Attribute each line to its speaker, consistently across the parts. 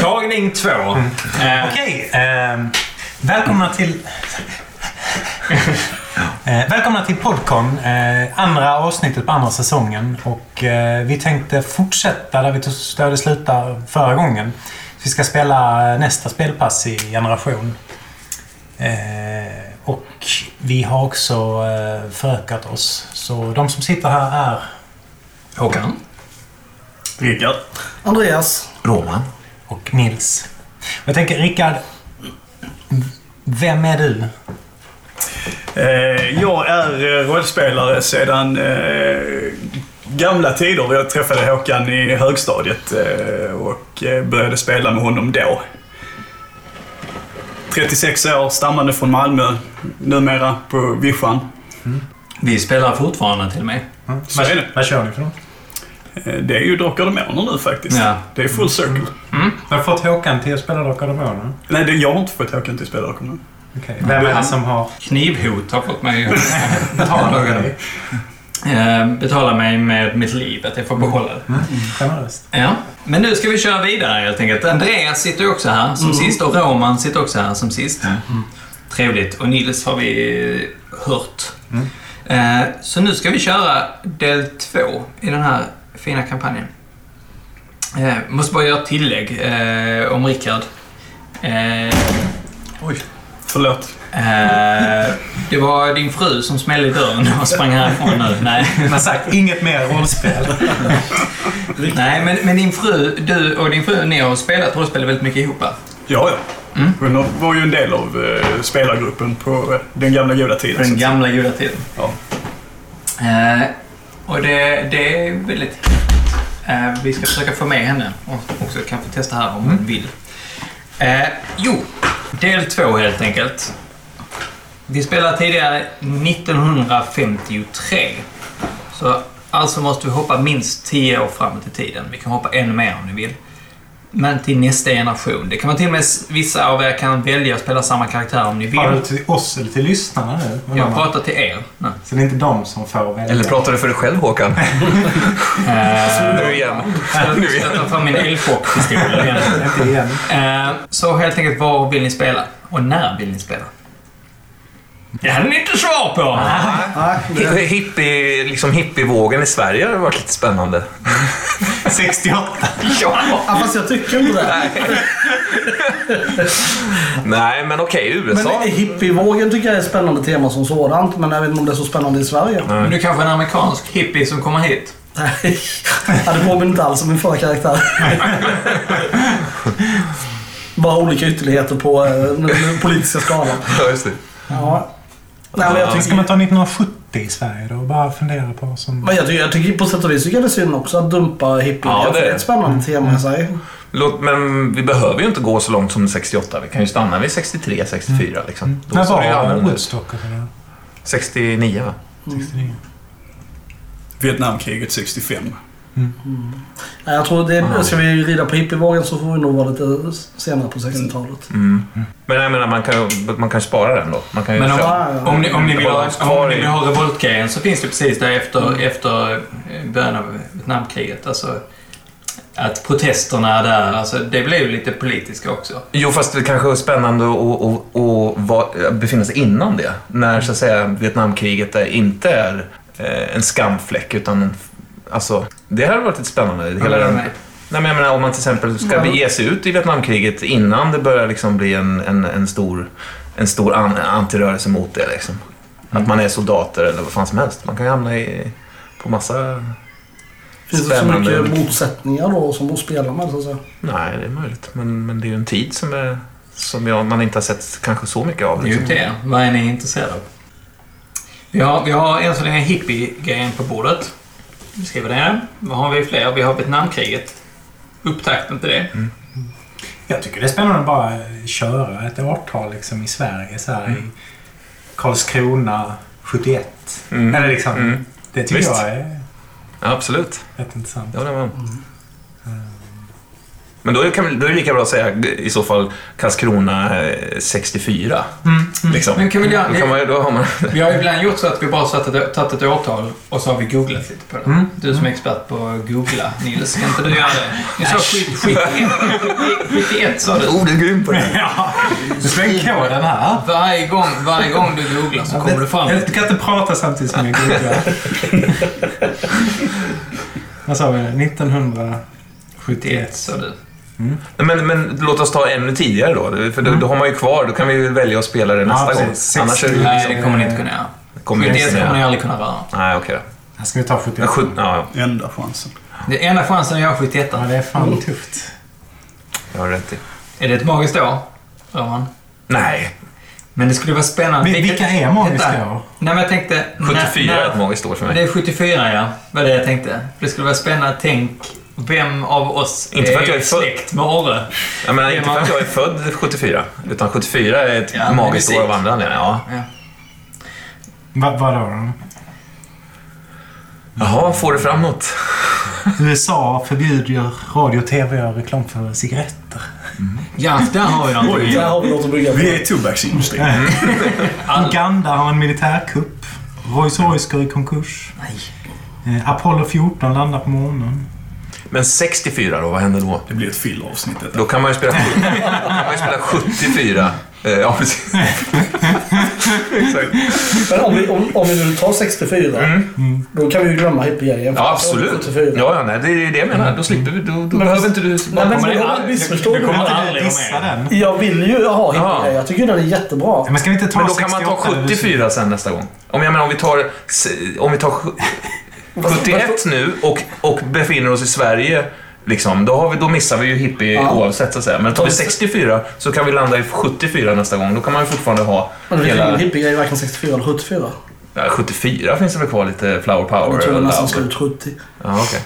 Speaker 1: Tagning två.
Speaker 2: Eh,
Speaker 3: Okej. ehm, välkomna till... Eh, välkomna till Podcon. Eh, andra avsnittet på andra säsongen. Och eh, vi tänkte fortsätta där vi tog, där det slutade förra gången. Vi ska spela eh, nästa spelpass i Generation. Eh, och vi har också eh, förökat oss. Så de som sitter här är...
Speaker 1: Håkan.
Speaker 2: Rickard.
Speaker 4: Andreas.
Speaker 5: Roman.
Speaker 3: och Nils. Och Jag tänker, Rickard. Vem är du?
Speaker 2: Eh, jag är eh, rollspelare sedan eh, gamla tider. Jag träffade Håkan i högstadiet eh, och eh, började spela med honom då. 36 år, stammande från Malmö, numera på vischan.
Speaker 1: Vi spelar fortfarande till och med.
Speaker 2: Så är det.
Speaker 3: Mm. Vad kör ni för något?
Speaker 2: Eh, Det är ju Drakar och Demoner nu faktiskt.
Speaker 1: Ja.
Speaker 2: Det är full circle.
Speaker 3: Jag har fått Håkan till att spela Drakar och Demoner.
Speaker 2: Nej, det, jag har inte fått Håkan till att spela Drakar och Demoner.
Speaker 3: Okej. Vem är det som har...
Speaker 1: Knivhot har fått mig att betala,
Speaker 3: Okej.
Speaker 1: eh, betala mig med mitt liv, att jag får behålla det.
Speaker 3: Generöst.
Speaker 1: Ja. Men nu ska vi köra vidare helt enkelt. Andreas sitter ju också här som sist och Roman sitter också här som sist. Trevligt. Och Nils har vi hört. Eh, Så nu ska vi köra del två i den här fina kampanjen. Eh, Måste bara göra ett tillägg eh, om Rickard. Eh,
Speaker 2: Förlåt.
Speaker 1: Eh, det var din fru som smällde i dörren och sprang härifrån nu. Nej,
Speaker 3: Man sagt inget mer rollspel.
Speaker 1: Nej men, men din fru, du och din fru, ni har spelat rollspel väldigt mycket ihop va?
Speaker 2: Ja, ja.
Speaker 5: Mm.
Speaker 2: Hon var ju en del av eh, spelargruppen på eh, den gamla goda tiden. så
Speaker 1: Den
Speaker 2: att-
Speaker 1: gamla goda tiden.
Speaker 2: Ja.
Speaker 1: Eh, och det, det är väldigt eh, Vi ska försöka få med henne och också kanske testa här om hon vill. Eh, jo, del två helt enkelt. Vi spelade tidigare 1953. Så alltså måste vi hoppa minst 10 år framåt i tiden. Vi kan hoppa ännu mer om ni vill. Men till nästa generation. Det kan man till och med, vissa av er kan välja att spela samma karaktär om ni vill.
Speaker 3: Har du till oss eller till lyssnarna nu?
Speaker 1: Jag pratar till er nu.
Speaker 3: Så det är inte de som får välja?
Speaker 5: Eller pratar du för dig själv Håkan?
Speaker 2: Eh,
Speaker 1: Eh,
Speaker 5: nu igen.
Speaker 1: Jag ska ta fram min elchockpistol igen.
Speaker 3: Inte igen.
Speaker 1: Eh, Så helt enkelt, var vill ni spela? Och när vill ni spela? Det hade ni inte svar på!
Speaker 5: Hi- Hippie, liksom hippievågen i Sverige har varit lite spännande.
Speaker 3: 68.
Speaker 5: Ja.
Speaker 4: Ja, fast jag tycker inte det.
Speaker 5: Nej, men okej, USA.
Speaker 4: Men hippievågen tycker jag är ett spännande tema som sådant. Men jag vet inte om det är så spännande i Sverige.
Speaker 1: Men Eh, du är kanske är en amerikansk hippie som kommer hit?
Speaker 4: Nej. Ja, det påminner inte alls om min förra karaktär. Bara olika ytterligheter på eh, den den politiska skalan.
Speaker 5: Ja, just det.
Speaker 4: Ja. Nej, men jag
Speaker 3: Ska man
Speaker 4: tycker...
Speaker 3: ta 1970 i Sverige då och bara fundera på vad som...
Speaker 4: Men jag tycker, jag tycker på sätt och vis tycker jag det är synd också att dumpa hippie.
Speaker 5: Ja,
Speaker 4: för
Speaker 5: det Mm. är
Speaker 4: det är ett spännande tema i sig.
Speaker 5: Låt, men vi behöver ju inte gå så långt som 68. Vi kan ju stanna vid 63, 64 liksom. Då
Speaker 3: När
Speaker 5: såg det ju
Speaker 3: var
Speaker 5: annorlunda ut.
Speaker 3: Woodstock? och sådär?
Speaker 5: 69 va?
Speaker 3: 69.
Speaker 2: Vietnamkriget 65.
Speaker 4: Nej, Jag tror
Speaker 5: Mm.
Speaker 4: det, ska vi rida på hippievågen så får vi nog vara lite senare på 60-talet.
Speaker 5: Mm. Men jag menar, man kan ju man kan ju spara den då. Man kan ju
Speaker 1: Men om,
Speaker 5: köpa-
Speaker 4: ja.
Speaker 1: om, ni, om, ni vill ha, om ni vill
Speaker 5: Kvar
Speaker 1: ha revoltgrejen så finns det precis där efter, efter eh, början av Vietnamkriget. Alltså, att protesterna där, alltså, det blev ju lite politiska också.
Speaker 5: Jo, fast det kanske är spännande att och, och, va- befinna sig innan det. När så att säga, Vietnamkriget är, inte är eh, en skamfläck, utan en, alltså, det här har varit lite spännande. Hela
Speaker 1: Håller du
Speaker 5: den,
Speaker 1: med?
Speaker 5: nej, men jag menar, om man till exempel ska bege sig ut i Vietnamkriget innan det börjar liksom bli en, en, en stor, en stor an, antirörelse mot det. Liksom. Att man är soldater eller vad fan som helst. Man kan ju hamna i, på massa...
Speaker 4: Finns det så
Speaker 5: Spännande.
Speaker 4: mycket motsättningar då som att spela med så att säga?
Speaker 5: Nej, det är möjligt. Men, men det är ju en tid som, är, som jag, man inte har sett kanske så mycket av.
Speaker 1: Det är
Speaker 5: Liksom.
Speaker 1: upp till er. Vad är ni intresserade av? Vi har, vi har än så länge hippie-grejen på bordet. Vi skriver det. Vad har vi fler? Vi har Vietnamkriget. Upptakten till det.
Speaker 5: Mm.
Speaker 3: Jag tycker det är spännande att bara köra ett årtal liksom i Sverige. Så här, i Karlskrona 71.
Speaker 5: Mm.
Speaker 3: Eller liksom,
Speaker 5: Mm.
Speaker 3: Det tycker
Speaker 5: Visst.
Speaker 3: jag är
Speaker 5: Ja, absolut.
Speaker 3: rätt intressant.
Speaker 5: Mm. Det håller jag med om. Men då är, kan, då är det lika bra att säga i så fall Karlskrona eh, 64. Liksom.
Speaker 1: Men kan vi göra-
Speaker 5: då, kan man, då har man...
Speaker 1: Vi har ju ibland gjort så att vi bara satt ett, tagit ett årtal och så har vi googlat lite på det.
Speaker 5: Mm.
Speaker 1: Du som är expert på att googla, Nils, ska inte du göra det? Du sa skit- skit- 71 sa du.
Speaker 5: Oh, du är grym på det.
Speaker 3: Du släng koden här.
Speaker 1: Varje gång, varje gång du googlar så kommer du fram
Speaker 3: Jag, du kan inte prata samtidigt som jag googlar. Vad sa vi? 1971.
Speaker 1: 71 sa du.
Speaker 5: Men, men låt oss ta ännu tidigare då. För då,
Speaker 1: Mm.
Speaker 5: då har man ju kvar, då kan vi väl välja att spela det nästa gång.
Speaker 3: precis.
Speaker 5: Annars är det ju
Speaker 1: Nej,
Speaker 5: liksom...
Speaker 1: det kommer ni inte kunna göra.
Speaker 5: Kommer ju
Speaker 1: 71
Speaker 5: inte
Speaker 1: kommer ni
Speaker 5: kunna...
Speaker 1: aldrig kunna röra.
Speaker 5: Nej, okej då.
Speaker 3: Här ska vi ta 71.
Speaker 5: Men sjut- Ja,
Speaker 2: Enda chansen.
Speaker 1: Det enda chansen att göra 71
Speaker 3: Ja, det är fan tufft.
Speaker 5: jag har rätt i.
Speaker 1: Är det ett magiskt år, Roman?
Speaker 5: Nej,
Speaker 1: Men det skulle vara spännande.
Speaker 3: Vi- vilka är magiska
Speaker 1: Vänta.
Speaker 3: år?
Speaker 1: Nej, men jag tänkte...
Speaker 5: 74
Speaker 1: när-
Speaker 5: är ett magiskt år för
Speaker 1: Det
Speaker 5: mig.
Speaker 1: är 74 ja, var det jag tänkte. Det skulle vara spännande. Tänk vem av oss
Speaker 5: Inte för att jag är född.
Speaker 1: släkt med Orre?
Speaker 5: Jag menar, inte
Speaker 1: det är
Speaker 5: för att jag är född 74. Utan 74 är ett
Speaker 1: Ja, men
Speaker 5: magiskt år
Speaker 1: musik.
Speaker 5: av andra anledningar. Ja.
Speaker 3: Va, vadå?
Speaker 5: Jaha, får du fram något?
Speaker 3: USA förbjuder radio, tv och reklam för cigaretter.
Speaker 1: Ja, där har vi någonting.
Speaker 4: Där har vi något att bygga på.
Speaker 2: Vi är tobaksindustrin.
Speaker 3: Uganda har en militärkupp. Rolls Royce går i konkurs. Nej. Eh, Apollo 14 landar på månen.
Speaker 5: Men 64 då, vad händer då?
Speaker 2: Det blir ett filler-avsnitt detta.
Speaker 5: Då kan man ju spela, då kan man ju spela 74. Eh, Ja, precis.
Speaker 4: Men om vi, om, om vi nu tar 64, då kan vi ju glömma hippiegrejen.
Speaker 5: Ja, absolut.
Speaker 4: 74.
Speaker 5: Ja, ja, nej, det är ju det jag menar. Då slipper vi. Då, då behöver inte du...
Speaker 4: Mm. Nej, men
Speaker 1: kommer
Speaker 4: jag
Speaker 1: det
Speaker 4: har
Speaker 1: all-
Speaker 4: missförstått
Speaker 1: det kommer
Speaker 4: det.
Speaker 1: all- aldrig vara
Speaker 3: Dissa
Speaker 1: med.
Speaker 3: Eh, den.
Speaker 4: Jag vill ju ha
Speaker 5: Ja.
Speaker 4: hippiegrejen. Jag tycker den är jättebra.
Speaker 3: Men ska vi inte ta
Speaker 5: Men då kan man ta
Speaker 3: 68 eller
Speaker 5: 74 sen nästa gång. Om, jag menar, om vi tar, s- om vi tar sju- 71 nu och, och befinner oss i Sverige, liksom, då, har vi, då missar vi ju hippie
Speaker 4: Ja.
Speaker 5: oavsett så att säga. Men tar vi 64 så kan vi landa i 74 nästa gång. Då kan man ju fortfarande ha
Speaker 4: Men det finns ju
Speaker 5: hela...
Speaker 4: ingen hippiegrej varken 64 eller 74.
Speaker 5: Ja, 74 finns det väl kvar lite flower
Speaker 4: Då
Speaker 5: power.
Speaker 4: tror jag
Speaker 5: eller-
Speaker 4: nästan slut 70.
Speaker 5: Ja, okej.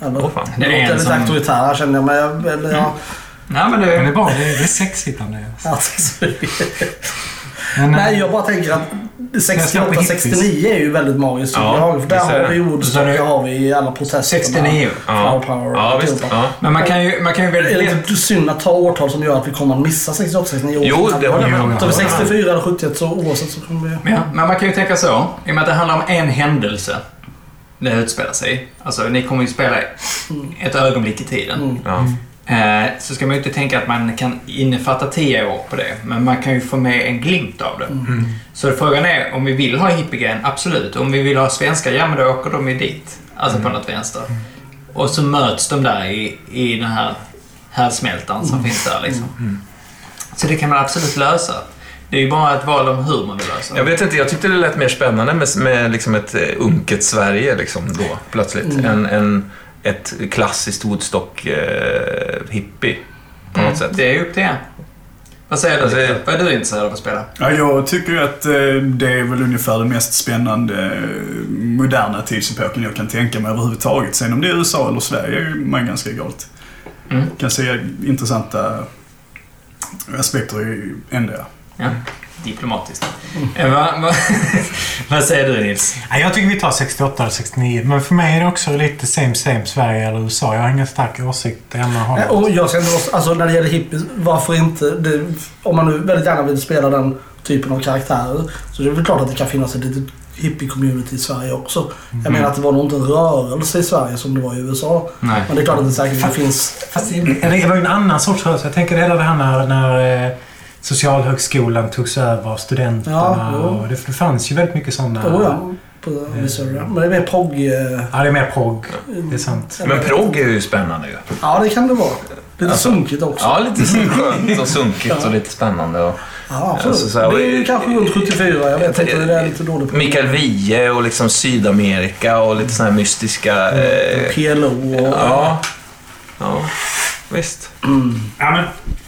Speaker 4: Eller?
Speaker 5: Åh, fan.
Speaker 4: Det
Speaker 1: Det är
Speaker 4: låter
Speaker 1: en
Speaker 4: lite
Speaker 1: som-
Speaker 4: auktoritär känner jag, men jag... Eller, ja.
Speaker 1: Nej, men
Speaker 3: Men det
Speaker 1: det...
Speaker 3: är bra. Det är, det är sexigt, Andreas.
Speaker 4: Alltså, så-
Speaker 3: Men, eh,
Speaker 4: Nej, jag bara tänker att
Speaker 3: Jag släpper
Speaker 4: 68,
Speaker 3: hittills.
Speaker 4: 69 är ju väldigt magiskt.
Speaker 5: Ja,
Speaker 4: Ja, för där
Speaker 5: visst är
Speaker 4: har vi
Speaker 5: det.
Speaker 4: Woodstock, där har vi alla processer.
Speaker 1: 69.
Speaker 5: Ja.
Speaker 4: Flower power Typ. och
Speaker 5: Ja, visst.
Speaker 4: alltihopa.
Speaker 5: Ja.
Speaker 1: Men man kan ju, man kan ju
Speaker 4: Det är
Speaker 1: väldigt lätt...
Speaker 4: lite synd att ta årtal som gör att vi kommer att missa 68, 69 år.
Speaker 5: Jo, det håller jag med om.
Speaker 4: Tar vi 64 eller 71 så oavsett så kommer vi...
Speaker 1: Ja, men man kan ju tänka så. I och med att det handlar om en händelse det utspelar sig. Alltså, ni kommer ju spela ett ögonblick i tiden.
Speaker 5: Ja.
Speaker 1: Eh, så ska man ju inte tänka att man kan innefatta 10 år på det, men man kan ju få med en glimt av det. Så frågan är om vi vill ha hippiegrejen, absolut. Om vi vill ha svenska, ja men då åker de ju dit. Alltså på något vänster. Och så möts de där i, i den här härdsmältan som finns där liksom. Så det kan man absolut lösa. Det är ju bara ett val om hur man vill lösa
Speaker 5: Jag
Speaker 1: det.
Speaker 5: vet inte, jag tyckte det lät mer spännande med, med liksom ett eh, unket Sverige liksom då, plötsligt. Än, än ett klassiskt Woodstock-hippie på något sätt.
Speaker 1: Det är ju upp till er. Vad säger du?
Speaker 5: Alltså,
Speaker 1: Mm. Alltså, Vad är du intresserad av att spela?
Speaker 2: Ja, jag tycker att eh, det är väl ungefär den mest spännande eh, moderna tidsepoken jag kan tänka mig överhuvudtaget. Sen om det är USA eller Sverige är ju man ganska egalt.
Speaker 1: Mm.
Speaker 2: Kan se intressanta aspekter i endera.
Speaker 1: Ja. Diplomatiskt. Eh, vad- vad- Vad säger du Nils?
Speaker 3: Nej, jag tycker vi tar 68 eller 69. Men för mig är det också lite same same Sverige eller USA. Jag har ingen stark åsikt i andra
Speaker 4: Nej,
Speaker 5: Eh,
Speaker 3: hållet.
Speaker 4: Och jag ska inte vara... Alltså när det gäller hippies, varför inte? Det, om man nu väldigt gärna vill spela den typen av karaktärer så det är väl klart att det kan finnas ett litet hippie-community i Sverige också. Jag menar att det var nog inte en rörelse i Sverige som det var i USA.
Speaker 1: Nej.
Speaker 4: Men det är klart att det säkert finns...
Speaker 3: Fast det eller det var ju en annan sorts rörelse. Jag tänker hela det här när, när eh, Socialhögskolan togs över av studenterna.
Speaker 4: Ja, jo.
Speaker 3: och det, det fanns ju väldigt mycket sådana.
Speaker 4: Jo, ja. På Missouri. Men det är mer progg... eh,
Speaker 3: Ja, det är mer progg. Det är sant.
Speaker 5: Men progg är ju spännande ju.
Speaker 4: Ja, det kan det vara. Lite sunkigt också.
Speaker 5: Ja, lite så skönt och sunkigt och lite spännande. Och
Speaker 4: Ja, absolut.
Speaker 5: Alltså, så här-
Speaker 4: det är ju kanske runt 74. Jag vet inte. Det är lite dåligt på
Speaker 5: Mikael Wiehe och liksom Sydamerika och lite sådana här mystiska... Eh,
Speaker 4: PLO och...
Speaker 5: ja. ja, visst.
Speaker 3: Ja, men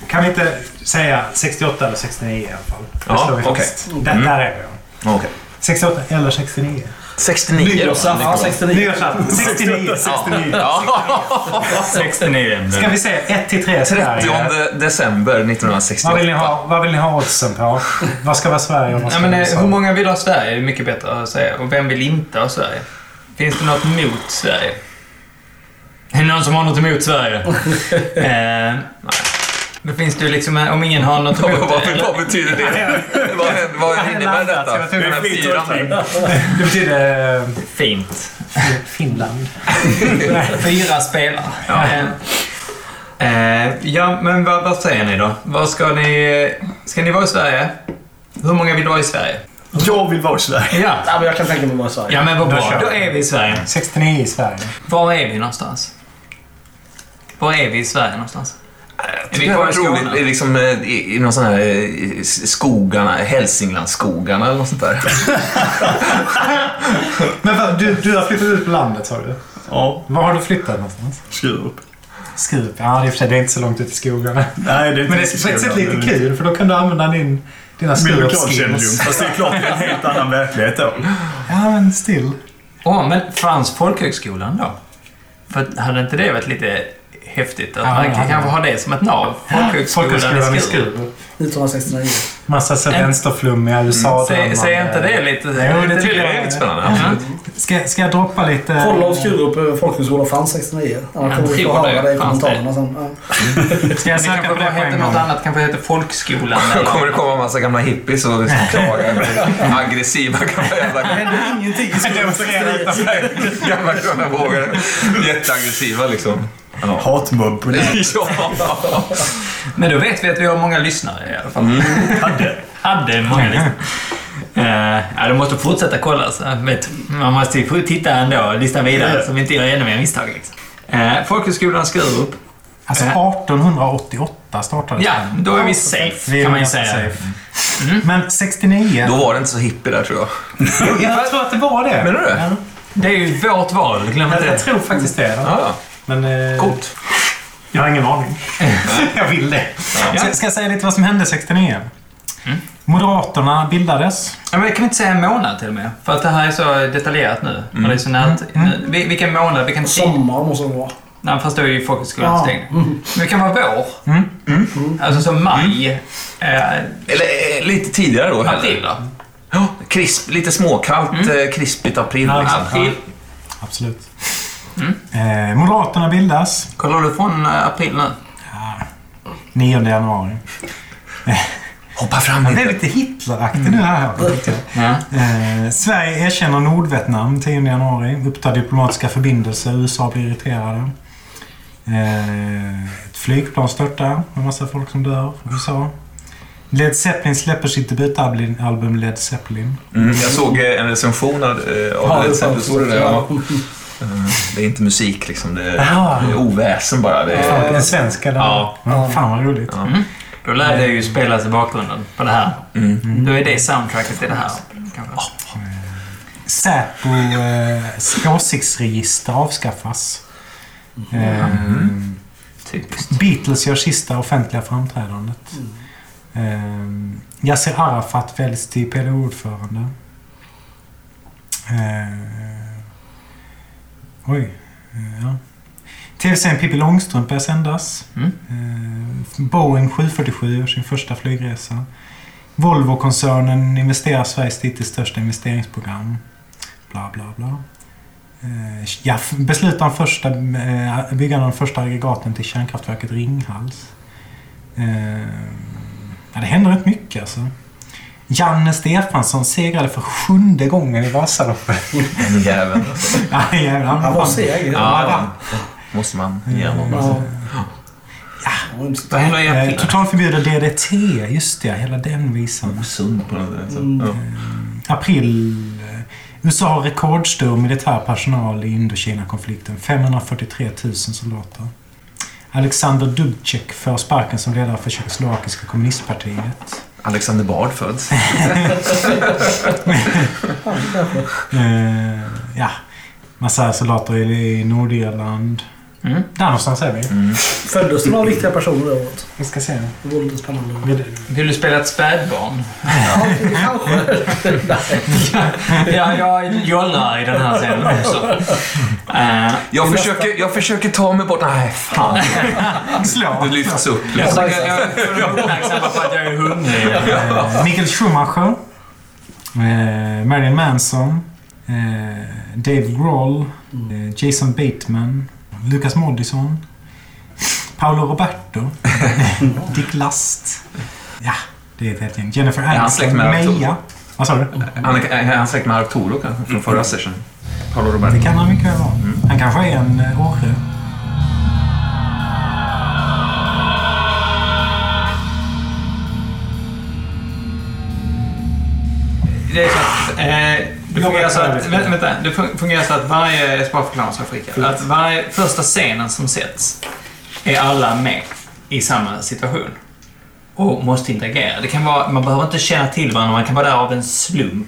Speaker 3: kan vi inte säga 68 eller 69 i alla fall? Det
Speaker 5: Ja,
Speaker 3: slår vi
Speaker 5: okej.
Speaker 3: fast. Där, där är vi.
Speaker 5: Okej.
Speaker 3: 68 eller 69?
Speaker 5: 69 då.
Speaker 4: Nyårsafton. Ja, 69.
Speaker 3: Nyårsafton. 69. 69.
Speaker 5: Ja,
Speaker 1: 69
Speaker 3: Ska vi säga 1 till 3 Sverige?
Speaker 5: 30 december 1968.
Speaker 3: Vad vill ni ha, vad vill ni ha oddsen på? Vad ska vara Sverige och vad
Speaker 1: Nej,
Speaker 3: ska
Speaker 1: men,
Speaker 3: vara
Speaker 1: eh,
Speaker 3: USA?
Speaker 1: hur många vill ha Sverige? Det är mycket bättre att säga. Och vem vill inte ha Sverige? Finns det något mot Sverige? Är det någon som har något emot Sverige? eh, då finns det ju liksom, om ingen har något emot
Speaker 5: Vad, vad betyder det? vad vad innebär detta?
Speaker 3: alltså, Jag tror det är
Speaker 5: Fyra
Speaker 2: flyttolkning.
Speaker 5: mil.
Speaker 3: Det betyder eh,
Speaker 1: Fint.
Speaker 3: Finland.
Speaker 1: Fyra spelare.
Speaker 5: Ja.
Speaker 1: Eh, eh, ja, men vad, vad säger ni då? Vad ska ni... Ska ni vara i Sverige? Hur många vill vara i Sverige?
Speaker 2: Jag vill vara i Sverige.
Speaker 1: Ja.
Speaker 4: Ja, men jag kan tänka mig att vara i Sverige.
Speaker 1: Ja, men vad
Speaker 3: Då
Speaker 1: bra.
Speaker 3: kör vi.
Speaker 1: Då är vi i Sverige.
Speaker 3: 69 i Sverige.
Speaker 1: Var är vi någonstans? Var är vi i Sverige någonstans?
Speaker 5: Jag tycker det var roligt det är liksom, eh, i, i någon sån här eh, i skogarna, Hälsinglandsskogarna eller något sånt där.
Speaker 3: Men vad, du, du har flyttat ut på landet sa du?
Speaker 2: Ja,
Speaker 3: Var har du flyttat någonstans?
Speaker 2: Skurup.
Speaker 3: Skurup. Ja, det är i och för sig det är inte så långt ut i skogarna.
Speaker 2: Nej, det är inte
Speaker 3: Men det är på ett sätt lite kul för då kan du använda din, dina
Speaker 2: Min
Speaker 3: Skurup-skills.
Speaker 2: lokalkännedom. Fast det är klart, det är en helt annan verklighet då.
Speaker 3: Ja, men still.
Speaker 1: Åh, men fanns folkhögskolan då? För att hade inte det varit lite häftigt att
Speaker 3: Ja,
Speaker 1: man
Speaker 3: ja,
Speaker 1: kan
Speaker 3: ja.
Speaker 1: kanske ha det som ett nav?
Speaker 3: Folkhögskolan
Speaker 1: Folkhögskolan i Skurup.
Speaker 4: 1969.
Speaker 3: Massa så
Speaker 1: En-
Speaker 3: vänsterflummiga USA-drömmar.
Speaker 1: Säger säger inte det lite...
Speaker 3: Jo, det tycker
Speaker 5: Det är lite spännande. absolut.
Speaker 3: Ska, ska jag droppa lite...
Speaker 4: Kolla om Skurup eh, folkhögskola fanns 69. Annars
Speaker 1: Jag
Speaker 4: kommer vi få
Speaker 1: tror
Speaker 4: höra
Speaker 1: det.
Speaker 4: det i
Speaker 1: Fanns
Speaker 4: kommentarerna sen. Ja.
Speaker 3: Ska jag
Speaker 1: Det kanske
Speaker 3: söka på
Speaker 1: bara
Speaker 3: det på
Speaker 1: heter
Speaker 3: en
Speaker 1: något
Speaker 3: gång?
Speaker 1: annat. Kanske heter folkskolan.
Speaker 5: Då kommer det komma en massa gamla hippies och klaga över aggressiva gamla jävla...
Speaker 3: Ingenting som demonstrerar utanför.
Speaker 5: Gamla kronavågare. Jätteaggressiva liksom.
Speaker 2: Hatmobb på det.
Speaker 5: Ja.
Speaker 1: Men då vet vi att vi har många lyssnare i alla fall. Hade. Hade många lyssnare. Eh, ja, de måste fortsätta kolla. Så, vet, man måste ju titta ändå och lyssna vidare så vi inte gör ännu mer misstag. Liksom. Eh, Folkhögskolan Skurup.
Speaker 3: Alltså 1888 startades
Speaker 1: Mm. Ja,
Speaker 3: den.
Speaker 1: då är vi safe kan man ju
Speaker 3: ganska
Speaker 1: säga. Mm.
Speaker 3: safe. Men 69?
Speaker 5: Då var det inte så hippie där tror jag.
Speaker 3: jag tror att det var det.
Speaker 5: Menar du det?
Speaker 3: Ja.
Speaker 1: Det är ju vårt val, glöm inte
Speaker 3: Jag, jag
Speaker 1: det.
Speaker 3: tror faktiskt det. ja.
Speaker 5: Ja, ja.
Speaker 3: Men eh,
Speaker 5: Coolt.
Speaker 3: jag har ingen aning. jag vill det. Ska, ska jag säga lite vad som hände 69?
Speaker 5: Mm.
Speaker 3: Moderaterna bildades.
Speaker 1: Ja, men jag kan inte säga en månad till och med. För att det här är så detaljerat nu. Och det är så nära, nu. Vil- Vilken månad, vilken tid?
Speaker 4: Sommar måste det vara.
Speaker 1: Nej, fast då är ju folkhögskolan
Speaker 4: Ja.
Speaker 1: stängd. Men det kan vara vår. Alltså som maj. Eh,
Speaker 5: Eller eh, lite tidigare då. hellre.
Speaker 1: april då.
Speaker 5: Ja, krisp, lite småkallt, eh, krispigt april
Speaker 3: Ja,
Speaker 5: liksom.
Speaker 1: April.
Speaker 3: Absolut.
Speaker 5: Mm.
Speaker 3: Eh, Moderaterna bildas
Speaker 1: Kollar du från eh, april nu?
Speaker 3: 9 januari.
Speaker 5: Hoppa fram
Speaker 3: Det är
Speaker 5: lite.
Speaker 3: lite Hitleraktig nu här. tyckte jag.
Speaker 1: Ja.
Speaker 3: Eh, Sverige erkänner Nordvietnam 10 januari. Upptar diplomatiska förbindelser. USA blir irriterade. Eh, ett flygplan störtar med massa folk som dör. USA. Led Zeppelin släpper sitt debutalbum Led Zeppelin.
Speaker 5: Mm, jag såg eh, en recension av, eh, av Led Zeppelin. Såg du det? Ja. Det är inte musik liksom. Det är,
Speaker 3: Ah.
Speaker 5: det är oväsen bara. Det är,
Speaker 3: Fan, en svensk eller?
Speaker 1: Eh, Ja.
Speaker 3: Mm, Fan vad roligt.
Speaker 1: Då lär det ju spelas i bakgrunden på det här. Då är det soundtracket till det här. kanske.
Speaker 3: Säpo eh, åsiktsregister avskaffas. Eh,
Speaker 1: Mm. Typiskt.
Speaker 3: Beatles gör sista offentliga framträdandet. Eh, Yasser Arafat väljs till PLO-ordförande. Eh, oj. Eh, ja. Tv-serien Pippi Långstrump börjar sändas.
Speaker 1: Mm.
Speaker 3: Eh, Boeing 747 gör sin första flygresa. Volvo-koncernen investerar Sveriges dittills största investeringsprogram. Bla, bla, bla. Eh, Ja, f- besluta om första, eh, byggande av den första aggregaten till kärnkraftverket Ringhals. Eh, Ja, det händer rätt mycket alltså. Janne Stefansson segrade för sjunde gången i Vasaloppet.
Speaker 5: den jäveln. alltså.
Speaker 3: Ja, jävlar.
Speaker 4: Han var seg.
Speaker 5: Ja, måste man ge honom. alltså.
Speaker 4: Ja.
Speaker 1: Vad händer i
Speaker 3: Eh,
Speaker 1: april?
Speaker 3: Totalförbjuder DDT, just det. Hela den
Speaker 5: Mm.
Speaker 3: visan.
Speaker 5: Sund på något sätt. Ja.
Speaker 3: April. eh, USA har rekordstor militär personal i Indokina-konflikten. 543 000 soldater. Alexander Dubček får sparken som ledare för Tjeckoslovakiska kommunistpartiet.
Speaker 5: Alexander Bard föds.
Speaker 3: Eh, ja. Massa soldater i i Nordirland.
Speaker 1: Mm.
Speaker 3: Där någonstans är vi.
Speaker 4: Föddes det några viktiga personer det året?
Speaker 3: Vi ska se.
Speaker 4: Det vore lite spännande.
Speaker 1: Vill du spela ett spädbarn?
Speaker 4: Ja, kanske.
Speaker 1: ja, jag jollar i den här scenen också. Eh,
Speaker 5: Jag försöker, jag försöker ta mig bort... Nej, fan.
Speaker 3: Slå.
Speaker 5: Det lyfts upp.
Speaker 1: jag
Speaker 5: Liksom.
Speaker 1: försöker- jag försöker uppmärksamma på att jag är hungrig.
Speaker 3: Eh, Michael Schumacher. Eh, Marilyn Manson. Eh, Dave Grohl. Eh, Jason Bateman. Lukas Moodysson. Paolo Roberto. Dick Last. Ja, det är ett helt gäng. Jennifer
Speaker 5: han
Speaker 3: Aniston.
Speaker 5: släkt med Arturo?
Speaker 3: Meja. Vad sa du?
Speaker 5: Han är- Är han släkt med Arturo kanske? Från förra session? Paolo Roberto?
Speaker 3: Det kan han mycket väl vara. Han kanske är en eh, Åre.
Speaker 1: Det är så att, eh, det fungerar så att, vä- vänta, det fun- fungerar så att varje, jag ska bara förklara så jag frickar. Att varje första scenen som sätts är alla med i samma situation. Och måste interagera. Det kan vara, man behöver inte känna till varandra, man kan vara där av en slump.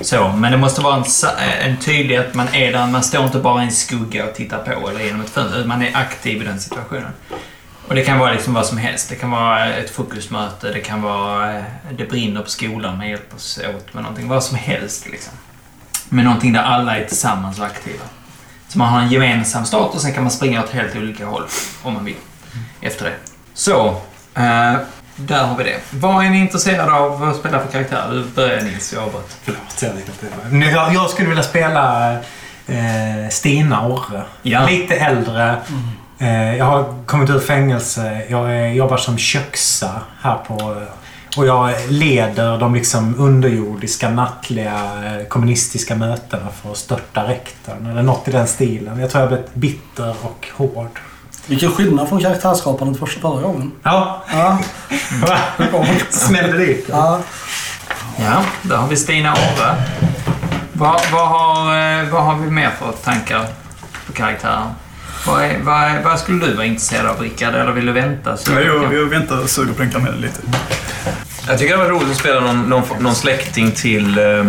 Speaker 1: Så, men det måste vara en, sa- eh, en tydlighet att man är där, man står inte bara i en skugga och tittar på eller genom ett fönster. Man är aktiv i den situationen. Och det kan vara liksom vad som helst. Det kan vara ett fokusmöte, det kan vara eh, det brinner på skolan, man hjälper sig åt med någonting. Vad som helst liksom. Men någonting där alla är tillsammans och aktiva. Så man har en gemensam start och sen kan man springa åt helt olika håll om man vill efter det. Så, eh, där har vi det. Vad är ni intresserade av att spela för karaktär? Du börjar Nils, jag avbröt.
Speaker 3: Förlåt, jag vet inte. Men Jag, jag skulle vilja spela eh, Stina Orre.
Speaker 1: Ja.
Speaker 3: Lite äldre. Eh, jag har kommit ur fängelse. Jag är, jobbar som köksa här på... eh, Och jag leder de liksom underjordiska nattliga eh, kommunistiska mötena för att störta rektorn. Eller något i den stilen. Jag tror jag har blivit bitter och hård.
Speaker 4: Vilken skillnad från karaktärsskapandet första förra gången.
Speaker 3: Ja.
Speaker 4: Ja,
Speaker 3: Smällde det ut?
Speaker 4: ja.
Speaker 1: Ja, där har vi Stina Orre. Vad, vad, har, eh, vad har vi mer för tankar på karaktären? Vad, är, vad, är, vad skulle du vara intresserad av, Rickard? Eller vill du vänta? Så
Speaker 2: Nej, Jag, jag väntar och suger på den karamellen lite.
Speaker 5: Jag tycker det var roligt att spela någon, någon, någon släkting till eh, eh,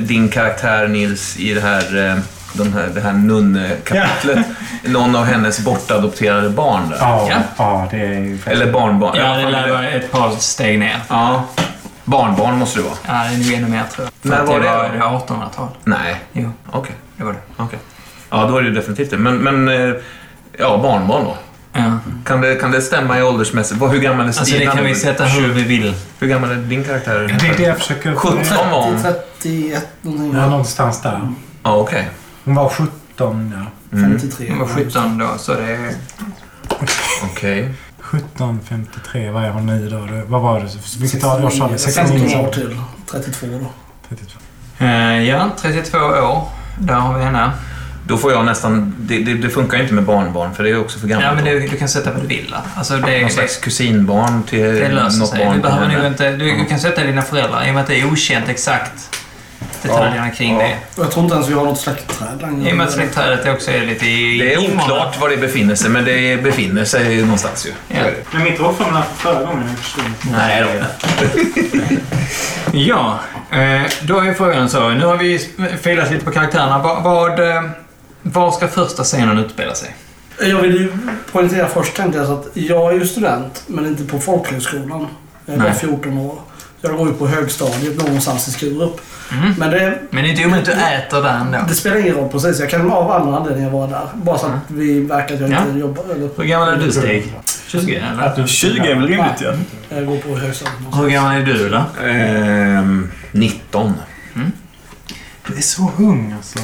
Speaker 5: din karaktär Nils i det här, eh, de här, det här nunnekapitlet. Någon av hennes bortadopterade barn där.
Speaker 3: Ja,
Speaker 1: Ja.
Speaker 3: ja, det är ju...
Speaker 5: Eller barnbarn.
Speaker 1: Ja, det lär
Speaker 5: ja,
Speaker 1: vara ett par steg ner.
Speaker 5: barnbarn måste det vara.
Speaker 1: Ja, det är nog ännu mer tror jag.
Speaker 5: När
Speaker 1: För att
Speaker 5: var det?
Speaker 1: Var, det var 1800-tal.
Speaker 5: Nej,
Speaker 1: Jo,
Speaker 5: okej.
Speaker 1: det var det.
Speaker 5: okej. Ja, då är det ju definitivt det. Men, men eh, ja, barnbarn då.
Speaker 1: Ja.
Speaker 5: Kan det, kan det stämma i åldersmässigt? Vad- Hur gammal är Stina?
Speaker 1: Alltså det kan
Speaker 5: nu?
Speaker 1: vi sätta hur vi vill.
Speaker 5: Hur gammal är din karaktär?
Speaker 3: Det är det jag försöker...
Speaker 5: 17 var hon.
Speaker 4: 31 någonting.
Speaker 3: Ja, någonstans där.
Speaker 5: Ja, okej.
Speaker 3: Hon var 17, ja.
Speaker 5: Mm.
Speaker 4: 53.
Speaker 1: Hon var 17 då, så det är...
Speaker 5: Okej.
Speaker 3: 1753, vad är hon nu då? Det- Vad var det? Vilket år sa vi?
Speaker 4: 69
Speaker 3: 69?
Speaker 4: år till. 32 då.
Speaker 3: 32.
Speaker 1: Eh, Ja, 32 år. Där har vi henne.
Speaker 5: Då får jag nästan... Det, det, det funkar ju inte med barnbarn för det är ju också för gammalt.
Speaker 1: Ja, men
Speaker 5: då.
Speaker 1: du, du kan sätta vad du vill där. Alltså det,
Speaker 5: Någon
Speaker 1: det,
Speaker 5: slags kusinbarn till
Speaker 1: Det löser
Speaker 5: Eh, något
Speaker 1: sig.
Speaker 5: barn. Mm.
Speaker 1: Du behöver
Speaker 5: till
Speaker 1: nog
Speaker 5: henne.
Speaker 1: inte... Du, du kan sätta dina föräldrar i och med att det är okänt exakt detaljerna kring
Speaker 5: Ja.
Speaker 1: det.
Speaker 4: Och Jag tror inte ens vi har något släktträd längre.
Speaker 1: I och med att släktträdet också är lite i...
Speaker 5: Det är
Speaker 1: i-
Speaker 5: oklart var det befinner sig, men det befinner sig någonstans ju.
Speaker 1: Ja.
Speaker 3: Men mitt rollformulär för förra gången är försvunnit.
Speaker 5: Nej då.
Speaker 1: Ja, eh, då är frågan så. Nu har vi filat lite på karaktärerna. Vad... vad eh, var ska första scenen utspela sig?
Speaker 4: Jag vill ju poängtera först tänkte jag så att jag är ju student men inte på folkhögskolan. Jag är bara
Speaker 1: Nej.
Speaker 4: 14 år. Jag går ju på högstadiet någonstans i Skurup.
Speaker 5: Mm.
Speaker 4: Men det,
Speaker 1: Men det är inte omöjligt att du äter där ändå.
Speaker 4: det spelar ingen roll precis. Jag kan av andra anledningar vara där. Bara så att vi verkar att jag
Speaker 1: Ja.
Speaker 4: inte jobbar. Eller,
Speaker 1: Hur gammal är du, Stig? 20 eller?
Speaker 2: 20 är väl rimligt ja.
Speaker 4: jag går på högstadiet någonstans.
Speaker 1: Hur gammal är du då?
Speaker 5: Ehm, 19.
Speaker 3: Du är så ung alltså.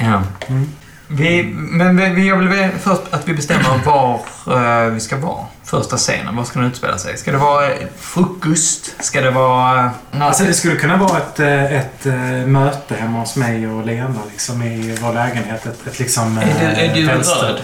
Speaker 1: Ja. Mm. Vi, men vi, vi- jag vill väl först att vi bestämmer var eh, vi ska vara. Första scenen, var ska den utspela sig? Ska det vara eh, frukost? Ska det vara... Uh,
Speaker 3: Alltså det skulle kunna vara ett, eh, ett eh, möte hemma hos mig och Lena liksom i vår lägenhet. Ett, ett liksom...
Speaker 1: är du, är du röd?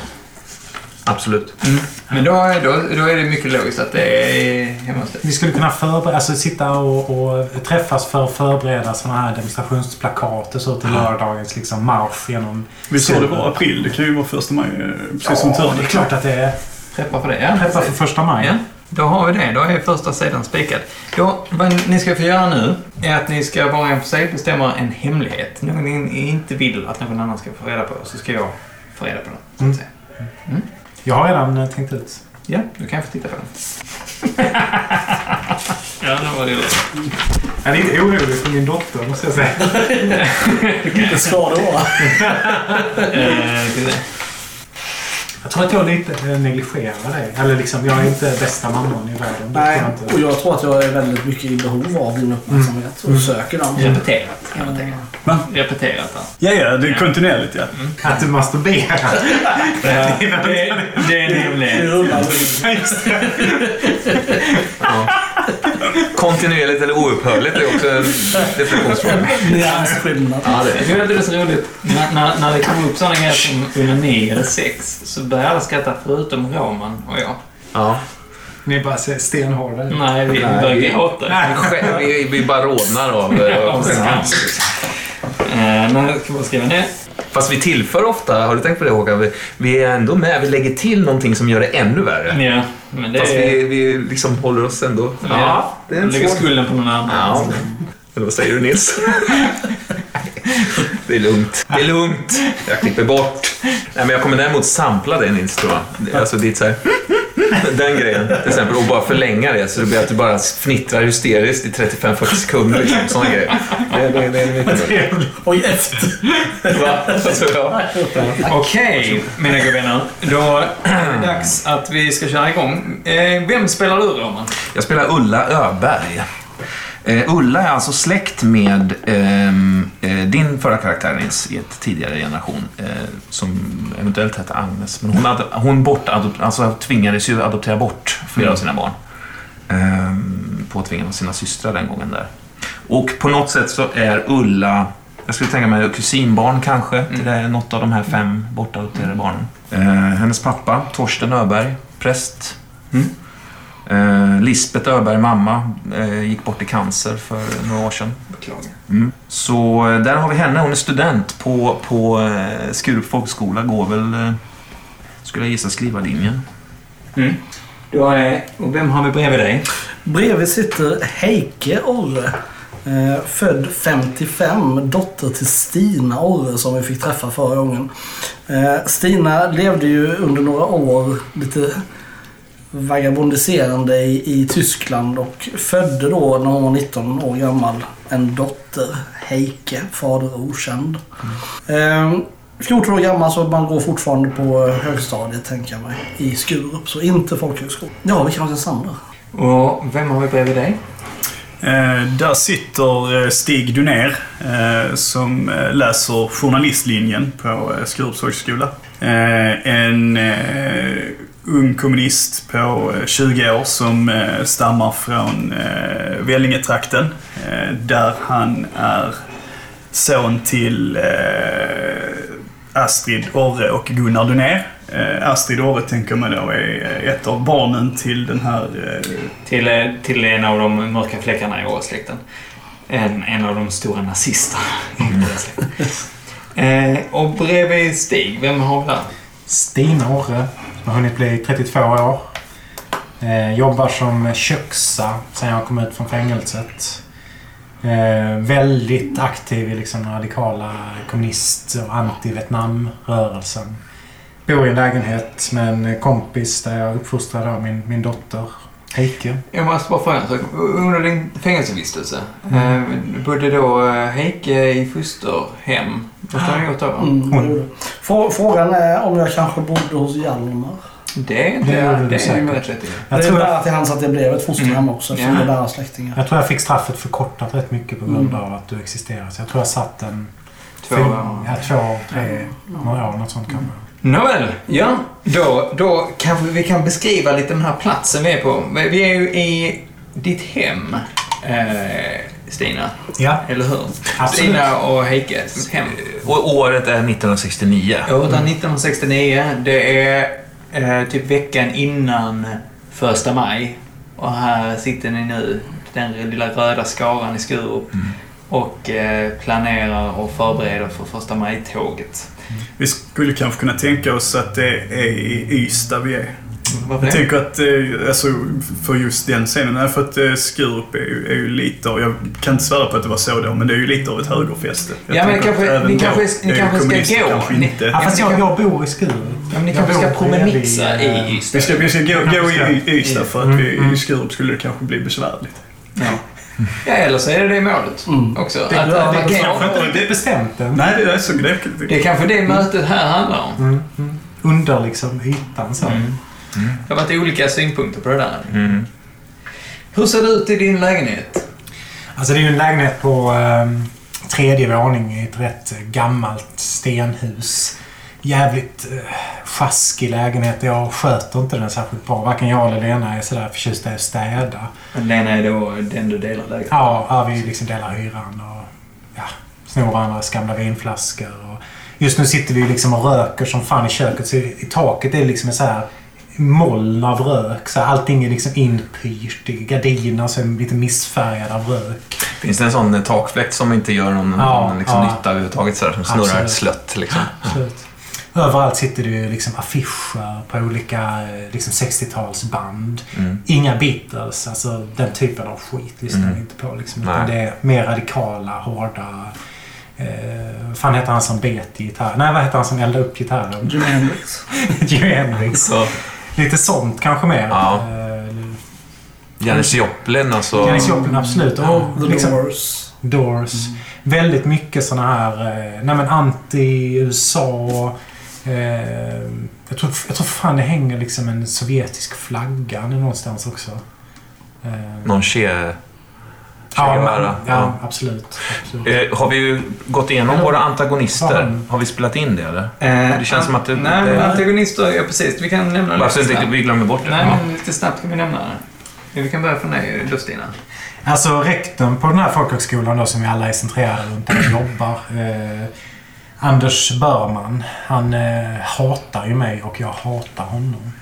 Speaker 5: Absolut.
Speaker 1: Mm. Men då, är- då, då är det mycket logiskt att det är hemma hos dig.
Speaker 3: Vi skulle kunna förbereda, alltså sitta och, och träffas för att förbereda sådana här demonstrationsplakat och så till lördagens liksom marsch genom...
Speaker 2: Vi såg det var april. Det kan ju vara första maj. eh, Precis som
Speaker 3: Ja, det är
Speaker 2: Törn.
Speaker 3: klart att det är.
Speaker 1: Preppa för det, ja.
Speaker 3: Preppa för första maj.
Speaker 1: Ja, då har vi det. Då är första sidan spikad. Då, vad ni ska få göra nu är att ni ska var och en för sig bestämma en hemlighet. Någon ni inte vill att någon annan ska få reda på, så ska jag få reda på den. så att
Speaker 3: Mm.
Speaker 1: säga.
Speaker 3: Jag har redan eh, tänkt ut.
Speaker 1: Ja, du kan få titta på den. ja, nu var det lätt.
Speaker 3: Jag är lite orolig för min dotter, måste jag säga.
Speaker 4: Det ska det vara.
Speaker 1: Eh, ska vi se.
Speaker 3: Jag tror att jag lite eh, negligerar det. Eller liksom, jag är inte bästa mamman i världen. Det
Speaker 4: Nej,
Speaker 3: tror jag inte.
Speaker 4: och jag tror att jag är väldigt mycket i behov av din uppmärksamhet
Speaker 1: Mm.
Speaker 4: och söker den.
Speaker 1: Repeterat kan man tänka.
Speaker 2: Va?
Speaker 1: Repeterat alltså.
Speaker 2: Ja, ja, det är kontinuerligt ja.
Speaker 3: Att du masturberar.
Speaker 1: Det, det, det är
Speaker 4: Det
Speaker 1: nämligen...
Speaker 4: rullar.
Speaker 5: Kontinuerligt eller oupphörligt är också en definitionsfråga.
Speaker 4: Det är alltså skillnad.
Speaker 5: Ja, det är.
Speaker 1: Det är alldeles roligt. När, när, när det kommer upp sådana grejer som onani eller sex så börjar alla skratta förutom Roman och jag.
Speaker 5: Ja.
Speaker 3: Ni är bara så stenhårda.
Speaker 1: Nej, vi
Speaker 5: Nej,
Speaker 1: börjar
Speaker 5: vi-
Speaker 1: gråta.
Speaker 5: Själv, vi, vi bara rodnar av eh, av skam.
Speaker 1: Eh, Men jag ska bara skriva ner.
Speaker 5: Fast vi tillför ofta, har du tänkt på det Håkan? Vi, vi är ändå med, vi lägger till någonting som gör det ännu värre.
Speaker 1: Ja, men det
Speaker 5: Fast
Speaker 1: är...
Speaker 5: vi, vi liksom håller oss ändå...
Speaker 1: Ja,
Speaker 5: det är en
Speaker 1: lägger
Speaker 5: svår...
Speaker 1: skulden på någon annan.
Speaker 5: Ja. Eller vad säger du Nils? Det är lugnt. Det är lugnt. Jag klipper bort. Nej, men jag kommer däremot sampla det Nils, tror jag. Alltså dit så här. Den grejen till exempel. Och bara förlänga det så det blir att du bara fnittrar hysteriskt i 35-40 sekunder. Liksom. Sådana grejer. Det, det, det är mycket bra.
Speaker 4: Oj, efter.
Speaker 5: Va? Alltså, ja.
Speaker 1: Okej, mina gubbar. Då är det dags att vi ska köra igång. Eh, Vem spelar du, Roman?
Speaker 5: Jag spelar Ulla Öberg. Eh, Ulla är alltså släkt med ehm, eh, din förra karaktär Nils i ett tidigare generation eh, som eventuellt hette Agnes. Men hon, ad- hon bort, alltså, tvingades ju adoptera bort flera av sina barn. Ehm, påtvingad av sina systrar den gången där. Och på något sätt så är Ulla, jag skulle tänka mig kusinbarn kanske, till det, något av de här fem bortadopterade barnen. Eh, hennes pappa, Torsten Öberg, präst Eh, Lisbeth Öberg, mamma, eh, gick bort i cancer för några år sedan.
Speaker 1: Beklagar.
Speaker 5: Mm. Så eh, där har vi henne. Hon är student på, på eh, Skurup folkskola. Går väl, eh, skulle jag gissa, skrivarlinjen.
Speaker 1: Mm. Då är, och vem har vi bredvid dig?
Speaker 4: Bredvid sitter Heike Orre. Eh, född 55, dotter till Stina Orre som vi fick träffa förra gången. Eh, Stina levde ju under några år lite vagabondiserande i, i Tyskland och födde då när hon var 19 år gammal en dotter, Heike, fader okänd. Eh, 14 år gammal så man går fortfarande på högstadiet tänker jag mig i Skurup, så inte folkhögskola. Ja, vi kanske är samma.
Speaker 1: Och vem har vi bredvid dig?
Speaker 2: Eh, där sitter eh, Stig Dunér eh, som eh, läser journalistlinjen på eh, Skurups högskola. Eh, en eh, ung kommunist på eh, 20 år som eh, stammar från eh, Vellingetrakten. Eh, där han är son till eh, Astrid Orre och Gunnar Dunér. Eh, Astrid Orre tänker man då är eh, ett av barnen till den här eh,
Speaker 1: Till, eh, till en av de mörka fläckarna i Åre-släkten. En, en av de stora nazisterna i Åre-släkten. Eh, och bredvid Stig, vem har vi där?
Speaker 3: Stina Orre, som har hunnit bli 32 år. Eh, jobbar som köksa sen jag kom ut från fängelset. Eh, väldigt aktiv i liksom den radikala kommunist och anti-Vietnam-rörelsen. Bor i en lägenhet med en kompis där jag uppfostrade av min, min dotter Heike.
Speaker 1: Jag måste bara fråga en sak. Under din fängelsevistelse, mm. eh, bodde då eh, Heike i fosterhem? Vad har han gjort då?
Speaker 4: Mm, det gjorde. Frå- Frågan är om jag kanske bodde hos Hjalmar.
Speaker 1: Det är inte...
Speaker 3: Det
Speaker 1: Det,
Speaker 3: gjorde du
Speaker 1: är ju
Speaker 3: säkert.
Speaker 1: rätt rätt.
Speaker 3: Jag
Speaker 4: det är
Speaker 3: tror jag,
Speaker 4: nära till hans att det blev ett fosterhem också eftersom
Speaker 1: Ja.
Speaker 4: det är nära släktingar.
Speaker 3: jag tror jag fick straffet förkortat rätt mycket på grund av att du existerar. Så jag tror jag satt en...
Speaker 1: Två
Speaker 3: fyra-
Speaker 1: år. Mm.
Speaker 3: Ja, två, tre, några år. Något sånt kan man.
Speaker 1: Nåväl, ja. Då, då kanske vi kan beskriva lite den här platsen vi är på. Vi vi är ju i ditt hem, eh, Stina.
Speaker 3: Ja.
Speaker 1: Eller hur?
Speaker 3: Absolut.
Speaker 1: Stina och Heikes hem.
Speaker 5: Eh, Och året är 1969.
Speaker 1: Året är 1969. Det är eh, typ veckan innan första maj. Och här sitter ni nu, den lilla röda skaran i Skurup. Och eh, planerar och förbereder för första maj-tåget.
Speaker 2: Vi skulle kanske kunna tänka oss att det är i Ystad vi är.
Speaker 1: Varför
Speaker 2: Jag
Speaker 1: det?
Speaker 2: tänker att, eh, alltså för just den scenen, nej, för att eh, Skurup är ju, är ju lite av, jag kan inte svära på att det var så då, men det är ju lite av ett högerfäste. Jag
Speaker 1: Ja, men
Speaker 2: tänker
Speaker 1: kanske-
Speaker 2: att även
Speaker 1: ni
Speaker 2: då
Speaker 1: kanske- ni
Speaker 2: är ju
Speaker 1: kanske ska
Speaker 2: kommunister
Speaker 1: gå.
Speaker 2: Kanske
Speaker 1: Ni-
Speaker 2: inte.
Speaker 3: Ja, fast jag, jag bor i Skurup.
Speaker 1: men ni
Speaker 3: Jag
Speaker 1: kanske ska
Speaker 3: bor bredvid,
Speaker 1: promenissa i
Speaker 3: eh,
Speaker 1: Ystad.
Speaker 2: Vi ska, vi ska gå, gå i i Ystad för att
Speaker 3: Mm,
Speaker 2: vi,
Speaker 3: mm.
Speaker 2: i Skurup skulle det kanske bli besvärligt.
Speaker 1: Ja. ja, eller så är det det målet
Speaker 4: Mm.
Speaker 1: också.
Speaker 3: Det,
Speaker 1: att,
Speaker 3: ja,
Speaker 1: att,
Speaker 3: det,
Speaker 1: det, Mm.
Speaker 3: det,
Speaker 1: kan,
Speaker 3: det är bestämt än.
Speaker 2: Nej, det är så det,
Speaker 1: det är kanske det mötet här handlar om.
Speaker 3: Mm, mm. under liksom ytan så.
Speaker 1: Mm. Det har varit olika synpunkter på det där.
Speaker 5: Mm.
Speaker 1: Hur ser det ut i din lägenhet?
Speaker 3: Alltså det är ju en lägenhet på ehm, tredje våning i ett rätt eh, gammalt stenhus. Jävligt eh, sjaskig lägenhet. Jag sköter inte den särskilt bra. Varken jag eller Lena är sådär förtjusta i att städa.
Speaker 1: Lena är då den du delar lägenhet med.
Speaker 3: Ja, ja, vi liksom delar hyran och ja, snor varandras gamla vinflaskor. Och just nu sitter vi liksom och röker som fan i köket. Så i, i taket är det liksom en så här moln av rök. Så här, allting är liksom inpyrt. i Gardinerna så är lite missfärgade av rök.
Speaker 5: Finns det en sån eh, takfläkt som inte gör någon,
Speaker 3: Ja,
Speaker 5: någon liksom,
Speaker 3: ja.
Speaker 5: nytta överhuvudtaget? Sådär, som snurrar
Speaker 3: Absolut.
Speaker 5: slött liksom.
Speaker 3: Absolut. Överallt sitter det ju liksom affischer på olika eh, liksom 60-talsband.
Speaker 5: Mm.
Speaker 3: Inga Beatles, alltså den typen av skit lyssnar vi
Speaker 5: Mm.
Speaker 3: inte på. Liksom,
Speaker 5: Nej.
Speaker 3: utan det är mer radikala, hårda... Eh, vad fan heter han som bet i gitarr? Nej, vad heter han som eldade upp gitarren?
Speaker 4: Jimi Hendrix.
Speaker 3: Jimi Hendrix.
Speaker 5: Så,
Speaker 3: Lite sånt kanske mer.
Speaker 5: Ja.
Speaker 3: Eh,
Speaker 5: Janis Joplin alltså.
Speaker 3: Janis Joplin, absolut.
Speaker 4: Oh, The
Speaker 3: Och, liksom,
Speaker 4: Doors.
Speaker 3: Doors.
Speaker 5: Mm.
Speaker 3: Väldigt mycket såna här eh, nej men anti-USA. Eh, jag, tror, jag tror fan det hänger liksom en sovjetisk flagga nu någonstans också. Eh,
Speaker 5: Någon Che...
Speaker 3: ja, men,
Speaker 5: Guevara.
Speaker 3: ja,
Speaker 5: Ja.
Speaker 3: absolut. absolut.
Speaker 5: Eh, har vi ju gått igenom
Speaker 3: Eller-
Speaker 5: våra antagonister?
Speaker 3: Fan.
Speaker 5: Har vi spelat in det eller?
Speaker 1: Eh,
Speaker 5: Det känns som att du-
Speaker 1: Nej,
Speaker 5: det-
Speaker 1: men antagonister... Ja, precis. Vi kan nämna det
Speaker 5: Bara så
Speaker 1: lite
Speaker 5: inte
Speaker 1: snabbt.
Speaker 5: vi glömmer bort det.
Speaker 1: Nej,
Speaker 5: Ja.
Speaker 1: men lite snabbt kan vi nämna det. Vi kan börja från dig, Lustina.
Speaker 3: Alltså rektorn på den här folkhögskolan då, som vi alla är centrerade runt där jobbar. Eh, Anders Börman. Han eh, hatar ju mig och jag hatar honom.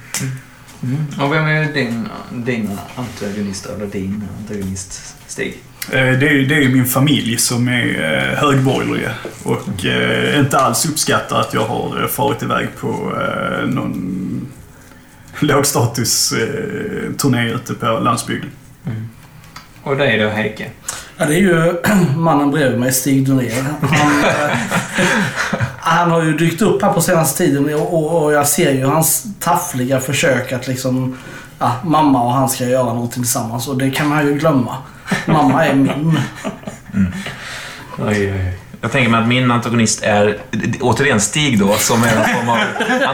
Speaker 1: Och vem är din, din Mm. antagonist, eller din antagonist, Stig?
Speaker 2: Eh, Det är, ju- det är ju min familj som är eh, högborgerliga och eh, inte alls uppskattar att jag har eh, farit iväg på eh, någon lågstatus-turné ute på landsbygden.
Speaker 1: Och dig då, Heike?
Speaker 4: Ja, det är ju mannen bredvid mig, Stig Donér. Han, eh, han har ju dykt upp här på senaste tiden och, och, och jag ser ju hans taffliga försök att liksom... Ja, mamma och han ska göra någonting tillsammans och det kan han ju glömma. Mamma är min.
Speaker 1: Oj, oj,
Speaker 5: Jag tänker mig att min antagonist är, återigen Stig då, som är någon form av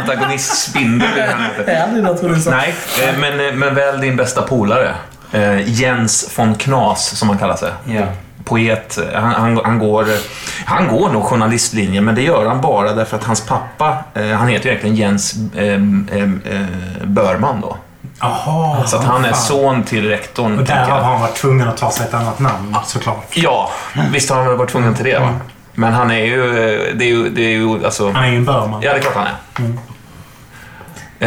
Speaker 5: antagonistspindel i det här nätet.
Speaker 4: Ärlig naturligtvis.
Speaker 5: Nej, eh, men, eh, men väl din bästa polare. Eh, Jens von Knas, som han kallar sig.
Speaker 1: Ja.
Speaker 5: Poet. eh, Han, han, han, går, han går nog journalistlinjen, men det gör han bara därför att hans pappa, eh, han heter ju egentligen Jens eh, eh, eh, Börman då.
Speaker 3: Jaha.
Speaker 5: Så att han är
Speaker 3: fan.
Speaker 5: son till rektorn.
Speaker 3: Och
Speaker 5: tänker
Speaker 3: därav
Speaker 5: jag.
Speaker 3: har han varit tvungen att ta sig ett annat namn såklart.
Speaker 5: Ja, visst har han väl varit tvungen till det va? Men han är ju, eh, det är ju, det är ju alltså...
Speaker 3: Han är ju en börman.
Speaker 5: Ja, det är klart han är.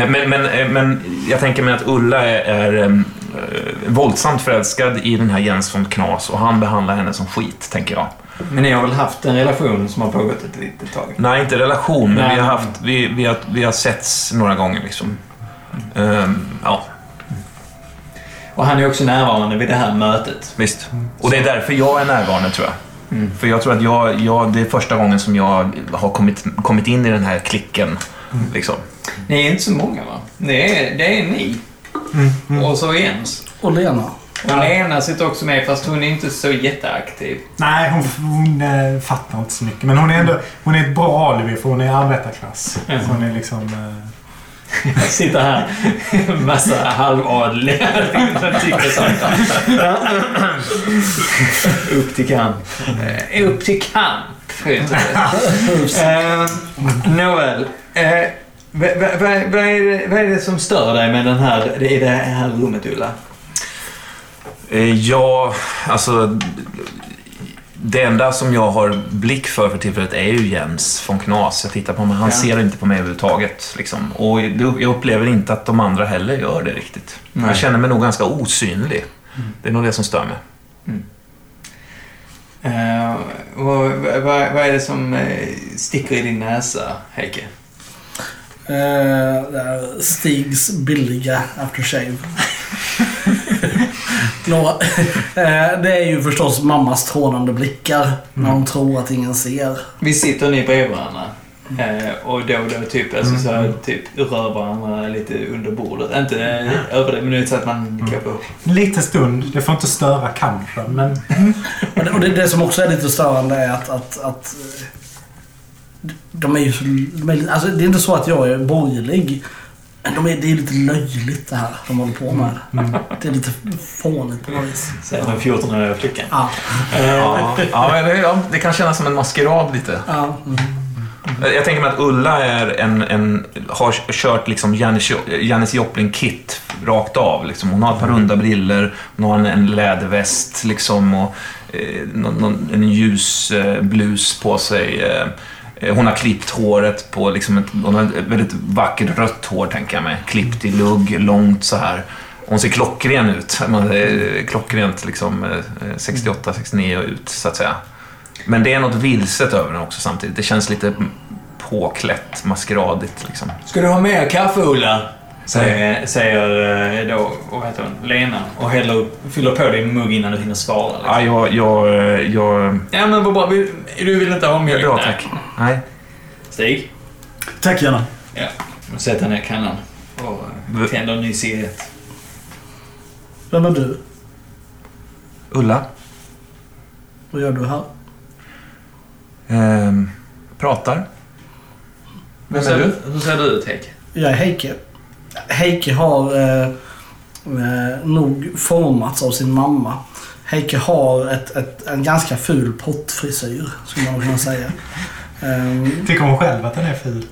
Speaker 5: Eh, Men, men, eh, men jag tänker mig att Ulla är, är eh, våldsamt förälskad i den här Jens von Knas och han behandlar henne som skit, tänker jag.
Speaker 1: Men ni har väl haft en relation som har pågått ett litet tag?
Speaker 5: Nej, inte relation, men
Speaker 1: Nej.
Speaker 5: vi har haft, vi, vi har, vi har setts några gånger liksom. Ehm, ja,
Speaker 1: Och han är också närvarande vid det här mötet.
Speaker 5: visst. Och det är därför jag är närvarande, tror jag.
Speaker 1: Mm.
Speaker 5: För jag tror att jag, jag, det är första gången som jag har kommit, kommit in i den här klicken.
Speaker 1: Mm.
Speaker 5: Liksom.
Speaker 1: Ni är inte så många, va? Mm. Det är, det är ni.
Speaker 3: Mm,
Speaker 1: Och så Jens.
Speaker 4: Och Lena.
Speaker 1: Och Lena sitter också med, fast hon är inte så jätteaktiv.
Speaker 3: Nej, hon, hon eh, fattar inte så mycket. Men hon är ändå hon är ett bra alibi för hon är arbetarklass.
Speaker 5: Mm.
Speaker 3: Så hon är liksom... Eh,
Speaker 1: sitter här en massa halvadliga Upp till kamp. Eh, Upp till kamp. heter det. Eh, Noel, eh, vad, vad, vad- vad, är det, vad är det som stör dig med den här, i det här rummet Ulla?
Speaker 5: Eh, Ja, alltså... Det enda som jag har blick för för tillfället är ju Jens von Knas. Jag tittar på honom, han
Speaker 1: Ja.
Speaker 5: ser inte på mig överhuvudtaget. Liksom. Och jag upplever inte att de andra heller gör det riktigt.
Speaker 1: Nej. Mm.
Speaker 5: Jag känner mig nog ganska osynlig. Det är nog det som stör mig.
Speaker 1: Eh, vad, vad, vad är det som eh, sticker i din näsa, Heike?
Speaker 4: Eh, det här Stigs billiga aftershave. Nå, eh, det är ju förstås mammas trånande blickar när hon tror att ingen ser.
Speaker 1: Vi sitter ni bredvid varandra. Eh, och då och då typ, alltså, så här, typ rör varandra lite under bordet. Inte eh, över det, men det är så att man kanske...
Speaker 3: lite stund. Det får inte störa kampen. Men
Speaker 4: Och det, och det, det som också är lite störande är att, att, att eh, De är ju så... De är, alltså, det är inte så att jag är borgerlig. Men de är, det är lite löjligt det här de håller på med. Det är lite fånigt på något vis. Så,
Speaker 1: Säger den 14-åriga flickan.
Speaker 4: ja.
Speaker 1: Eh.
Speaker 5: Ja, ja, men det- ja, det kan kännas som en maskerad lite.
Speaker 4: Ja. Mm.
Speaker 5: Jag tänker mig att Ulla är en, en, har kört liksom Janis, Janis Joplin-kit rakt av. Liksom. Hon har ett par runda briller, hon har en, en läderväst liksom, och eh, någon, någon, en ljus eh, blus på sig. Eh, eh, hon har klippt håret på liksom ett, hon har ett väldigt vackert rött hår, tänker jag mig. Klippt i lugg, långt så här. Hon ser klockren ut. Man, eh, klockrent liksom, eh, 68-69 ut, så att säga. Men det är något vilset över den också samtidigt. Det känns lite påklätt, maskeradigt liksom.
Speaker 1: Ska du ha mer kaffe, Ulla? Säger, säger eh, då, vad heter hon, Lena. Och häller upp, fyller på din mugg innan du hinner svara. Liksom.
Speaker 5: Ja, jag... jag, jag
Speaker 1: Ja, men vad bra. Vill- Du vill inte ha mjölk?
Speaker 5: bra,
Speaker 1: Nej.
Speaker 5: tack. Nej.
Speaker 1: Stig?
Speaker 2: Tack gärna.
Speaker 1: Ja. Och sätter ner kannan. Och eh, tänder en ny cigarett.
Speaker 4: Vem är du?
Speaker 5: Ulla?
Speaker 4: Vad gör du här?
Speaker 5: Ehm, pratar?
Speaker 1: Hur ser, du? Hur ser du ut, Häck?
Speaker 4: Jag är Heike. Heike har eh, eh, nog formats av sin mamma. Heike har ett, ett, en ganska ful pottfrisyr, skulle man kunna säga. Ehm,
Speaker 3: Tycker hon själv att den är ful?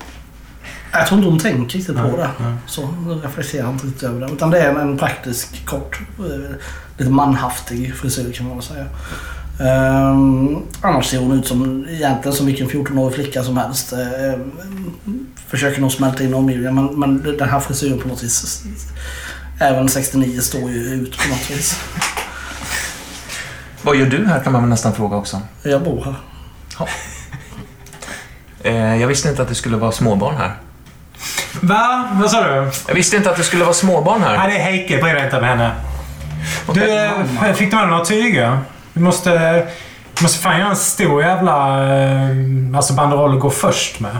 Speaker 4: jag tror inte hon tänker riktigt på
Speaker 3: Nej,
Speaker 4: det.
Speaker 3: nej.
Speaker 4: Så, hon reflekterar inte riktigt över det. Utan det är en, en praktisk, kort, eh, lite manhaftig frisyr kan man väl säga. Ehm, annars ser hon ut som egentligen som vilken 14-årig flicka som helst. Ehm, försöker nog smälta in i omgivningen men, men den här frisyren på något vis. Även 69 står ju ut på något vis.
Speaker 5: Vad gör du här kan man väl nästan fråga också.
Speaker 4: Jag bor här.
Speaker 5: Eh, jag visste inte att det skulle vara småbarn här.
Speaker 3: Va? Vad sa du?
Speaker 5: Jag visste inte att det skulle vara småbarn här.
Speaker 3: Nej, det är Heike. Bry dig inte om henne. Du,
Speaker 5: Okej.
Speaker 3: eh, fick du med dig några tyger? Du måste, du måste fan göra en stor jävla eh, alltså banderoll att gå först med.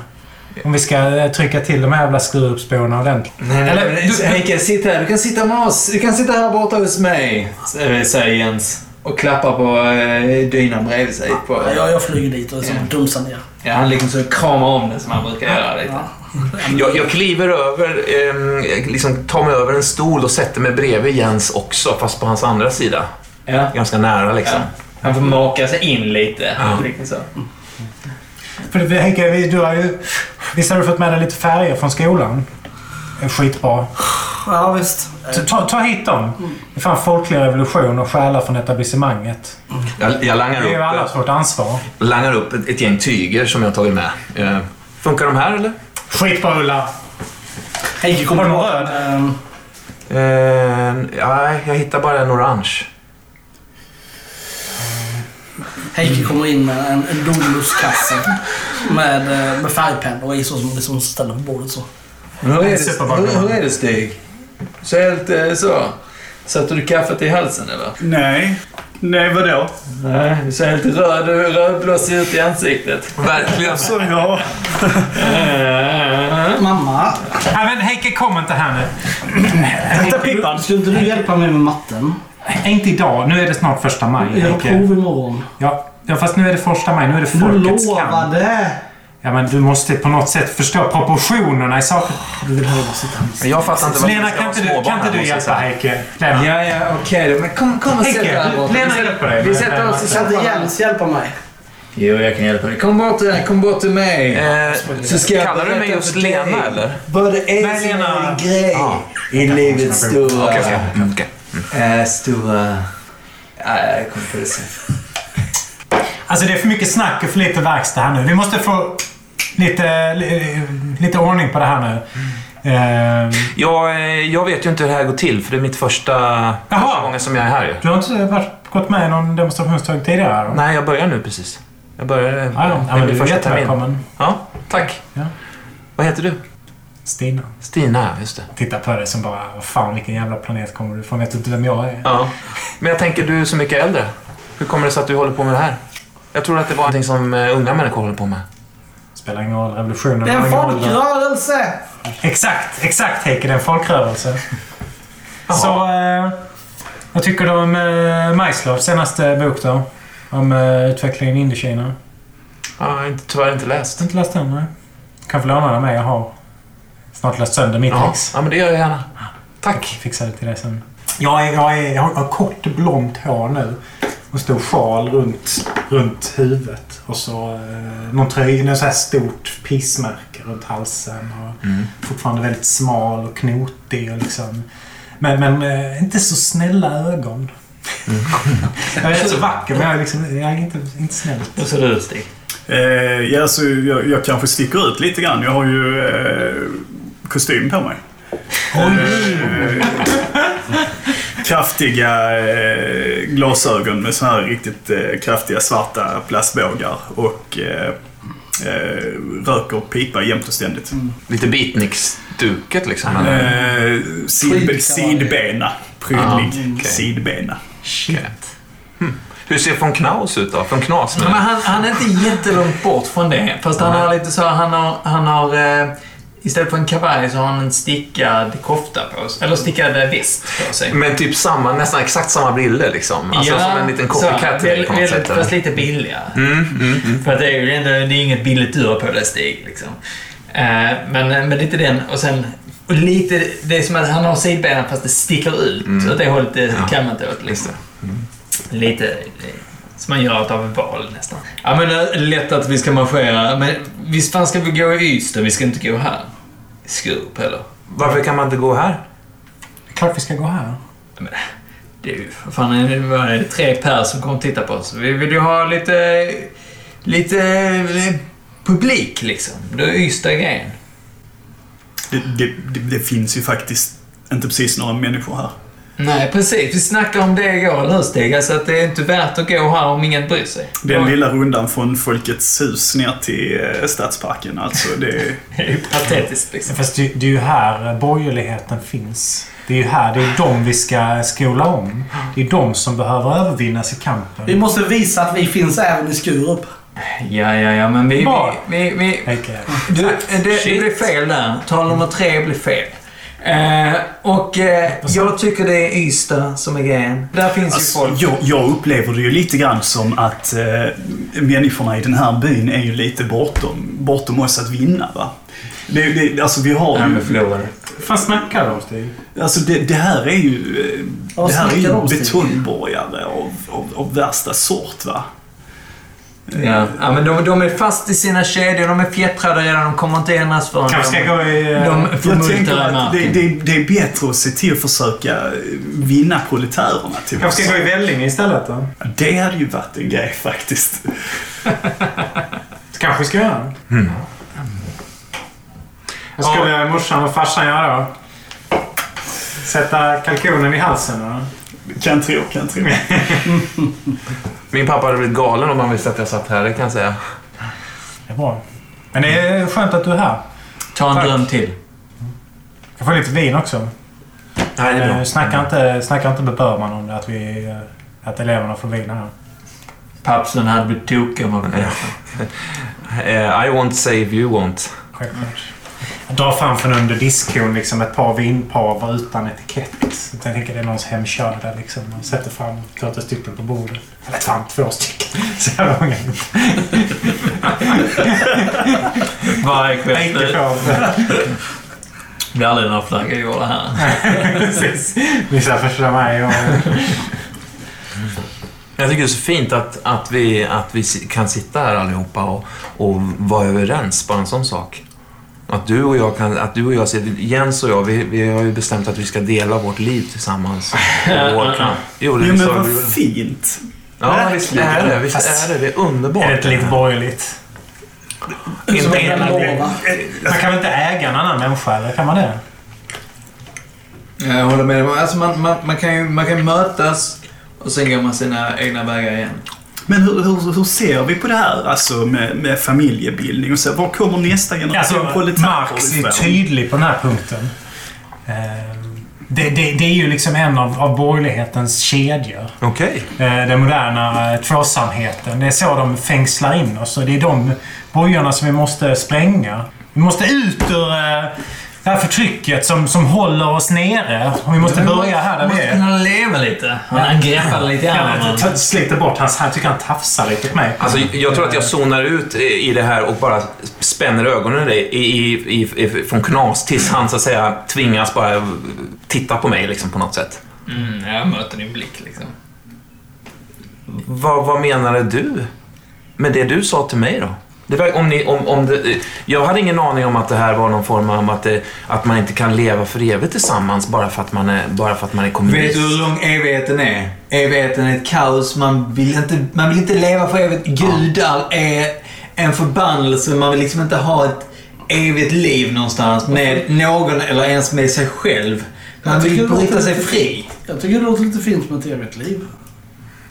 Speaker 3: Om vi ska eh, trycka till de här jävla skruvspåna ordentligt. Eller,
Speaker 1: Eller,
Speaker 3: du-
Speaker 1: Henke, sitt här. Du kan sitta med oss. Du kan sitta här borta hos mig, eh, säger Jens. Och klappar på eh, dynan bredvid sig. På,
Speaker 4: Jag, jag flyger dit och liksom dumsar ner.
Speaker 1: ja, han liksom så kramar om den som han brukar göra lite.
Speaker 4: Ja.
Speaker 5: Jag, jag kliver över, ehm, jag liksom tar mig över en stol och sätter mig bredvid Jens också, fast på hans andra sida.
Speaker 1: Ja.
Speaker 5: Ganska nära liksom.
Speaker 1: Han får maka sig in lite. Liksom så.
Speaker 3: För det, Heike, vi- du har ju... Visst har du fått med dig lite färger från skolan? Eh, Skitbra.
Speaker 4: ja visst.
Speaker 3: Ta- Ta, ta hit dem. Det är fan folklig revolution och stjäla från etablissemanget.
Speaker 5: Jag, jag langar
Speaker 3: Det är ju
Speaker 5: upp. eh,
Speaker 3: allas vårt ansvar.
Speaker 5: langar upp ett, ett gäng tyger som jag har tagit med. Eh, funkar de här eller?
Speaker 3: Skitbra Ulla!
Speaker 4: Heike kommer
Speaker 3: Har du någon
Speaker 4: tillbaka. Ehm,
Speaker 5: Eh, nej, jag hittar bara en orange.
Speaker 4: Heike kommer in med en, en Donuskasse med, eh, med färgpennor i så som liksom ställer på bordet så.
Speaker 1: Men Hur är,
Speaker 3: Superbra.
Speaker 1: det, hur, hur är det Stig? Så helt eh, så? Satte du kaffet i halsen eller?
Speaker 2: Nej. Nej, vadå?
Speaker 1: Nej, du ser helt röd och rödblåsig ut i ansiktet.
Speaker 5: Verkligen.
Speaker 2: Så ja.
Speaker 4: Mamma,
Speaker 3: Nej men Heike, kom inte här nu.
Speaker 2: Titta Pippan.
Speaker 4: skulle inte du hjälpa mig med matten?
Speaker 3: Eh, Inte idag. Nu är det snart första maj.
Speaker 4: Jag har
Speaker 3: Heike.
Speaker 4: prov imorgon.
Speaker 3: Ja, ja, fast nu är det första maj. Nu är det
Speaker 4: Du
Speaker 3: folkets kamp.
Speaker 4: lovade!
Speaker 3: Ja, men du måste på något sätt förstå proportionerna i saker.
Speaker 4: Du vill höra sitt hand.
Speaker 5: Men jag fattar inte varför
Speaker 3: Lena,
Speaker 5: vi ska
Speaker 3: kan inte du,
Speaker 5: ha småbarn
Speaker 3: kan inte
Speaker 5: här,
Speaker 3: du
Speaker 5: måste jag
Speaker 3: hjälpa
Speaker 5: säga.
Speaker 3: Heike? Lena,
Speaker 1: Ja, ja, okej då. Men kom, kom och sätt dig
Speaker 3: Heike,
Speaker 1: här borta.
Speaker 3: Lena hjälper dig.
Speaker 1: Vi sätter oss i
Speaker 4: Kan inte Jens hjälpa mig?
Speaker 1: Jo, jag kan hjälpa dig. Kom bort till, kom bort till mig.
Speaker 5: Eh,
Speaker 1: Så ska jag
Speaker 5: kallar du mig
Speaker 1: berätta
Speaker 5: just
Speaker 1: för dig.
Speaker 5: Lena eller?
Speaker 1: Vad det är
Speaker 3: Nej,
Speaker 1: som
Speaker 3: Lena.
Speaker 1: är en grej
Speaker 5: Ja.
Speaker 1: i livets stora...
Speaker 5: Okej, okej,
Speaker 1: mm,
Speaker 5: okej.
Speaker 1: eh, stora... Nej, jag kommer på det sen.
Speaker 3: Alltså det är för mycket snack och för lite verkstad här nu. Vi måste få lite, li- lite ordning på det här nu. Ehm,
Speaker 5: Jag, eh, jag vet ju inte hur det här går till för det är mitt första... Första gången som jag är här ju.
Speaker 3: du har inte varit, gått med i någon demonstrationståg tidigare? då?
Speaker 5: Nej, jag börjar nu precis. Jag börjar... eh,
Speaker 3: Ja, ja. ja men du är jättevälkommen.
Speaker 5: Ja, tack.
Speaker 3: Ja.
Speaker 5: Vad heter du?
Speaker 3: Stina.
Speaker 5: Stina, ja, just det.
Speaker 3: Titta på dig som bara, vad fan vilken jävla planet kommer du ifrån? Vet du inte vem jag är?
Speaker 5: Ja. Men jag tänker, du är så mycket äldre. Hur kommer det sig att du håller på med det här? Jag tror att det var någonting som eh, unga människor håller på med.
Speaker 3: Spelar ingen roll, revolutionen
Speaker 4: Det är
Speaker 3: har
Speaker 4: en
Speaker 3: ingen ålder.
Speaker 4: folkrörelse!
Speaker 3: Exakt, exakt Heike. Det är en folkrörelse. Så, eh, vad tycker du om eh, Maislavs senaste bok då? Om eh, utvecklingen i Indokina?
Speaker 5: Ja, jag har inte, tyvärr inte läst.
Speaker 3: Inte läst den, nej. Kan få låna den med. Jag har snart läst sönder mitt
Speaker 5: Ja,
Speaker 3: ex.
Speaker 5: ja, men det gör jag gärna. Tack.
Speaker 3: Fixar det till dig sen. Jag, är, jag, är, jag har kort blont hår nu. Och stor sjal runt, runt huvudet. Och så eh, någon tröja, något så här stort pissmärke runt halsen. Och Fortfarande väldigt smal och knotig. Och liksom. Men, men eh, inte så snälla ögon. jag är rätt så vacker men jag är, liksom, jag är inte, inte snäll.
Speaker 1: Hur ser du ut, Stig?
Speaker 2: Eh, ja, så jag, jag kanske sticker ut lite grann. Jag har ju eh, kostym på mig. Eh, kraftiga eh, glasögon med såna här riktigt eh, kraftiga svarta plastbågar. Och eh, eh, röker pipa jämt och ständigt.
Speaker 5: Lite beatniks-stuket liksom. eller?
Speaker 2: Eh, sidbe-
Speaker 4: Prydkavaj.
Speaker 2: sidbena. Prydlig
Speaker 5: Ah, okej.
Speaker 2: sidbena.
Speaker 5: Shit. Hmm. Hur ser von Knaus ut då? Från Knas
Speaker 1: Alltså, Men
Speaker 5: menar jag.
Speaker 1: han, han är inte jättelångt bort från det. Fast han har lite så, han har, han har eh, istället för en kavaj så har han en stickad kofta på sig. Eller stickad eh, väst på sig.
Speaker 5: Men typ samma, nästan exakt samma briller liksom. Alltså som en liten copycat
Speaker 1: så,
Speaker 5: till dig på något
Speaker 1: väldigt-
Speaker 5: sätt. Mm,
Speaker 1: Fast
Speaker 5: eller?
Speaker 1: lite billigare. För att det är ju ändå, det är inget billigt du har på dig, Stig. Liksom. Eh, men, men lite den och sen och lite, det är som att han har sidbenen fast det sticker ut.
Speaker 5: Mm.
Speaker 1: Så att det hållet det kan man inte åt. Liksom. Lite eh, som man gör av en val nästan. Ja men eh, lätt att vi ska marschera. Men visst fan ska vi gå i Ystad? Vi ska inte gå här. Skurup eller?
Speaker 5: Varför kan man inte gå här?
Speaker 3: Det är klart vi ska gå här.
Speaker 1: Det är ju för fan det var det tre pers som kom och tittade på oss. Vi vill ju ha lite, lite eh, publik liksom. Det är Ystad grejen.
Speaker 2: Det, det, det, det finns ju faktiskt inte precis några människor här.
Speaker 1: Nej, precis. Vi snackade om det igår, eller hur Stig? Alltså att det är inte värt att gå här om ingen bryr sig.
Speaker 2: Den
Speaker 1: Ja,
Speaker 2: lilla rundan från Folkets hus ner till eh, Stadsparken. Alltså, det,
Speaker 1: Det är ju patetiskt liksom.
Speaker 3: Fast det, det är ju här eh, borgerligheten finns. Det är ju här, det är de vi ska skola om. Det är de som behöver övervinnas i kampen.
Speaker 4: Vi måste visa att vi finns även i Skurup.
Speaker 1: Ja, ja, ja, men vi... vi,
Speaker 3: Bra.
Speaker 1: vi, vi
Speaker 3: Mikael.
Speaker 1: du, det, det blev fel där. Tal nummer tre blev fel. Eh, och eh, jag tycker det är Ystad som är grejen. Där finns ju folk.
Speaker 2: alltså, jag, jag upplever det ju lite grann som att eh, människorna i den här byn är ju lite bortom, bortom oss att vinna. Va? Det, det, alltså, vi har
Speaker 1: Nej,
Speaker 2: ju,
Speaker 1: men förlorare.
Speaker 3: Vad fan snackar du om Stig?
Speaker 2: Alltså det, det här är ju, eh,
Speaker 4: Ja,
Speaker 2: det här är
Speaker 4: snackar de om,
Speaker 2: ju
Speaker 4: Stig?
Speaker 2: betongborgare av, av, av värsta sort. Va?
Speaker 1: Ja, ja men de, de är fast i sina kedjor, de är fjättrade redan, de kommer inte ändras förrän
Speaker 3: Kanske ska
Speaker 1: de,
Speaker 3: gå i... eh,
Speaker 1: de
Speaker 2: Jag tänker
Speaker 1: förmultrar
Speaker 2: att det,
Speaker 1: marken.
Speaker 2: det, det är bättre att se till att försöka eh, vinna proletärerna till oss.
Speaker 3: Kanske ska gå i Vellinge istället då?
Speaker 2: Det hade ju varit en grej faktiskt.
Speaker 3: Det kanske ska göra. Vad skulle morsan och farsan göra då? Sätta kalkonen i halsen då?
Speaker 2: Kan tro, kan tro.
Speaker 5: Min pappa hade blivit galen om han visste att jag satt här, det kan jag säga.
Speaker 3: Det är bra. Men det är skönt att du är här.
Speaker 1: Ta en
Speaker 3: Tack.
Speaker 1: dröm till.
Speaker 3: Jag får lite vin också.
Speaker 5: Nej, det är bra.
Speaker 3: Eh, Snacka inte, snacka inte med Börman om det, att, vi, eh, att eleverna får vin här.
Speaker 1: Pappsen hade blivit tokig om han blev
Speaker 5: Eh, I won't save you won't.
Speaker 3: Självklart. Jag drar Mm. fram från under diskhon liksom ett par vinpavar utan etikett. Så jag tänker det är någons hemkörda liksom. Och sätter fram två tre stycken på bordet. Eller fan, två stycken. Så jävla många.
Speaker 1: Varje
Speaker 3: Jag gick
Speaker 1: kväll.
Speaker 3: ifrån.
Speaker 1: Det blir aldrig några flaggor i år det här.
Speaker 3: Precis. Missade första maj och...
Speaker 5: Jag tycker det är så fint att, att, vi, att vi si- kan sitta här allihopa och, och vara överens på en sån sak. Att du och jag, kan, att du och jag Jens och jag, vi, vi har ju bestämt att vi ska dela vårt liv tillsammans. Och vår kamp. Jo, det
Speaker 2: Jo
Speaker 5: är
Speaker 2: men
Speaker 5: så.
Speaker 2: vad fint.
Speaker 5: Ja, visst är det. Visst
Speaker 3: Fast-
Speaker 5: är det. Det är underbart.
Speaker 3: Är det inte lite borgerligt?
Speaker 5: Inte
Speaker 4: en
Speaker 5: ena-
Speaker 4: låda.
Speaker 3: Man kan väl inte äga en annan människa? Eller kan man det?
Speaker 1: Jag håller med dig. Alltså man, man, man kan ju man kan mötas och sen går man sina egna vägar igen.
Speaker 2: Men hur, hur, hur ser vi på det här alltså med, med familjebildning och så? Var kommer nästa generation
Speaker 3: Alltså, Marx är tydlig på den här punkten. Eh, Det, det, det är ju liksom en av, av borgerlighetens kedjor.
Speaker 5: Okej.
Speaker 3: Eh, den moderna eh, trossamheten. Det är så de fängslar in oss och det är de bojorna som vi måste spränga. Vi måste ut ur eh, det här förtrycket som, som håller oss nere. Och vi måste börja här där
Speaker 1: Man
Speaker 3: vi
Speaker 1: måste
Speaker 3: är.
Speaker 1: kunna leva lite. Man greppade lite i armen.
Speaker 3: Jag sliter bort hans... Han tycker han tafsar lite på mig.
Speaker 5: Alltså, jag tror att jag zonar ut i det här och bara spänner ögonen i dig i, i, i, i, från knas tills han så att säga tvingas bara titta på mig liksom, på något sätt.
Speaker 1: Mm, jag möter din blick liksom.
Speaker 5: Vad, vad menade du med det du sa till mig då? Det var, om ni, om, om det, jag hade ingen aning om att det här var någon form av att, det, att man inte kan leva för evigt tillsammans bara för att man är, bara för att man är
Speaker 1: Vet
Speaker 5: kommunist.
Speaker 1: du hur lång evigheten är? Evigheten är ett kaos. Man vill inte, man vill inte leva för evigt. Gudar är en förbannelse. Man vill liksom inte ha ett evigt liv någonstans med någon eller ens med sig själv. Man
Speaker 4: Jag
Speaker 1: vill
Speaker 4: tycker det
Speaker 1: bryta
Speaker 4: låter
Speaker 1: sig
Speaker 4: lite-
Speaker 1: fri.
Speaker 4: Jag tycker det låter lite fint med ett evigt liv.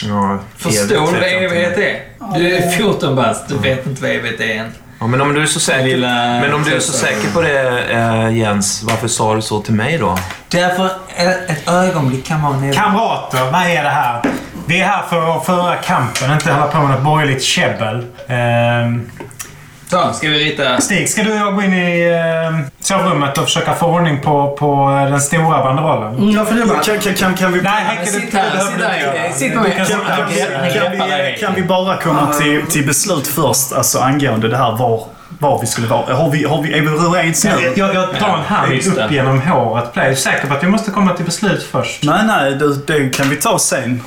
Speaker 5: Ja,
Speaker 1: Förstår du vad
Speaker 5: evigt vet jag inte.
Speaker 1: evighet är? Du är 14 bast. Du vet inte vad evighet är än.
Speaker 5: Ja, men om du är så säker,
Speaker 1: Lilla-
Speaker 5: men om du är så säker på det eh, Jens, varför sa du så till mig då?
Speaker 1: Därför, ett ett ögonblick kan vara en evighet.
Speaker 3: Kamrater, vad är det här? Vi är här för att föra kampen, inte hålla på med något borgerligt käbbel. Ehm,
Speaker 1: Så, ska vi rita?
Speaker 3: Stig, ska du och jag gå in i ehm, sovrummet och försöka få ordning på, på eh, den stora banderollen?
Speaker 4: Mm, Ja, för det var...
Speaker 2: Kan, kan, kan, kan, vi,
Speaker 3: Nej, Henke, det, det
Speaker 1: Sitt här,
Speaker 3: behöver
Speaker 1: sitt
Speaker 3: du
Speaker 1: här,
Speaker 3: inte göra.
Speaker 1: eh, sitt med
Speaker 3: Du
Speaker 1: mig.
Speaker 3: kan sitta här.
Speaker 2: kan, vi, kan, vi, kan vi bara komma till, till beslut först, alltså angående det här var, var vi skulle vara? Har vi, har vi, är vi överens nu?
Speaker 3: Jag, jag tar en hand
Speaker 1: Just det.
Speaker 3: upp genom håret på dig. Jag är säker på att vi måste komma till beslut först.
Speaker 2: Nej, nej, det, det kan vi ta sen.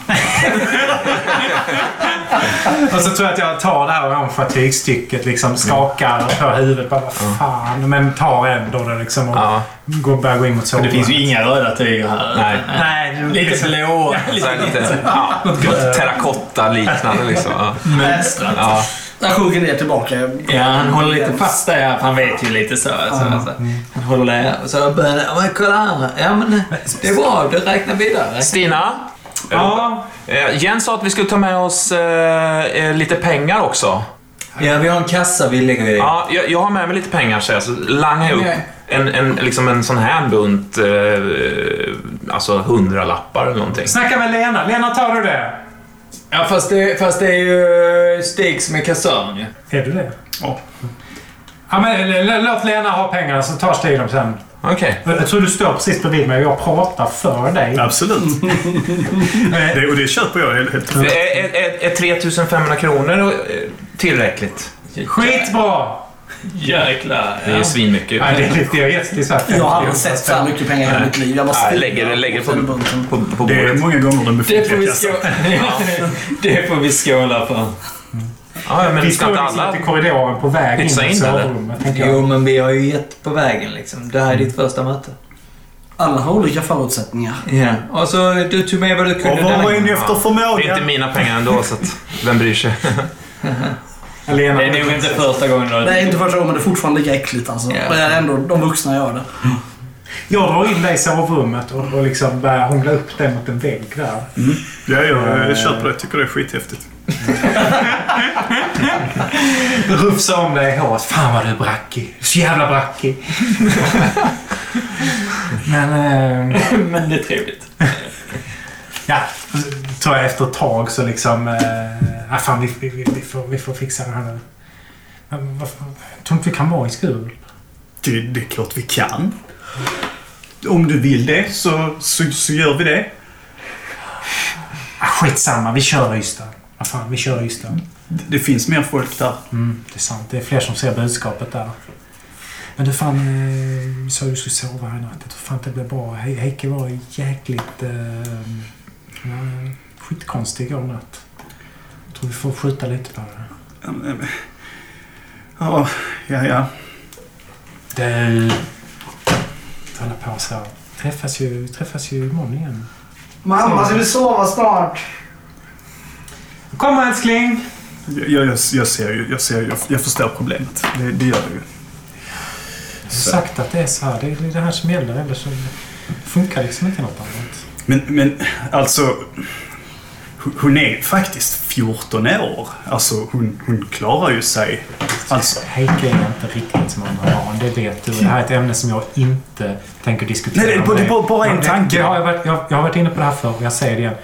Speaker 3: Och så tror jag att jag tar det här orangea tygstycket, liksom skakar på huvudet. Bara, vad fan. Men tar ändå det liksom och
Speaker 5: Ja.
Speaker 3: går, börjar gå in mot sovrummet.
Speaker 1: inga röda tyger här.
Speaker 5: Nej.
Speaker 3: Nej, det är
Speaker 1: Lite blå.
Speaker 5: Så här lite ja, något terrakotta-liknande liksom. Ja.
Speaker 1: Mönstrat.
Speaker 5: Ja.
Speaker 4: Jag sjunker ner tillbaka.
Speaker 1: Ja, han håller lite fast där. ja, för Han vet ju lite så. Alltså, alltså. Han håller och så börjar han, "Ja, men kolla här. Ja, men eh, det är bra. Du räknar vidare.
Speaker 5: Stina?
Speaker 3: Ja.
Speaker 5: Eh, Jens sa att vi skulle ta med oss eh, eh, lite pengar också.
Speaker 1: Ja, vi har en kassa vi lägger i.
Speaker 5: Ja, jag, jag har med mig lite pengar så jag så langar jag upp
Speaker 1: Okej.
Speaker 5: en, en, liksom en sån här bunt, eh, alltså hundralappar eller någonting.
Speaker 3: Snacka med Lena. Lena, tar du det?
Speaker 1: Ja, fast det, fast det är ju Stig som är kassören ju.
Speaker 3: Är du det?
Speaker 2: Ja.
Speaker 3: Ja, men, l- l- låt Lena ha pengarna så tar Stig dem sen.
Speaker 5: Okej.
Speaker 3: Jag tror du står precis bredvid mig och jag pratar för dig. Eh,
Speaker 2: Absolut. det, och det köper jag helt, helt
Speaker 5: Är, är, är, är 3500 kronor eh, tillräckligt?
Speaker 3: Skitbra!
Speaker 1: Jäklar.
Speaker 5: Det är ju svinmycket.
Speaker 3: Ja, det är lite jag gett till så här
Speaker 4: Jag har aldrig
Speaker 3: 50.
Speaker 4: sett så här mycket pengar i hela mitt liv. Jag måste
Speaker 5: Ja, jag lägger, jag lägger på,
Speaker 4: Den bunten.
Speaker 5: på, på
Speaker 2: Det är
Speaker 5: bordet.
Speaker 2: många gånger den
Speaker 1: Det får,
Speaker 2: befintliga
Speaker 1: vi
Speaker 2: kassan.
Speaker 1: skåla. det får vi skåla för.
Speaker 5: Ja, ja, men
Speaker 3: Vi
Speaker 5: ska
Speaker 3: står
Speaker 5: inte
Speaker 3: liksom
Speaker 5: alla...
Speaker 3: ute i korridoren på väg in
Speaker 5: Pytsa
Speaker 3: i
Speaker 5: in, eller?
Speaker 3: sovrummet. tänker jag.
Speaker 1: Jo, men vi har ju gett på vägen liksom. Det här är ditt första möte.
Speaker 4: Alla har olika förutsättningar.
Speaker 1: Ja. Och så du tog med vad du kunde.
Speaker 2: Och vad
Speaker 1: denna
Speaker 2: var
Speaker 1: gången.
Speaker 2: inne efter
Speaker 5: Det är inte
Speaker 2: förmåga?
Speaker 5: mina pengar ändå, så att, vem bryr sig?
Speaker 3: Lena,
Speaker 1: Det är nog inte första gången du har-
Speaker 4: Det är inte första gången, men det är fortfarande lika äckligt alltså.
Speaker 1: Ja.
Speaker 4: Men ändå, de vuxna gör det.
Speaker 3: Jag drar in dig i sovrummet och, och liksom börjar hångla upp dig mot en vägg där.
Speaker 2: Ja, jag, jag köper det. Jag tycker det är skithäftigt.
Speaker 3: Rufsa om dig i håret. Fan vad du är brackig. Så jävla brackig. Men... Eh,
Speaker 1: Men det är trevligt.
Speaker 3: ja, tror jag efter ett tag så liksom... Eh, ah, fan, vi, vi, vi, vi, får, vi får fixa det här nu. Men varför- Jag tror inte vi kan vara i skul.
Speaker 2: Det, det är klart vi kan. Om du vill det så, så, så gör vi det.
Speaker 3: Ah, skitsamma, vi kör Ystad. Vad fan, vi kör Ystad.
Speaker 2: Det, det finns mer folk där.
Speaker 3: Mm, det är sant. Det är fler som ser budskapet där. Men du fan, eh, vi sa du skulle sova här i natt. Jag tror fan inte det blev bra. He- Heike var jäkligt... Eh, ja, skitkonstig igår natt. Jag tror vi får skjuta lite på det.
Speaker 2: Ehm, Ja, ja, ja.
Speaker 3: Du... Inte hålla på så. här. Träffas ju, träffas ju imorgon igen.
Speaker 4: Mamma, ska vi sova snart?
Speaker 3: Kom älskling!
Speaker 2: Jag, jag, jag ser ju, jag, ser, ju- jag, jag förstår problemet. Det, det gör jag ju.
Speaker 3: Jag har sagt att det är så här. Det är det här som gäller. Eller så funkar liksom inte något annat.
Speaker 2: Men, men alltså... hon- Hon är faktiskt 14 år. Alltså hon, hon klarar ju sig. Alltså,
Speaker 3: Heike är inte riktigt som andra barn, det vet du. Det här är ett ämne som jag inte tänker diskutera.
Speaker 2: Nej, det är bara- det är bara- bara en
Speaker 3: Men det-
Speaker 2: tanke.
Speaker 3: Det har jag, varit, jag, jag har varit inne på det här förr och jag säger det igen.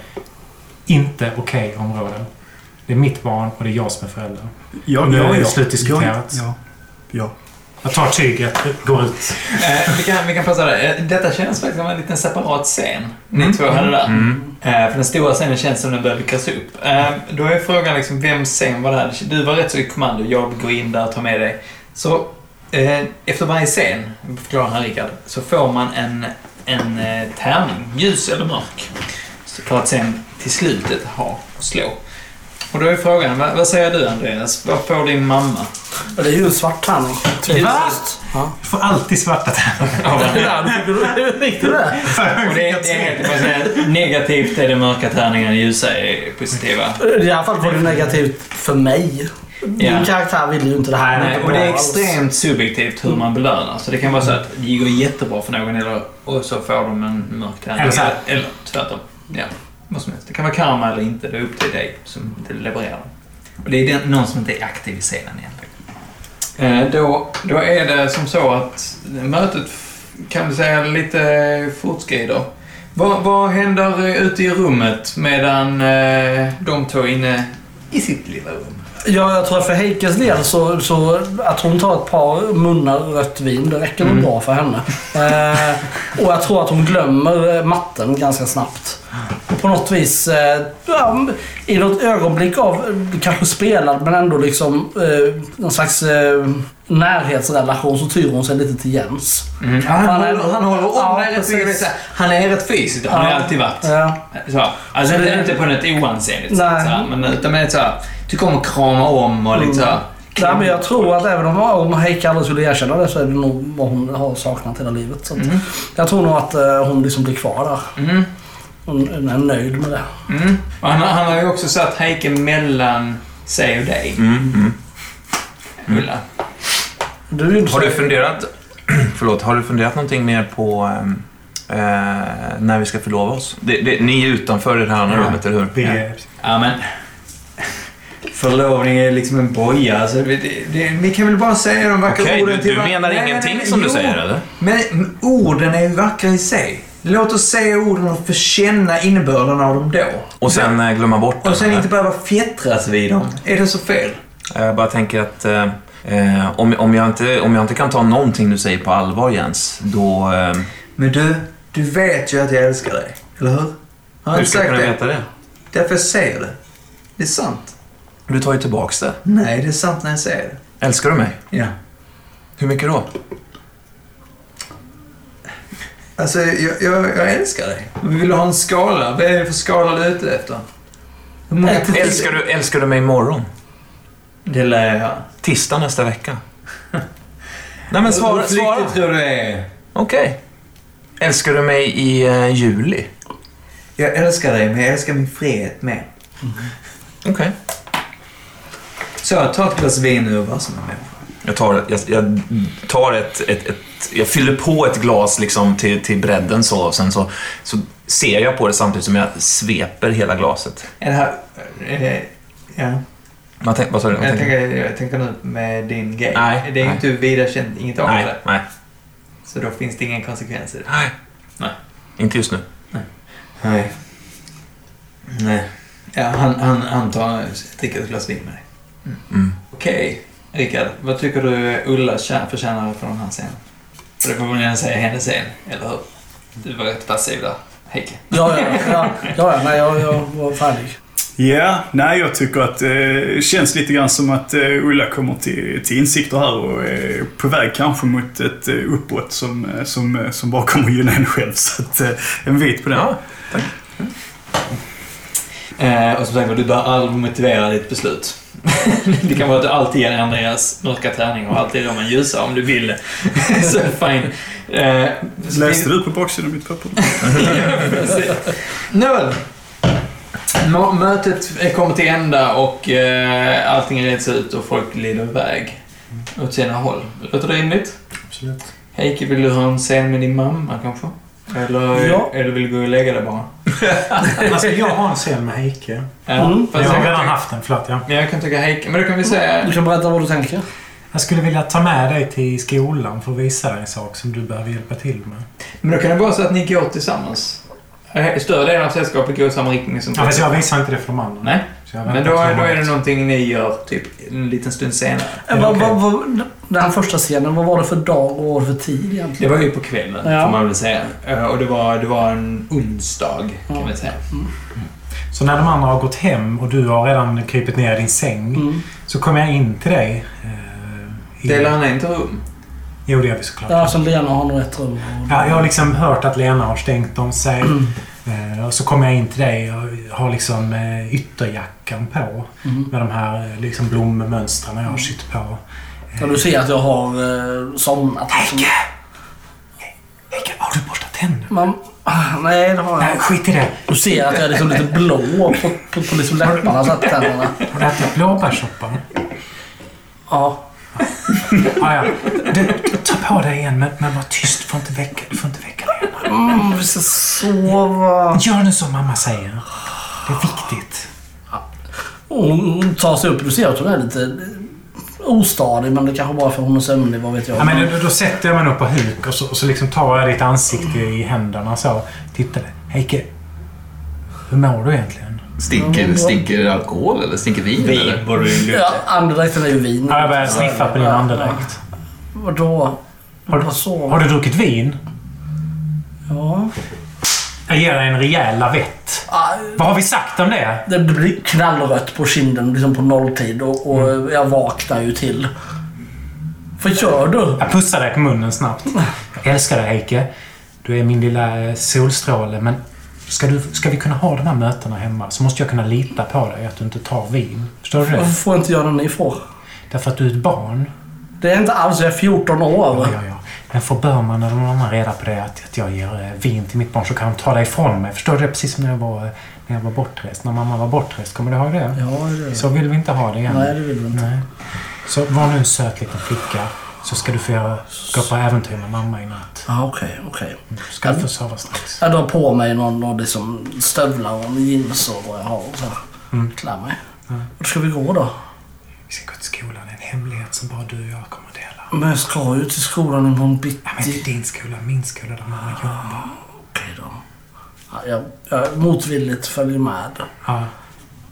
Speaker 3: Inte okej områden. Det är mitt barn och det är jag som är förälder.
Speaker 2: jag,
Speaker 3: Nu
Speaker 2: jag,
Speaker 3: är det
Speaker 2: jag,
Speaker 3: slutdiskuterat.
Speaker 2: jag- Ja, ja.
Speaker 3: Jag tar tyget, går ut.
Speaker 1: Eh, vi, kan, vi kan passa där. Eh, Detta känns faktiskt som en liten separat scen. Ni två hade där.
Speaker 5: Mm.
Speaker 1: Eh, för den stora scenen känns som den börjar lyckas upp. Eh, då är frågan liksom, vems scen var det här? Du var rätt så i kommando. Jag går in där och tar med dig. Så eh, efter varje scen, förklarar han Rickard, så får man en, en eh, tärning. Ljus eller mörk. Så För att sen till slutet ha och slå. Och då är frågan, vad, vad säger du Andreas? Vad får din mamma?
Speaker 4: Ja, Det är ju en svart tärning.
Speaker 1: Ljus-
Speaker 3: Du får alltid svarta tärningar.
Speaker 4: Fick du det?
Speaker 1: Och det, det är helt vad säger jag, negativt är det mörka tärningarna, ljusa är positiva.
Speaker 4: I alla fall var det negativt för mig.
Speaker 1: Ja.
Speaker 4: Min karaktär ville ju inte det här.
Speaker 1: Nej,
Speaker 4: Inte
Speaker 1: och det
Speaker 4: bra
Speaker 1: är
Speaker 4: alls.
Speaker 1: extremt subjektivt hur man belönar. Så det kan vara så att det går jättebra för någon eller, och så får de en mörk tärning.
Speaker 3: Eller så här.
Speaker 1: eller tvärtom. Ja, vad som helst. Det kan vara karma eller inte. Det är upp till dig som inte levererar. den. Och det är den, någon som inte är aktiv i scenen egentligen. Eh, Då, då är det som så att mötet kan vi säga lite fortskrider. Vad, vad händer eh, ute i rummet medan eh, de två är inne i sitt lilla rum?
Speaker 4: Ja, jag tror att för Heikes del så, så att hon tar ett par munnar rött vin, det räcker
Speaker 1: Mm.
Speaker 4: nog bra för henne. Eh, och jag tror att hon glömmer eh, matten ganska snabbt. Och på något vis, eh, ja, i något ögonblick av, eh, kanske spelad men ändå liksom eh, någon slags eh, närhetsrelation så tyr hon sig lite till Jens.
Speaker 5: Mm.
Speaker 1: Han,
Speaker 4: Han är-
Speaker 1: håller, han håller om
Speaker 4: Ja,
Speaker 1: dig rätt
Speaker 4: precis.
Speaker 1: mycket. Han är rätt fysiskt. Han har
Speaker 4: Ja.
Speaker 1: alltid varit.
Speaker 4: Ja.
Speaker 1: Så, alltså
Speaker 4: Så
Speaker 1: det
Speaker 4: det-
Speaker 1: är inte på något oansenligt sätt.
Speaker 4: Nej.
Speaker 1: Så, här, men utan mer så här, tycker om att krama om och
Speaker 5: Mm.
Speaker 1: liksom...
Speaker 4: Nej, men jag tror att även om, om Heike aldrig skulle erkänna det så är det nog vad hon har saknat hela livet. Så att Jag tror nog att eh, hon liksom blir kvar där.
Speaker 1: Mm.
Speaker 4: Hon är nöjd med det.
Speaker 1: Mm. Och han, han har ju också satt Heike mellan sig och dig.
Speaker 5: Mm,
Speaker 1: Ulla.
Speaker 4: Du är ju inte så-
Speaker 5: Har du funderat, förlåt, har du funderat någonting mer på ehm, eh, när vi ska förlova oss? Det, det, ni är utanför det här andra rummet, eller hur?
Speaker 3: Vi,
Speaker 1: Ja, men... Förlovning är liksom en boja. Alltså, det, det, det, vi kan väl bara säga de vackra
Speaker 5: Okej,
Speaker 1: orden
Speaker 5: du, du
Speaker 1: var-
Speaker 5: menar
Speaker 1: Nej, nej,
Speaker 5: ingenting
Speaker 1: nej,
Speaker 5: som du
Speaker 1: jo.
Speaker 5: säger, eller?
Speaker 1: Men men orden är ju vackra i sig. Låt oss säga orden och förkänna innebörden av dem då.
Speaker 5: Och sen eh, glömma bort
Speaker 1: Och sen
Speaker 5: det.
Speaker 1: inte behöva fjättras vid dem. Är det så fel?
Speaker 5: Jag bara tänker att eh, eh, om, om, jag inte, om jag inte kan ta någonting du säger på allvar Jens, då... Eh,
Speaker 1: Men du, du vet ju att jag älskar dig. Eller hur? Har jag
Speaker 5: hur
Speaker 1: inte
Speaker 5: ska
Speaker 1: sagt
Speaker 5: jag kunna
Speaker 1: det?
Speaker 5: veta det?
Speaker 1: Därför jag säger det. Det är sant.
Speaker 5: Du tar ju tillbaks det.
Speaker 1: Nej, det är sant när jag säger det.
Speaker 5: Älskar du mig?
Speaker 1: Ja.
Speaker 5: Hur mycket då?
Speaker 1: Alltså, jag, jag, jag älskar dig. Men vill du ha en skala? Vad är det för skala du är ute efter? Hur många
Speaker 4: Ett till
Speaker 5: Älskar du, älskar du mig imorgon?
Speaker 1: Det lär jag.
Speaker 5: Tisdag nästa vecka? Nej men
Speaker 1: Hur
Speaker 5: svara,
Speaker 1: flyktig
Speaker 5: svara.
Speaker 1: tror du är?
Speaker 5: Okej. Älskar du mig i eh, juli?
Speaker 1: Jag älskar dig, men jag älskar min frihet med.
Speaker 5: Okej.
Speaker 1: Så, ta ett glas vin nu och var som en människa.
Speaker 5: Jag tar, jag, jag tar ett, ett, ett... Jag fyller på ett glas liksom till, till bredden så och sen så, så ser jag på det samtidigt som jag sveper hela glaset.
Speaker 1: Är det här... eh, ja.
Speaker 5: Man tänk, vad sa du? Vad
Speaker 1: Jag
Speaker 5: tänker-
Speaker 1: tänker, jag tänker nu med din grej.
Speaker 5: Nej,
Speaker 1: det är
Speaker 5: nej.
Speaker 1: inte vida känt, inget av
Speaker 5: nej,
Speaker 1: det.
Speaker 5: nej,
Speaker 1: Så då finns det ingen konsekvens i det.
Speaker 5: nej.
Speaker 1: Nej.
Speaker 5: Inte just nu.
Speaker 1: Nej. Nej. Ja, han, han, han tar, dricker ett glas vin med dig.
Speaker 5: Mm.
Speaker 1: Okej, Rickard. Vad tycker du Ulla tjä- förtjänar från hans scen? För det får man gärna säga hennes scen, eller hur? Du var rätt passiv där, Heike.
Speaker 4: Ja, ja, ja. ja, ja nej, jag, jag var färdig.
Speaker 2: Ja, nej jag tycker att det eh, känns lite grann som att eh, Ulla kommer till, till insikter här och är på väg kanske mot ett eh, uppbrott som, eh, som, eh, som bara kommer gynna henne själv. Så att, eh, en vit på den.
Speaker 5: Ja.
Speaker 1: Eh, och som sagt var, du bör aldrig motivera ditt beslut. det kan vara att du alltid ger Andreas mörka tärning och alltid gör man ljusa om du vill det. så fine. Eh, så
Speaker 2: Läste du på baksidan av mitt papper?
Speaker 1: Nåväl. Mö- Mötet kommer till ända och eh, allting reds ut och folk glider iväg åt sina håll. Låter det rimligt?
Speaker 3: absolut.
Speaker 1: Heike, vill du ha en scen med din mamma kanske? Eller,
Speaker 4: Ja.
Speaker 1: eller vill du gå och lägga dig bara?
Speaker 3: Alltså, jag har en scen med Heike.
Speaker 1: Ja,
Speaker 4: Mm.
Speaker 1: fast
Speaker 3: Jag har
Speaker 1: jag,
Speaker 3: redan
Speaker 1: kan tycka,
Speaker 3: haft den, förlåt. Ja.
Speaker 1: men jag kan tycka Heike, men då kan vi
Speaker 4: Du
Speaker 1: säga...
Speaker 4: kan berätta vad du tänker.
Speaker 3: Jag skulle vilja ta med dig till skolan för att visa dig en sak som du behöver hjälpa till med.
Speaker 1: Men då kan det vara så att ni går tillsammans. Eh, Större delen av sällskapet går i samma riktning som...
Speaker 3: Ja, fast jag visar inte det för de andra.
Speaker 1: Nej,
Speaker 3: Så jag väntar
Speaker 1: men då,
Speaker 3: till
Speaker 1: är-
Speaker 3: de
Speaker 1: då är
Speaker 3: andra.
Speaker 1: det någonting ni gör typ en liten stund senare.
Speaker 4: Eh, vad- vad- vad- Den här första scenen, vad var det för dag och vad var det för tid egentligen?
Speaker 1: Det var ju på kvällen,
Speaker 4: Ja.
Speaker 1: får man väl säga. Eh, Och det var, det var en onsdag, kan man säga.
Speaker 3: Så när de andra har gått hem och du har redan krypit ner i din säng
Speaker 4: Mm.
Speaker 3: så kommer jag in till dig. eh, i-
Speaker 1: Delar han inte rum?
Speaker 3: Jo, det gör vi såklart.
Speaker 4: Ja, sen alltså Lena har nog ett rum. och-
Speaker 3: Ja, jag har liksom hört att Lena har stängt om sig.
Speaker 4: Mm.
Speaker 3: Eh, Och så kommer jag in till dig och har liksom eh, ytterjackan på.
Speaker 4: Mm.
Speaker 3: Med de här eh, liksom blommönstren jag har sytt på.
Speaker 4: Ja, du ser att jag har eh, somnat.
Speaker 3: Heike! Heike, har du borstat tänderna?
Speaker 4: Man, ah, nej, det har jag
Speaker 3: Nej,
Speaker 4: inte.
Speaker 3: skit i det.
Speaker 4: Du ser att jag är liksom lite blå på, på, på liksom läpparna så att tänderna.
Speaker 3: Har du ätit blåbärssoppa?
Speaker 4: Ja.
Speaker 3: Ah, ja. du, du, ta på dig igen, men, men var tyst. Du får inte väcka, du får inte väcka Lena.
Speaker 4: Mm, vi ska sova.
Speaker 3: Gör nu som mamma säger. Det är viktigt.
Speaker 4: Och Hon tar sig upp. Du ser att hon är lite ostadig, men det kanske bara för hon är sömnig, vad vet jag.
Speaker 3: Ja, men då, då sätter jag mig nog på huk och så, och så liksom tar jag ditt ansikte i händerna så. Titta dig. Heike, hur mår du egentligen?
Speaker 6: Stinker, stinker alkohol eller stinker vin? Eller?
Speaker 1: borde ju
Speaker 4: ja, andedräkten är ju vin.
Speaker 3: Ja, jag börjar sniffa på din
Speaker 4: Ja.
Speaker 3: andedräkt.
Speaker 4: Vadå?
Speaker 3: Har du,
Speaker 4: Vad så?
Speaker 3: har du druckit vin?
Speaker 4: Ja.
Speaker 3: Jag ger dig en rejäl lavett.
Speaker 4: Ah,
Speaker 3: Vad har vi sagt om det?
Speaker 4: Det blir knallrött på kinden liksom på nolltid och, och
Speaker 3: Mm.
Speaker 4: jag vaknar ju till. Vad gör du?
Speaker 3: Jag pussar dig på munnen snabbt. Jag älskar dig Heike. Du är min lilla solstråle. Men ska, du, ska vi kunna ha de här mötena hemma så måste jag kunna lita på dig att du inte tar vin. Förstår du det?
Speaker 4: Varför får inte jag när ni får?
Speaker 3: Därför att du är ett barn.
Speaker 4: Det är inte alls, jag är 14 år.
Speaker 3: Ja, ja, ja. Men får Burman eller någon annan reda på det, att, att jag ger eh, vin till mitt barn, så kan de ta det ifrån mig. Förstår du det? Precis som när jag var, eh, när jag var bortrest. När mamma var bortrest. Kommer du ihåg det?
Speaker 4: Ja, det är
Speaker 3: Så vill vi inte ha det igen.
Speaker 4: Nej, det vill vi inte.
Speaker 3: Nej. Så var nu en söt liten flicka. Så ska du få göra- gå på äventyr med mamma i natt.
Speaker 4: Ja, Ah, okej, okej.
Speaker 3: Ska du få sova strax.
Speaker 4: Jag drar på mig någon, någon liksom stövlar och jeans och vad jag har och så. här.
Speaker 3: Mm.
Speaker 4: Klär mig. Vart ska vi gå då?
Speaker 3: Vi ska gå till skolan. Det är en hemlighet som bara du och jag kommer att dela.
Speaker 4: Men jag ska ju till skolan imorgon bitti.
Speaker 3: Ja, men till din skola, min skola, där mamma
Speaker 4: Ah.
Speaker 3: jobbar.
Speaker 4: Okej då. Ja, jag, jag motvilligt följer med.
Speaker 3: Ja.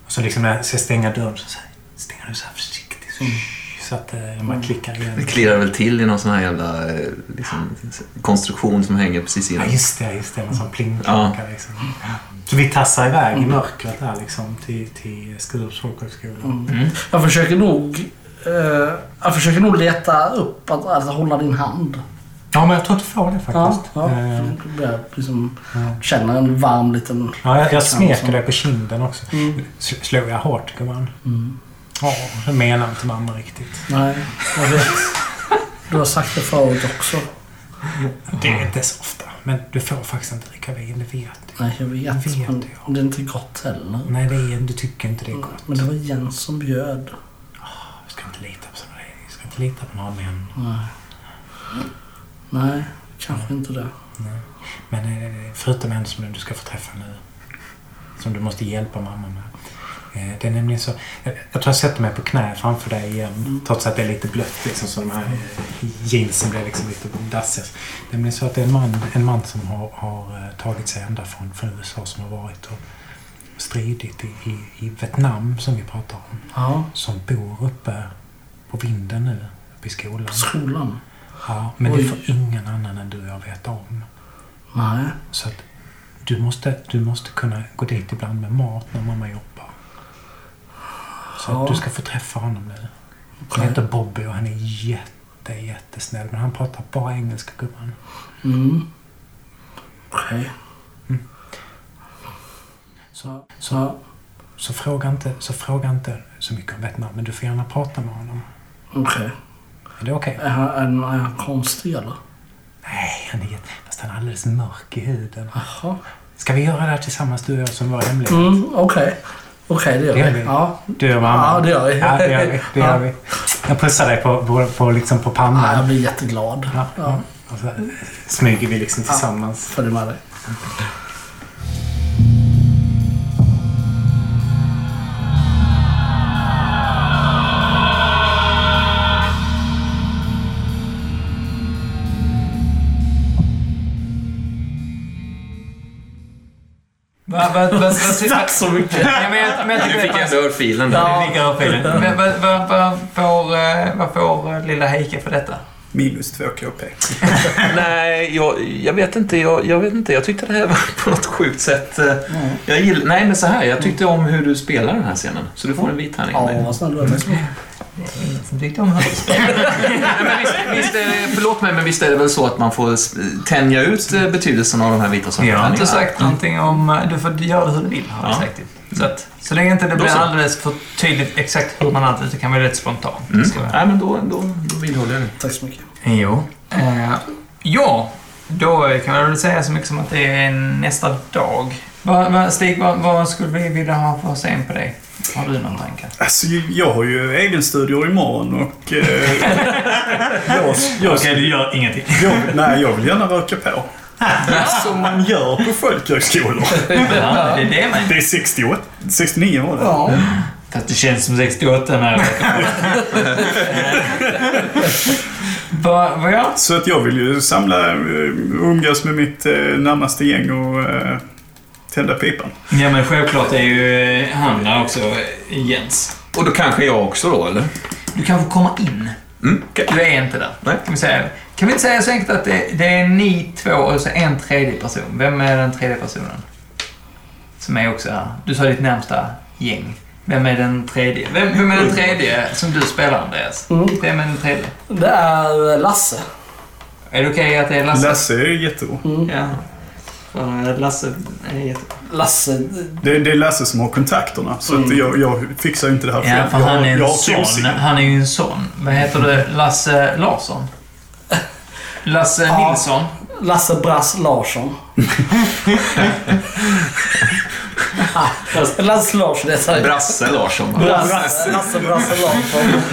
Speaker 3: Och så liksom när jag ska stänga dörren så, så här, stänger du så här försiktigt.
Speaker 4: Mm.
Speaker 3: Så, så att eh, man klickar
Speaker 6: Det
Speaker 3: igen.
Speaker 6: klirrar väl till i någon sån här jävla eh, liksom, konstruktion som hänger precis
Speaker 3: Ja,
Speaker 6: innan.
Speaker 3: just det. Just det. En sån plingklocka liksom. Så vi tassar iväg i mörkret där liksom till, till Skurups folkhögskola.
Speaker 4: Mm. Jag försöker nog... Eh, jag försöker nog leta upp att alltså, hålla din hand.
Speaker 3: Ja, men jag tror att du får det faktiskt.
Speaker 4: Ja,
Speaker 3: Eh,
Speaker 4: ja. Då börjar jag liksom känna en varm liten...
Speaker 3: Ja, jag, jag smeker dig på kinden också.
Speaker 4: Mm.
Speaker 3: S- Slår jag hårt, gumman? Ja, det menar inte mamma riktigt.
Speaker 4: Nej, jag vet. Du har sagt det förut också.
Speaker 3: Det är inte så ofta. Men du får faktiskt inte dricka vin, det vet du.
Speaker 4: Nej, jag vet.
Speaker 3: Vet
Speaker 4: men
Speaker 3: jag.
Speaker 4: det är inte gott heller.
Speaker 3: Nej, vin, du tycker inte det är gott.
Speaker 4: Mm, Men det var Jens som bjöd.
Speaker 3: Du ska inte lita på sådana regler. Du ska inte lita på några män.
Speaker 4: Nej. Nej, kanske inte det.
Speaker 3: Men eh, förutom en som du ska få träffa nu. Som du måste hjälpa mamma med. Eh, Det är nämligen så... Jag jag tror jag sätter mig på knä framför dig igen. Trots att det är lite blött liksom. Så de här eh, jeansen blir liksom lite dassiga. Det är nämligen så att det är en man, en man som har, har eh, tagit sig ända från, från USA som har varit och stridit i, i, i Vietnam som vi pratar om.
Speaker 4: Ja,
Speaker 3: Som bor uppe på vinden nu. Uppe i skolan.
Speaker 4: skolan.
Speaker 3: Ja, men det
Speaker 4: Oj.
Speaker 3: får ingen annan än du och jag veta om.
Speaker 4: Nej.
Speaker 3: Så att du måste, du måste kunna gå dit ibland med mat när mamma jobbar. Så
Speaker 4: Ja.
Speaker 3: att du ska få träffa honom nu. Han
Speaker 4: Okej.
Speaker 3: heter Bobby och han är jätte, jättesnäll. Men han pratar bara engelska, gubben.
Speaker 4: Mm. Okej. Så, så.
Speaker 3: Så fråga, inte, så fråga inte så mycket om Vietnam, men du får gärna prata med honom.
Speaker 4: Okej.
Speaker 3: Är det okej?
Speaker 4: Är, han- är, han- är han konstig eller?
Speaker 3: Nej, han är jätte... Fast han är alldeles mörk i huden.
Speaker 4: Jaha.
Speaker 3: Ska vi göra det här tillsammans, du och jag, som var hemligt?
Speaker 4: Mm, okej. Okej, det
Speaker 3: Det
Speaker 4: gör
Speaker 3: gör
Speaker 4: vi.
Speaker 3: vi.
Speaker 4: Ja.
Speaker 3: Du och mamma?
Speaker 4: Ja, det gör vi.
Speaker 3: Ja, det gör vi. Det gör
Speaker 4: Ja.
Speaker 3: vi. Jag pussar dig på, på, på, liksom på pannan.
Speaker 4: ja, jag blir jätteglad.
Speaker 3: Ja.
Speaker 4: Ja.
Speaker 3: Och så smyger vi liksom tillsammans.
Speaker 4: Följer med dig.
Speaker 7: Vad va, va, va, va,
Speaker 2: Tack så mycket!
Speaker 7: Ja, men jag- men jag
Speaker 8: Du
Speaker 7: tycker
Speaker 8: fick
Speaker 7: att-
Speaker 8: ändå örfilen.
Speaker 7: Ja.
Speaker 8: där.
Speaker 7: Du fick örfilen. Men Eh, Vad vad- vad får, eh, vad får eh, lilla Heike för detta?
Speaker 2: Minus 2 KP.
Speaker 5: Nej, jag, jag vet inte. Jag, jag vet inte. Jag tyckte det här var på något sjukt sätt... eh, Jag gill, nej, men så här. Jag tyckte om hur du spelar den här scenen. Så du får en vit tärning av mig.
Speaker 4: Ja, vad snäll du är.
Speaker 7: Som tyckte om hans.
Speaker 5: Nej, men visst, visst, eh, förlåt mig, men visst är det väl så att man får s- tänja ut eh, betydelsen av de här vita
Speaker 7: Jag har inte
Speaker 5: sakerna?
Speaker 7: sagt någonting om... eh, Du får göra det hur du vill, har jag
Speaker 5: Ja.
Speaker 7: sagt. till. Så, att, så länge inte det blir
Speaker 5: så.
Speaker 7: alldeles för tydligt exakt hur man alltid så kan vara rätt spontant. Det ska vara-
Speaker 5: Nej, men då, då, då vidhåller jag det.
Speaker 4: Tack så mycket.
Speaker 7: Jo. Eh, ja, då kan man väl säga så mycket som att det är nästa dag. Va, va, Stig, vad vad skulle vi vilja ha för scen på dig? Har du någon tanke?
Speaker 2: Alltså, jag har ju egenstudior imorgon och... Eh, jag, jag,
Speaker 1: Okej, du gör ingenting.
Speaker 2: jag, nej, jag vill gärna röka på. Som man gör på folkhögskolor.
Speaker 7: Ja, det är det man
Speaker 2: Det är 68, 69 var det.
Speaker 4: Ja,
Speaker 1: Fast det känns som 68 när
Speaker 7: Va, va, ja.
Speaker 2: Så att jag vill ju samla, eh, umgås med mitt eh, närmaste gäng och eh, tända pipan.
Speaker 1: Ja, men självklart är ju eh, han där också, eh, Jens.
Speaker 8: Och då kanske jag också då, eller?
Speaker 7: Du kan få komma in.
Speaker 8: Mm. okej.
Speaker 7: Du är inte där.
Speaker 8: Nej.
Speaker 7: Kan vi, säga. kan vi inte säga så enkelt att det, det är ni två och så en tredje person. Vem är den tredje personen? Som är också här. Du sa ditt närmsta gäng. Vem är den tredje? Vem, vem är den tredje som du spelar, Andreas?
Speaker 4: Mm.
Speaker 7: Vem är den tredje?
Speaker 4: det är eh, Lasse.
Speaker 7: Är det okej att det är
Speaker 1: Alltså-
Speaker 7: Lasse?
Speaker 2: Lasse är jättebra.
Speaker 7: Ja. För Lasse är jätte...
Speaker 4: Lasse.
Speaker 2: Det, det är Lasse som har kontakterna. Så
Speaker 1: Mm.
Speaker 2: att jag, jag fixar ju inte det här
Speaker 7: Ja, för
Speaker 2: jag,
Speaker 7: han är
Speaker 2: jag
Speaker 7: en
Speaker 2: har
Speaker 7: son.
Speaker 2: tillsyn.
Speaker 7: Han är ju en son. Vad heter du? Lasse Larsson? Lasse
Speaker 4: Ja.
Speaker 7: Nilsson?
Speaker 4: Lasse Brass Larsson. Lasse Larsson, det är så här.
Speaker 8: Brasse Larsson. va?
Speaker 4: Brass, Lasse Brass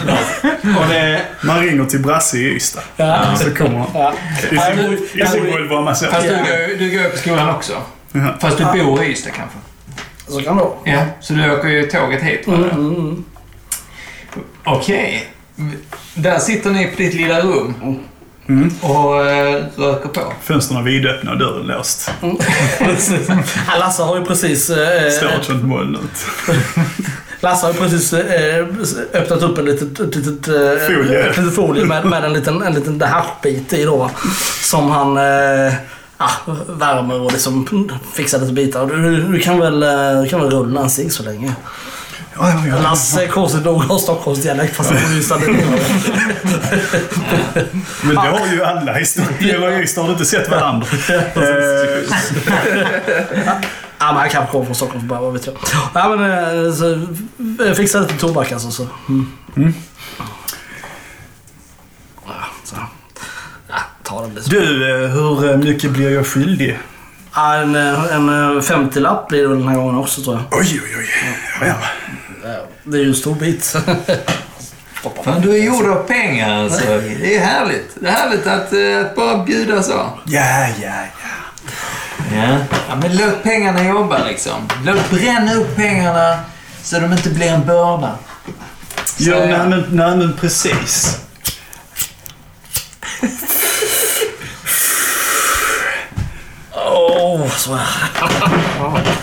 Speaker 4: Larsson.
Speaker 1: Och det,
Speaker 2: Man ringer till Brasse i Ystad.
Speaker 4: Ja.
Speaker 2: Så kommer han.
Speaker 4: Ja.
Speaker 2: Isolvård var man så.
Speaker 1: Alltså, fast du, går- du går ju på skolan också.
Speaker 2: Ja.
Speaker 1: Fast du bor i Ystad kanske.
Speaker 4: Så kan det vara.
Speaker 1: Ja, så du åker ju tåget hit va?
Speaker 4: Mm, mm, mm.
Speaker 1: Okej. Där sitter ni på ditt lilla rum.
Speaker 2: Mm.
Speaker 1: Och eh, röker på.
Speaker 2: Fönstren vidöppna och dörren låst.
Speaker 4: Ja, Lasse har ju precis... eh,
Speaker 2: Står ett sånt moln ut.
Speaker 4: Lasse har ju precis eh, öppnat upp en litet, ett litet, eh,
Speaker 2: Folie.
Speaker 4: ett litet folie med, med en liten, en liten haschbit i då. va? Som han eh, ja, värmer och liksom fixar lite bitar. Du, du kan väl, eh, du kan väl rulla en cigg så länge.
Speaker 2: Ja, ja, ja.
Speaker 4: Lasse konstigt nog har Stockholmsdialekt fast han får Ystad
Speaker 2: Men det har ju alla i Ystad. Eller i Ystad har inte sett varandra. Eh,
Speaker 4: Ja men han kanske kommer från Stockholm från början, vad vet jag. Ja men eh, så, eh, fixa lite tobak alltså så. Mm. Ja, så. Ja, ta den lite.
Speaker 2: Du, eh, hur eh, mycket blir jag skyldig?
Speaker 4: Ja, en, eh, en eh, 50-lapp blir det väl den här gången också tror jag. Eh,
Speaker 2: Oj, oj, oj. Ja, ja.
Speaker 4: Det är ju en stor bit.
Speaker 7: Fan, du är gjord av pengar alltså. Det är härligt. Det är härligt att, eh, att bara bjuda så.
Speaker 2: Ja, ja, ja.
Speaker 7: Ja. ja, men låt pengarna jobba liksom. Låt bränna upp pengarna så de inte blir en börda.
Speaker 2: Ja,
Speaker 7: ja.
Speaker 2: nej, men, nej, men precis.
Speaker 4: Åh, så här.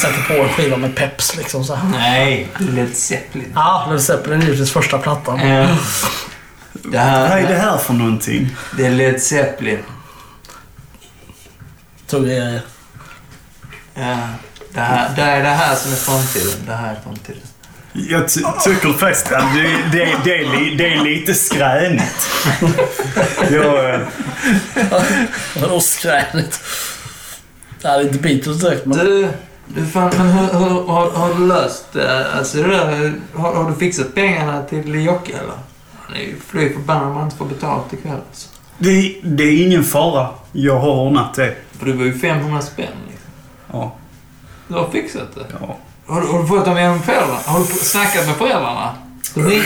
Speaker 4: Sätter på en skiva med Peps liksom så här.
Speaker 7: Nej, Led Zeppelin.
Speaker 4: Ja, Led Zeppelin är givetvis första plattan.
Speaker 7: Ja. Det
Speaker 2: Vad
Speaker 7: här
Speaker 2: är det här för någonting?
Speaker 7: det är Led Zeppelin.
Speaker 4: Tog jag
Speaker 7: Ja. Det, här, det är det här som är framtiden. Det här är framtiden.
Speaker 2: Jag ty- tycker faktiskt att det, det, det, är li- det är lite skränigt. Jag, eh,
Speaker 4: Vadå skränigt? Det här är inte Beatles direkt men...
Speaker 7: Du, du fan, men hur, hur, har, har du löst det? Alltså, det där, har, har du fixat pengarna till Jocke eller? Han är ju fly förbannad om han inte får betalt ikväll. Alltså.
Speaker 2: det, det är ingen fara. Jag har ordnat det.
Speaker 7: För det var ju 500 spänn. Liksom.
Speaker 2: Ja,
Speaker 7: Du har fixat det.
Speaker 2: ja.
Speaker 7: Har, du- har du fått dem genom föräldrarna? Har du snackat med föräldrarna? De är-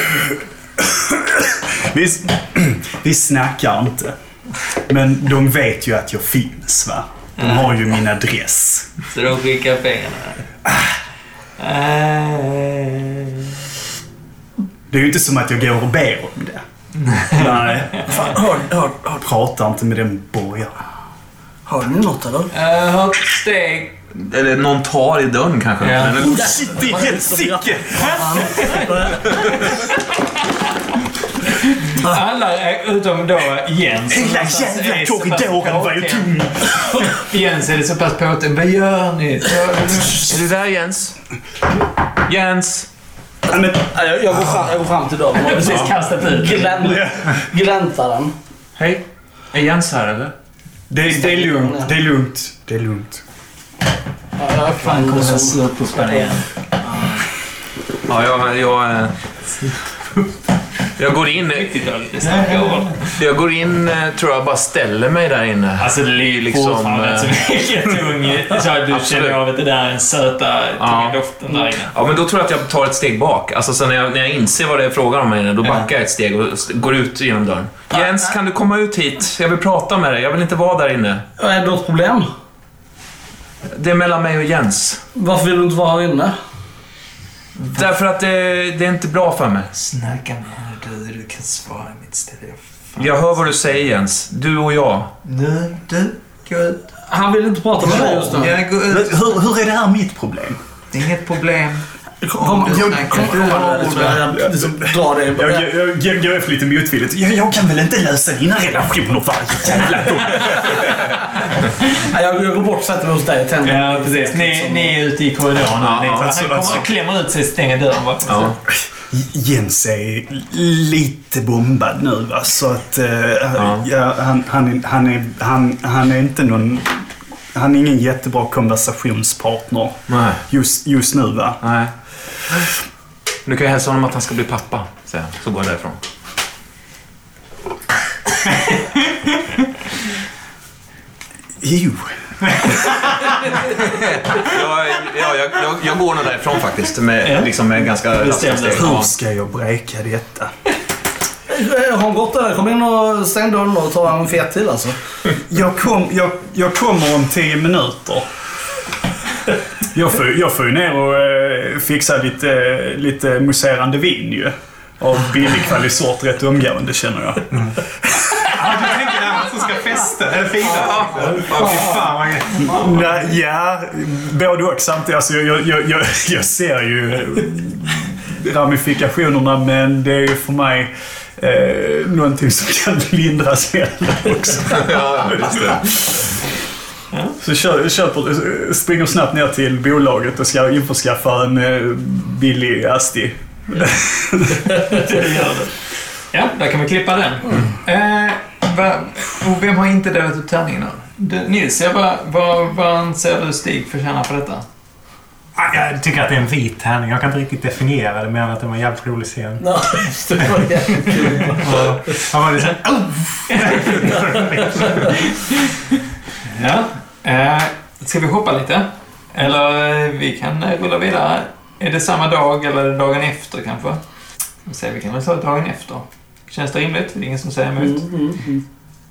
Speaker 2: Vi, s- vi snackar inte. Men de vet ju att jag finns, va? De har ju min adress.
Speaker 7: Så de skickar pengarna. Eh,
Speaker 2: Det är ju inte som att jag går och ber om det. Nej. Fan, hör, hör, hör. Prata inte med den borgaren.
Speaker 4: Hör ni något eller?
Speaker 1: Jag
Speaker 7: Eh,
Speaker 1: har hört steg.
Speaker 5: Mm.
Speaker 6: Eller någon tar i dörren kanske.
Speaker 1: Ja.
Speaker 6: Eller,
Speaker 2: Shit, i helsike!
Speaker 1: Alla är- utom då Jens. som
Speaker 2: Hela
Speaker 1: någonstans
Speaker 2: jävla
Speaker 1: är så pass
Speaker 2: korridoren var ju
Speaker 1: påtänd.
Speaker 2: tom.
Speaker 1: Jens är det så pass påtänd. Vad gör ni?
Speaker 5: Är du där Jens? Jens!
Speaker 2: Ja, men-
Speaker 4: Jag, jag, går fram, jag går fram till dörren och
Speaker 1: Precis kastat ut.
Speaker 4: glänt, gläntar den.
Speaker 5: Hej. Är Jens här eller?
Speaker 2: Det, det är lugnt, det är lugnt. Det är lugnt.
Speaker 4: Ja, jag
Speaker 1: Fan, kommer
Speaker 4: öppnar
Speaker 1: jag
Speaker 4: den.
Speaker 1: slå på spärren.
Speaker 5: Ja, jag... Jag, eh, jag går in... Jag går in, eh, tror jag, bara ställer mig där inne.
Speaker 1: Alltså det är ju
Speaker 5: liksom,
Speaker 1: fortfarande rätt så mycket tung... Så att du
Speaker 5: Absolut.
Speaker 1: känner av att det där den söta tunga
Speaker 5: Ja.
Speaker 1: doften där inne.
Speaker 5: Ja, men då tror jag att jag tar ett steg bak. Alltså, sen när jag, när jag inser vad det är frågan om här inne, då backar jag ett steg och s- går ut genom dörren. Jens, kan du komma ut hit? Jag vill prata med dig. Jag vill inte vara där inne.
Speaker 4: Är det något problem?
Speaker 5: Det är mellan mig och Jens.
Speaker 4: Varför vill du inte vara här inne?
Speaker 5: Därför att det, det är inte bra för mig.
Speaker 1: Snacka med henne du, du kan svara i mitt ställe.
Speaker 5: Jag hör vad du säger Jens. Du och jag.
Speaker 1: Nu, du, gå ut.
Speaker 4: Han vill inte prata med dig just nu.
Speaker 7: Jag går ut.
Speaker 2: Hur, hur är det här mitt problem?
Speaker 7: Det är inget problem.
Speaker 4: Kom, kom,
Speaker 7: Du
Speaker 4: kom,
Speaker 7: snackar.
Speaker 4: kom, kom, jag liksom drar dig.
Speaker 2: Jag, jag, jag, jag går efter lite motvilligt. Jag, jag kan väl inte lösa dina relationer varje jävla gång?
Speaker 4: Nej, Jag jag går bort och sätter mig hos dig och tänder.
Speaker 1: Ja, precis.
Speaker 9: Typ
Speaker 1: Ni, ni är ute i korridoren.
Speaker 5: Ja,
Speaker 1: ni,
Speaker 5: ja,
Speaker 1: han
Speaker 2: alltså,
Speaker 1: kommer
Speaker 2: alltså.
Speaker 1: och klämmer ut sig och stänger dörren bakom sig.
Speaker 2: Jens är lite bombad nu va, så att eh, ja, han, han, är- han, är, han, han är inte någon... Han är ingen jättebra konversationspartner
Speaker 5: Nej.
Speaker 2: just, just nu va.
Speaker 5: Nej. Du kan jag hälsa honom att han ska bli pappa. säger jag. Så går jag därifrån.
Speaker 2: Jo.
Speaker 5: Jag, ja, jag, jag, jag går nog därifrån faktiskt. Med, liksom, med ganska raska
Speaker 1: Bestämda.
Speaker 5: steg.
Speaker 2: Hur
Speaker 5: Ja.
Speaker 2: ska jag bräka detta?
Speaker 4: Eh, Har hon gått där? Kom in och stäng dörren och ta en fet till alltså.
Speaker 2: Jag, kom, jag, jag kommer om tio minuter. Jag får, jag får ju ner och eh, fixa lite, eh, lite mousserande vin ju. Av billig kvalitet rätt omgående känner jag.
Speaker 9: Du tänker han som ska festa? Eller fira? Åh, fy fan vad gött.
Speaker 2: Nej, ja, både och samtidigt. Alltså, jag, jag, jag, jag ser ju eh, ramifikationerna men det är ju för mig eh, någonting som kan lindras heller också.
Speaker 5: Ja, just det.
Speaker 2: Så kö- köper, springer snabbt ner till bolaget och ska införskaffa en eh, billig Asti.
Speaker 1: Ja, där kan vi klippa den. Eh, va, och vem har inte delat ut tärningen av? Du, Nils, jag bara, vad, vad anser du Stig förtjänar för detta?
Speaker 3: Ah, Jag tycker att det är en vit tärning. Jag kan inte riktigt definiera det mer än att det var en jävligt rolig scen.
Speaker 4: Ja, just det. Det var jävligt kul.
Speaker 3: Han var liksom... "Au!"
Speaker 1: Ja. Eh, ska vi hoppa lite? Eller eh, vi kan eh, rulla vidare. Är det samma dag eller är det dagen efter kanske? Vi, ser, vi kan väl ta dagen efter. Känns det rimligt? Det är ingen som säger emot.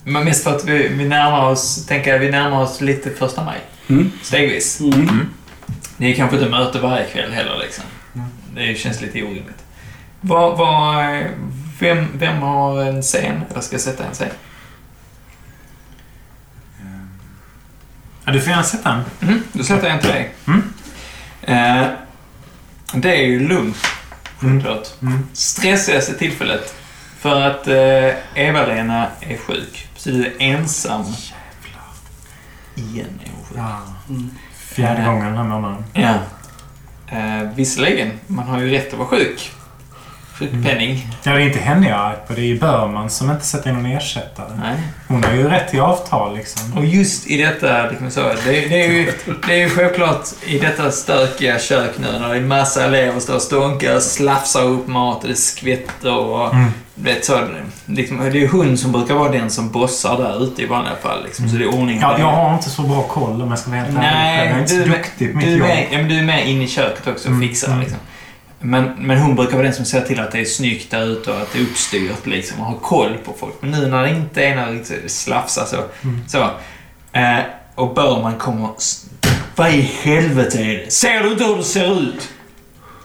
Speaker 1: Men mest för att vi, vi närmar oss, tänker jag, vi närmar oss lite första maj.
Speaker 2: Mm.
Speaker 1: Stegvis.
Speaker 5: Mm.
Speaker 1: Det är kanske inte möte varje kväll heller liksom. Det känns lite orimligt. Vad, vad, eh, vem, vem har en scen? Eller ska sätta en scen?
Speaker 3: Ja, du får gärna sätta den.
Speaker 1: Mm, då sätter jag en till dig.
Speaker 3: Mm.
Speaker 1: Eh, det är ju lugnt, självklart.
Speaker 3: Mm.
Speaker 1: Stressigaste tillfället. För att eh, Eva-Lena är sjuk. Så du är ensam. Igen är hon sjuk.
Speaker 3: Ja. Fjärde
Speaker 1: Mm.
Speaker 3: gången den här månaden.
Speaker 1: Ja. Eh, visserligen, man har ju rätt att vara sjuk. Sjukpenning.
Speaker 3: Ja, det är inte henne jag är arg på. Det är ju Börman som inte sätter in någon ersättare.
Speaker 1: Nej.
Speaker 3: Hon har ju rätt till avtal liksom.
Speaker 1: Och just i detta, liksom så, det, det, är ju, det är ju självklart i detta stökiga kök nu när det är massa elever som står och stånkar och slafsar upp mat och det skvätter och
Speaker 3: Mm.
Speaker 1: du vet, så, liksom, Det är ju hon som brukar vara den som bossar där ute i vanliga fall. Liksom, så det är ordning och
Speaker 3: Ja, jag
Speaker 1: reda.
Speaker 3: har inte så bra koll om jag ska vara helt ärlig. Jag är
Speaker 1: Nej,
Speaker 3: inte
Speaker 1: du,
Speaker 3: så
Speaker 1: är med-
Speaker 3: duktig på mitt
Speaker 1: du, är
Speaker 3: jobb.
Speaker 1: med, ja, men du är med in i köket också och
Speaker 3: Mm,
Speaker 1: fixar.
Speaker 3: mm.
Speaker 1: Liksom. Men, men hon brukar vara den som ser till att det är snyggt där ute och att det är uppstyrt liksom, och har koll på folk. Men nu när det inte är när det slafsar så.
Speaker 3: Mm.
Speaker 1: så eh, och Burman kommer... och s- Vad i helvete är det? Ser du inte hur det ser ut?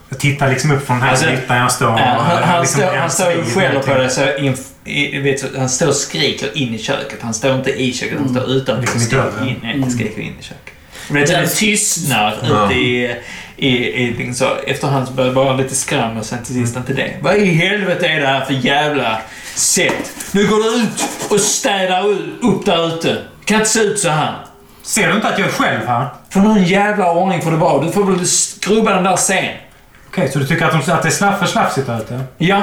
Speaker 3: Jag tittar liksom upp från den här
Speaker 1: Alltså,
Speaker 3: ytan jag står och...
Speaker 1: Ja, han, han,
Speaker 3: liksom,
Speaker 1: står, han står och
Speaker 3: skriver
Speaker 1: skäller på
Speaker 3: någonting.
Speaker 1: dig så in, i, vet, du, han står och skriker in i köket. Han står inte i köket, han står utanför
Speaker 3: Liksom
Speaker 1: och
Speaker 3: i
Speaker 1: skriker
Speaker 3: dörren.
Speaker 1: in, nej, skriker in i köket. Men det är tystnar ute i... i, i liksom så, efterhand så börjar det vara lite skram och sen till sist inte det. Vad i helvete är det här för jävla sätt? Nu går du ut och städar u- upp där ute. Kan inte se ut så här.
Speaker 3: Ser du inte att jag är själv här? Okej,
Speaker 1: För någon jävla ordning får det vara. Du får väl skrubba den där sen.
Speaker 3: så du tycker att, de, att det är slaff för slafsigt där ute?
Speaker 1: Ja,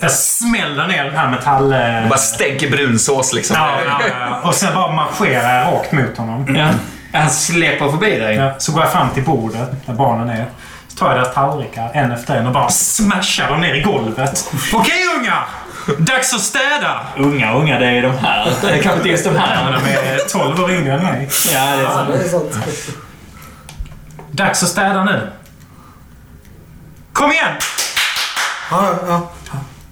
Speaker 3: Jag smäller ner den här metall... eh,
Speaker 5: Bara stänker brunsås liksom.
Speaker 3: Ja, ja, ja. Och sen bara marscherar jag rakt mot honom.
Speaker 1: ja. Han släpper förbi dig.
Speaker 3: Ja, så går jag fram till bordet där barnen är. Så tar jag deras tallrikar en efter en och bara smashar dem ner i golvet. Okej ungar! Dags att städa!
Speaker 1: Unga, unga, det är de här. Det är kanske inte just de
Speaker 3: Ja,
Speaker 1: här.
Speaker 3: De är 12 år yngre än mig.
Speaker 1: Ja, det är sant.
Speaker 4: Det är sant.
Speaker 3: Dags att städa nu. Kom igen!
Speaker 4: Ja, ja.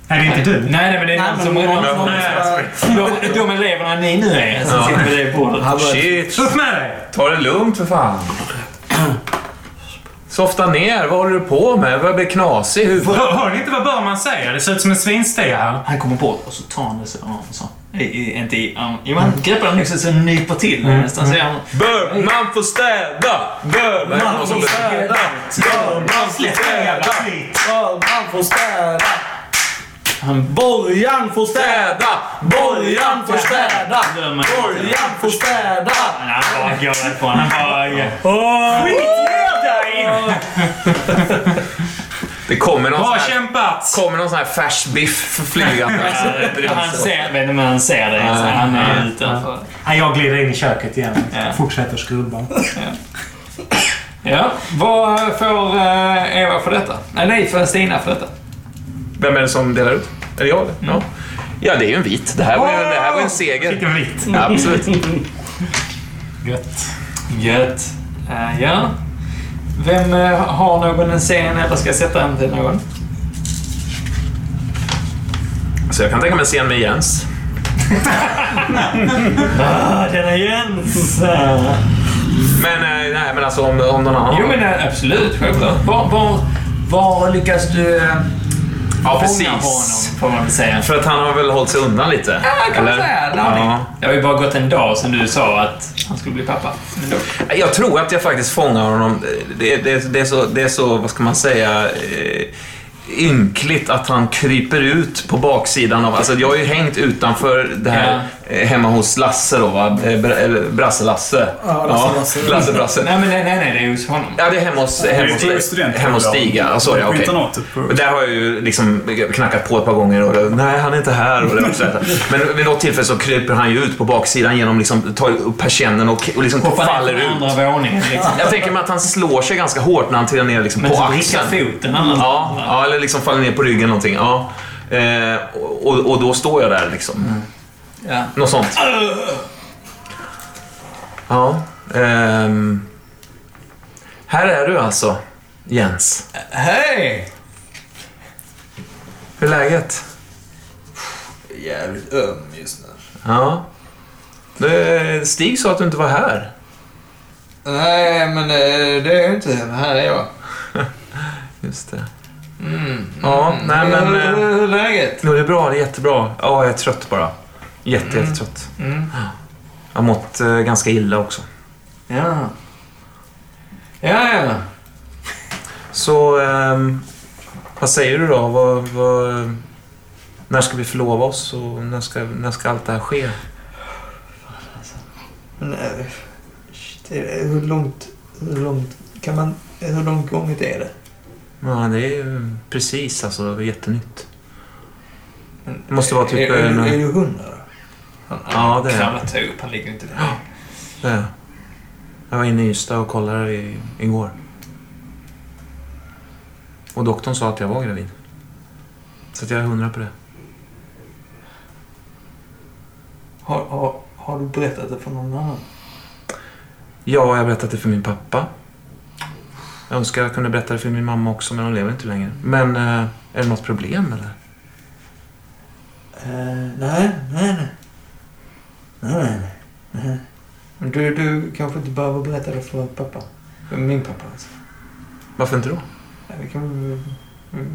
Speaker 3: Nej, det är inte du.
Speaker 1: Nej, nej, men det är någon som...
Speaker 4: någon-
Speaker 1: De,
Speaker 4: någon-
Speaker 1: de, de eleverna ni nu är som sitter vid det bordet.
Speaker 5: Shit,
Speaker 3: Upp med dig!
Speaker 5: ta det lugnt för fan. Softa ner, vad håller du på med? Jag börjar bli knasig i huvudet.
Speaker 3: Hör, hör ni inte vad Burman säger? Det ser ut som en svinstia här.
Speaker 1: Han kommer bort och så tar han det så. ja, så. I, i, inte i arm. Jo, han greppar den också så han nyper till
Speaker 4: Mm.
Speaker 1: den nästan. Så han,
Speaker 5: Bör man får städa! Bör man får städa!
Speaker 4: Mm.
Speaker 3: Släpp den jävla skit!
Speaker 4: Början Mm. får städa.
Speaker 1: han
Speaker 4: Början får städa.
Speaker 5: Städa!
Speaker 4: Borjan får städa.
Speaker 1: dömer inte.
Speaker 4: Borjan får städa.
Speaker 1: Han bara går därifrån. Han bara... ja.
Speaker 5: Det kommer någon sån
Speaker 3: Bra
Speaker 5: här,
Speaker 3: kämpat!
Speaker 5: kommer någon sån här färsbiff flygande. Alltså.
Speaker 1: Han ser, vet Alltså, inte om han ser det. Så han är utanför.
Speaker 3: Nej, jag glider in i köket igen.
Speaker 1: Ja.
Speaker 3: Fortsätter skrubba.
Speaker 1: Ja, vad får eh, Eva för detta? Nej, nej, för Stina för detta.
Speaker 5: Vem är det som delar ut? Är det jag eller?
Speaker 1: Mm.
Speaker 5: Ja. ja, det är ju en vit. Det här var ju det här var en seger.
Speaker 3: Vilken vit.
Speaker 5: Ja, absolut.
Speaker 3: Gött.
Speaker 1: Gött. Eh, ja. Vem eh, har någon en scen eller ska sätta en till någon?
Speaker 5: Så jag kan tänka mig en scen med Jens.
Speaker 1: Ah, denna Jens!
Speaker 5: Men, eh, nej, men alltså om, om någon annan.
Speaker 1: Jo men eh, absolut, självklart. Var, var, var lyckas du eh,
Speaker 5: ja,
Speaker 1: fånga
Speaker 5: precis.
Speaker 1: honom, får man väl säga.
Speaker 5: För att han har väl hållit sig undan lite?
Speaker 1: Ja, kan man säga. Larry.
Speaker 5: Ja.
Speaker 1: Det har ju bara gått en dag sedan du sa att han skulle bli pappa. Men då,
Speaker 5: Jag tror att jag faktiskt fångar honom. Det, det, det, är, så, det är så, vad ska man säga, eh, ynkligt att han kryper ut på baksidan av... Alltså jag har ju hängt utanför det här eh, hemma hos Lasse då, va? Eh, Bra, eller Brasse-Lasse.
Speaker 4: Ja, Lasse-Lasse.
Speaker 5: Lasse-Brasse.
Speaker 1: nej men nej, nej, nej, det är hos honom.
Speaker 5: Ja, det är hemma hos,
Speaker 2: Det är
Speaker 5: hemma
Speaker 2: ju till
Speaker 5: hos,
Speaker 2: studenter
Speaker 5: hemma hos
Speaker 2: idag.
Speaker 5: Stiga. Ah, sorry,
Speaker 2: På
Speaker 5: okej.
Speaker 2: internatet på-
Speaker 5: Och Där har jag ju liksom knackat på ett par gånger och det, nej, han är inte här. Och det var så här. Men vid något tillfälle så kryper han ju ut på baksidan genom liksom, tar upp persiennen och, och liksom
Speaker 1: Hoppar
Speaker 5: faller
Speaker 1: ner
Speaker 5: ut.
Speaker 1: från andra våningen liksom.
Speaker 5: Jag tänker mig att han slår sig ganska hårt när han trillar ner liksom,
Speaker 1: Men
Speaker 5: på
Speaker 1: så vrickar
Speaker 5: axeln.
Speaker 1: foten alltså. annars.
Speaker 5: Ja, ja, eller liksom faller ner på ryggen någonting. Ja. Eh, och, och då står jag där liksom.
Speaker 1: Mm. Ja. Äh!
Speaker 5: Något sånt. Ja. ehm. här är du alltså, Jens.
Speaker 1: Hej!
Speaker 5: Hur är läget?
Speaker 10: Jävligt öm just nu.
Speaker 5: Ja. Eh, Stig sa att du inte var här.
Speaker 10: Nej, men eh, det är jag inte. Men här är jag.
Speaker 5: Just det. Ja, nej men...
Speaker 10: Hur-
Speaker 5: Eh,
Speaker 10: Hur hur är läget?
Speaker 5: jo, det är bra. Det är jättebra. Ja, jag är trött bara. Jätte, jättetrött. Jag har mått eh, ganska illa också.
Speaker 10: Ja. Ja, ja.
Speaker 5: Så, ehm, vad säger du då? Vad, vad, när ska vi förlova oss och när ska, när ska allt det här ske?
Speaker 10: Men, eh, shit, är det- hur långt, hur långt kan man, hur långt gånget är det?
Speaker 5: Ja, det är ju precis alltså, det är jättenytt. Det måste vara typ...
Speaker 10: Är, är,
Speaker 5: en,
Speaker 10: är du hundra då?
Speaker 5: ja, det är det.
Speaker 1: Kravlat upp, han ligger inte där.
Speaker 5: det är. Jag var inne i Ystad och kollade i, igår. Och doktorn sa att jag var gravid. Så att jag är hundra på det.
Speaker 10: Har, har, har du berättat det för någon annan?
Speaker 5: Ja, jag har berättat det för min pappa. Jag önskar jag kunde berätta det för min mamma också, men hon lever inte längre. Men eh, är det något problem eller?
Speaker 10: Eh, nej, nej, nej. Nej, nej, nej. Men Du, du kanske inte behöver berätta det för pappa. För min pappa alltså.
Speaker 5: Varför inte då?
Speaker 11: Nej, vi kan väl mm,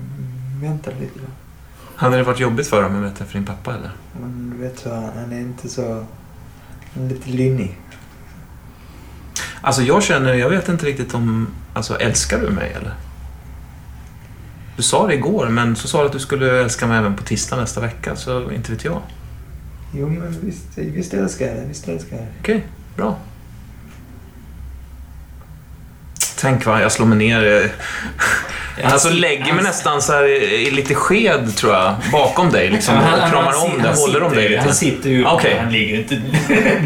Speaker 11: vänta lite då.
Speaker 5: Hade det varit jobbigt för dem att berätta för din pappa eller?
Speaker 11: Men du vet så, han är inte så... Han är lite lynnig.
Speaker 5: Alltså jag känner, jag vet inte riktigt om... Alltså älskar du mig eller? Du sa det igår, men så sa du att du skulle älska mig även på tisdag nästa vecka, så inte vet jag.
Speaker 11: Jo, men visst, visst älskar jag det. Visst älskar jag det.
Speaker 5: Okej, bra. Tänk vad jag slår mig ner. eh, Alltså lägger mig nästan så här i i lite sked tror jag, bakom dig liksom.
Speaker 1: Ja, han-
Speaker 5: Och
Speaker 1: han-
Speaker 5: kramar
Speaker 1: han
Speaker 5: om
Speaker 1: si-
Speaker 5: dig,
Speaker 1: han
Speaker 5: håller om
Speaker 1: sitter
Speaker 5: dig
Speaker 1: ju- Han
Speaker 5: lite.
Speaker 1: sitter ju upp.
Speaker 5: Okej.
Speaker 1: Han ligger ju inte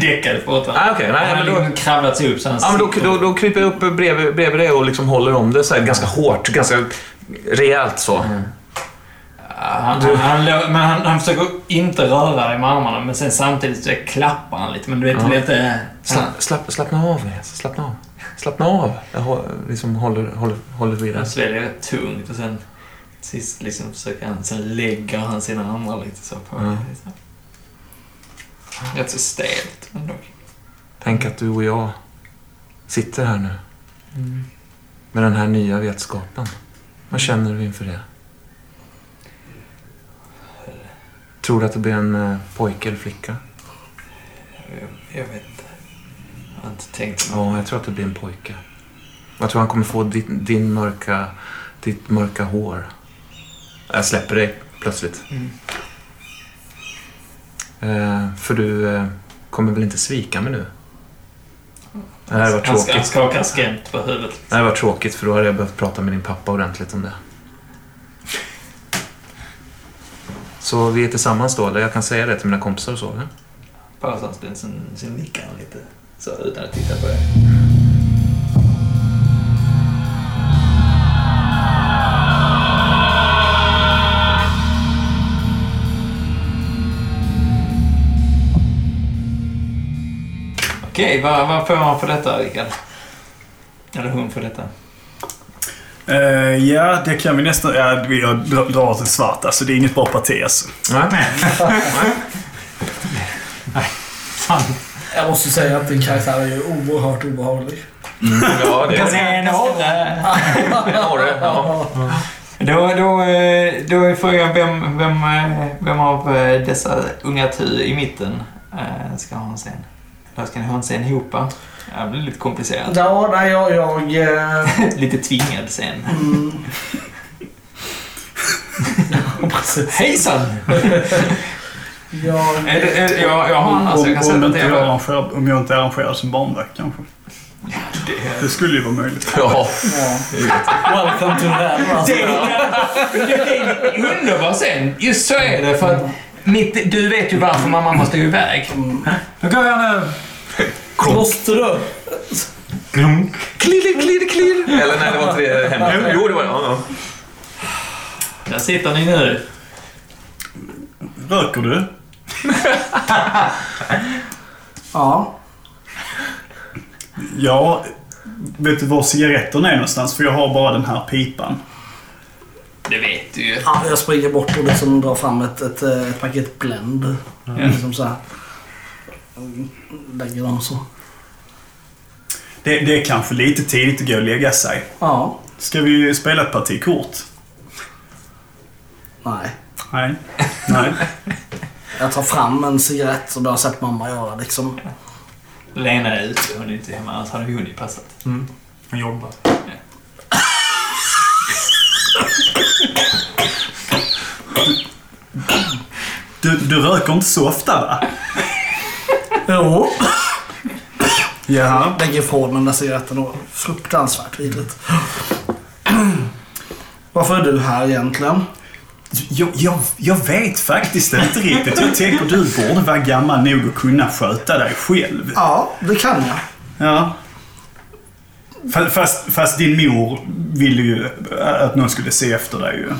Speaker 1: däckad fortfarande.
Speaker 5: Ah, okej. Nej,
Speaker 1: han
Speaker 5: men
Speaker 1: har
Speaker 5: då-
Speaker 1: liksom kravlat sig upp så han
Speaker 5: Ja, men då,
Speaker 1: sitter
Speaker 5: då, då kryper jag upp bredvid, bredvid dig och liksom håller om dig så här ganska hårt, ganska rejält så.
Speaker 1: Han, han, han, lå- men han, han försöker inte röra dig med armarna, men sen samtidigt så klappar han lite. Men du vet,
Speaker 5: Ja.
Speaker 1: lite...
Speaker 5: Slapp, slapp, slappna av, Elias. Slappna av. Slappna av. Jag hå- liksom håller, håller, håller vid
Speaker 1: Han
Speaker 5: det.
Speaker 1: sväljer rätt tungt och sen sist liksom försöker han... Sen lägger han sina armar lite så på
Speaker 5: Ja.
Speaker 1: dig. Så. Rätt så stelt, men dock.
Speaker 5: Tänk att du och jag sitter här nu. Med den här nya vetskapen. Vad känner du inför det? Tror du att det blir en eh, pojke eller flicka?
Speaker 1: Jag, jag vet inte. Jag har inte tänkt på
Speaker 5: Ja, jag tror att det blir en pojke. Jag tror han kommer få din, din mörka, ditt mörka hår. Jag släpper dig plötsligt. Eh, för du eh, kommer väl inte svika mig nu? Det här var
Speaker 1: Han, ska- han
Speaker 5: tråkigt.
Speaker 1: skakar skrämt på huvudet.
Speaker 5: Det här var tråkigt för då hade jag behövt prata med din pappa ordentligt om det. Så vi är tillsammans då, eller jag kan säga det till mina kompisar och så, eller?
Speaker 1: Pausar en stund, sen, sen nickar han lite. Så utan att titta på dig. Okej, vad, vad får han för detta, Rickard? Eller hon för detta?
Speaker 2: Eh, ja, det kan vi nästan... Ja, jag drar- drar till svart. Alltså, det är inget bra parti alltså.
Speaker 5: Nej.
Speaker 4: Jag måste säga att din karaktär är ju oerhört obehaglig.
Speaker 5: Mm. Ja, det är
Speaker 1: En orre!
Speaker 5: en orre. Ja.
Speaker 1: Då, då, eh, då är frågan vem, vem, eh, vem av eh, dessa unga tu i mitten eh, ska ha en scen? Eller ska ni ha en scen ihop? va? Ja, Det blir lite komplicerat.
Speaker 4: Ja, nej, jag... jag eh,
Speaker 1: Lite tvingad scen.
Speaker 4: mm, precis.
Speaker 1: Hejsan!
Speaker 4: Jag...
Speaker 1: Är det- är- Jag, jag har en annan så Alltså, jag kan
Speaker 2: om,
Speaker 1: sätta
Speaker 2: inte
Speaker 1: till
Speaker 2: jag
Speaker 1: er.
Speaker 2: arrangerar, om jag inte arrangerar som barnvakt kanske. Det skulle ju vara möjligt.
Speaker 5: Ja.
Speaker 4: Ja. Welcome to hell. Alltså.
Speaker 1: Det är en underbar scen! Just så är det. För att mitt, du vet ju varför mamma måste gå iväg.
Speaker 12: Då går jag nu.
Speaker 4: Måste du?
Speaker 5: Klirr, klirr, klirr. Eller nej, det var inte det hemma. Jo, det var det. Ja, ja.
Speaker 1: Där sitter ni nu.
Speaker 2: Röker du?
Speaker 4: Ja.
Speaker 2: Ja. Vet du var cigaretterna är någonstans? För jag har bara den här pipan.
Speaker 1: Det vet du ju.
Speaker 4: ja. Jag springer bort och liksom drar fram ett, ett, eh, ett paket Blend. Liksom så här. Mm, Lägger dem så.
Speaker 2: Det, det är kanske lite tidigt att gå och lägga sig.
Speaker 4: Ja.
Speaker 2: Ska vi spela ett parti kort?
Speaker 4: Nej.
Speaker 2: Nej. Nej.
Speaker 4: Jag tar fram en cigarett som jag har sett mamma göra liksom.
Speaker 1: Lena är ute. Hon är inte hemma. Annars hade hon ju passat.
Speaker 12: Han jobbar.
Speaker 2: Du, du röker inte så ofta va?
Speaker 4: Jo.
Speaker 2: Jaha.
Speaker 4: Lägger ifrån mig den där cigaretten och fruktansvärt vidrigt. Varför är du här egentligen?
Speaker 2: Jag, jag, jag vet faktiskt inte riktigt. Jag tänker du borde vara gammal nog att kunna sköta dig själv.
Speaker 4: Ja, det kan jag.
Speaker 2: Ja. Fa- Fast, fast din mor ville ju att någon skulle se efter dig ju.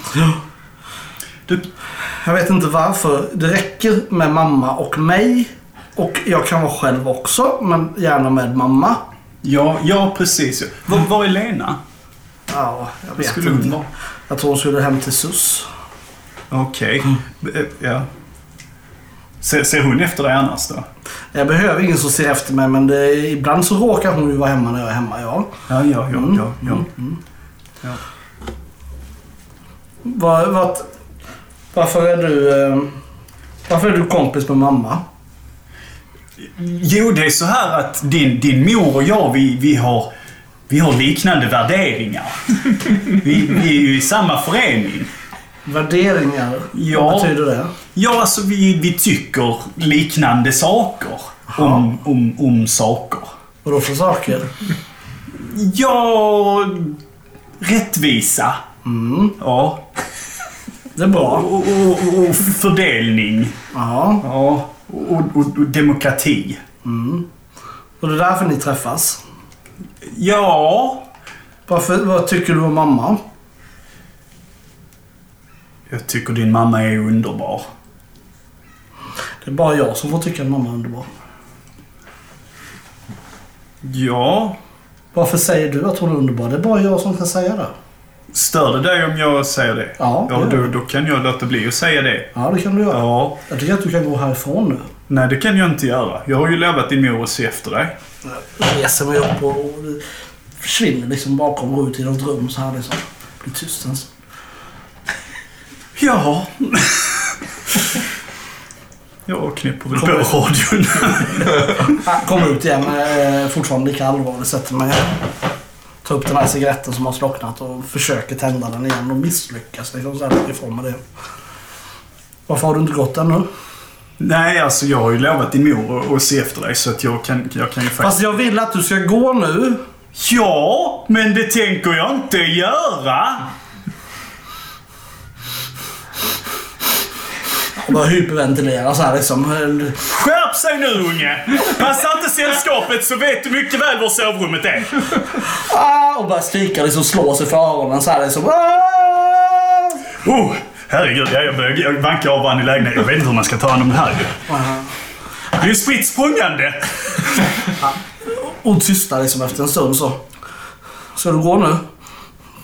Speaker 4: Jag vet inte varför. Det räcker med mamma och mig. Och jag kan vara själv också, men gärna med mamma.
Speaker 2: Ja, ja precis. ja. Var, var är Lena?
Speaker 4: Ja, jag
Speaker 2: Var
Speaker 4: vet
Speaker 2: skulle hon
Speaker 4: inte.
Speaker 2: vara?
Speaker 4: Jag tror hon skulle hem till SUS.
Speaker 2: Okej. Eh, Ja. Ser, ser hon efter dig annars då?
Speaker 4: Jag behöver ingen som ser efter mig, men det, ibland så råkar hon ju vara hemma när jag är hemma, ja.
Speaker 2: Ja, ja, ja, ja. ja.
Speaker 4: Var, vart, varför är du... eh, Varför är du kompis med mamma?
Speaker 2: Jo, det är så här att din, din mor och jag, vi, vi, har, vi har liknande värderingar. Vi, vi är ju i samma förening.
Speaker 4: Värderingar? Vad
Speaker 2: Ja,
Speaker 4: betyder det?
Speaker 2: ja alltså vi, vi tycker liknande saker om, om, om saker.
Speaker 4: Vadå för saker?
Speaker 2: Ja, rättvisa.
Speaker 4: Mm.
Speaker 2: Ja.
Speaker 4: Det är bra.
Speaker 2: Och, och, och fördelning.
Speaker 4: Ja.
Speaker 2: Ja. Och, och, och demokrati.
Speaker 4: Och det är därför ni träffas.
Speaker 2: Ja.
Speaker 4: Varför, vad tycker du om mamma?
Speaker 2: Jag tycker din mamma är underbar.
Speaker 4: Det är bara jag som får tycka att mamma är underbar.
Speaker 2: Ja.
Speaker 4: Varför säger du att hon är underbar? Det är bara jag som kan säga det.
Speaker 2: Stör det dig om jag säger det?
Speaker 4: Ja,
Speaker 2: ja
Speaker 4: det gör
Speaker 2: då, då kan jag låta bli att säga det.
Speaker 4: Ja, det kan du göra.
Speaker 2: Ja.
Speaker 4: Jag tycker att du kan gå härifrån nu.
Speaker 2: Nej, det kan jag inte göra. Jag har ju lovat din mor att se efter dig.
Speaker 4: Jag reser mig upp och och försvinner liksom bakom och går ut i något rum så här liksom. Blir tyst en stund.
Speaker 2: Ja. jag knäpper väl på radion.
Speaker 4: Ah, Kommer ut igen, eh, fortfarande lika allvarlig. Sätter mig. Tar upp den här cigaretten som har slocknat och försöker tända den igen och misslyckas liksom. Så här mycket ifrån med det. Varför har du inte gått ännu?
Speaker 2: Nej, alltså jag har ju lovat din mor att- att se efter dig så att jag kan, jag kan ju faktiskt...
Speaker 4: Fast jag vill att du ska gå nu.
Speaker 2: Ja, men det tänker jag inte göra.
Speaker 4: Och bara hyperventilera så här liksom.
Speaker 2: Skärp sig nu unge! Passa inte sällskapet så vet du mycket väl var sovrummet är.
Speaker 4: Ah, och bara skrika liksom slå sig för öronen så här liksom. Ah!
Speaker 2: Oh, herregud, ja, jag börjar jag bankar av varandra i lägenheten. Jag vet inte hur man ska ta hand om det här ju. Det är ju spritt språngande.
Speaker 4: Och tystnar liksom efter en stund så. Ska du gå nu?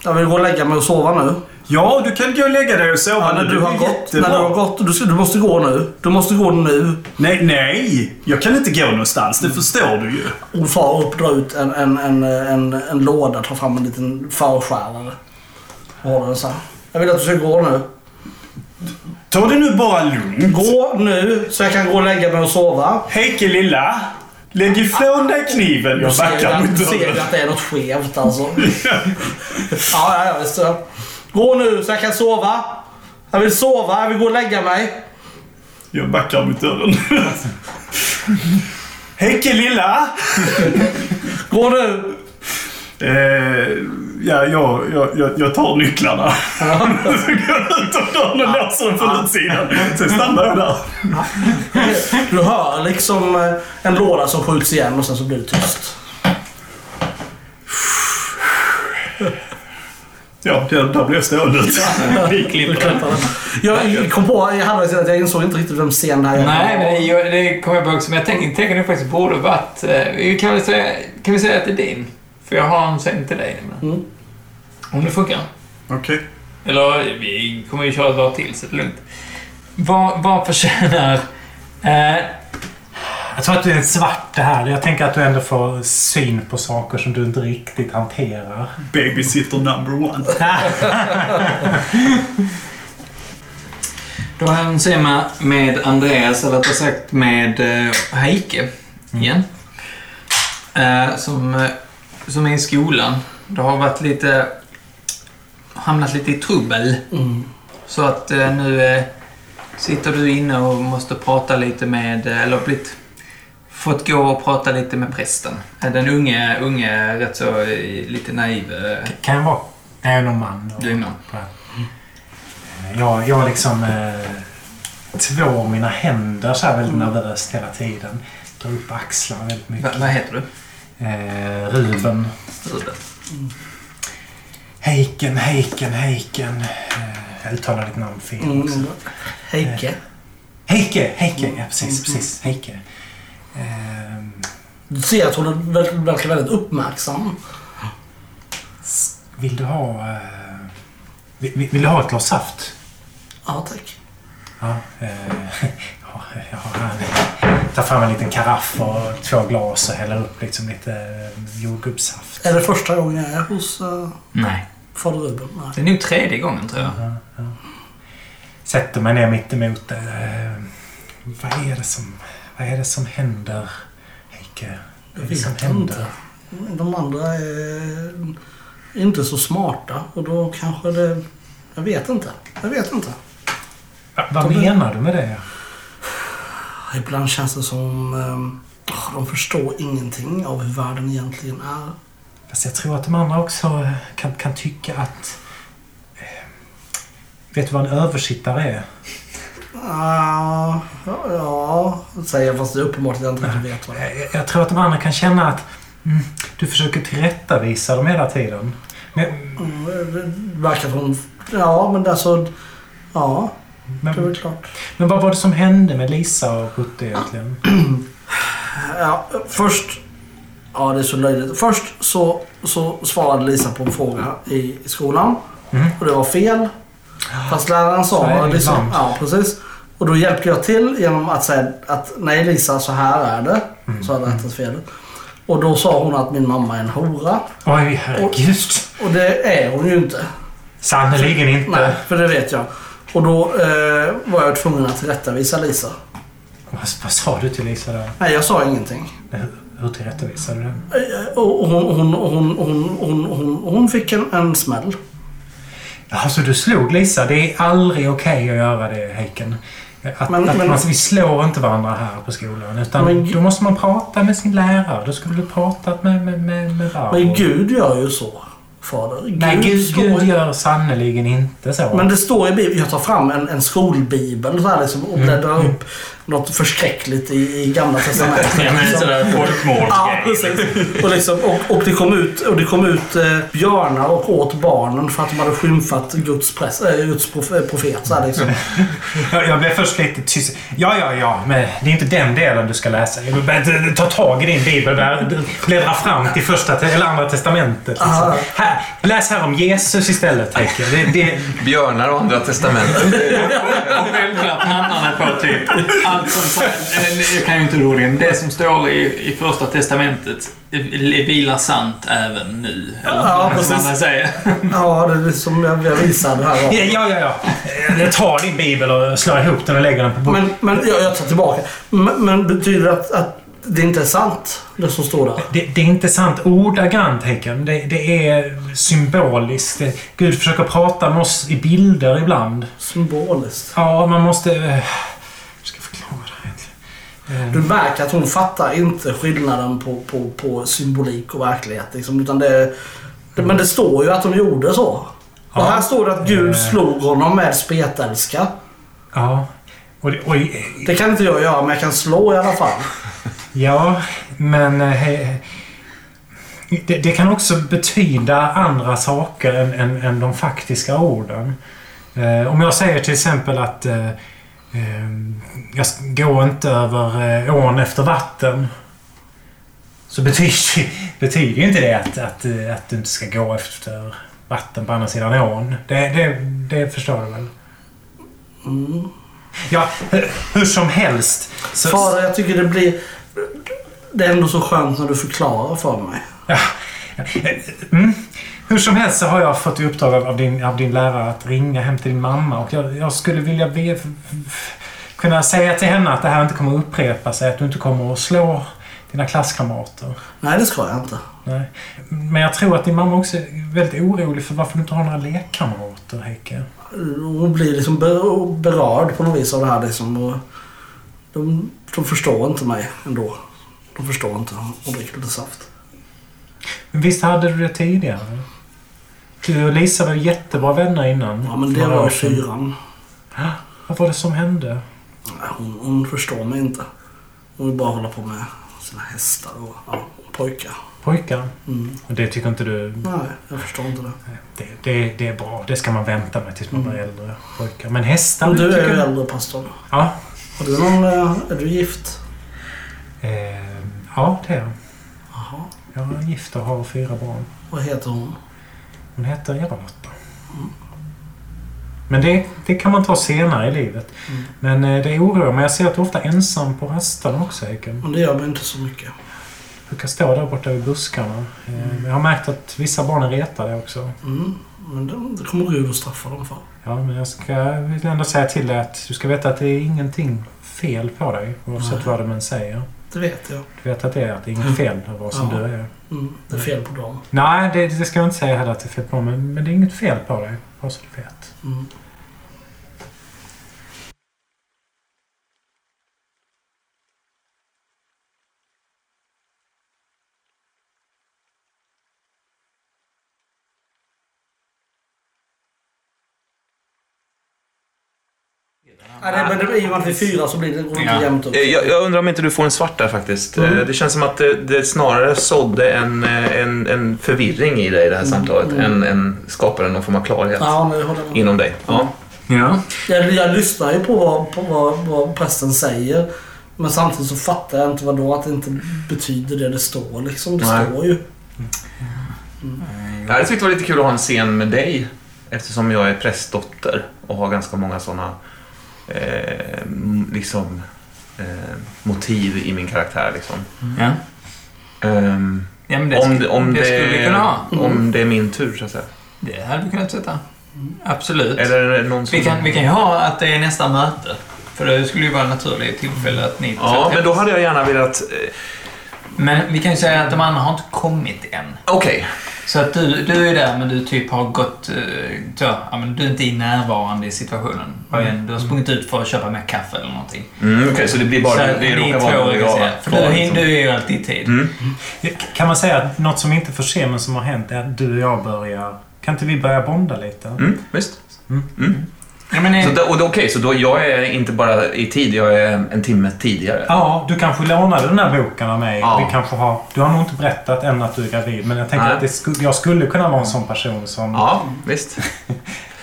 Speaker 4: Jag vill gå och lägga mig och sova nu.
Speaker 2: Ja, du kan gå och lägga dig och sova
Speaker 4: Ja, när
Speaker 2: nu.
Speaker 4: du
Speaker 2: Det
Speaker 4: har
Speaker 2: är
Speaker 4: gått. När
Speaker 2: jättebra.
Speaker 4: du har gått. Du, ska, du måste gå nu. Du måste gå nu.
Speaker 2: Nej, nej. Jag kan inte gå någonstans.
Speaker 4: Mm.
Speaker 2: Det förstår du ju.
Speaker 4: Och far upp, drar ut en, en, en, en, en låda, tar fram en liten förskärare. Och håller den så här. Jag vill att du ska gå nu.
Speaker 2: Ta det nu bara lugnt.
Speaker 4: Gå nu så jag kan gå och lägga mig och sova.
Speaker 2: Hejke lilla. Lägg ifrån dig kniven. Jag
Speaker 4: Du ser ju
Speaker 2: backar
Speaker 4: att-
Speaker 2: mot
Speaker 4: du ser ju
Speaker 2: dörren.
Speaker 4: att det är något skevt alltså. ja, ja, ja, visst. ja. Gå nu så jag kan sova. Jag vill sova, jag vill gå och lägga mig.
Speaker 2: Jag backar mot dörren. Hejke lilla.
Speaker 4: Gå nu.
Speaker 2: Eh, ja, jag, jag, jag, jag tar nycklarna. Så går jag ut av dörren och låser den från utsidan. Sen stannar jag där.
Speaker 4: Du hör liksom eh, en låda som skjuts igen och sen så blir det tyst.
Speaker 2: Ja, där, där blir jag stående ut.
Speaker 4: Du klappar den. Jag kom på i halvvägs att jag insåg inte riktigt vem scen det här är.
Speaker 7: Nej, men det, jag, det kommer jag ihåg som jag tänker tänker nog faktiskt borde varit... eh, vi Kan vi, säga, kan vi säga att det är din? För jag har en säng till dig nämligen.
Speaker 4: Mm.
Speaker 7: Om det funkar.
Speaker 2: Okej.
Speaker 7: Eller vi kommer ju köra ett varv till så det är lugnt. Vad, vad förtjänar... Eh,
Speaker 3: Jag tror att du är en svart det här. Jag tänker att du ändå får syn på saker som du inte riktigt hanterar.
Speaker 2: Babysitter number one.
Speaker 1: Då har jag en simma med Andreas, eller rättare sagt med eh, Heike
Speaker 5: Mm.
Speaker 1: igen. Eh, som, eh, som är i skolan. Det har varit lite... Hamnat lite i trubbel.
Speaker 5: Mm.
Speaker 1: Så att eh, nu eh, sitter du inne och måste prata lite med, eh, eller blivit, fått gå och prata lite med prästen. Eh, Den unge, unge rätt så eh, lite naiv. Eh,
Speaker 3: Kan jag vara? Nej, jag är någon man. då.
Speaker 1: du är man.
Speaker 3: Jag, jag liksom eh, tvår mina händer så här väldigt nervöst hela tiden. Drar upp axlar väldigt
Speaker 1: Mm. Va,
Speaker 3: mycket.
Speaker 1: vad heter du?
Speaker 3: Eh, Ruben.
Speaker 1: Ruben.
Speaker 3: Heiken, Heiken, Heiken. Eh, jag uttalar ditt namn fel
Speaker 4: Mm,
Speaker 3: också.
Speaker 4: mm. Heike.
Speaker 3: Heike, Heike. Ja,
Speaker 1: Mm,
Speaker 3: precis, precis. Heike. Ehm,
Speaker 4: Du ser att hon är väldigt, väldigt, väldigt uppmärksam.
Speaker 3: s- vill du ha... Eh, vill, vill vill du ha ett glas saft?
Speaker 4: Ja, tack.
Speaker 3: Ja, eh, ja, jag har här. Tar fram en liten karaff och två glas och häller upp liksom lite eh, jordgubbssaft.
Speaker 4: Är det första gången jag är hos... eh,
Speaker 1: Nej.
Speaker 4: Fader Ruben? Nej.
Speaker 1: Det är nog tredje gången tror jag.
Speaker 3: Sätter mig ner mittemot det. Eh, vad är det som... Vad är det som händer, Henke? Vad är det som
Speaker 4: vet
Speaker 3: händer?
Speaker 4: inte. De andra är inte så smarta och då kanske det... Jag vet inte. Jag vet inte.
Speaker 3: Va, vad menar du med det?
Speaker 4: Ibland känns det som... eh, ah, De förstår ingenting av hur världen egentligen är.
Speaker 3: Fast jag tror att de andra också eh, kan, kan tycka att... eh, Vet du vad en översittare är?
Speaker 4: Ah, ja, ja, säger jag fast det är uppenbart att jag inte riktigt vet vad det är.
Speaker 3: Eh, Jag, jag tror att de andra kan känna att mm, du försöker tillrättavisa dem hela tiden. Men,
Speaker 4: Mm, det Verkar från... Ja, men alltså... Ja, det är
Speaker 3: men,
Speaker 4: väl klart.
Speaker 3: men vad var det som hände med Lisa och Putte egentligen?
Speaker 4: Ja, först... Ja, det är så löjligt. Först så, så svarade Lisa på en fråga i, i skolan. Och det var fel. Fast läraren
Speaker 3: Mhm. Så
Speaker 4: sa...
Speaker 3: är det
Speaker 4: bara, liksom,
Speaker 3: ibland.
Speaker 4: ja, precis. Och då hjälpte jag till genom att säga att nej Lisa, så här är det.
Speaker 3: Mm.
Speaker 4: Så hade jag rättat fel. Och då sa hon att min mamma är en hora.
Speaker 3: Oj, herregud.
Speaker 4: Och det är hon ju inte.
Speaker 3: Sannerligen
Speaker 4: Nej,
Speaker 3: inte.
Speaker 4: för det vet jag. Och då eh, var jag tvungen att tillrättavisa Lisa.
Speaker 3: Vad, vad sa du till Lisa där?
Speaker 4: Nej, jag sa ingenting.
Speaker 3: Hur- Hur tillrättavisade du den?
Speaker 4: Och hon, hon, hon, hon, hon, hon, hon fick en, en smäll.
Speaker 3: Jaha, så du slog Lisa? Det är aldrig okej att göra det, Heiken. Att,
Speaker 4: Men-
Speaker 3: att
Speaker 4: men-
Speaker 3: man, vi slår inte varandra här på skolan. Utan
Speaker 4: Men-
Speaker 3: då måste man prata med sin lärare. Då skulle du pratat med, med, med, med Raoul.
Speaker 4: Men Gud gör ju så, fader. Gud
Speaker 3: Nej, Gud,
Speaker 4: står
Speaker 3: Gud
Speaker 4: ju-
Speaker 3: gör sannerligen inte så.
Speaker 4: Men det står i Bibeln, jag tar fram en, en skolbibel så här liksom,
Speaker 3: Mm.
Speaker 4: och bläddrar upp något förskräckligt i, i Gamla Testamentet.
Speaker 7: Ja, men det är
Speaker 4: liksom.
Speaker 7: sådär
Speaker 4: Ja,
Speaker 7: folkmordsgrej.
Speaker 4: precis. Och, liksom, och, och det kom ut, och det kom ut eh, björnar och åt barnen för att de hade skymfat Guds, press, eh, Guds prof, eh, profet. Så här, liksom.
Speaker 3: Jag, jag blev först lite tyst. Ja, ja, ja, men det är inte den delen du ska läsa. Jag vill bara t- Ta tag i din bibel där. Bläddra fram till första te- eller andra testamentet. Liksom.
Speaker 4: Ah.
Speaker 3: Här, läs här om Jesus istället, Heike. Det, det,
Speaker 5: Björnar och andra testamentet.
Speaker 7: Och självklart hamnar man på typ allt som... eh, Jag kan ju inte ro in. Det som står i, i första testamentet eh, vilar sant även nu. Eller
Speaker 4: Ja,
Speaker 7: vad
Speaker 4: precis.
Speaker 7: man säger.
Speaker 4: Ja, det är som jag, jag visade här.
Speaker 3: ja, ja, ja, ja. Jag tar din bibel och slår ihop den och lägger den på bordet.
Speaker 4: Men, men jag, jag tar tillbaka. Men, men betyder det att, att det inte är sant, det som står där?
Speaker 3: Det, det är inte sant ordagrant, Heiken. Det, det är symboliskt. Det, Gud försöker prata med oss i bilder ibland.
Speaker 4: Symboliskt.
Speaker 3: Ja, man måste... eh, Hur ska jag förklara det egentligen? Eh,
Speaker 4: Du märker att hon fattar inte skillnaden på, på, på symbolik och verklighet. Liksom, utan det, det, men det står ju att de gjorde så.
Speaker 3: Ja.
Speaker 4: Och här står det att Gud
Speaker 3: Eh.
Speaker 4: slog honom med spetälska.
Speaker 3: Ja. Och, det- och,
Speaker 4: Det kan inte jag göra, men jag kan slå i alla fall.
Speaker 3: ja, men... eh, he- Det, det kan också betyda andra saker än, än, än de faktiska orden. Eh, om jag säger till exempel att eh, eh, jag s- går inte över eh, ån efter vatten. Så betyder, betyder ju inte det att, att, eh, att du inte ska gå efter vatten på andra sidan ån. Det, det, det förstår du väl?
Speaker 4: Mm.
Speaker 3: Ja, hur, hur som helst. Så,
Speaker 4: Fader, jag tycker det blir... Det är ändå så skönt när du förklarar för mig.
Speaker 3: Ja. Mm. Hur som helst så har jag fått i uppdrag av- av din, av din lärare att ringa hem till din mamma och jag, jag skulle vilja be, kunna säga till henne att det här inte kommer att upprepa sig, att du inte kommer att slå dina klasskamrater.
Speaker 4: Nej, det ska jag inte.
Speaker 3: Nej. Men jag tror att din mamma också är väldigt orolig för varför du inte har några lekkamrater, Heike.
Speaker 4: Hon blir liksom ber- berörd på något vis av det här. Liksom. Och De, de förstår inte mig ändå. De förstår inte. Hon dricker lite saft.
Speaker 3: Men visst hade du det tidigare? Du och Lisa var ju jättebra vänner innan.
Speaker 4: Ja, men det
Speaker 3: Några år
Speaker 4: var
Speaker 3: sedan.
Speaker 4: syran.
Speaker 3: Vad var det som hände?
Speaker 4: Nej, Hon, hon förstår mig inte. Hon vill bara hålla på med sina hästar och ja, och pojkar.
Speaker 3: Pojkar?
Speaker 4: Mm.
Speaker 3: Och det tycker inte du
Speaker 4: Nej, jag förstår inte det.
Speaker 3: Det, det, det är bra. Det ska man vänta med tills man blir äldre. Pojkar. Men hästar...
Speaker 4: Men Mm. du är
Speaker 3: tycker
Speaker 4: ju
Speaker 3: jag-
Speaker 4: äldre pastorn.
Speaker 3: Ja.
Speaker 4: Har du någon... eh, Är du gift?
Speaker 3: Ehm, ja, det är jag.
Speaker 4: Jaha.
Speaker 3: Jag är gift och har fyra barn.
Speaker 4: Vad heter hon?
Speaker 3: Hon heter Eva-Lotta. Men det, det kan man ta senare i livet.
Speaker 4: Mm.
Speaker 3: Men eh, det oroar mig. Jag ser att du ofta är ensam på rasten också, Eken.
Speaker 4: Men det gör mig inte så mycket.
Speaker 3: brukar stå där borta i buskarna. Eh, Jag har märkt att vissa barn är retade också.
Speaker 4: Mm. Men det, det kommer du att straffa dem för.
Speaker 3: Ja, men jag ska jag vill ändå säga till dig att du ska veta att det är ingenting fel på dig. Oavsett vad de än säger.
Speaker 4: Det vet jag.
Speaker 3: Du vet att det är, att det är inget fel på vad som
Speaker 4: Ja.
Speaker 3: du är.
Speaker 4: Mm. Det är fel på dem.
Speaker 3: Nej, det, det ska jag inte säga heller att det är fel på. Men, men det är inget fel på dig. Vad så du vet.
Speaker 4: Mm. Ja, det, men det, I och med att vi är fyra så blir det, går det inte
Speaker 1: Ja.
Speaker 4: jämnt upp.
Speaker 5: Eh, Jag, jag undrar om inte du får en svart där faktiskt.
Speaker 1: Mm.
Speaker 5: Eh, Det känns som att det, det snarare sådde en, eh, en, en förvirring i dig i det
Speaker 1: Mm.
Speaker 5: här samtalet än, än skapade någon form av klarhet
Speaker 4: Ja, nu håller jag med.
Speaker 5: inom dig. Ja.
Speaker 1: Ja.
Speaker 4: Jag, jag lyssnar ju på, vad, på vad, vad prästen säger. Men samtidigt så fattar jag inte vad då att det inte betyder det det står liksom. Det
Speaker 5: Nej.
Speaker 4: står ju.
Speaker 1: Mm.
Speaker 5: Jag hade tyckt det var lite kul att ha en scen med dig eftersom jag är prästdotter och har ganska många sådana eh, m- liksom, eh, motiv i min karaktär. Liksom.
Speaker 1: Ja.
Speaker 5: Ehm,
Speaker 1: Mm. ja men det,
Speaker 5: om,
Speaker 1: sk-
Speaker 5: det- om,
Speaker 1: det skulle vi kunna ha. Mm.
Speaker 5: om det är min tur så att säga.
Speaker 1: Det hade vi kunnat sätta. Absolut.
Speaker 5: Eller någon som...
Speaker 1: Vi kan, vi kan ju ha att det är nästa möte. För det skulle ju vara ett naturligt tillfälle att ni
Speaker 5: Ja, men då
Speaker 1: har...
Speaker 5: hade jag gärna velat... eh,
Speaker 1: men vi kan ju säga att de andra har inte kommit än.
Speaker 5: Okej.
Speaker 1: Så att du, du är där men du typ har gått... eh, Så, ja, men du är inte närvarande i situationen. Vad än, Du har sprungit ut för att köpa mer kaffe eller någonting.
Speaker 5: Mm, Okej, så Mm. det blir bara...
Speaker 1: så
Speaker 5: Det, det råkar vara
Speaker 1: två,
Speaker 5: när
Speaker 1: kan jag
Speaker 5: jag
Speaker 1: säga. För du,
Speaker 5: var
Speaker 1: hin-
Speaker 5: liksom.
Speaker 1: du är ju alltid i tid.
Speaker 5: Mm.
Speaker 3: Kan man säga att något som inte får ske men som har hänt är att du och jag börjar... Kan inte vi börja bonda lite?
Speaker 5: Mm, visst. Mm.
Speaker 1: Ja, men, eh,
Speaker 5: Så då, och då, okej, så då jag är inte bara i tid, jag är en timme tidigare.
Speaker 3: Ja, du kanske lånade den här boken av mig.
Speaker 5: Ja.
Speaker 3: Vi kanske har, du har nog inte berättat än att du är gravid, men jag tänker
Speaker 5: Nej.
Speaker 3: att det sku, jag skulle kunna vara en sån person som...
Speaker 5: Ja, visst.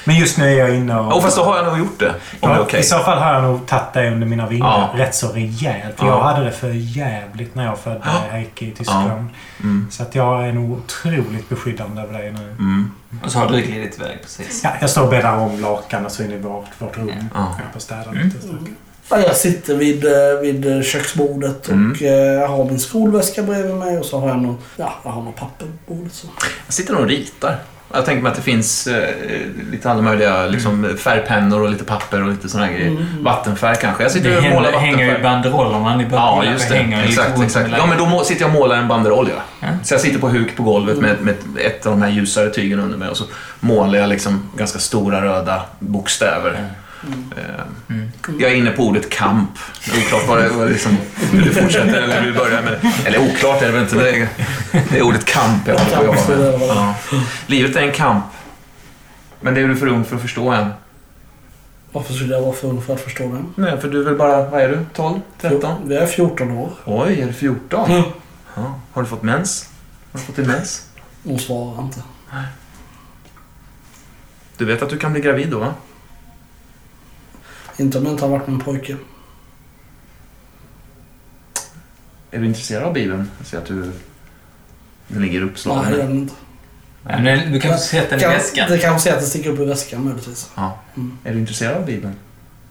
Speaker 3: Men just nu är jag inne och...
Speaker 5: Och fast då har jag nog gjort det. Om det är
Speaker 3: Ja,
Speaker 5: okej.
Speaker 3: I så fall har jag nog tagit dig under mina vingar
Speaker 5: Ja.
Speaker 3: rätt så rejält. För
Speaker 5: Ja.
Speaker 3: Jag hade det för jävligt när jag födde
Speaker 5: Ja.
Speaker 3: Eike i Tyskland.
Speaker 5: Mm.
Speaker 3: Så att jag är nog otroligt beskyddande över dig nu.
Speaker 5: Mm.
Speaker 1: Och så har du glidit iväg precis.
Speaker 3: Ja, jag står och bäddar om lakan och så in i vårt, vårt rum.
Speaker 5: Ja.
Speaker 3: Jag får städa lite strax.
Speaker 4: Ja, Jag sitter vid, eh, vid eh, köksbordet och
Speaker 5: Mm.
Speaker 4: eh, jag har min skolväska bredvid mig och så har jag någon, ja, jag har någon papper på bordet. Så.
Speaker 5: Jag sitter nog och ritar. Jag tänker mig att det finns eh, lite alla möjliga liksom,
Speaker 1: Mm.
Speaker 5: färgpennor och lite papper och lite sådana här grejer.
Speaker 4: Mm.
Speaker 5: Vattenfärg kanske. Jag sitter
Speaker 1: Det
Speaker 5: och målar
Speaker 1: hänger,
Speaker 5: vattenfärg.
Speaker 1: hänger ju banderollerna. Ni börjar
Speaker 5: Ja,
Speaker 1: kolla
Speaker 5: just
Speaker 1: på
Speaker 5: det.
Speaker 1: hänger ju lite
Speaker 5: Exakt,
Speaker 1: runt
Speaker 5: exakt.
Speaker 1: mellan-
Speaker 5: Ja, men då må- sitter jag och målar en banderoll. Ja.
Speaker 1: Ja.
Speaker 5: Så jag sitter på huk på golvet med, med ett av de här ljusare tygen under mig och så målar jag liksom ganska stora röda bokstäver. Eh,
Speaker 1: Mm.
Speaker 5: Jag är inne på ordet kamp. Oklart vad det vad liksom, hur det fortsätter eller hur det börjar. Men, eller oklart är det väl inte. Det är, det är ordet kamp jag håller på att jobba med. Ja. Livet är en kamp. Men det är du för ung för att förstå än.
Speaker 4: Varför skulle jag vara för ung för att förstå det?
Speaker 5: Nej, för du är väl bara, vad är du? 12? 13?
Speaker 4: Vi är 14 år.
Speaker 5: Oj, är du 14?
Speaker 4: Mm.
Speaker 5: Ja. Har du fått mens? Har du fått din mens?
Speaker 4: Hon svarar inte.
Speaker 5: Du vet att du kan bli gravid då, va?
Speaker 4: Inte om jag inte har varit med en pojke.
Speaker 5: Är du intresserad av Bibeln? Jag ser att du... Den ligger
Speaker 4: Nej, det är
Speaker 5: uppslagen.
Speaker 4: den inte.
Speaker 1: Ja, men du kan sätta den i
Speaker 4: Kan-
Speaker 1: väskan.
Speaker 4: Det kanske är att det sticker upp i väskan möjligtvis.
Speaker 5: Ja.
Speaker 4: Mm.
Speaker 5: Är du intresserad av Bibeln?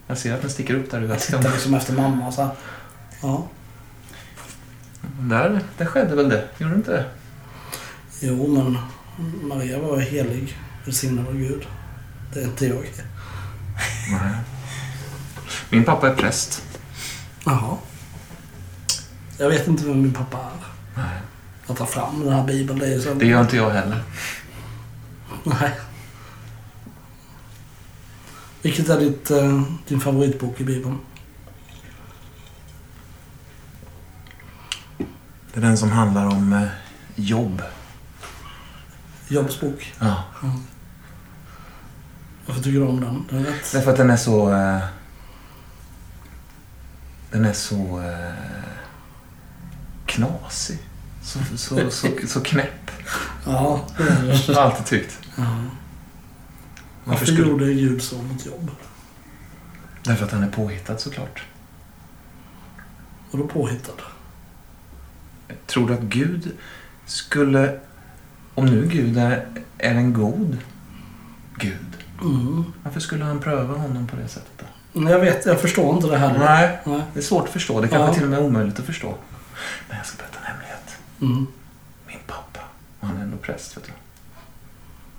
Speaker 5: Jag ser att den sticker upp där i
Speaker 4: Jag
Speaker 5: väskan.
Speaker 1: Mm.
Speaker 4: tittar liksom efter mamma så här. Ja.
Speaker 5: Där, där skedde väl det? Gjorde det inte det?
Speaker 4: Jo, men Maria var ju helig. Välsignad av Gud. Det är inte jag.
Speaker 5: Nej. Min pappa är präst.
Speaker 4: Jaha. Jag vet inte vem min pappa är. Att ta fram den här bibeln, det är ju så...
Speaker 5: Det gör inte jag heller.
Speaker 4: Nej. Vilket är ditt, eh, din favoritbok i bibeln?
Speaker 5: Det är den som handlar om eh, jobb.
Speaker 4: Jobs bok.
Speaker 5: Ja.
Speaker 4: Varför tycker du om den? Den är rätt.
Speaker 5: Därför att den är så... eh, Den är så... eh, knasig. Så, så, så, så knäpp.
Speaker 4: Ja, det är den.
Speaker 5: Jag har alltid tyckt.
Speaker 4: Ja.
Speaker 5: Varför
Speaker 4: Varför
Speaker 5: skulle...
Speaker 4: gjorde Gud så mot jobb?
Speaker 5: Därför att han är påhittad såklart.
Speaker 4: Och då påhittad?
Speaker 5: Tror du att Gud skulle... Om nu Gud är, är en god Gud.
Speaker 4: Mm.
Speaker 5: Varför skulle han pröva honom på det sättet? Då?
Speaker 4: Men Jag vet, jag förstår inte det här.
Speaker 5: Nej,
Speaker 4: Nej.
Speaker 5: det är svårt att förstå. Det kanske
Speaker 4: Ja.
Speaker 5: till och med är omöjligt att förstå. Men jag ska berätta en hemlighet.
Speaker 4: Mm.
Speaker 5: Min pappa, och han är ändå präst, vet du.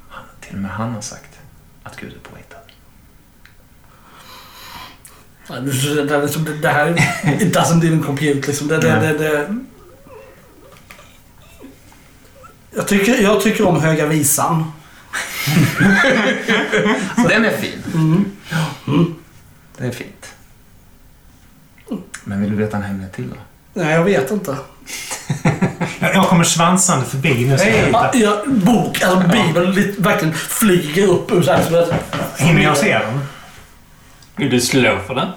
Speaker 5: Han, till och med han har sagt att Gud är påhittad.
Speaker 4: Ja, Det, det, det, det, det här är- it doesn't even compute liksom. Det, det, det, det. Jag, tycker, jag tycker om Höga Visan.
Speaker 5: Den är fin.
Speaker 4: Mm.
Speaker 5: Det är fint. Men vill du veta en hemlighet till då?
Speaker 4: Nej, jag vet inte.
Speaker 3: Jag jag kommer svansande förbi nu. Ska jag
Speaker 4: Ja,
Speaker 3: hitta.
Speaker 4: ja, bok, alltså bibeln, lite- verkligen flyger upp ur så här. Så det,
Speaker 3: Hinner jag se den?
Speaker 7: Vill du slå för den?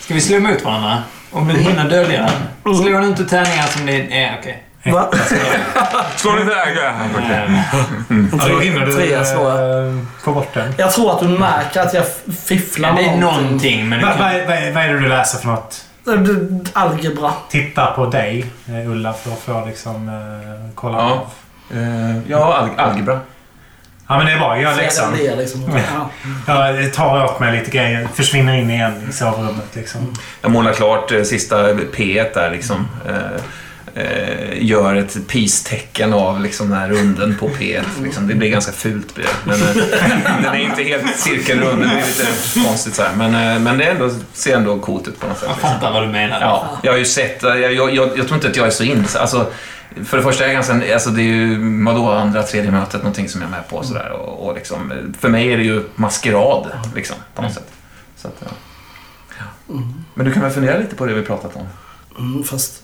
Speaker 7: Ska vi slå mot varandra? Om du hinner dölja den. Slår du inte tärningar som ni... Nej, okej.
Speaker 4: va?
Speaker 5: Slå inte ägare!
Speaker 3: Ja, då hinner du
Speaker 4: Trea slår jag.
Speaker 3: eh, få bort den.
Speaker 4: Jag tror att du märker att jag fifflar
Speaker 7: Ja, det är
Speaker 4: med
Speaker 7: någonting, men du
Speaker 3: Vad
Speaker 7: kan...
Speaker 3: vad- vad är vad är det du läser för något?
Speaker 4: någonting. Algebra.
Speaker 3: Titta på dig, eh, Ulla, för att få liksom eh, kolla
Speaker 5: Ja.
Speaker 3: av.
Speaker 5: Ja, alg- algebra.
Speaker 3: Ja, men det är bra. Jag gör läxan.
Speaker 4: Fjärran del, liksom. Ja.
Speaker 3: Jag tar åt mig lite grejer. Försvinner in igen i sovrummet
Speaker 7: Mm.
Speaker 3: liksom.
Speaker 5: Jag målar klart eh, sista P1 där liksom. Eh, eh, gör ett peace-tecken av liksom den här runden på P1. Liksom. Det blir ganska fult blir det. Men eh, den är inte helt cirkelrund. Det blir lite konstigt så här. Men, eh, men det är ändå, ser ändå coolt ut på något sätt.
Speaker 7: Jag
Speaker 5: liksom.
Speaker 7: fattar vad du menar.
Speaker 5: Ja, jag har ju sett. eh, Jag, jag, jag, jag tror inte att jag är så insatt. Alltså, för det första är jag ganska... Alltså det är ju vadå, andra, tredje mötet, någonting som jag är med på. Sådär, och, och liksom, för mig är det ju maskerad, liksom, på
Speaker 7: Mm.
Speaker 5: något sätt. Så att, ja. Ja. Men du kan väl fundera lite på det vi pratat om?
Speaker 4: Mm, fast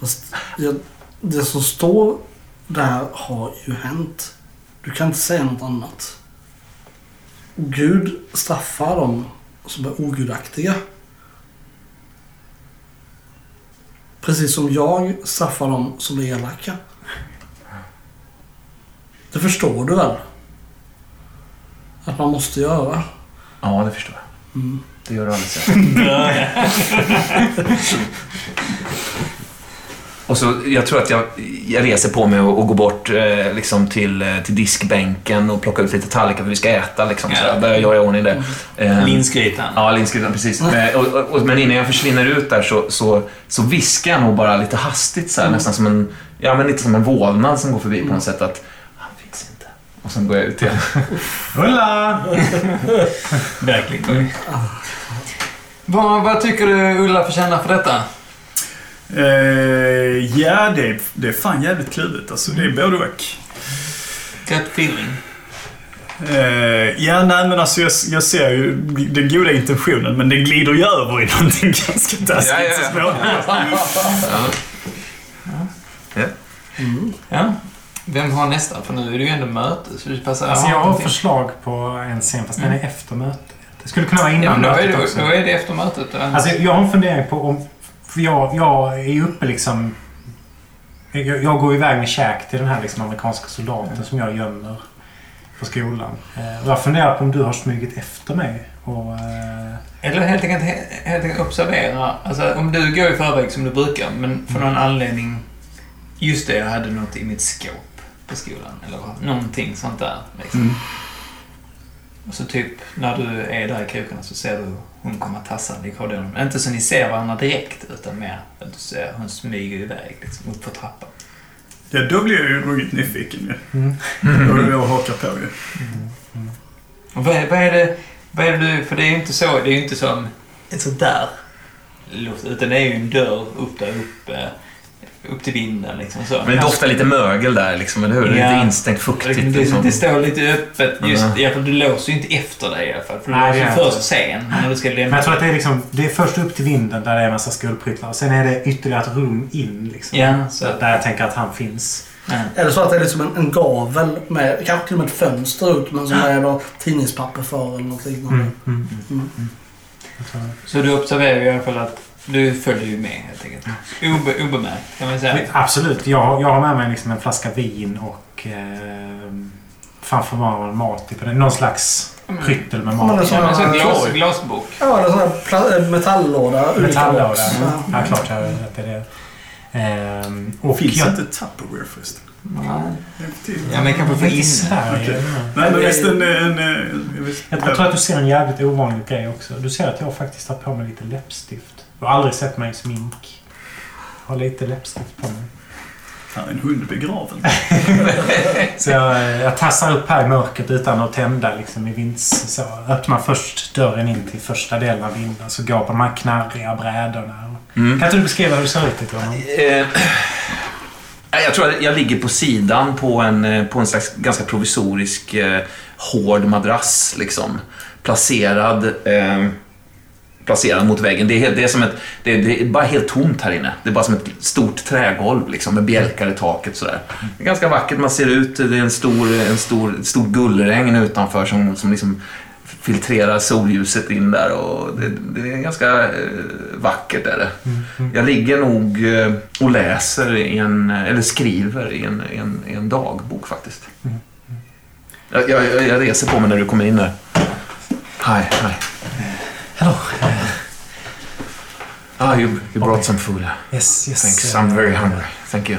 Speaker 4: fast jag, det som står där har ju hänt. Du kan inte säga något annat. Gud straffar dem som är ogudaktiga. Precis som jag straffar dem som är elaka. Det förstår du väl? Att man måste göra.
Speaker 5: Ja, det förstår jag. Det gör du alldeles rätt. Och så, jag tror att jag, jag reser på mig och, och går bort eh, liksom till, eh, till diskbänken och plockar ut lite tallrikar för vi ska äta. Liksom, så jag börjar göra i ordning det. Eh,
Speaker 7: Linsgrytan.
Speaker 5: Ja, Linsgrytan, Mm. precis. Men, och, och, och, men innan jag försvinner ut där så, så, så viskar jag nog bara lite hastigt så här, nästan som en, ja men lite som en vålnad som går förbi på något sätt att han finns inte. Och sen går jag ut igen.
Speaker 3: Ulla!
Speaker 7: Verkligen. Vad, vad tycker du Ulla förtjänar för detta?
Speaker 2: Eh, ja, det är, det är fan jävligt kluvet. Alltså, det är både och.
Speaker 7: Rätt feeling.
Speaker 2: Eh, ja, nej men alltså jag, jag ser ju den goda intentionen men den glider ju över i någonting ganska taskigt
Speaker 5: Ja, ja, ja.
Speaker 2: så småningom.
Speaker 7: Ja. Vem har nästa? För nu är det ju ändå möte, så det passar.
Speaker 3: Alltså, jag har
Speaker 7: någonting.
Speaker 3: förslag på en scen, fast den är efter mötet. Det skulle kunna vara
Speaker 7: Ja,
Speaker 3: innan
Speaker 7: men då är
Speaker 3: mötet
Speaker 7: det,
Speaker 3: också.
Speaker 7: då är det efter mötet. då.
Speaker 3: Alltså, jag har en fundering på om... För jag, jag är ju uppe liksom... Jag, jag går iväg med käk till den här liksom, amerikanska soldaten som jag gömmer på skolan. Eh, och jag funderar på om du har smugit efter mig. Och, eh,
Speaker 7: Eller helt enkelt, helt enkelt observera. Alltså, om du går i förväg som du brukar, men för någon anledning... Just det, jag hade något i mitt skåp på skolan. Eller vad- någonting sånt där. Liksom. Och så typ, när du är där i krokarna så ser du hon komma tassande i korridoren. Inte så ni ser varandra direkt, utan mer att du ser hon smyger iväg liksom, upp för trappan.
Speaker 2: Ja, då blir jag ju ruggigt nyfiken ju.
Speaker 3: Mm.
Speaker 2: Och jag hakar på ju.
Speaker 7: Och vad, är- vad, är det, vad är det du... För det är ju inte så, det är ju inte som en sån där luft, utan det är ju en dörr upp där uppe. Upp till vinden liksom så.
Speaker 5: Men det doftar lite mögel där liksom, eller hur? Det är
Speaker 7: Ja.
Speaker 5: Lite instängt, fuktigt
Speaker 7: Det,
Speaker 5: liksom.
Speaker 7: det, det står lite öppet just,
Speaker 5: Mm.
Speaker 7: ja, för du låser ju inte efter dig i alla fall. För du
Speaker 3: Nej,
Speaker 7: låser
Speaker 3: det
Speaker 7: ju
Speaker 3: gör jag
Speaker 7: först
Speaker 3: inte.
Speaker 7: sen när du ska
Speaker 3: men
Speaker 7: lämna.
Speaker 3: jag tror att det är, liksom, det är först upp till vinden där det är en massa skolpryttlar. Och sen är det ytterligare ett rum in. Liksom,
Speaker 7: Ja, så att...
Speaker 3: Där jag tänker att han finns.
Speaker 7: Ja.
Speaker 4: Eller så att det är liksom en, en gavel med kanske till och med ett fönster ut men som är då tidningspapper för eller något
Speaker 3: Mm.
Speaker 4: liknande.
Speaker 7: Så du observerar ju i alla fall att du följer ju med helt enkelt. Obe, obemärkt kan man säga.
Speaker 3: Men Absolut. Jag, har- jag har med mig liksom en flaska vin och eh, framför mig mat. Typ. Någon slags pryttel med
Speaker 4: Ja, men
Speaker 3: mat.
Speaker 4: det är
Speaker 1: alltså,
Speaker 7: Ja, men så en glas,
Speaker 4: sån-
Speaker 7: glasbok.
Speaker 4: Ja, eller sån här pla- eh, metalllåda.
Speaker 3: Metalllåda.
Speaker 4: Ja.
Speaker 3: Ja, klart jag att det är det. Ehm, och
Speaker 2: Finns
Speaker 3: jag,
Speaker 2: inte Tupperware förresten?
Speaker 7: Ja, men kanske för
Speaker 3: i
Speaker 7: in.
Speaker 3: Sverige. jag vet inte.
Speaker 2: Nej, men visst en... en, en visst,
Speaker 3: Jag tror att du ser en jävligt ovanlig grej också. Du ser att jag faktiskt har på mig lite läppstift. Du har aldrig sett mig i smink. Jag har lite läppstift på mig.
Speaker 2: Här är en hund begraven.
Speaker 3: Så jag, jag tassar upp här i mörkret utan att tända liksom i vinds... Så öppnar först dörren in till första delen av vinden. Så går på de här knarriga brädorna. Kan inte du beskriva hur det ser ut? lite, Johan?
Speaker 5: Eh, jag tror att jag ligger på sidan på en, eh, på en slags ganska provisorisk eh, hård madrass. Liksom. Placerad, eh, placerad mot väggen. Det är, helt, det, är som ett, det, är, det är bara helt tomt här inne. Det är bara som ett stort trägolv liksom, med bjälkar i taket. Sådär. Det är ganska vackert. Man ser ut, det är en stor, en stor, ett stort gullregn utanför som, som liksom filtrerar solljuset in där och det, det är ganska eh, vackert. Är det.
Speaker 3: Mm,
Speaker 5: Jag ligger nog eh, och läser i en, eh, eller skriver i en, i en, i en dagbok faktiskt. Jag, jag, jag- jag reser på mig när du kommer in där. Hi, hi.
Speaker 3: Hello.
Speaker 5: Ah, you, you brought some food.
Speaker 3: Yes, yes.
Speaker 5: Thanks, I'm very hungry. Thank you.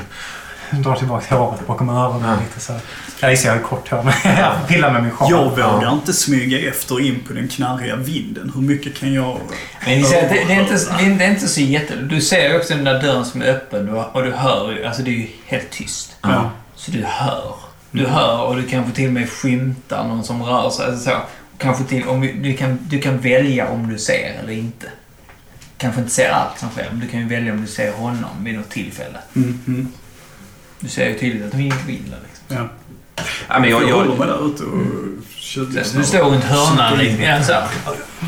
Speaker 3: Jag drar tillbaka håret bakom öronen lite så. Jag gissar jag har kort hår, men jag pillar med min sjal.
Speaker 2: Jag vågar inte smyga efter in på den knarriga vinden. Hur mycket kan jag...
Speaker 7: Men det, det, det, är inte, det, är, det är inte så jätte... Du ser ju också den där dörren som är öppen och, och du hör ju... Alltså det är ju helt tyst.
Speaker 2: Ja.
Speaker 7: Så du hör. Du hör och du kanske till och med skymtar någon som rör sig. Alltså så. Kanske till, om du, du, kan, du kan välja om du ser eller inte. Kanske inte ser allt som sker, men du kan ju välja om du ser honom vid något tillfälle.
Speaker 2: Mhm.
Speaker 7: Du ser ju tydligt att de inte vill det. Liksom.
Speaker 2: Ja.
Speaker 5: Ah, men
Speaker 2: Jag,
Speaker 5: jag,
Speaker 2: håller
Speaker 5: jag,
Speaker 2: mig där ute och tjuter.
Speaker 7: Så Du står runt hörnan. Liksom. Ja, så. här.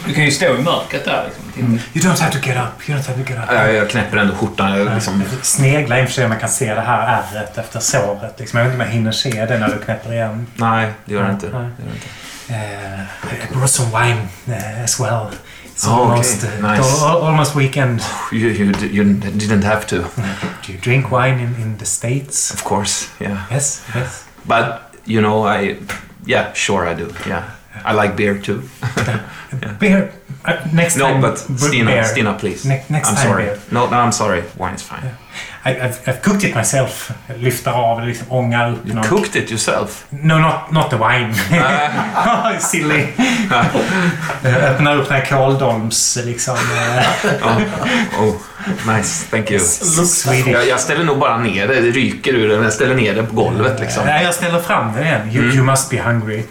Speaker 7: Du kan ju stå i mörkret där. Liksom, och titta.
Speaker 5: Mm.
Speaker 3: You don't have to get up. You don't have to get up.
Speaker 5: jag, jag knäpper ändå skjortan. Jag, liksom,
Speaker 3: Snegla i och för sig om jag kan se det här ärret efter såret. Liksom. Jag vet inte om jag hinner se det när du knäpper igen.
Speaker 5: nej, det gör jag inte.
Speaker 3: Nej.
Speaker 5: Det gör jag inte.
Speaker 3: Ah, Uh, I brought some wine eh, as well. It's
Speaker 5: Oh, okay.
Speaker 3: almost, eh,
Speaker 5: Nice.
Speaker 3: it's al- almost weekend.
Speaker 5: You, you, you didn't have to,
Speaker 3: Do you drink wine in, in the States?
Speaker 5: of course. Yeah.
Speaker 3: Yes, yes.
Speaker 5: But, you know, I... Yeah, sure I do. Yeah. I like beer too.
Speaker 3: Beer. Uh, next
Speaker 5: No,
Speaker 3: time.
Speaker 5: but
Speaker 3: b-
Speaker 5: Stina,
Speaker 3: beer.
Speaker 5: Stina, please.
Speaker 3: Ne- next
Speaker 5: I'm
Speaker 3: time
Speaker 5: sorry.
Speaker 3: beer.
Speaker 5: No, no, I'm sorry. Wine is fine.
Speaker 3: I, I've, I've cooked it myself. Jag Lyfter av, liksom ångar upp
Speaker 5: You
Speaker 3: någon.
Speaker 5: cooked it yourself.
Speaker 3: No, not, not the wine.
Speaker 5: Ah.
Speaker 3: Oh, Silly. Eh, Öppnar upp den här Kåldolms liksom. eh,
Speaker 5: Oh, nice. Thank you.
Speaker 3: Swedish.
Speaker 5: Jag, jag ställer nog bara ner det. Det ryker ur den. Jag ställer ner det på golvet liksom. Mm.
Speaker 3: Nej, jag ställer fram den igen. You, you must be hungry.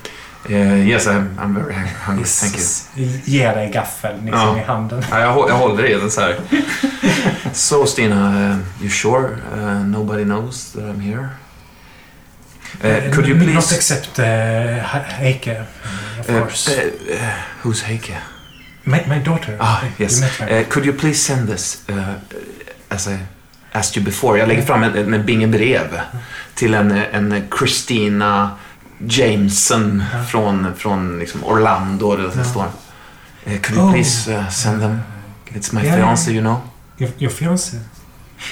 Speaker 5: Eh, yes, I'm, I'm very hungry. Thank you.
Speaker 3: Ge dig gaffeln liksom,
Speaker 5: Ja.
Speaker 3: i handen.
Speaker 5: Ja, jag, hå- jag håller i den så här. So Stina, uh, you sure uh, nobody knows that I'm here? Uh, could you
Speaker 3: Eh, Not
Speaker 5: please...
Speaker 3: accept uh, Ha- Heike, of
Speaker 5: Uh,
Speaker 3: course.
Speaker 5: uh, uh, who's Heike?
Speaker 3: my, my daughter.
Speaker 5: Ah,
Speaker 3: You
Speaker 5: yes.
Speaker 3: met her.
Speaker 5: Eh, could you please send this eh, as I asked you before? Jag lägger fram en, en, en binge brev till en, en Christina Jameson
Speaker 3: Ja.
Speaker 5: från, från liksom Orlando. Eller så
Speaker 3: Ja.
Speaker 5: står. Eh, could you
Speaker 3: Oh.
Speaker 5: please eh, send them? It's my
Speaker 3: Ja, ja,
Speaker 5: fiancé, you know.
Speaker 3: Your, your fiance?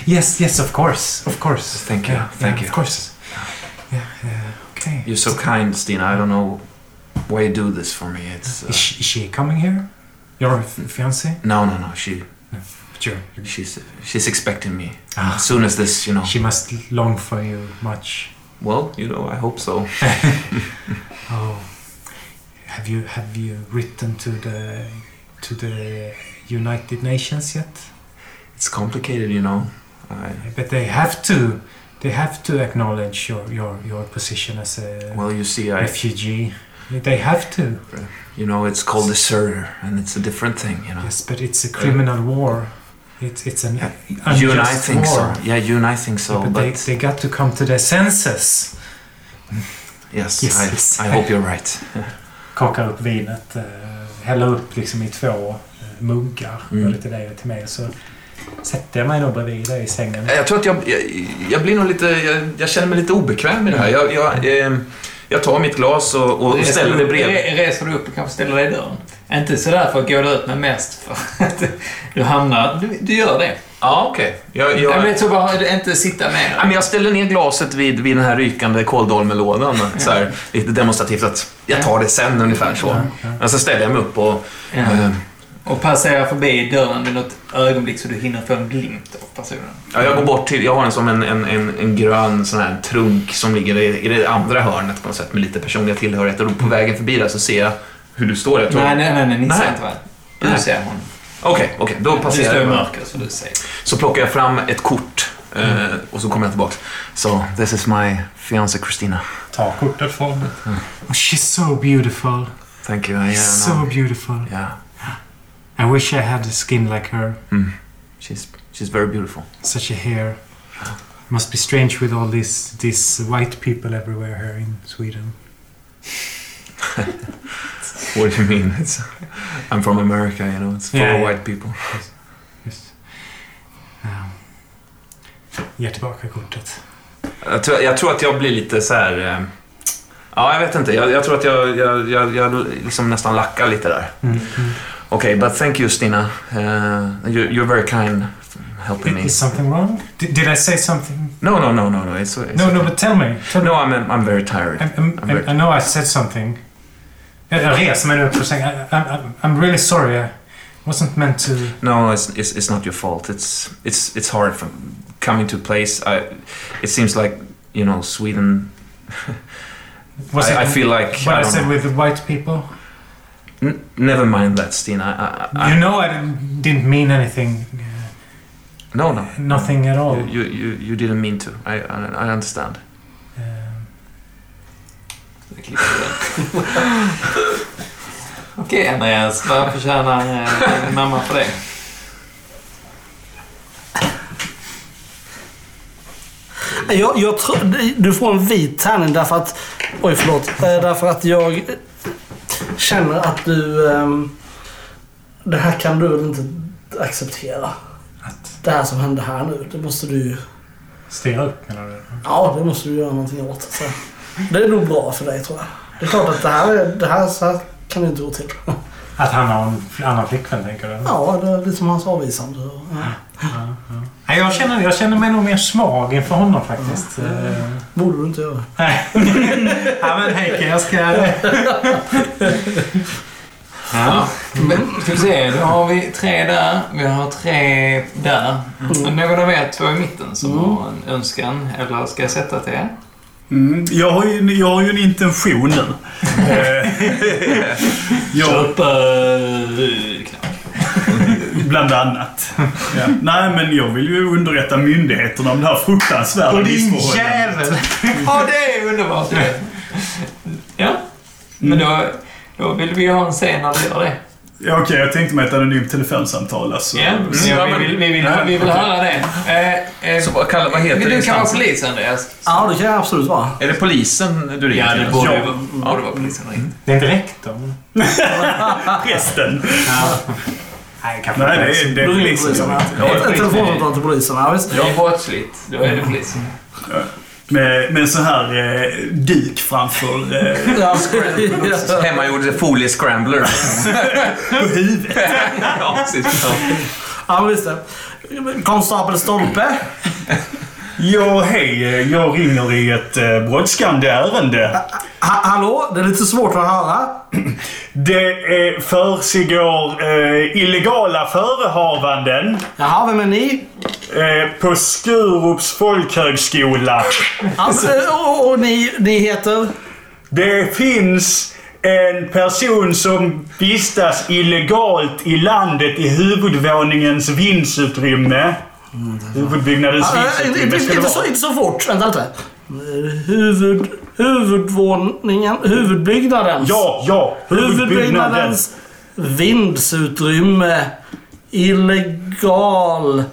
Speaker 3: Yes, yes, of course. Of course.
Speaker 5: Thank you,
Speaker 3: Yeah,
Speaker 5: thank
Speaker 3: yeah,
Speaker 5: you.
Speaker 3: Of course. Yeah, yeah, okay.
Speaker 5: You're so kind, Stina. I don't know why you do this for me. It's
Speaker 3: Is,
Speaker 5: uh,
Speaker 3: she, is she coming here? Your f- fiance?
Speaker 5: no, no, no. She
Speaker 3: Sure.
Speaker 5: she's she's expecting me
Speaker 3: Ah.
Speaker 5: as soon as this, you know.
Speaker 3: She must long for you much.
Speaker 5: Well, you know, I hope so.
Speaker 3: Oh, have you have you written to the to the United Nations yet?
Speaker 5: It's complicated, you know. I,
Speaker 3: But they have to. They have to acknowledge your your, your position as a
Speaker 5: well, you see, I
Speaker 3: refugee. They have to.
Speaker 5: You know, it's called deserter, and it's a different thing, you know.
Speaker 3: Yes, but it's a criminal war. It's it's an unjust
Speaker 5: you and I think
Speaker 3: war.
Speaker 5: so. Yeah, you and I think so.
Speaker 3: but
Speaker 5: but
Speaker 3: they, they got to come to their senses.
Speaker 5: yes,
Speaker 3: Yes,
Speaker 5: I,
Speaker 3: yes.
Speaker 5: I hope you're right.
Speaker 3: Kakar upp vinet, eh, häller upp liksom i två eh, muggar.
Speaker 5: Mm.
Speaker 3: Både till dig och till mig. Så sätter jag mig då bredvid dig i sängen.
Speaker 5: Jag tror att jag, jag, jag blir nog lite, jag, jag känner mig lite obekväm i det här. Jag, jag, ehm, jag tar mitt glas och, och
Speaker 7: Reser
Speaker 5: ställer
Speaker 7: du-
Speaker 5: det bredvid.
Speaker 7: re- Reser du upp och kanske ställer dig i dörren? Inte sådär för att gå ut, men mest för att du hamnar... Du, du gör det.
Speaker 5: Ja, okej. Jag,
Speaker 7: Jag
Speaker 5: jag,
Speaker 7: vet så bara inte sitta
Speaker 5: Ja,
Speaker 7: med.
Speaker 5: men jag ställer ner glaset vid, vid den här rykande kåldolmelådan. Så här, lite demonstrativt att jag tar det sen ungefär så. Men så ställer jag mig upp och...
Speaker 7: Ja.
Speaker 5: ehm,
Speaker 7: Och passerar förbi dörren vid något ögonblick så du hinner få en glimt av personen.
Speaker 5: Ja, jag går bort till, jag har en som en, en, en, en grön sån här trunk som ligger i, i det andra hörnet på något sätt med lite personliga tillhörigheter. Och på vägen förbi där så ser jag hur du står där. tror jag.
Speaker 7: Nej, nej, nej, nej, ni
Speaker 5: Nej.
Speaker 7: ser inte va? Du
Speaker 5: Nej.
Speaker 7: ser honom.
Speaker 5: Okej, okej, då
Speaker 7: Du
Speaker 5: passerar
Speaker 7: står i
Speaker 5: jag.
Speaker 7: mörker så du ser.
Speaker 5: Så plockar jag fram ett kort. eh, Eh,
Speaker 3: Mm.
Speaker 5: och så kom jag tillbaka. So, this is my fiancée Christina.
Speaker 3: Ta kortet från oh, She's so beautiful.
Speaker 5: Thank you. I, uh,
Speaker 3: so
Speaker 5: no.
Speaker 3: beautiful.
Speaker 5: Yeah,
Speaker 3: I wish I had a skin like her.
Speaker 5: she's, she's very beautiful.
Speaker 3: Such a hair. Must be strange with all these these white people everywhere here in Sweden.
Speaker 5: What do you mean? It's, I'm from America, you know. It's full
Speaker 3: Yeah,
Speaker 5: of
Speaker 3: yeah.
Speaker 5: white people.
Speaker 3: Just, um, ge tillbaka kortet.
Speaker 5: Jag tror, jag tror att jag blir lite så här... eh, Ja, jag vet inte. Jag, jag tror att jag, jag, jag, jag liksom nästan lackar lite där.
Speaker 3: Mm.
Speaker 5: Okej, but thank you Stina. Eh, you, you're very kind for helping me.
Speaker 3: Is something wrong? Did, did I say something?
Speaker 5: No, no, no, no, no. It's, it's
Speaker 3: No, no, but tell me. Tell
Speaker 5: No,
Speaker 3: me.
Speaker 5: I'm, I'm very tired.
Speaker 3: I'm, I'm,
Speaker 5: I'm very-
Speaker 3: I know I said something. Jag jag reser mig nu upp och säger I- I'm, I'm, I'm really sorry. I wasn't meant to...
Speaker 5: No, it's, it's, it's not your fault. It's, it's, it's hard from coming to a place. I, it seems like, you know, Sweden...
Speaker 3: Was
Speaker 5: I, I
Speaker 3: it
Speaker 5: feel like...
Speaker 3: what
Speaker 5: I
Speaker 3: I
Speaker 5: don't
Speaker 3: said
Speaker 5: know.
Speaker 3: with the white people?
Speaker 5: N- never mind that, Stina. I, I, I,
Speaker 3: You know I didn't- didn't mean anything. uh,
Speaker 5: no, no.
Speaker 3: Nothing at all.
Speaker 5: You, you, you, you didn't mean to. I, I, I understand.
Speaker 3: Um,
Speaker 7: Okej Andreas, vad förtjänar eh, din mamma för det?
Speaker 4: Jag, jag tror... Du får en vit tärning därför att... Oj, förlåt. Eh, Därför att jag känner att du... ehm, Det här kan du väl inte acceptera?
Speaker 3: Att?
Speaker 4: Det här som hände här nu, det måste du ju...
Speaker 3: Styra upp menar du?
Speaker 4: Ja, det måste du göra någonting åt. Så. Det är nog bra för dig tror jag. Det är klart att det här, är- det här, så här kan det inte gå till.
Speaker 3: Att han har en fl- annan flickvän tänker du?
Speaker 4: Ja, det är lite som hans avvisande. Ja.
Speaker 3: Nej, jag, känner, jag känner mig nog mer svag inför honom faktiskt. Eh,
Speaker 4: Borde du inte göra.
Speaker 3: Nej. ja, men Heike, jag ska...
Speaker 7: Ja. Men, ska vi se, då har vi tre där. Vi har tre där. Mm. Någon av er två i mitten som har en önskan. Eller ska jag sätta till er?
Speaker 2: Mm, jag, har ju, jag har ju en intention nu. Eh, jag,
Speaker 7: Köpa eh, knapp.
Speaker 2: bland annat. Ja. Nej, men jag vill ju underrätta myndigheterna om det här fruktansvärda missförhållandet.
Speaker 3: jävel!
Speaker 7: Ja, det är underbart. Ja, men då, då vill vi ha en scen när du gör det.
Speaker 2: Ja, Okej, jag tänkte mig ett anonymt telefonsamtal. Alltså.
Speaker 7: Mm. Ja,
Speaker 2: Så-
Speaker 7: vi, vill, vi, vill, vi vill höra det. Eh, eh,
Speaker 5: Så vad, kallar, vad heter
Speaker 7: vill du kan vara
Speaker 5: instansen?
Speaker 7: polis, Andreas?
Speaker 4: Ja, det kan jag absolut vara.
Speaker 5: Är det polisen du ringer
Speaker 7: Ja,
Speaker 5: till?
Speaker 7: det borde,
Speaker 2: Ja.
Speaker 7: borde vara polisen. Mm.
Speaker 3: Det är inte rektorn.
Speaker 2: Prästen.
Speaker 3: Nej, kanske
Speaker 2: Nej, det är, det är
Speaker 4: Då ringer
Speaker 2: polisen.
Speaker 4: polisen.
Speaker 2: som-
Speaker 4: ja. Ett ett telefonsamtal till polisen. Ja, visst.
Speaker 7: Det är brottsligt. Då är det polisen.
Speaker 2: Med, med en sån här eh, duk framför eh,
Speaker 4: Ja.
Speaker 5: Hemmagjord folie-scrambler.
Speaker 2: på huvudet.
Speaker 5: ja, precis.
Speaker 4: Ja, men visst det. Konstapel Stolpe.
Speaker 2: Ja, hej. eh, Jag ringer i ett eh, brådskande ärende.
Speaker 4: Ha hallå, det är lite svårt att höra.
Speaker 2: Det eh, försiggår eh, illegala förehavanden
Speaker 4: Jaha, vem är ni?
Speaker 2: eh, på Skurups folkhögskola.
Speaker 4: Alltså, och, och ni, ni heter?
Speaker 2: Det finns en person som vistas illegalt i landet i huvudvåningens vindsutrymme.
Speaker 4: Mm,
Speaker 2: Huvudbyggnadens
Speaker 4: Ja, äh, inte,
Speaker 2: vindsutrymme
Speaker 4: inte,
Speaker 2: ska det
Speaker 4: inte, så,
Speaker 2: vara.
Speaker 4: inte så fort. Vänta lite. Eh, Huvud, huvudvåningen, huvudbyggnadens.
Speaker 2: Ja, ja. Huvudbyggnaden.
Speaker 4: Huvudbyggnadens vindsutrymme. Illegal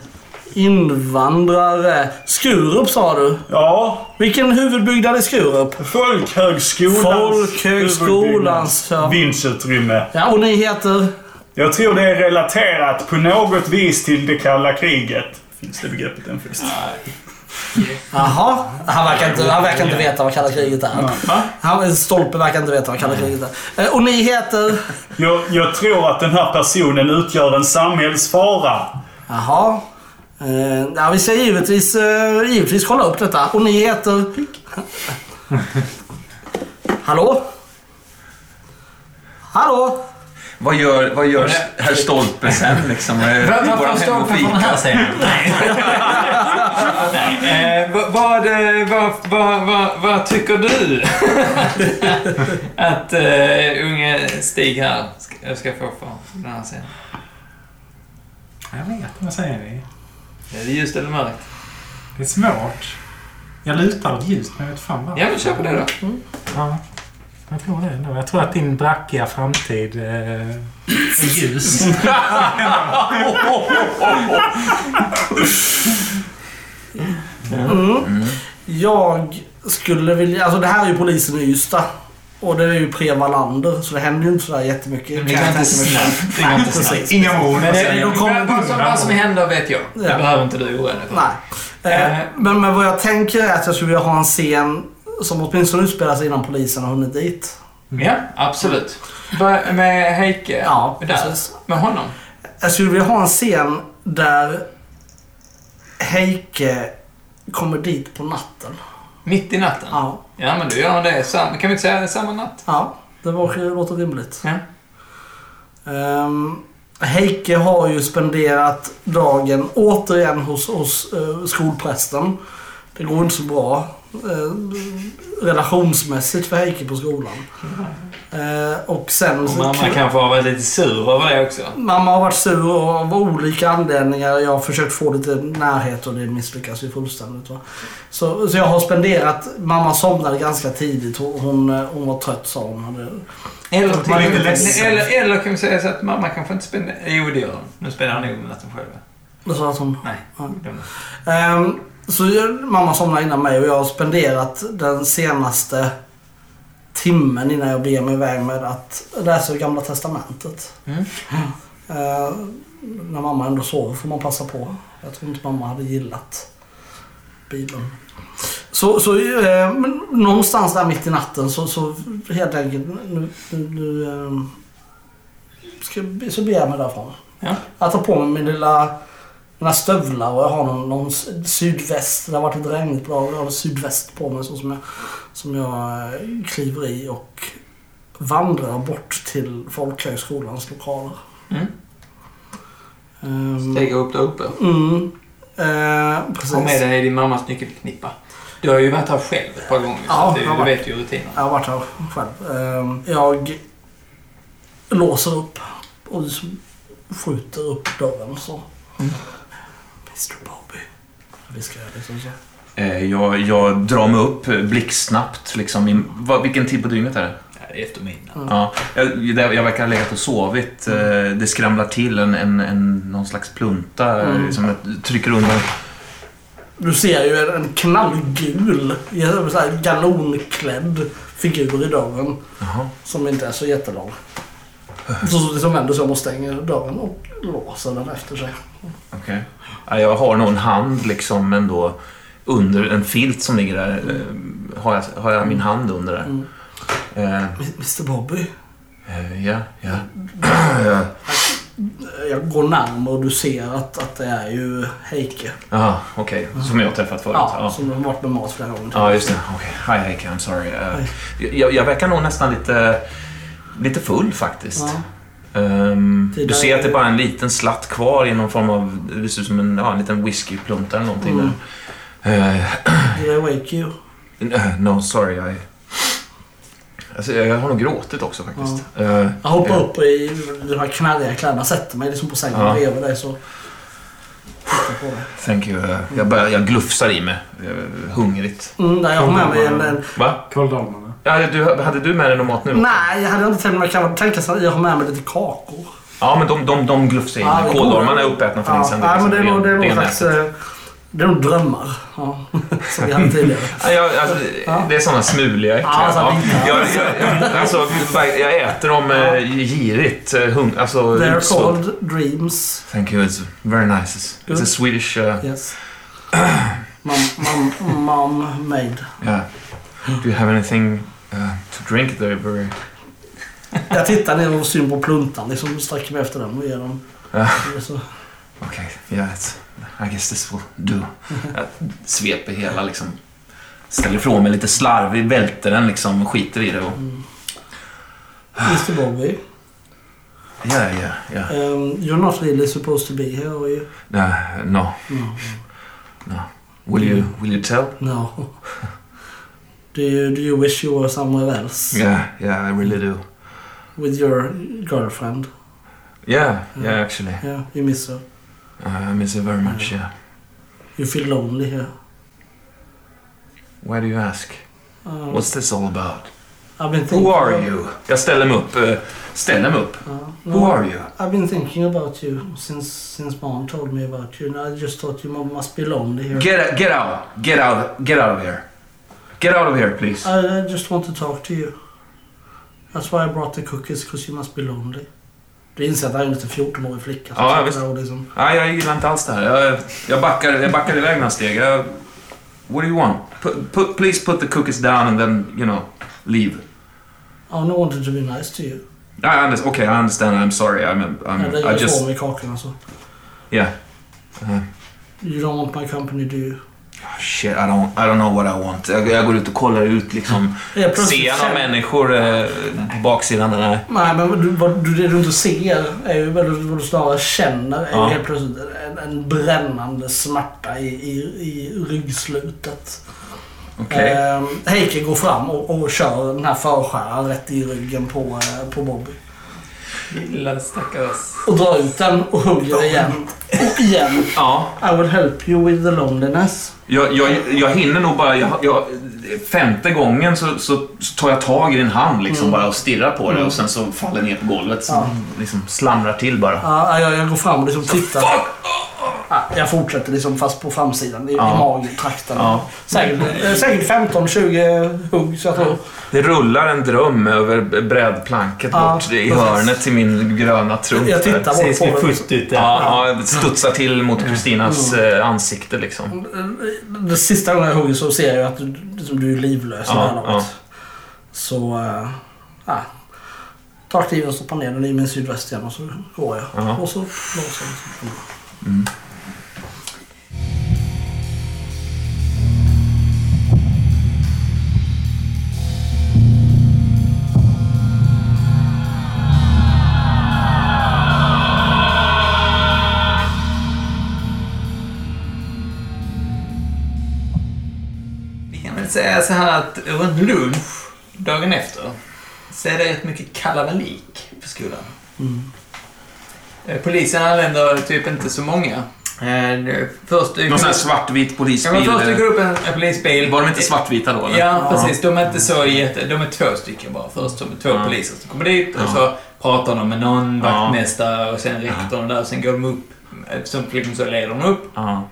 Speaker 4: invandrare. Skurup sa du.
Speaker 2: Ja.
Speaker 4: Vilken huvudbyggnad är Skurup?
Speaker 2: Folkhögskolans,
Speaker 4: Folkhögskolans, ja.
Speaker 2: huvudbyggnad- vindsutrymme.
Speaker 4: Ja, och ni heter?
Speaker 2: Jag tror det är relaterat på något vis till det kalla kriget. Finns det begreppet än först?
Speaker 4: Jaha. Han verkar inte, han verkar inte veta vad kalla kriget är. Han, Stolpe verkar inte veta vad kalla kriget är. Eh, Och ni heter?
Speaker 2: Jag, jag tror att den här personen utgör en samhällsfara.
Speaker 4: Jaha. Eh, ja, vi ska givetvis, eh, givetvis kolla upp detta. Och ni heter? Hallå? Hallå?
Speaker 5: Vad gör, vad gör herr Stolpe sen liksom?
Speaker 7: Varför står uppe på den här scenen? Nej. Nej. Eh, vad- vad, eh, vad, vad, vad, vad tycker du att eh, unge Stig här ska, ska få för den här scenen?
Speaker 3: Jag vet inte, vad säger ni?
Speaker 7: Är det ljust eller mörkt?
Speaker 3: Det är svårt. Jag lutar åt ljust, men jag vet fan varför.
Speaker 7: Ja, men kör på det då.
Speaker 3: Ja. Jag tror det ändå. Jag tror att din brackiga framtid eh, är ljus.
Speaker 4: Jag skulle vilja... Alltså det här är ju polisen i Ystad. Och det är ju Prevalander, så det händer ju inte sådär jättemycket.
Speaker 7: Det går inte snabbt. Det går inte snabbt.
Speaker 4: Precis.
Speaker 9: Inga mord.
Speaker 7: Men de kommer- Vad som- vad som händer vet jag. Det
Speaker 4: Ja.
Speaker 7: behöver inte du oroa dig för.
Speaker 4: Nej. Eh, men, men vad jag tänker är att jag skulle vilja ha en scen som åtminstone utspelar sig innan polisen har hunnit dit.
Speaker 7: Ja, absolut. Börja Med Heike?
Speaker 4: Ja,
Speaker 7: Där.
Speaker 4: precis.
Speaker 7: Med honom?
Speaker 4: Jag skulle vilja ha en scen där Heike kommer dit på natten.
Speaker 7: Mitt i natten?
Speaker 4: Ja,
Speaker 7: Ja, men du gör det. Sam- kan vi inte säga det samma natt?
Speaker 4: ja det var, det låter rimligt.
Speaker 7: Ja.
Speaker 4: Ehm, Heike har ju spenderat dagen återigen hos, hos eh, skolprästen. Det går inte så bra eh, relationsmässigt för Heike på skolan. Eh, och sen...
Speaker 7: Och mamma kanske har varit lite sur över det också.
Speaker 4: Mamma har varit sur och av olika anledningar. Jag har försökt få lite närhet och det misslyckas ju fullständigt. Va? Så, så jag har spenderat... Mamma somnade ganska tidigt. Hon, hon, eh, hon var trött sa hon. Hade-
Speaker 7: Eller,
Speaker 2: Man är
Speaker 7: till-
Speaker 2: inte ledsen.
Speaker 7: eller, eller kan vi säga så att mamma kanske inte spenderar... Jo, det gör hon. Nu spenderar hon nog med natten själv.
Speaker 4: Då sa jag att hon...
Speaker 7: Nej.
Speaker 4: Ja.
Speaker 7: glöm det.
Speaker 4: Ehm, så jag, mamma somnade innan mig och jag har spenderat den senaste timmen innan jag beger mig iväg med att läsa det gamla testamentet.
Speaker 7: Mm.
Speaker 4: Ehm, när mamma ändå sover får man passa på. Jag tror inte mamma hade gillat Bibeln. Så, så eh, men någonstans där mitt i natten så, så helt enkelt nu, nu, nu ehm, ska, jag- så beger jag mig därifrån.
Speaker 7: Ja.
Speaker 4: Jag tar på mig min lilla mina stövlar och jag har någon, någon s- sydväst. Det har varit ett regnigt bra och jag har en sydväst på mig så som jag, som jag eh, kliver i och vandrar bort till folkhögskolans lokaler.
Speaker 7: Mm.
Speaker 4: Ehm,
Speaker 7: Steg upp där uppe.
Speaker 4: mm, eh, precis.
Speaker 7: Ta med dig din mammas nyckelknippa. Du har ju varit här själv ett par gånger,
Speaker 4: Ja,
Speaker 7: så
Speaker 4: jag
Speaker 7: att
Speaker 4: har
Speaker 7: du, du
Speaker 4: varit.
Speaker 7: vet ju rutinerna.
Speaker 4: Jag har varit här själv. Ehm, Jag låser upp och s- skjuter upp dörren så. Mr Bobby. Viskar jag liksom så.
Speaker 5: Eh, Jag, jag drar mig upp eh, blixtsnabbt. Liksom, i, vad, vilken tid på dygnet är det?
Speaker 7: Ja, det är eftermiddag.
Speaker 5: Ja, jag, jag jag verkar ha legat och sovit. Eh, Det skramlar till en, en, en, någon slags plunta eh,
Speaker 4: Mm.
Speaker 5: som jag trycker undan.
Speaker 4: Du ser ju en, en knallgul, så här galonklädd figur i dörren.
Speaker 5: Jaha.
Speaker 4: Som inte är så jättelång. Så, så liksom vänder sig om och stänger dörren och låser den efter sig.
Speaker 5: Okay. Jag har nog en hand liksom ändå under en filt som ligger där. eh, Har jag, har jag min hand under där?
Speaker 4: Mm.
Speaker 5: Eh,
Speaker 4: Mr Bobby.
Speaker 5: eh, Ja, ja.
Speaker 4: Jag går närmare och du ser att, att det är ju Heike.
Speaker 5: Jaha, okej. Som jag har träffat förut.
Speaker 4: Ja,
Speaker 5: Ja.
Speaker 4: Som har varit med mat flera gånger.
Speaker 5: Ja, just det. Okej. Hi, Heike. I'm sorry. Eh, jag, jag verkar nog nästan lite, lite full faktiskt.
Speaker 4: Ja.
Speaker 5: Ehm,
Speaker 4: Det är
Speaker 5: du
Speaker 4: där-
Speaker 5: ser att det är bara en liten slatt kvar i någon form av... Det ser ut som en, ja, en liten whiskyplunta eller någonting
Speaker 4: Mm.
Speaker 5: där. Eh,
Speaker 4: Did I wake you?
Speaker 5: n- no, sorry. I... Alltså, jag har nog gråtit också faktiskt. Eh,
Speaker 4: Jag hoppar
Speaker 5: Ja.
Speaker 4: upp i de här knarriga kläderna, sätter mig liksom på sängen
Speaker 5: Ja.
Speaker 4: bredvid dig så... Tittar på dig.
Speaker 5: thank you. Eh, jag, börjar, jag glufsar i mig. Uh, hungrigt.
Speaker 4: Mm, nej, jag har med mig en, en
Speaker 5: Va?
Speaker 3: Kåldolmarna.
Speaker 5: Ja, du, hade du med dig någon mat nu?
Speaker 4: Nej, jag hade inte tänkt mig att tänka så jag har med mig lite kakor.
Speaker 5: Ja, men de, de, de glufsar in.
Speaker 4: det-
Speaker 5: Kåldolmarna är uppätna för länge sedan.
Speaker 4: Ja, nej, men det är
Speaker 5: liksom
Speaker 4: nog- det är nog
Speaker 5: ren-
Speaker 4: slags...
Speaker 5: renätet.
Speaker 4: eh, Det är nog drömmar. Ja, som vi hade tidigare.
Speaker 5: Ja, jag, alltså, Det är såna smuliga, äckliga.
Speaker 4: Ja, alltså, såna
Speaker 5: Ja,
Speaker 4: vita.
Speaker 5: jag, jag, jag, alltså, jag äter dem eh, girigt. eh, Hung, alltså,
Speaker 4: They're
Speaker 5: utsvullet.
Speaker 4: called dreams.
Speaker 5: Thank you, it's very nice. It's, it's a
Speaker 4: Good.
Speaker 5: Swedish... Uh,
Speaker 4: Yes. Mom, mom, mom made.
Speaker 5: yeah. Do you have anything uh, to drink? They're very...
Speaker 4: Jag tittar ner och syn på pluntan. Liksom sträcker mig efter den och ger dem.
Speaker 5: Ja.
Speaker 4: Så,
Speaker 5: Okay, yeah, it's, I guess this will do.
Speaker 4: Mm-hmm.
Speaker 5: Jag sveper hela liksom. Ställer ifrån mig lite slarvig, välter den liksom och skiter i det. Och, Ah.
Speaker 4: Mr Bobby,
Speaker 5: yeah, yeah, yeah.
Speaker 4: um, you're not really supposed to be here are you?
Speaker 5: Uh, no.
Speaker 4: No.
Speaker 5: No. Will you, will you tell?
Speaker 4: No. Do you, do you wish you were somewhere else?
Speaker 5: Yeah, yeah, I really do.
Speaker 4: With your girlfriend?
Speaker 5: Yeah, yeah,
Speaker 4: Mm.
Speaker 5: actually.
Speaker 4: Yeah, you miss her.
Speaker 5: Uh, I miss it very much, yeah.
Speaker 4: You feel lonely here.
Speaker 5: Why do you ask?
Speaker 4: Uh,
Speaker 5: What's this all about?
Speaker 4: I've been thinking
Speaker 5: Who are
Speaker 4: about-
Speaker 5: you? Jag ställer mig upp. eh, Ställer mig upp.
Speaker 4: Uh,
Speaker 5: Who
Speaker 4: no,
Speaker 5: are you?
Speaker 4: I've been thinking about you since since mom told me about you, and I just thought you mu- must be lonely here.
Speaker 5: Get, get out. Get out. Get out of here. Get out of here please.
Speaker 4: I, I just want to talk to you. That's why I brought the cookies, because you must be lonely. Du inser att det här är en liten 14-årig flicka som
Speaker 5: Ja,
Speaker 4: sitter
Speaker 5: visst.
Speaker 4: där och liksom...
Speaker 5: Nej, jag gillar inte alls det här. Jag, jag, backar, jag backar iväg några steg. Jag, what do you want? Put, put, please put the cookies down and then, you know, leave.
Speaker 4: I only wanted to be nice to you.
Speaker 5: I understand. Okay, I understand. I'm sorry. I'm,
Speaker 4: Mm,
Speaker 5: I'm,
Speaker 4: jag
Speaker 5: I
Speaker 4: lägger
Speaker 5: just...
Speaker 4: ifrån mig kakorna så.
Speaker 5: Yeah. Uh,
Speaker 4: You don't want my company, do you?
Speaker 5: shit, I don't, I don't know what I want. Jag, jag går ut och kollar ut liksom.
Speaker 4: Jag
Speaker 5: Ser jag några människor eh, på baksidan? Nej.
Speaker 4: Nej, men du, vad, du, det du inte ser, är ju, eller vad du snarare känner, är ju
Speaker 5: Ja.
Speaker 4: helt plötsligt en, en brännande smärta i, i, i ryggslutet.
Speaker 5: Okej.
Speaker 4: Ehm, Heike går fram och, och kör den här förskäran rätt i ryggen på, eh, på Bobby.
Speaker 1: Lilla stackars...
Speaker 4: Och drar ut den och hugger igen. Och igen.
Speaker 5: Ja,
Speaker 4: I will help you with the loneliness.
Speaker 5: jag, jag, jag hinner nog bara... Jag, jag, femte gången så, så, så tar jag tag i din hand liksom bara och stirrar på det och sen så faller jag ner på golvet. Så
Speaker 4: Ja.
Speaker 5: liksom slamrar till bara.
Speaker 4: Ja, jag, jag går fram och liksom tittar.
Speaker 5: Fuck!
Speaker 4: Ja, jag fortsätter liksom fast på framsidan i,
Speaker 5: Ja.
Speaker 4: i magtrakten.
Speaker 5: Ja.
Speaker 4: Säkert, eh, säkert 15-20 hugg så jag tror.
Speaker 5: Det rullar en dröm över brädplanket
Speaker 4: Ja,
Speaker 5: bort i
Speaker 4: precis.
Speaker 5: hörnet till min gröna trumf.
Speaker 4: Jag
Speaker 5: där.
Speaker 4: tittar
Speaker 13: Precis, vi
Speaker 4: bort på den.
Speaker 13: först ut där.
Speaker 5: Ja, ja, studsar till mot Kristinas eh, ansikte liksom.
Speaker 4: Eh, Den sista gången jag hugger så ser jag att du, liksom, du är livlös i
Speaker 5: Ja,
Speaker 4: det här laget.
Speaker 5: ja.
Speaker 4: Så... eh, ja. Tar kniven och stoppar ner den i min sydväst igen och så går jag.
Speaker 5: Ja.
Speaker 4: Och så blåser jag.
Speaker 1: Vi kan väl säga så här att runt lunch dagen efter så är det rätt mycket kalabalik på skolan.
Speaker 4: Mm.
Speaker 1: Eh, Polisen anländer typ inte så många. Eh, det- Först dyker
Speaker 5: Någon sån här
Speaker 1: upp-
Speaker 5: svartvit
Speaker 1: Ja,
Speaker 5: polisbil.
Speaker 1: men först dyker
Speaker 5: eller-
Speaker 1: upp en en polisbil.
Speaker 5: Var de inte svartvita då? Eller?
Speaker 1: Ja, precis. De är inte så jätte... De är två stycken bara. Först de är två
Speaker 5: Ja.
Speaker 1: poliser som kommer dit och
Speaker 5: Ja.
Speaker 1: så pratar de med någon
Speaker 5: Ja.
Speaker 1: vaktmästare och sen rektorn där. Sen går de upp. Som liksom så leder de upp
Speaker 5: Ja.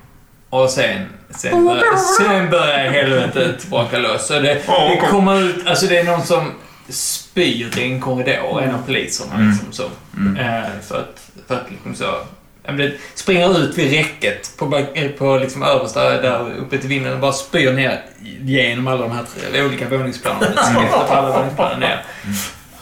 Speaker 1: och sen, sen, bör, sen börjar helvetet braka loss. Så det, det kommer ut, alltså det är någon som spyr i en korridor, en av poliserna.
Speaker 5: Mm.
Speaker 1: Liksom, så.
Speaker 5: Mm.
Speaker 1: Eh, för att, för att liksom så, ja, men det springer ut vid räcket på, bak- eh, på liksom översta, där uppe till vinden och bara spyr ner genom alla de här tre, olika våningsplanen.
Speaker 5: Mm.
Speaker 1: Skrattar på alla våningsplanen ner.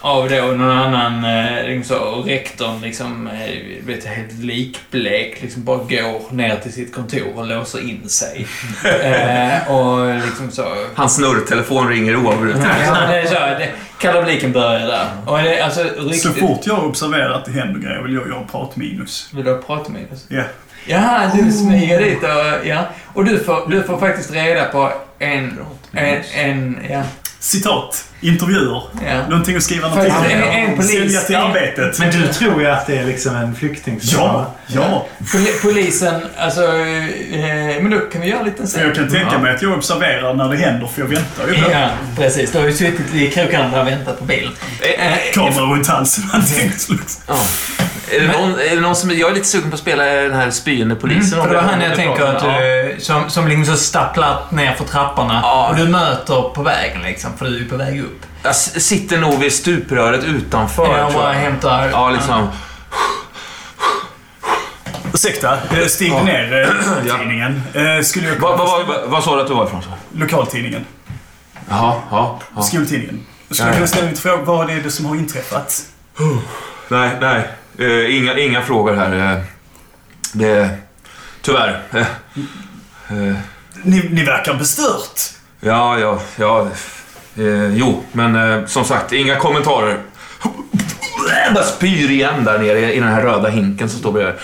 Speaker 1: Av då någon annan, eh, liksom så, och rektorn liksom, eh, vet, helt likblek, liksom bara går ner till sitt kontor och låser in sig. eh, och liksom så,
Speaker 5: Hans snurrtelefon ringer oavbrutet.
Speaker 1: Ja, det är så. Det, kalabaliken börjar där. Och det, alltså riktigt...
Speaker 2: Så fort jag observerar att det händer grejer vill jag göra pratminus.
Speaker 1: Vill du prata med oss?
Speaker 2: Ja. Oh.
Speaker 1: Ja, du smyger dit och... Ja. Och du får, du får faktiskt reda på en... En, en, ja,
Speaker 2: Citat. Intervjuer.
Speaker 1: ja.
Speaker 2: Någonting att skriva någonting
Speaker 1: Faktiskt, en- en
Speaker 2: om.
Speaker 1: polis-
Speaker 2: Sälja till
Speaker 1: en-
Speaker 2: arbetet.
Speaker 3: Men du tror ju att det är liksom en flykting som
Speaker 2: Ja, ja.
Speaker 1: Poli- Polisen, alltså... Eh, men då kan vi göra en liten
Speaker 2: För jag
Speaker 1: scen.
Speaker 2: kan tänka mig att jag observerar när det händer för jag väntar ju. på-
Speaker 1: Ja, precis. Du har ju suttit i krokarna där och väntat på bilen. Eh, eh,
Speaker 2: Kamera runt halsen. Man tänker liksom.
Speaker 5: Ja. Är, det någon, är det någon som... Jag är lite sugen på att spela den här spyende polisen.
Speaker 7: Mm, för det var
Speaker 5: Om
Speaker 7: han jag
Speaker 5: om
Speaker 7: tänker
Speaker 5: pratar.
Speaker 7: att du, som, som liksom så stapplat ner för trapporna
Speaker 5: Ja.
Speaker 7: och du möter på vägen liksom, för du är ju på väg upp.
Speaker 5: Ja. Jag s- sitter nog vid stupröret utanför,
Speaker 7: Jag
Speaker 5: tror
Speaker 7: bara
Speaker 5: jag.
Speaker 7: hämtar...
Speaker 5: Ja, liksom.
Speaker 2: Ursäkta, eh, stig ner eh,
Speaker 5: Ja.
Speaker 2: tidningen. Eh, Skulle jag...
Speaker 5: Vad vad- vad- vad sa du att du var ifrån? så?
Speaker 2: Lokaltidningen.
Speaker 5: Jaha, ja. ja.
Speaker 2: Skoltidningen. Skulle
Speaker 5: Ja,
Speaker 2: jag
Speaker 5: ja.
Speaker 2: kunna ställa ut frågan vad är det som har inträffat?
Speaker 5: Nej, nej. Eh, inga, inga frågor här. Eh, det... Tyvärr. Eh, eh,
Speaker 2: Ni, ni verkar bestört.
Speaker 5: ja, ja, ja. Eh, jo, men eh, som sagt, inga kommentarer. Jag bara spyr igen där nere i, i den här röda hinken som står bredvid.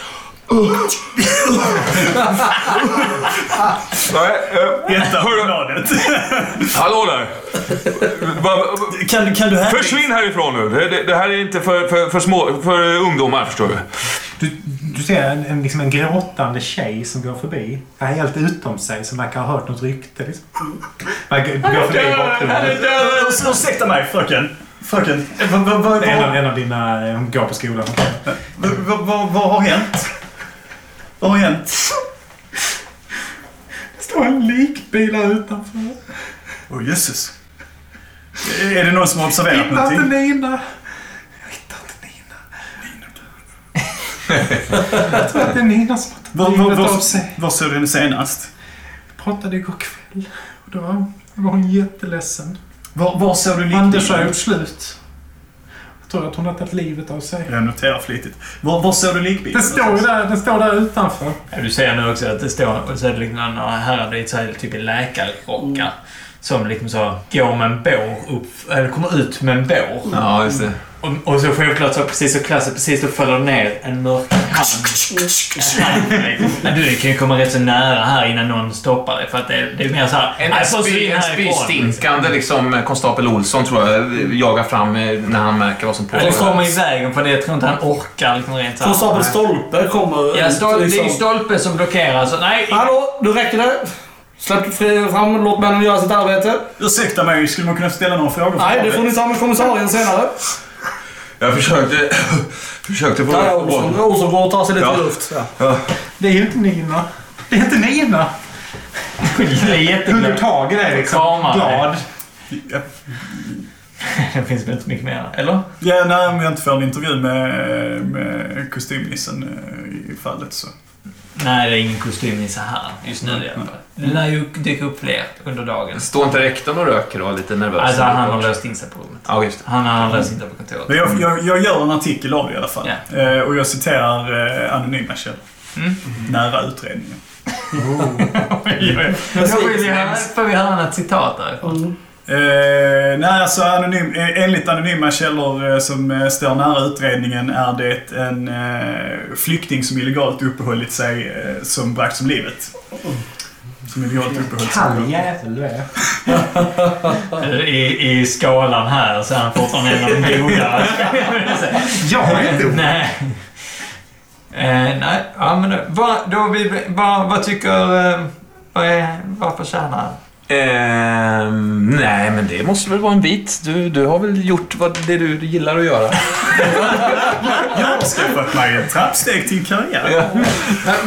Speaker 5: Nej, eh,
Speaker 2: Detta har bladet.
Speaker 5: hallå där! Va- va-
Speaker 2: Kan, kan du här...
Speaker 5: Försvinn härifrån nu! Det, det, det här är inte för, för, för, små, för ungdomar, förstår du. Du,
Speaker 3: Du ser en, en, liksom en gråtande tjej som går förbi. Är helt utom sig, som verkar ha hört något rykte. Liksom. Verkar gå förbi i bakgrunden.
Speaker 2: Urs- Ursäkta mig, fröken. Fröken, eh, vad vad-
Speaker 3: Det
Speaker 2: vad-
Speaker 3: är en av,
Speaker 2: vad-
Speaker 3: en av dina... eh, Hon går på skolan.
Speaker 2: vad- vad- vad har hänt? Vad har hänt?
Speaker 3: Det står en likbil här utanför.
Speaker 2: Åh oh, jösses. Är det någon som har observerat
Speaker 3: Hitta inte
Speaker 2: någonting?
Speaker 3: Nina! Jag hittar inte Nina. Jag tror att det är Nina som har
Speaker 2: Var,
Speaker 3: tagit
Speaker 2: var,
Speaker 3: livet av
Speaker 2: var,
Speaker 3: sig.
Speaker 2: var såg du henne senast?
Speaker 3: Vi pratade igår kväll. Och då var, var hon jätteledsen.
Speaker 2: Var, var såg du
Speaker 3: Anders har
Speaker 2: likbilen?
Speaker 3: gjort slut. Jag tror att hon har tagit livet av sig.
Speaker 2: Jag noterar flitigt. Var, var såg du likbilen?
Speaker 3: Den står ju där, den står där utanför.
Speaker 7: Ja, du ser nu också att det står och så är det liksom några herrar i så här, typ i läkarrockar. Som liksom så går med en bår upp, eller kommer ut med en bår.
Speaker 5: Ja, just det.
Speaker 7: Och, och så självklart så precis så klassiskt, precis då faller ner en mörk hand. Ja, du kan ju komma rätt så nära här innan någon stoppar dig. För att det, det är mer såhär...
Speaker 5: En,
Speaker 7: "Nej,
Speaker 5: en,
Speaker 7: får
Speaker 5: spy,
Speaker 7: försvinna
Speaker 5: en
Speaker 7: härifrån."
Speaker 5: spystinkande liksom, konstapel Olsson tror jag jagar fram eh, när han märker vad som
Speaker 7: Ja, Det
Speaker 5: pågår.
Speaker 7: kommer i vägen för det. Jag tror inte han orkar liksom rent såhär.
Speaker 4: Konstapel Stolpe kommer
Speaker 7: Ja,
Speaker 4: ut,
Speaker 7: stol, det är
Speaker 4: liksom.
Speaker 7: ju stolpen som blockerar. Så, nej,
Speaker 4: Hallå, nu räcker det. Släpp fri- fram, låt männen göra sitt arbete.
Speaker 2: Ursäkta mig, skulle man kunna ställa några frågor?
Speaker 4: Nej, det får ni ta med kommissarien senare.
Speaker 5: Jag försökte... försökte få...
Speaker 4: Där är Olsson. Olsson går och tar sig lite
Speaker 5: Ja.
Speaker 4: luft. Ja.
Speaker 3: Det är ju inte Nina. Det är inte Nina!
Speaker 7: jag är
Speaker 14: Hugger
Speaker 7: jätteglad.
Speaker 14: tag i dig liksom.
Speaker 7: Kramar dig.
Speaker 14: Glad.
Speaker 2: Ja.
Speaker 7: Det finns väl inte så mycket mer, eller?
Speaker 2: Ja, nej, om jag inte får en intervju med, med kostymnissen eh, i fallet så.
Speaker 7: Nej, det är ingen kostymnisse här just nu i alla fall. Det lär ju dyka upp fler under dagen.
Speaker 5: Står inte rektorn och röker och är lite nervös?
Speaker 7: Alltså, han har löst in sig på rummet.
Speaker 5: Ja, just det.
Speaker 7: Han har löst in sig på kontoret.
Speaker 2: Men jag, jag, jag gör en artikel av det i alla fall. Eh, och jag citerar eh, anonyma källor. Nära utredningen.
Speaker 7: Då vill jag- får vi höra något citat därifrån.
Speaker 2: Eh, nej, alltså anonym, eh, enligt anonyma källor eh, som eh, står nära utredningen är det en eh, flykting som illegalt uppehållit sig eh, som bragts om livet. Som illegalt uppehållit sig.
Speaker 3: Kall jävel du är.
Speaker 7: I, I skalan här så är han fortfarande en av de goda.
Speaker 14: Jag är inte
Speaker 7: nej. Eh, nej, ja, men då, vad, då vi, vad, vad tycker... Eh, vad, är, vad förtjänar
Speaker 5: Ehm, nej, men det måste väl vara en bit. Du, du har väl gjort vad det du gillar att göra.
Speaker 2: Jag har skaffat mig ett trappsteg till karriär.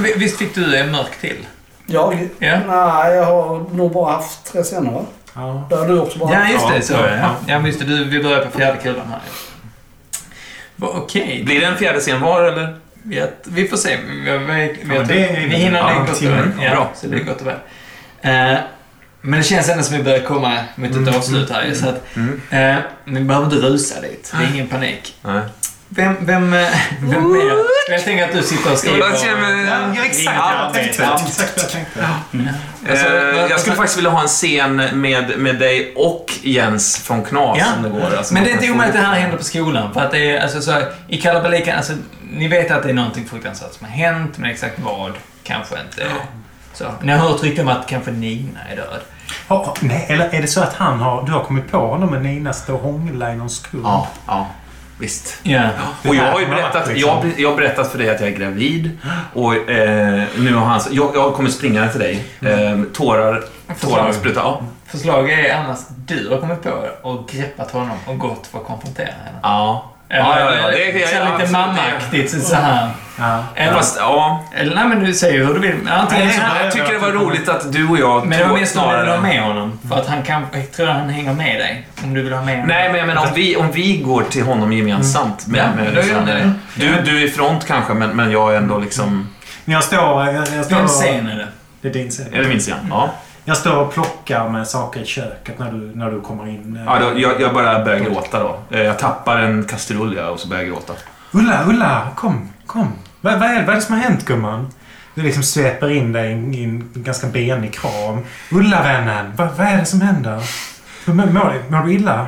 Speaker 7: nej, Visst fick du en mörk till?
Speaker 4: Jag?
Speaker 7: Ja.
Speaker 4: Nej, jag har nog bara haft tre senare. va?
Speaker 3: Ja.
Speaker 4: Där har du också bara.
Speaker 7: Ja, just det. Så, ja. ja, men just det. Du, vi börjar på fjärde kulan här. Va, Okej.
Speaker 5: Blir det en fjärde scen var, eller?
Speaker 7: Vi, vi får se. Vi, vi, vi,
Speaker 3: Ja, det är-
Speaker 7: vi hinner
Speaker 5: ja,
Speaker 7: ja, gott och
Speaker 5: timmen.
Speaker 7: väl.
Speaker 5: Ja, bra.
Speaker 7: Ja, så det är gott och väl. Eh, men det känns ändå som vi börjar komma mot ett avslut här. Så att,
Speaker 5: Mm.
Speaker 7: eh, men vi behöver inte rusa dit. Det är ingen panik.
Speaker 5: Nej.
Speaker 7: Vem, vem, eh, vem mer? Jag tänker att du sitter och skriver.
Speaker 5: Jag känner-
Speaker 7: Det är inget
Speaker 5: Ja,
Speaker 7: arbete.
Speaker 5: jag
Speaker 7: Alltså,
Speaker 5: Eh, jag skulle
Speaker 7: alltså-
Speaker 5: faktiskt vilja ha en scen med, med dig och Jens från Knas
Speaker 7: Ja.
Speaker 5: om det går. Alltså,
Speaker 7: Men det är
Speaker 5: man kan
Speaker 7: inte
Speaker 5: få-
Speaker 7: omöjligt att det här händer på skolan. För att det är, alltså, så här, I kalabalikan, alltså, ni vet att det är någonting fruktansvärt som har hänt, men exakt vad kanske inte. Så. Ni har hört rykten om att kanske Nina är död.
Speaker 3: Har- har- nej, eller är det så att han har, du har kommit på honom men Nina står och hånglar i någon skog?
Speaker 5: Ja, ja. Visst.
Speaker 7: Ja.
Speaker 5: Och jag har ju
Speaker 3: Det här
Speaker 5: berättat,
Speaker 3: liksom.
Speaker 5: jag, har- jag har berättat för dig att jag är gravid. Och eh, nu har han... Jag, jag kommer springa till dig.
Speaker 7: Mm.
Speaker 5: Eh, tårar tårar
Speaker 7: Förslag.
Speaker 5: sprutar. Ja.
Speaker 7: Förslaget är annars du har kommit på och greppat honom och gått för att konfrontera henne.
Speaker 5: Ja. Ja, ja, ja. Det-
Speaker 7: Eller, så här
Speaker 5: ja,
Speaker 7: lite
Speaker 5: absolut.
Speaker 7: mammaaktigt så här.
Speaker 3: Ja.
Speaker 7: Eller,
Speaker 5: Fast, ja.
Speaker 7: eller nej, men du säger hur du vill. Men Antingen så,
Speaker 5: Jag tycker det var roligt att du och jag...
Speaker 7: men det var
Speaker 5: tå-
Speaker 7: mer snarare du har med honom. För att han kan, jag tror han hänger med dig. Om du vill ha med honom.
Speaker 5: Nej, men jag menar om vi, om vi går till honom gemensamt. Med,
Speaker 7: Ja,
Speaker 5: med,
Speaker 7: då gör ni det.
Speaker 5: du, du är i front kanske, men, men jag är ändå liksom...
Speaker 3: Men jag står... Jag, jag står
Speaker 7: Vem scen är det?
Speaker 3: Det är din scen.
Speaker 5: Är det min scen? Ja.
Speaker 3: Jag står och plockar med saker i köket när du, när du kommer in.
Speaker 5: ja då, jag, jag bara börjar gråta då. Eh, Jag tappar en kastrull ja, och så börjar jag gråta.
Speaker 3: Ulla, Ulla! Kom, kom! Vad, vad, är, vad är det som har hänt gumman? Du liksom sveper in dig i en- i en ganska benig kram. Ulla vännen! Vad, vad är det som händer? Hur mår, mår du- mår du illa?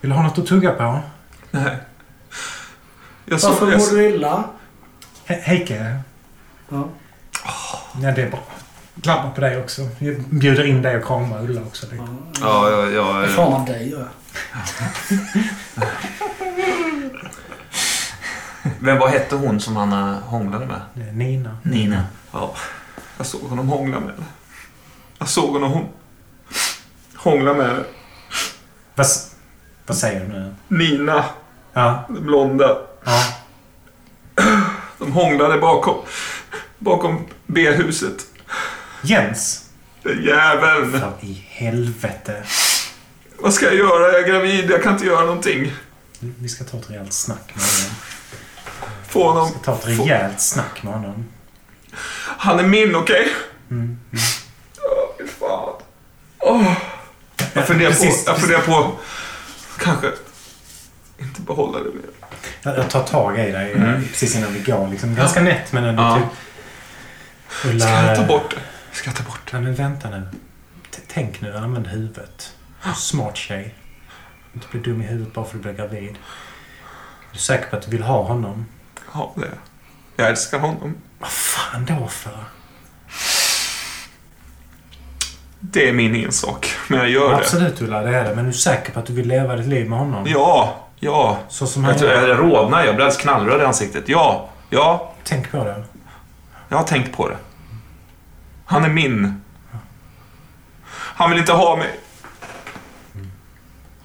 Speaker 3: Vill du ha något att tugga på?
Speaker 5: Jag
Speaker 4: Varför mår du illa?
Speaker 3: He, Heike?
Speaker 4: Ja.
Speaker 3: Ja, det är bra. Klappar på dig också. Jag bjuder in dig och kramar Ulla också.
Speaker 5: Ja, jag... jag,
Speaker 4: Jag kramar dig gör jag.
Speaker 1: Men vad hette hon som han eh, hånglade med?
Speaker 3: Det är Nina.
Speaker 5: Nina.
Speaker 1: Ja. Jag såg honom hångla med henne. Jag såg honom hon... hångla med henne.
Speaker 3: Vad, s- vad säger du nu?
Speaker 1: Nina,
Speaker 3: Ja.
Speaker 1: den blonda.
Speaker 3: ja.
Speaker 1: De hånglade bakom, bakom B-huset.
Speaker 3: Jens.
Speaker 1: Den Jäveln!
Speaker 3: För i helvete.
Speaker 1: Vad ska jag göra? Jag är gravid. Jag kan inte göra någonting.
Speaker 3: Vi ska ta ett rejält snack med honom.
Speaker 1: Få honom...
Speaker 3: Vi ska ta ett
Speaker 1: få-
Speaker 3: rejält snack med honom. Mm,
Speaker 1: Han är min, okej? Åh, fy fan. Åh. Jag funderar på...
Speaker 3: precis,
Speaker 1: Jag funderar på... Kanske... Inte behålla det mer.
Speaker 3: Jag jag tar tag i dig eh, precis innan vi går. Liksom. Ganska nätt men ändå
Speaker 1: Mm. Ja.
Speaker 3: typ... Ulla...
Speaker 1: Ska jag ta bort det? Ska jag ta bort det?
Speaker 3: Nej men vänta nu. T- Tänk nu, använd huvudet. Smart tjej. Inte bli dum i huvudet bara för att du blir gravid. Är du säker på att du vill ha honom?
Speaker 1: Ja, det är jag. Jag älskar honom.
Speaker 3: Vad fan då för?
Speaker 1: Det är min ensak. Men jag gör det.
Speaker 3: Absolut Ulla, det är det. Men är du säker på att du vill leva ditt liv med honom?
Speaker 1: Ja, ja.
Speaker 3: Så som han
Speaker 1: Jag, tror,
Speaker 3: gör.
Speaker 1: jag rodnar. Jag blir alldeles knallröd i ansiktet. Ja, ja.
Speaker 3: Tänk på det.
Speaker 1: Jag har tänkt på det. Han är min. Han vill inte ha mig.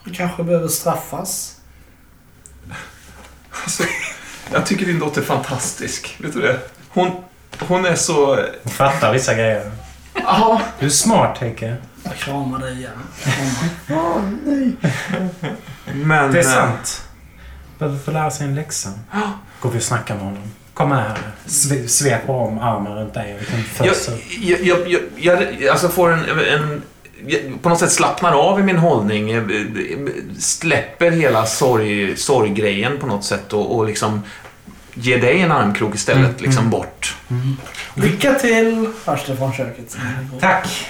Speaker 4: Du kanske behöver straffas.
Speaker 1: Alltså, jag tycker din dotter är fantastisk. Vet du det? Hon, hon är så...
Speaker 3: Hon fattar vissa grejer.
Speaker 1: Ja.
Speaker 3: Du är smart Heike.
Speaker 4: Jag kramar dig igen. Jag kramar.
Speaker 1: Men...
Speaker 3: Det är
Speaker 1: eh,
Speaker 3: sant. Behöver få lära sig en läxa. Går vi och snackar med honom. Kom med här. Sve- Sveper om armen runt dig. Liksom
Speaker 1: Jag,
Speaker 3: föser.
Speaker 1: jag, jag, jag, jag alltså får en... en jag, på något sätt slappnar av i min hållning. eh, eh, Släpper hela sorg, sorggrejen på något sätt och, och liksom ger dig en armkrok istället.
Speaker 7: Mm,
Speaker 1: liksom bort.
Speaker 4: Lycka till! Hörs det från köket.
Speaker 3: Tack!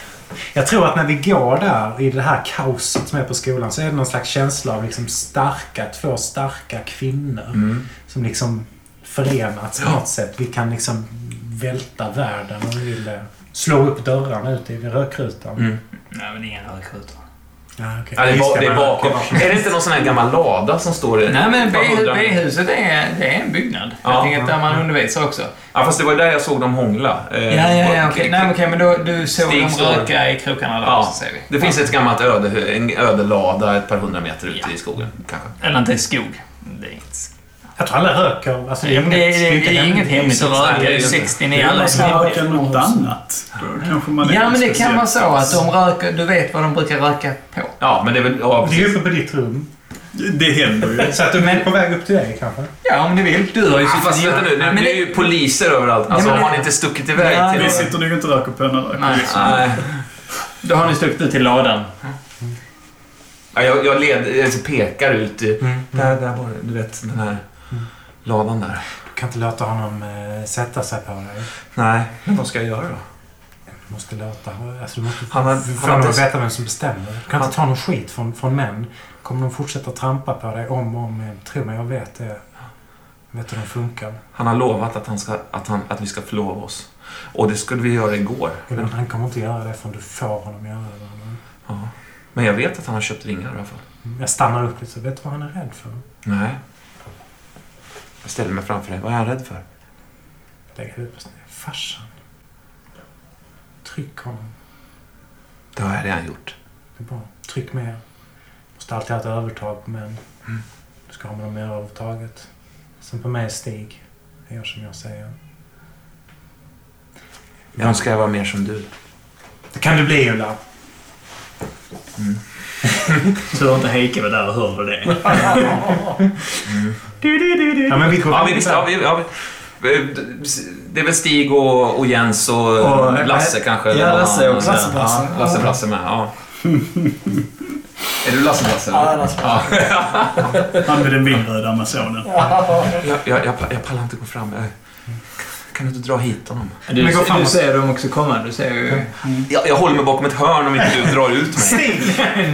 Speaker 3: Jag tror att när vi går där i det här kaoset som är på skolan så är det någon slags känsla av liksom starka, två starka kvinnor som liksom förenats på något sätt. Vi kan liksom välta världen om vi vill. eh, Slå upp dörrarna ute i rökrutan.
Speaker 1: Mm.
Speaker 7: Nej, men ingen rökrutor.
Speaker 3: Ja, okej.
Speaker 1: Ja, det, är ba, det är
Speaker 3: Visst,
Speaker 1: bakom.
Speaker 3: man-
Speaker 1: Är det inte någon sån här gammal lada som står...
Speaker 7: Nej, men
Speaker 1: Fan,
Speaker 7: B-
Speaker 1: undrar-
Speaker 7: B-huset är, det är en byggnad.
Speaker 1: Ja.
Speaker 7: Jag tänker att där
Speaker 5: Mm.
Speaker 7: man undervisar också.
Speaker 1: Ja, fast det var där jag såg dem hångla. Eh,
Speaker 7: Ja, ja, ja.
Speaker 1: och-
Speaker 7: Okej, Nej, men okej, men då, du såg
Speaker 1: Stig
Speaker 7: dem
Speaker 1: står-
Speaker 7: röka i krokarna där,
Speaker 1: Ja,
Speaker 7: så säger vi.
Speaker 1: det finns ett gammalt öde, en ödelada ett par hundra meter ute
Speaker 7: Ja.
Speaker 1: i skogen. Kanske.
Speaker 7: Eller inte i skog. Det är inte
Speaker 3: Jag tror alla röker. Alltså,
Speaker 7: Det är, det är, det är inget hemligt att
Speaker 1: Nej,
Speaker 7: röka.
Speaker 1: det är
Speaker 7: Det är
Speaker 1: ju inte.
Speaker 7: 69
Speaker 2: Om
Speaker 7: alla
Speaker 2: man ska röka
Speaker 7: hemligheter.
Speaker 2: något annat. Då kanske man är
Speaker 7: Ja, men det
Speaker 2: speciell.
Speaker 7: kan vara så att de röker... Du vet vad de brukar röka på.
Speaker 1: Ja, men det är väl... Ja,
Speaker 3: Det är uppe på ditt rum.
Speaker 2: Det händer ju.
Speaker 3: Så att du är på väg upp till dig kanske?
Speaker 7: Ja, om du vill. Du har ju
Speaker 1: Ah, fast vänta nu, nu
Speaker 7: Men
Speaker 1: det
Speaker 7: det-
Speaker 1: är ju poliser överallt. Alltså,
Speaker 7: Ja, men
Speaker 1: har
Speaker 7: det-
Speaker 1: man inte stuckit iväg
Speaker 7: Ja,
Speaker 1: till...
Speaker 2: Vi sitter nog inte och röker på när röker.
Speaker 7: Nej.
Speaker 1: Nej.
Speaker 7: Då har ni stuckit ut till ladan.
Speaker 1: Ja, jag, jag led, alltså, pekar ut. eh, Där, där var det. Du vet, den här ladan där.
Speaker 3: Du kan inte låta honom eh, sätta sig på dig.
Speaker 1: Nej, men vad ska jag göra då?
Speaker 3: Du måste låta... Alltså du måste
Speaker 1: Han har-
Speaker 3: du
Speaker 1: han har
Speaker 3: får inte
Speaker 1: inte-
Speaker 3: veta vem som bestämmer. Du kan inte ta någon skit från, från män. Kommer de fortsätta trampa på dig om och om igen? Tro mig, jag vet det. Jag vet hur de funkar.
Speaker 1: Han har lovat att, han ska, att, han, att vi ska förlova oss. Och det skulle vi göra igår.
Speaker 3: Men han kommer inte göra det förrän du får honom göra det.
Speaker 1: Ja. Men jag vet att han har köpt ringar i alla fall.
Speaker 3: Jag stannar upp lite. Vet du vad han är rädd för?
Speaker 1: Nej. Jag ställer mig framför dig. Vad är han rädd för?
Speaker 3: Lägg huvudet på sned. Farsan. Tryck honom.
Speaker 1: Det har jag redan gjort.
Speaker 3: Det är bra. Tryck mer. Måste alltid ha ett övertag på män. Du ska ha med dem mer övertaget. Sen på mig, Stig. Jag gör som jag säger.
Speaker 1: Jag önskar jag var mer som du.
Speaker 3: Det kan du bli, Ulla.
Speaker 7: Tur inte Heike var där och hörde det.
Speaker 3: Ja, men vi går
Speaker 1: Ja, vi visst. Ja, vi, ja, vi. Det är väl Stig och, och Jens och,
Speaker 7: Och-
Speaker 1: Lasse kanske? eller
Speaker 7: ja,
Speaker 1: någon
Speaker 7: Lasse
Speaker 1: annan.
Speaker 7: också.
Speaker 4: Lasse Blasse.
Speaker 1: Ja, Lasse Blasse med. Ja. är du Lasse Blasse? eller?
Speaker 4: Ja, Lasse
Speaker 2: Han med den vinröda amazonen.
Speaker 1: Jag, jag, jag, pa- jag pallar inte gå fram. Jag, kan du inte dra hit honom?
Speaker 7: Du,
Speaker 3: Men gå
Speaker 7: du
Speaker 3: framåt. Mm.
Speaker 7: ser dem också komma. Du ser ju...
Speaker 1: Jag, jag håller mig bakom ett hörn om inte du drar ut mig.
Speaker 3: Stig!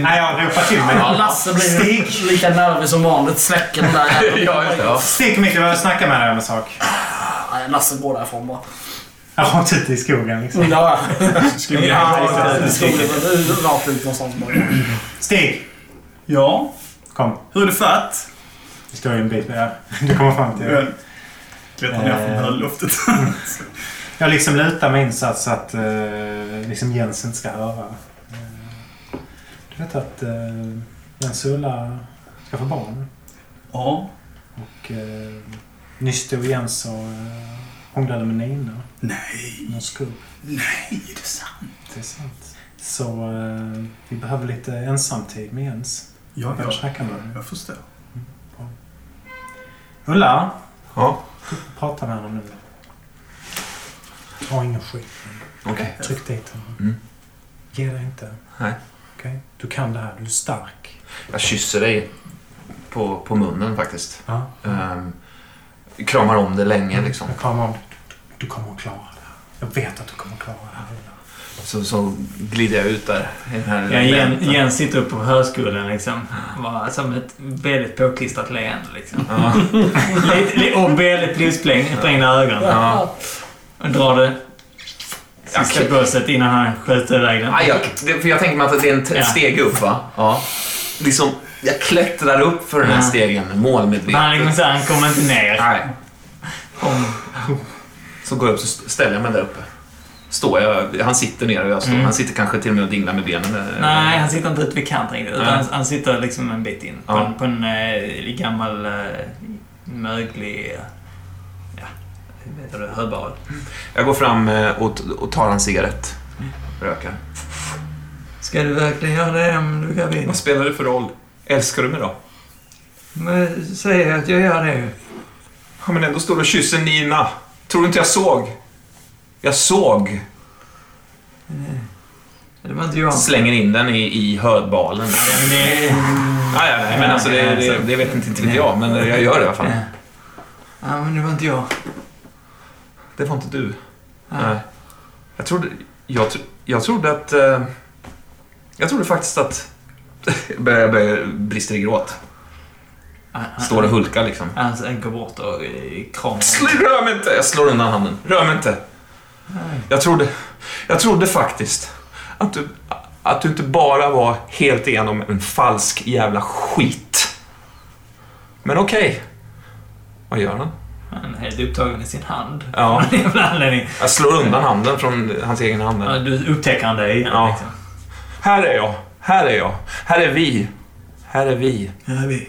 Speaker 3: Nej, jag ropar till mig.
Speaker 4: Lasse blir
Speaker 3: Stig!
Speaker 4: lika nervig som vanligt. Släcker den där jäveln.
Speaker 1: ja, just det. Ja.
Speaker 3: Stig, Micke, jag behöver snacka med dig om en sak.
Speaker 4: Nej, Lasse går därifrån bara.
Speaker 3: Jag har inte ute i skogen liksom.
Speaker 4: Ja,
Speaker 2: Ska vi ja,
Speaker 4: det stod det rakt ut någonstans bara.
Speaker 3: Stig!
Speaker 2: ja,
Speaker 3: Kom.
Speaker 2: hur är det fatt?
Speaker 3: Vi ska ju en bit. Ja, du kommer fram till det.
Speaker 2: Jag klättrar ner från
Speaker 3: Eh.
Speaker 2: hölloftet.
Speaker 3: Jag liksom lutar mig in så att, så att eh, liksom Jens inte ska höra. Eh, Du vet att eh, Jens och Ulla ska få barn.
Speaker 2: Ja.
Speaker 3: Och eh, nyss stod Jens och eh, hånglade med Nina.
Speaker 2: Nej,
Speaker 3: Någon skugg.
Speaker 2: nej, det är sant.
Speaker 3: Det är sant. Så eh, vi behöver lite ensamtid med Jens.
Speaker 2: Ja,
Speaker 3: Jag
Speaker 2: jag,
Speaker 3: snackar med honom.
Speaker 2: jag förstår.
Speaker 3: Ulla!
Speaker 5: Ja,
Speaker 3: Prata med honom nu. Ta ingen skit.
Speaker 5: okej.
Speaker 3: Tryck dit honom.
Speaker 5: Mm.
Speaker 3: Ge dig inte.
Speaker 5: Nej.
Speaker 3: Okej? Du kan det här. Du är stark.
Speaker 5: Jag kysser dig på, på munnen faktiskt.
Speaker 3: Ja.
Speaker 5: Ehm, kramar om det länge liksom.
Speaker 3: Jag kommer om. Du kommer att klara det här. Jag vet att du kommer att klara det här. Ulla.
Speaker 5: Så, så glider jag ut där. I den här
Speaker 7: Ja, Jens,
Speaker 5: väntan.
Speaker 7: Jens sitter upp på höskullen liksom. Bara som ett väldigt påklistrat leende liksom.
Speaker 5: Ja,
Speaker 7: Lite- li- Och väldigt livssprängda ögon.
Speaker 5: ja.
Speaker 7: Och drar det sista
Speaker 5: Okej.
Speaker 7: bösset innan han skjuter iväg den.
Speaker 5: Aj, jag, det, för jag tänker mig att det är en t-
Speaker 7: Ja.
Speaker 5: steg upp va? Ja. Liksom, jag klättrar upp för den här
Speaker 7: Ja.
Speaker 5: stegen
Speaker 7: Men Han, är liksom
Speaker 5: målmedvetet.
Speaker 7: så här, han kommer inte ner.
Speaker 5: Nej. Så går jag upp så st- ställer jag mig där uppe. Står jag, han sitter ner och jag står.
Speaker 7: Mm.
Speaker 5: Han sitter kanske till och med och dinglar med benen. eller-
Speaker 7: Nej, han sitter inte ute vid kanten riktigt. Utan
Speaker 5: Nej.
Speaker 7: han, han sitter liksom en bit in. På
Speaker 5: Ja.
Speaker 7: en, på en eh, gammal eh, möglig... eh, Ja, vad heter det? Höbal.
Speaker 5: Jag går fram eh, och, t- och tar en cigarett. Röker.
Speaker 7: Ska du verkligen göra det om du är gravid?
Speaker 5: Vad spelar det för roll? Älskar du mig då?
Speaker 7: Men säg att jag gör det.
Speaker 5: Ja, men ändå står du och kysser Nina. Tror du inte jag såg? Jag såg.
Speaker 7: Eh, Det var inte jag.
Speaker 5: Slänger in den i, i hödbalen. Ja, ja, nej, men alltså det, det, det vet inte, inte vet jag, men jag gör det i alla fall.
Speaker 7: Ja, men det var inte jag.
Speaker 5: Det var inte du.
Speaker 7: Nej.
Speaker 5: Nej. Jag trodde, jag, tro- jag trodde att... eh, Jag trodde faktiskt att... Jag börjar- jag börjar- brister i gråt. Står och hulkar liksom.
Speaker 7: Han han går bort och eh, kramar.
Speaker 5: Sl- Rör mig inte! Jag slår undan handen. Rör mig inte. Jag trodde, jag trodde faktiskt att du, att du inte bara var helt igenom en falsk jävla skit. Men okej. Vad gör han?
Speaker 7: Han är helt upptagen i sin hand.
Speaker 5: Ja,
Speaker 7: Av någon jävla anledning.
Speaker 5: jag slår undan handen från hans egen hand.
Speaker 7: Ja, du upptäcker han det igen.
Speaker 5: Ja.
Speaker 7: Liksom.
Speaker 5: Här är jag. Här är jag. Här är vi. Här är vi.
Speaker 4: Här är vi.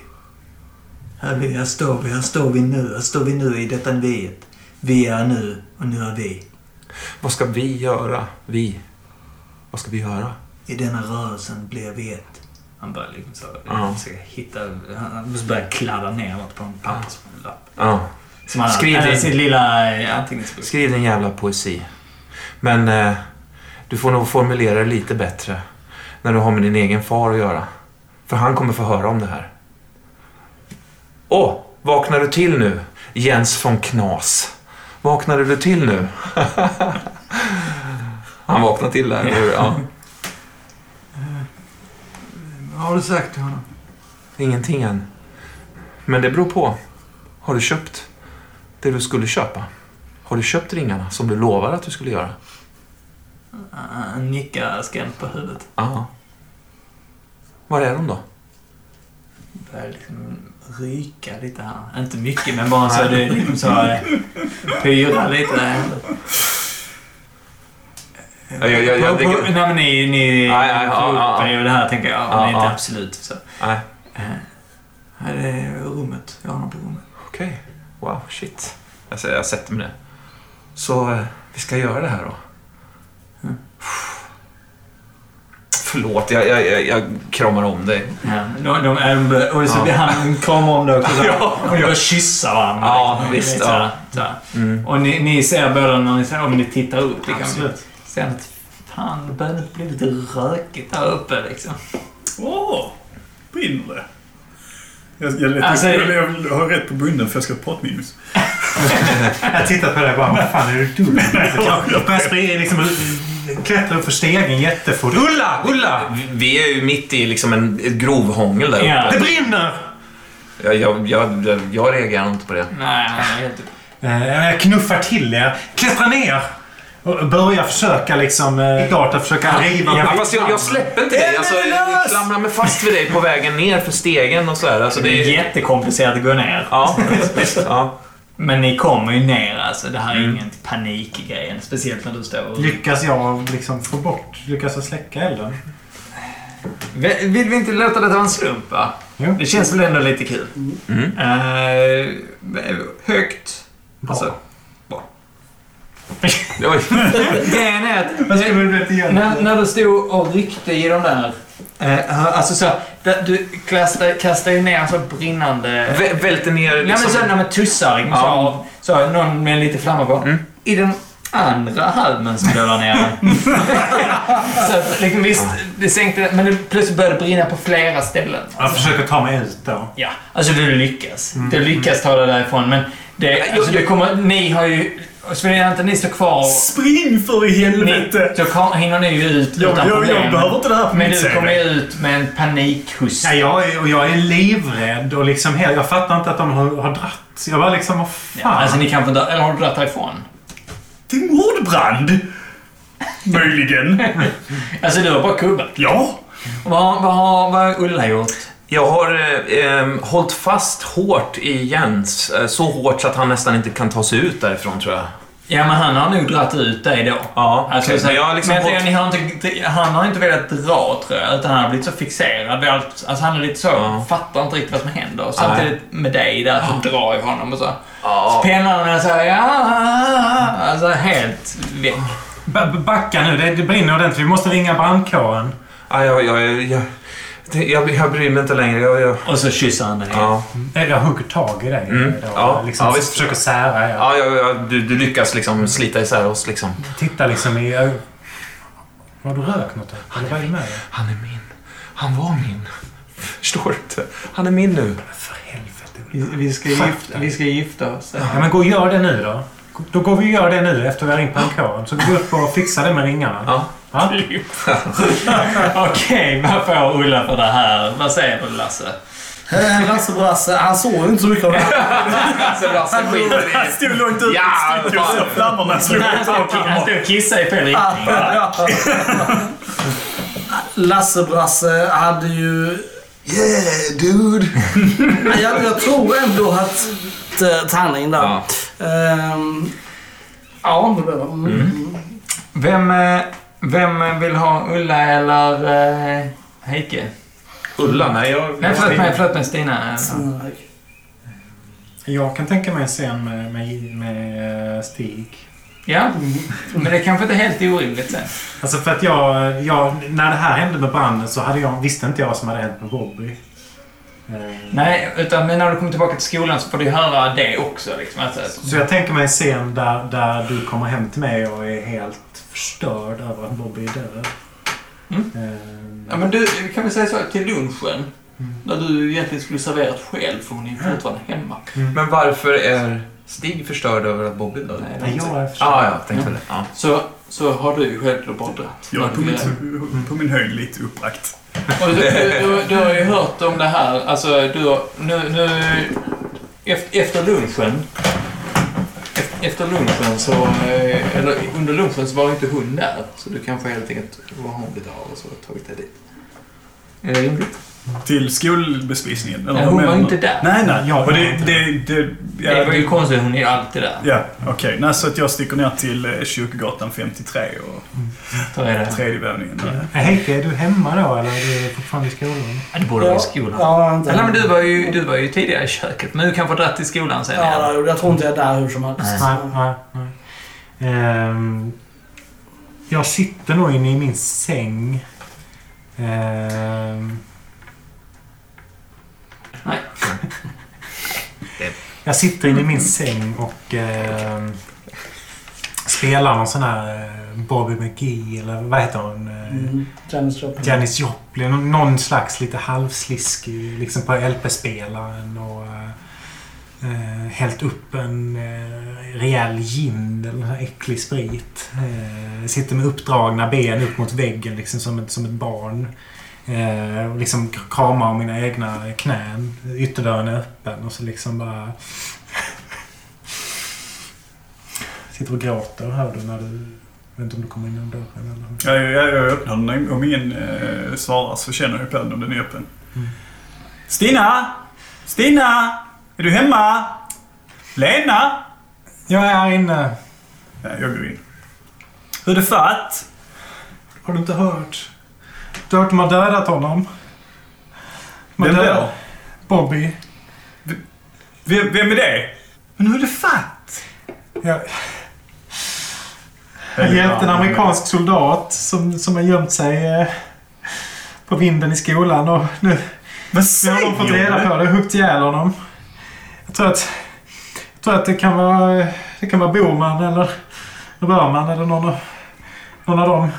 Speaker 4: Här, är vi. här står vi. Här står vi nu. Här står vi nu i detta viet. Vi är nu och nu är vi.
Speaker 5: Vad ska vi göra? Vi. Vad ska vi göra?
Speaker 4: I denna rörelsen blir vi ett.
Speaker 7: Han börjar liksom så,
Speaker 5: Ja.
Speaker 7: försöka hitta... Han han börjar kladda ner något på en papperslapp.
Speaker 5: Ja.
Speaker 7: Som han
Speaker 5: Skriv
Speaker 7: eller
Speaker 5: det.
Speaker 7: sin lilla eh, anteckningsbok.
Speaker 5: Skriv din jävla poesi. Men eh, du får nog formulera det lite bättre när du har med din egen far att göra. För han kommer få höra om det här. Åh, vaknar du till nu? Jens von Knas. Vaknade du till nu? han vaknar till där. eller hur? Ja.
Speaker 4: Vad Eh, har du sagt till honom?
Speaker 5: Ingenting än. Men det beror på. Har du köpt det du skulle köpa? Har du köpt ringarna som du lovade att du skulle göra?
Speaker 7: Han nickar skämt på huvudet.
Speaker 5: Ja. Var är de då?
Speaker 7: Börjar liksom ryka lite här. Inte mycket, men bara så det liksom så... eh, Pyrar lite. där.
Speaker 5: Jag, jag, jag,
Speaker 7: På- på-
Speaker 5: jag,
Speaker 7: Nej men ni... ni
Speaker 5: Ja, ja, ja, ja,
Speaker 7: på
Speaker 5: ja.
Speaker 7: ju det här tänker jag.
Speaker 5: Ja,
Speaker 7: Ja, ni är inte
Speaker 5: ja.
Speaker 7: absolut så. Eh,
Speaker 5: nej,
Speaker 4: Här är rummet. Jag har honom på rummet.
Speaker 5: okej. Wow, shit. Jag, säger- jag sätter mig ner. Så eh, vi ska göra det här då. Förlåt, jag, jag, jag, jag kramar om dig.
Speaker 7: Ja, de, de, de, och så
Speaker 5: Ja.
Speaker 7: blir han kramar om det också. Så,
Speaker 5: Ja.
Speaker 7: och de börjar kyssa varandra.
Speaker 5: Ja, Mm.
Speaker 7: liksom.
Speaker 5: visst,
Speaker 7: Så här, så här. Och ni, ni ser båda när ni, ser- om ni tittar upp. Liksom,
Speaker 3: Absolut.
Speaker 7: Ser att fan, det börjar bli lite rökigt här uppe liksom.
Speaker 2: Åh, brinner det? Jag, jag, letar-
Speaker 7: Alltså-
Speaker 2: jag, jag, jag har rätt på bunden för jag ska ha ett pratminus.
Speaker 3: Jag tittar på dig och bara, vad fan är du dum?
Speaker 2: Ja,
Speaker 3: Jag börjar springa, liksom, klättra upp för stegen jättefort. Ulla! Ulla!
Speaker 5: Vi- Vi är ju mitt i liksom en, ett grovhångel där uppe.
Speaker 7: Ja.
Speaker 3: Det brinner!
Speaker 5: Jag, jag, jag, jag, jag reagerar inte på det.
Speaker 7: Nej, han är helt
Speaker 3: Eh, Jag knuffar till er. Klättra ner! Och Börja försöka liksom... eh, Darta försöka riva
Speaker 5: Ja,
Speaker 3: skiten.
Speaker 5: fast jag, jag släpper inte dig. Alltså, jag klamrar mig fast vid dig på vägen ner för stegen och sådär. Alltså,
Speaker 7: Det är
Speaker 5: det är...
Speaker 7: jättekomplicerat att gå ner.
Speaker 5: Ja, visst. Ja.
Speaker 7: Men ni kommer ju ner alltså. Det här är ingen panikgrej. Speciellt när du står och...
Speaker 3: Lyckas jag liksom få bort... Lyckas jag släcka elden?
Speaker 7: Vill vi inte låta det vara en slump va?
Speaker 3: Jo.
Speaker 7: Det känns väl ändå lite kul.
Speaker 5: Mm.
Speaker 7: Eh, högt. Alltså,
Speaker 5: Det var ju-
Speaker 7: grejen är att
Speaker 3: Vad ska vi berätta igen?
Speaker 7: när, när du stod och ryckte i de där... Eh, alltså så, där du kastade, kastade ju ner så brinnande...
Speaker 5: Vä- Välter ner
Speaker 7: Nej men
Speaker 5: liksom...
Speaker 7: sådana med tussar. liksom, Så,
Speaker 5: Ja.
Speaker 7: så, någon med lite flamma på. I den andra halmen som blev där nere. så att, liksom, visst, det sänkte, men det plötsligt började det brinna på flera ställen.
Speaker 3: Jag försöker ta mig ut då.
Speaker 7: Ja, alltså du lyckas. Du lyckas ta dig därifrån, men det, alltså, det kommer, ni har ju... Sven inte ni står kvar och...
Speaker 2: Spring för i
Speaker 7: Ni,
Speaker 2: helvete!
Speaker 7: då kom, hinner ni ju ut
Speaker 2: Jag,
Speaker 7: utan
Speaker 2: jag,
Speaker 7: problem.
Speaker 2: jag behöver inte det här på
Speaker 7: men
Speaker 2: mitt
Speaker 7: du
Speaker 2: CV.
Speaker 7: kommer ju ut med en panikhust.
Speaker 3: Ja, jag, är, och jag är livrädd och liksom helt, jag fattar inte att de har, har dratt. Jag var liksom, vad fan.
Speaker 7: Ja, alltså ni kanske inte... Eller har du dragit härifrån?
Speaker 2: Till mordbrand? Möjligen.
Speaker 7: Alltså du har bara kubbat.
Speaker 2: Ja.
Speaker 15: Vad, vad, har- vad har Ulla gjort?
Speaker 5: Jag har eh, eh, hållit fast hårt i Jens. Eh, så hårt så att han nästan inte kan ta sig ut därifrån tror jag.
Speaker 15: Ja, men han har nog dragit ut dig då.
Speaker 5: Ja,
Speaker 15: Alltså,
Speaker 5: okej.
Speaker 15: så,
Speaker 5: men jag har liksom
Speaker 15: men jag
Speaker 5: hållit...
Speaker 15: tänker, ni har inte, han har inte velat dra, tror jag. Utan han har blivit så fixerad vid allt. Alltså, han är lite så,
Speaker 5: Ja.
Speaker 15: fattar inte riktigt vad som händer. Samtidigt med dig där, som drar i honom och så. Så
Speaker 5: Ja.
Speaker 15: pendlar han och säger ja, Alltså, helt väck.
Speaker 3: Ba- ba- Backa nu, det, det brinner ordentligt. Vi måste ringa brandkåren.
Speaker 5: Ja, jag, jag, jag, jag, jag, jag bryr mig inte längre. Jag, jag,
Speaker 15: Och så kysser han dig.
Speaker 5: ja.
Speaker 3: Eh, Jag hugger tag i dig.
Speaker 5: Mm.
Speaker 3: Då,
Speaker 5: Ja,
Speaker 3: liksom,
Speaker 5: ja, visst.
Speaker 3: försöker sära er.
Speaker 5: Ja, jag, jag, du, du lyckas liksom slita isär oss liksom.
Speaker 3: Titta liksom i... ö- Har du rökt något? Eller vad är det med dig?
Speaker 5: Han är min. Han var min. Förstår du inte? Han är min nu.
Speaker 3: För helvete.
Speaker 7: Vi, ska, gifta, vi ska gifta oss.
Speaker 3: Ja, men gå och gör det nu då. Då går vi och gör det nu efter vi har ringt brandkåren. Så vi går upp och fixar det med ringarna.
Speaker 5: Ja.
Speaker 3: Ja?
Speaker 7: Okej, vad får Ulla för det här? Vad säger du Lasse?
Speaker 4: Eh, Lasse Brasse, han såg ju inte så mycket av det här.
Speaker 5: Alltså, Lasse skiter i
Speaker 2: Han stod långt ut
Speaker 5: Ja,
Speaker 2: i studion
Speaker 5: fan.
Speaker 2: så flammorna slog
Speaker 7: Han
Speaker 2: upp
Speaker 7: står
Speaker 2: taket.
Speaker 7: och kissar i fel riktning.
Speaker 4: Lasse Brasse hade ju...
Speaker 5: Yeah, dude!
Speaker 4: Jag, jag tror ändå att eh, tärning där.
Speaker 5: Ja.
Speaker 4: Ehm, ja, det blev det. Mm.
Speaker 7: Vem, eh, vem vill ha Ulla eller eh, Heike?
Speaker 5: Ulla, nej jag...
Speaker 7: Nej, förlåt mig. Förlåt mig. Stina.
Speaker 3: Jag kan tänka mig en scen med, med, med eh, Stig.
Speaker 7: Ja, men det är kanske inte är helt orimligt sen.
Speaker 3: Alltså för att jag, jag... När det här hände med branden så hade jag, visste inte jag vad som hade hänt med Bobby. Eh,
Speaker 7: Nej, utan men när du kommer tillbaka till skolan så får du höra det också. Liksom. Alltså,
Speaker 3: Så jag tänker mig en scen där, där du kommer hem till mig och är helt förstörd över att Bobby är död.
Speaker 7: Mm.
Speaker 3: Eh,
Speaker 7: ja, men du, kan vi säga så här, till lunchen, när du egentligen skulle serverat själv för hon är fortfarande hemma.
Speaker 5: Men varför är Stig förstörd över att Bobby dör?
Speaker 7: Nej, det är
Speaker 3: Nej,
Speaker 7: inte så.
Speaker 3: jag är förstörd.
Speaker 5: Ja, ja, tänkte väl det. Ja.
Speaker 7: Så, så har du ju självklart rätt.
Speaker 2: Jag är på,
Speaker 7: Men,
Speaker 2: mitt,
Speaker 7: eh,
Speaker 2: på min höjd lite uppbragt.
Speaker 7: Och du, du, du, du har ju hört om det här. Alltså, du har, nu, nu, efter, efter lunchen. ef- Efter lunchen så... eh, Eller under lunchen så var inte hon där. Så du kanske helt enkelt var hon blivit av och så tagit dig dit. Är det rimligt?
Speaker 2: Till skolbespisningen. eller
Speaker 7: Nej,
Speaker 2: vad
Speaker 7: hon var
Speaker 2: menar
Speaker 7: ju
Speaker 2: du?
Speaker 7: inte där.
Speaker 2: Nej, nej.
Speaker 3: Jag
Speaker 2: och
Speaker 3: var
Speaker 2: det,
Speaker 3: inte
Speaker 2: det, det, ja,
Speaker 7: det var ju
Speaker 2: det,
Speaker 7: konstigt, hon är ju alltid där.
Speaker 2: ja, okej. Nej, Så att jag sticker ner till eh, Kyrkogatan 53 och
Speaker 7: Så är det.
Speaker 2: tredje våningen. där.
Speaker 3: Eh, Heike, är du hemma då eller är du fortfarande i skolan?
Speaker 7: Ja, det borde vara i skolan.
Speaker 4: Ja, inte.
Speaker 7: Eller men du var, ju, du var ju tidigare i köket, men du kanske dratt till skolan sen igen.
Speaker 4: Ja, jag, jag tror inte jag är där hur som helst.
Speaker 3: Nej, nej, nej. Ehm, jag sitter nog inne i min säng. Ehm.
Speaker 7: Nej.
Speaker 3: jag sitter inne i min säng och ehm, spelar någon sån här eh, Bobby McGee eller vad heter hon? Eh,
Speaker 4: Mm. Janis Joplin.
Speaker 3: Janis Joplin. Någon slags lite halvsliskig liksom på LP-spelaren. Och eh, hällt upp en eh, rejäl gin eller någon äcklig sprit. Eh, sitter med uppdragna ben upp mot väggen liksom som ett, som ett barn. Eh, och liksom kramar om mina egna knän. Ytterdörren är öppen och så liksom bara... Sitter och gråter hör du när du vet inte om du kommer in genom dörren eller hur.
Speaker 2: Jag, jag, jag öppnar den. Om ingen eh, svarar så känner jag på den om den är öppen.
Speaker 3: Mm.
Speaker 2: Stina! Stina! Är du hemma? Lena?
Speaker 3: Jag är här inne.
Speaker 2: Ja, jag går in. Hur är det fatt?
Speaker 3: Har du inte hört? Du har hört att de har dödat honom? Man
Speaker 2: Vem
Speaker 3: dödar-
Speaker 2: då?
Speaker 3: Bobby.
Speaker 2: Vem, vem är det?
Speaker 3: Men hur är det fatt? Jag, jag
Speaker 2: Eller,
Speaker 3: hjälpte en
Speaker 2: ja,
Speaker 3: amerikansk soldat som, som har gömt sig eh, på vinden i skolan och nu
Speaker 2: Vad
Speaker 3: nu har de fått
Speaker 2: säger
Speaker 3: reda
Speaker 2: du?
Speaker 3: på det och huggit ihjäl honom. Jag tror att, jag tror att det kan vara, det kan vara Boman eller Rörman eller någon, av- någon av dem.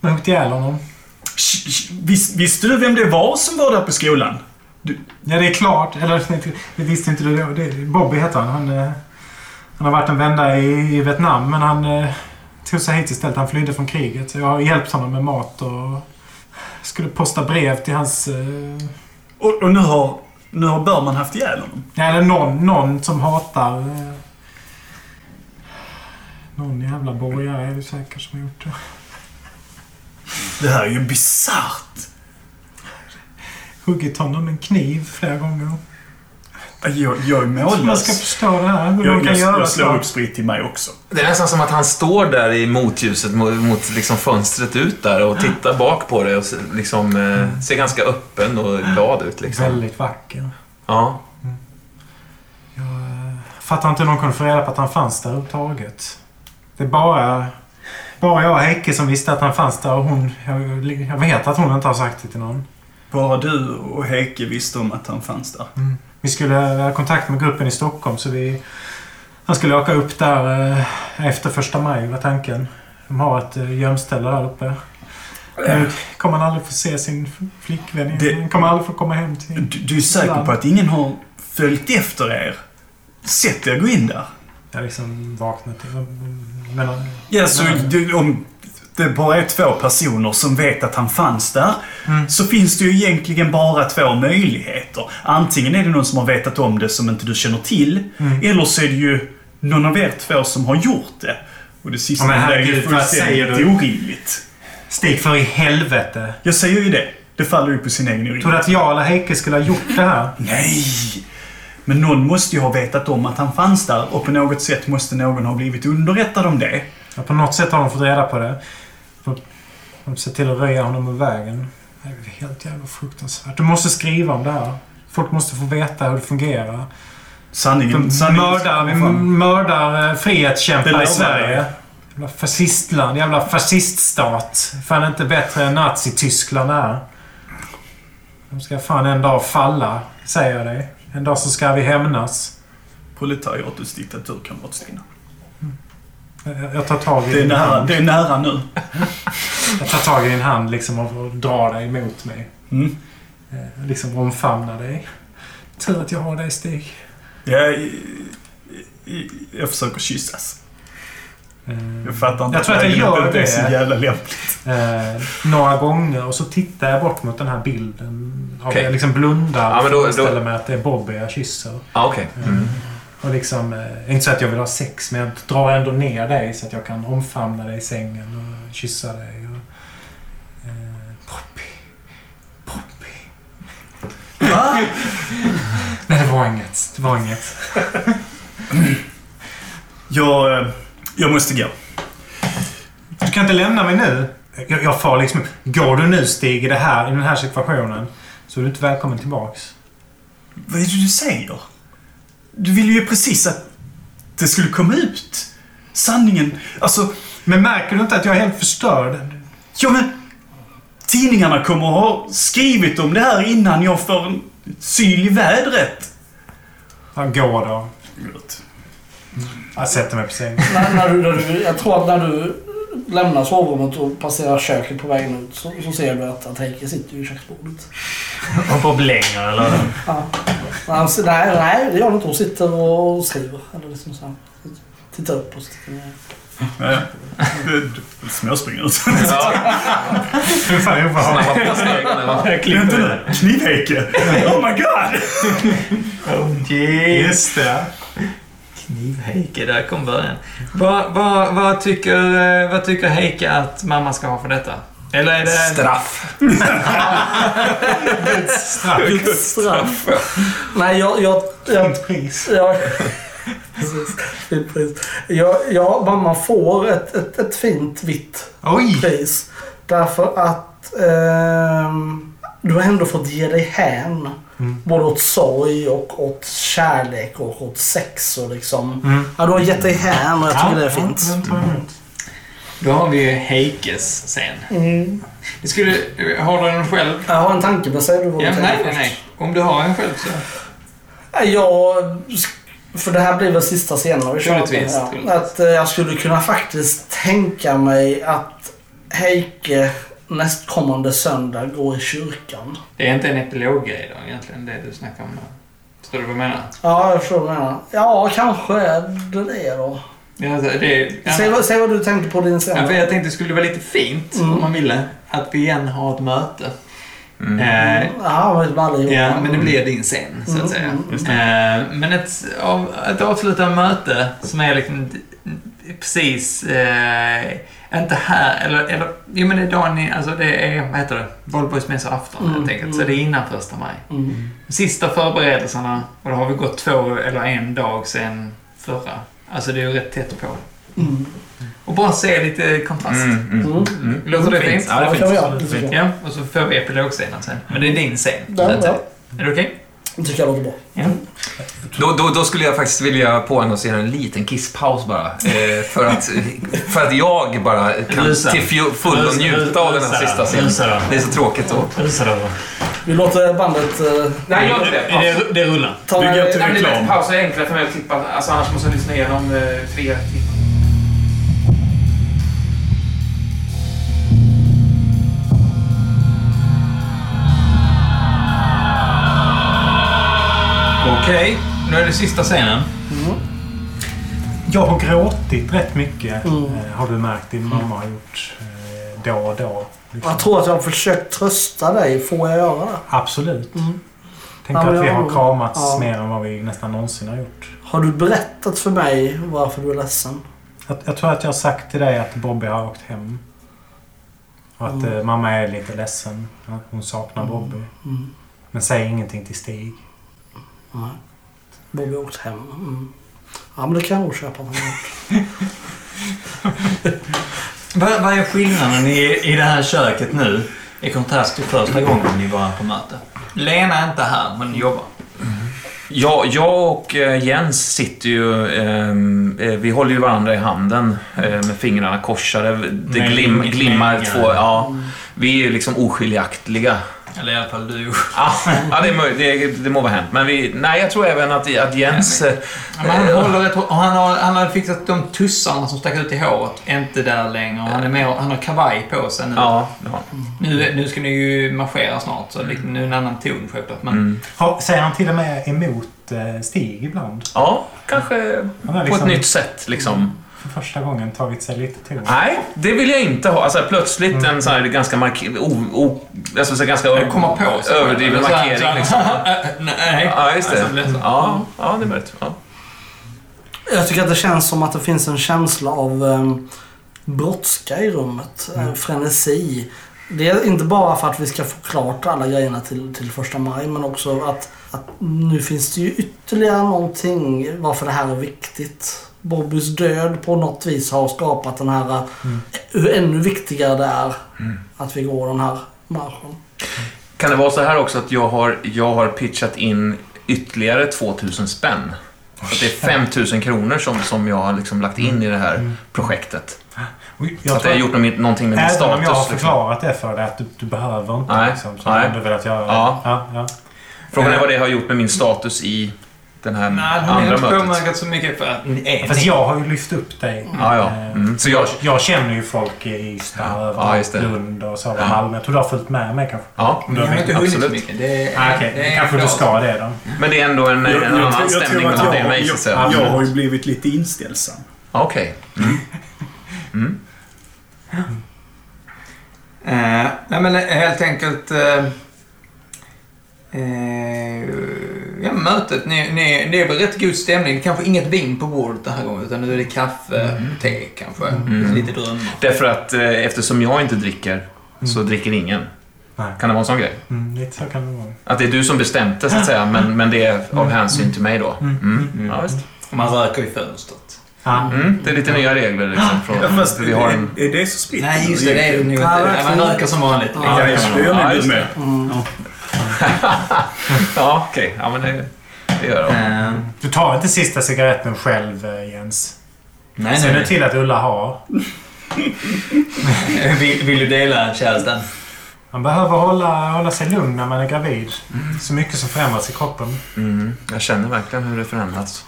Speaker 3: De har huggit ihjäl honom.
Speaker 2: Sh- sh- Vis, visste du vem det var som var där på skolan?
Speaker 3: Ja, det är klart. Eller, det visste inte du då. Det- Bobby heter han. Han, eh, han har varit en vända i, i Vietnam, men han eh, tog sig hit istället. Han flydde från kriget. Så Jag har hjälpt honom med mat och skulle posta brev till hans... eh,
Speaker 2: Och, och nu har, nu har Börman haft ihjäl honom.
Speaker 3: Nej, eller någon, någon som hatar... eh, Någon jävla borgare är det säkert som har gjort det.
Speaker 2: Det här är ju bisarrt.
Speaker 3: Huggit honom med en kniv flera gånger.
Speaker 2: Jag, jag är
Speaker 3: Jag tror man ska
Speaker 2: mållös.
Speaker 3: förstå det här. Hur de
Speaker 2: Jag,
Speaker 3: kan
Speaker 2: jag,
Speaker 3: göra
Speaker 2: jag slår
Speaker 3: så.
Speaker 2: upp sprit till mig också.
Speaker 5: Det är nästan som att han står där i motljuset mot, mot liksom fönstret ut där och tittar bak på det och se- liksom, eh, ser ganska öppen och glad ut. Liksom.
Speaker 3: Väldigt vacker.
Speaker 5: Ja.
Speaker 3: Jag eh, fattar inte hur någon kunde få reda på att han fanns där överhuvudtaget. Det är bara, bara jag och Heike som visste att han fanns där och hon... Jag, jag vet att hon inte har sagt det till någon.
Speaker 2: Bara du och Heike visste om att han fanns där.
Speaker 3: Vi skulle ha kontakt med gruppen i Stockholm så vi... Han skulle åka upp där eh, efter första maj var tanken. De har ett eh, gömställe där uppe. Nu kommer han aldrig få se sin flickvän
Speaker 2: Det-
Speaker 3: igen. Han kommer aldrig få komma hem till...
Speaker 2: Du, du är säker på att ingen har följt efter er? Sett er gå in där?
Speaker 3: Jag liksom vaknade till... Men, eh,
Speaker 2: Ja, så du, om det bara är två personer som vet att han fanns där
Speaker 3: Mm.
Speaker 2: så finns det ju egentligen bara två möjligheter. Antingen är det någon som har vetat om det som inte du känner till.
Speaker 3: Mm.
Speaker 2: Eller så är det ju någon av er två som har gjort det. Och det sista
Speaker 3: Ja, men
Speaker 2: det är ju
Speaker 3: herregud, vad säger
Speaker 2: fullständigt
Speaker 3: du?
Speaker 2: orimligt.
Speaker 3: Stig för i helvete!
Speaker 2: Jag säger ju det. Det faller ju på sin egen
Speaker 3: Tror du
Speaker 2: orimlighet.
Speaker 3: att jag eller Heike skulle ha gjort det här?
Speaker 2: Nej! Men någon måste ju ha vetat om att han fanns där och på något sätt måste någon ha blivit underrättad om det.
Speaker 3: Ja, på något sätt har de fått reda på det. De- De ser till att röja honom ur vägen. Det är helt jävla fruktansvärt. Du måste skriva om det här. Folk måste få veta hur det fungerar.
Speaker 2: Sanningen...
Speaker 3: De
Speaker 2: sanningen
Speaker 3: mördar,
Speaker 2: kommer fram.
Speaker 3: mördar eh,
Speaker 2: Det
Speaker 3: frihetskämpar
Speaker 2: lovar
Speaker 3: i
Speaker 2: jag.
Speaker 3: Sverige. Jävla fascistland. Jävla fasciststat. Fan inte bättre än Nazityskland är. De ska fan en dag falla, säger jag dig. En dag så ska vi hämnas.
Speaker 2: Proletariatets diktatur kan vara Stina.
Speaker 3: Mm. Jag jag tar tag i
Speaker 2: Det är
Speaker 3: din
Speaker 2: nära,
Speaker 3: hand.
Speaker 2: det är nära nu.
Speaker 3: Jag tar tag i din hand liksom och och drar dig mot mig.
Speaker 2: Mm.
Speaker 3: Eh, Liksom omfamnar dig. Tur att jag har dig Stig.
Speaker 2: Jag, jag försöker kyssas.
Speaker 3: Eh,
Speaker 2: Jag fattar inte
Speaker 3: Jag tror att jag
Speaker 2: läget
Speaker 3: gör
Speaker 2: inte är
Speaker 3: det.
Speaker 2: så jävla lämpligt.
Speaker 3: eh, några gånger och så tittar jag bort mot den här bilden. Av-
Speaker 5: Okej.
Speaker 3: Jag liksom blundar
Speaker 5: Ja, men då-
Speaker 3: och föreställer
Speaker 5: då-
Speaker 3: mig att det är Bobby jag kysser.
Speaker 5: Ah, Okej. Mm.
Speaker 3: Och liksom, eh, inte så att jag vill ha sex men jag drar ändå ner dig så att jag kan omfamna dig i sängen och kyssa dig. Och, eh, Bobby. Bobby. Nej, det var inget. Det var inget.
Speaker 2: Jag, eh, jag måste gå.
Speaker 3: Du kan inte lämna mig nu. Jag, jag far liksom... Går du nu Stig i, det här, i den här situationen så är du inte välkommen tillbaks.
Speaker 2: Vad är det du säger? Du ville ju precis att det skulle komma ut. Sanningen. Alltså,
Speaker 3: Men märker du inte att jag är helt förstörd?
Speaker 2: ja men... Tidningarna kommer att ha skrivit om det här innan jag får en syl i vädret.
Speaker 3: Ja, gå då. Jag sätter mig på sängen.
Speaker 4: När, när du, när du, jag tror att när du lämnar sovrummet och passerar köket på vägen ut så, så ser du att, att Heike sitter vid köksbordet.
Speaker 16: Och på blänger eller?
Speaker 4: Men han, nej, nej, det gör hon inte. Hon sitter och skriver. Eller liksom så här. Tittar upp och sitter ner.
Speaker 2: Ja, ja. Småspringer ut.
Speaker 5: Ja,
Speaker 3: Fy fan, jag får ha-
Speaker 5: snabba på stegen, eller?
Speaker 2: Vänta nu. Knivhäcke. Oh my god!
Speaker 16: Yes.
Speaker 3: Just det.
Speaker 7: Kniv-Heike, där kom början. Vad, vad, vad, tycker, eh, vad tycker Heike att mamma ska ha för detta? Eller är det...
Speaker 5: Straff.
Speaker 4: Straff. Nej, jag... jag, jag
Speaker 17: Fint pris.
Speaker 4: Ja, precis. Fint pris. Ja, ja, mamma får ett, ett, ett fint vitt
Speaker 17: Oj!
Speaker 4: pris. Därför att ehm, du har ändå fått ge dig hän. Både åt sorg och åt kärlek och åt sex och liksom. Ja, du har gett dig hän och jag tycker det är fint.
Speaker 7: Då har vi ju Heikes sen. Det skulle, eh, har du den själv?
Speaker 4: Jag har en tanke, men säg du vad du
Speaker 7: Ja,
Speaker 4: tänker
Speaker 7: nej, nej,
Speaker 4: först.
Speaker 7: nej. Om du har en själv så...
Speaker 4: Nej, Jag... För det här blir väl sista scenen vi kör.
Speaker 7: Troligtvis,
Speaker 4: Ja.
Speaker 7: troligtvis.
Speaker 4: Att eh, jag skulle kunna faktiskt tänka mig att Heike nästkommande söndag går i kyrkan.
Speaker 7: Det är inte en epiloggrej då egentligen, det du snackar om nu. Förstår du vad jag menar?
Speaker 4: Ja, jag förstår vad du menar. Ja, kanske är det det då.
Speaker 7: Ja, alltså, det, det, ja.
Speaker 4: Säg, vad- säg vad Mm. du tänkte på din scen.
Speaker 7: Ja, för jag tänkte det skulle vara lite fint, om man ville, att vi igen har ett möte.
Speaker 5: Mm.
Speaker 7: Eh,
Speaker 4: Ja, men med allihopa.
Speaker 7: Ja, men det blir din scen, så
Speaker 4: Mm.
Speaker 7: att säga. Eh, Men ett, av- ett avsluta möte som är liksom precis... Eh, inte här, eller... eller jo, men det är dagen i- Alltså, det är... Vad heter det? Valborgsmässoafton, helt enkelt. Så det är innan första maj.
Speaker 4: Mm.
Speaker 7: Sista förberedelserna, och då har vi gått två eller en dag sedan förra. Alltså, det är ju rätt tätt på.
Speaker 4: Mm.
Speaker 7: Och bara se lite kontrast.
Speaker 5: Mm, mm.
Speaker 4: Mm.
Speaker 7: Låter det fint?
Speaker 5: Ja, det
Speaker 4: Ja,
Speaker 5: är
Speaker 4: det kan vi
Speaker 5: fint.
Speaker 4: göra. Det tycker jag.
Speaker 7: Ja, och så får vi epilogscenen sen. Men det är din scen, så
Speaker 4: Ja,
Speaker 7: att säga.
Speaker 4: ja.
Speaker 7: Är det okej?
Speaker 4: Det tycker jag låter bra.
Speaker 5: Då, då, då skulle jag faktiskt vilja påannonsera en liten kisspaus bara. Eh, för, att, för att jag bara kan
Speaker 1: Rusa.
Speaker 5: till fju- fullo
Speaker 1: Rusa,
Speaker 5: njuta av den här
Speaker 1: rusa,
Speaker 5: sista
Speaker 1: rusa då.
Speaker 5: scenen. Det är så tråkigt då.
Speaker 1: Rusa då.
Speaker 4: Vi låter bandet... Eh,
Speaker 5: Nej, jag
Speaker 1: Det, det rullar.
Speaker 4: ta
Speaker 2: Vi går till
Speaker 5: Nej, men det är
Speaker 2: reklam.
Speaker 5: bättre pauser är enklare för mig att tippa. Alltså, annars måste jag lyssna igenom eh, tre timmar.
Speaker 1: Okej, nu är det sista scenen.
Speaker 17: Jag har gråtit rätt mycket
Speaker 4: Mm.
Speaker 17: eh, har du märkt din mamma har gjort eh, då och då. Liksom.
Speaker 4: jag tror att jag har försökt trösta dig. Får jag göra det?
Speaker 17: Absolut. Tänk
Speaker 4: Mm. Ja, men
Speaker 17: att vi
Speaker 4: jag-
Speaker 17: har kramats
Speaker 4: ja.
Speaker 17: mer än vad vi nästan någonsin har gjort.
Speaker 4: Har du berättat för mig varför du är ledsen?
Speaker 17: Jag, jag tror att jag har sagt till dig att Bobby har åkt hem. Och att eh, mamma är lite ledsen. Ja, Hon saknar Bobby.
Speaker 4: Mm.
Speaker 17: Men säg ingenting till Stig.
Speaker 4: Nej. Bobby har åkt hem. Mm. Ja, men det kan jag nog köpa.
Speaker 1: Vad, vad är skillnaden i, i det här köket nu i kontrast till första gången ni var på möte? Lena är inte här, men jobbar.
Speaker 5: Ja, jag och eh, Jens sitter ju... ehm, eh, vi håller ju varandra i handen eh, med fingrarna korsade. Det
Speaker 1: Men
Speaker 5: glim,
Speaker 1: inget
Speaker 5: glimmar
Speaker 1: pengar.
Speaker 5: två... Ja, vi är ju liksom oskiljaktiga.
Speaker 1: Eller i alla fall du.
Speaker 5: Ah, ja, det, är möjligt, det, det må vara hänt. Men vi, nej, jag tror även att, att Jens... eh,
Speaker 7: Men han, håller ett, och han, har, han har fixat de tussarna som stack ut i håret. Inte där längre. Och Han, är med, och- han har kavaj på sig nu.
Speaker 5: Ja, det har
Speaker 7: Nu, nu ska ni ju marschera snart, så lite, nu är det en annan ton självklart. Men
Speaker 5: Mm.
Speaker 17: Har, säger han till och med emot eh, Stig ibland?
Speaker 5: Ja, kanske
Speaker 17: Han har
Speaker 5: på ett
Speaker 17: liksom
Speaker 5: nytt sätt liksom.
Speaker 17: för första gången tagit sig lite till.
Speaker 5: Nej, det vill jag inte ha. Alltså plötsligt en sån här ganska mark... O, o, alltså, så här ganska
Speaker 7: jag kommer på så.
Speaker 5: överdriven
Speaker 7: Så här- så
Speaker 5: markering
Speaker 7: här-
Speaker 5: liksom.
Speaker 7: Nej.
Speaker 5: Ja, just
Speaker 7: Alltså,
Speaker 5: det.
Speaker 7: blir så.
Speaker 5: Ja, ja det är möjligt. Ja.
Speaker 4: Jag tycker att det känns som att det finns en känsla av um, brådska i rummet. eh, Frenesi. Det är inte bara för att vi ska få klart alla grejerna till, till första maj men också att, att nu finns det ju ytterligare någonting varför det här är viktigt. Bobbys död på något vis har skapat den här, eh, hur ännu viktigare det är att vi går den här marschen.
Speaker 5: Kan det vara så här också att jag har, jag har pitchat in ytterligare 2000 spänn? Så att det är 5000 kronor som, som jag har liksom lagt in i det här projektet.
Speaker 17: Och
Speaker 5: Så att det har gjort någon- någonting med min
Speaker 17: Även om jag har
Speaker 5: status. Liksom.
Speaker 17: förklarat det för dig att du, du behöver inte
Speaker 5: Nej,
Speaker 17: liksom. Så
Speaker 5: nej.
Speaker 17: hade du velat göra det.
Speaker 5: Ja.
Speaker 17: Ja, ja.
Speaker 5: Frågan är vad det har gjort med min status i den här
Speaker 7: Nej, hon har
Speaker 5: andra
Speaker 7: inte
Speaker 5: mötet.
Speaker 7: påmärkat så mycket för att ni är
Speaker 17: Fast jag har ju lyft upp dig.
Speaker 5: Ja, ja.
Speaker 17: Eh,
Speaker 5: Mm. Så jag...
Speaker 17: Jag känner ju folk i Ystad,
Speaker 5: Ja,
Speaker 17: överallt,
Speaker 5: just det.
Speaker 17: Lund och så. Malmö. Jag tror du har följt med mig kanske?
Speaker 5: Ja,
Speaker 17: Om du har
Speaker 7: Jag har
Speaker 17: tänkt-
Speaker 7: inte hunnit så
Speaker 5: Absolut.
Speaker 7: mycket. Det är,
Speaker 17: Ah, Okej,
Speaker 7: det är
Speaker 17: kanske du
Speaker 7: klart.
Speaker 17: ska det då.
Speaker 5: men det är ändå en, en annan stämning
Speaker 2: att
Speaker 5: mellan dig och mig, så att
Speaker 2: jag,
Speaker 5: säga.
Speaker 2: jag har ju blivit lite inställsam.
Speaker 5: Okej.
Speaker 7: Eh, nej men helt enkelt... Eh, eh, ja, mötet. Ni, ni, det är väl rätt god stämning. Kanske inget vin på bordet den här gången utan nu är det kaffe, te kanske.
Speaker 5: Mm.
Speaker 7: Lite drömmar.
Speaker 5: Därför att eh, eftersom jag inte dricker så
Speaker 2: Mm.
Speaker 5: dricker ingen.
Speaker 3: Nej.
Speaker 5: Kan det vara en sån grej?
Speaker 3: Mm, lite så kan det vara.
Speaker 5: Att det är du som bestämde så att säga, men, men det är
Speaker 2: Mm.
Speaker 5: av hänsyn till mig då. Mm. Ja, visst.
Speaker 7: Och man röker i fönstret.
Speaker 3: Ja.
Speaker 5: Mm. Det är lite nya regler liksom. Från,
Speaker 2: Ja, fast
Speaker 5: vi har en...
Speaker 2: är, är det så spritt?
Speaker 7: Nej, just det. Det är det nog inte. Nej, Man röker som vanligt.
Speaker 2: Ja, just det. Jag
Speaker 5: Ja,
Speaker 2: är
Speaker 5: just
Speaker 2: nöjd med.
Speaker 5: Ja, okej. Ja, men det, det gör jag.
Speaker 7: Ehm,
Speaker 3: Du tar inte sista cigaretten själv eh, Jens.
Speaker 7: Nej,
Speaker 3: Se
Speaker 7: nej,
Speaker 3: nu
Speaker 7: nej.
Speaker 3: till att Ulla har.
Speaker 7: Vill, vill du dela kärasten?
Speaker 3: Man behöver hålla, hålla sig lugn när man är gravid. Så mycket som förändras i kroppen.
Speaker 5: Mm. Jag känner verkligen hur det förändrats.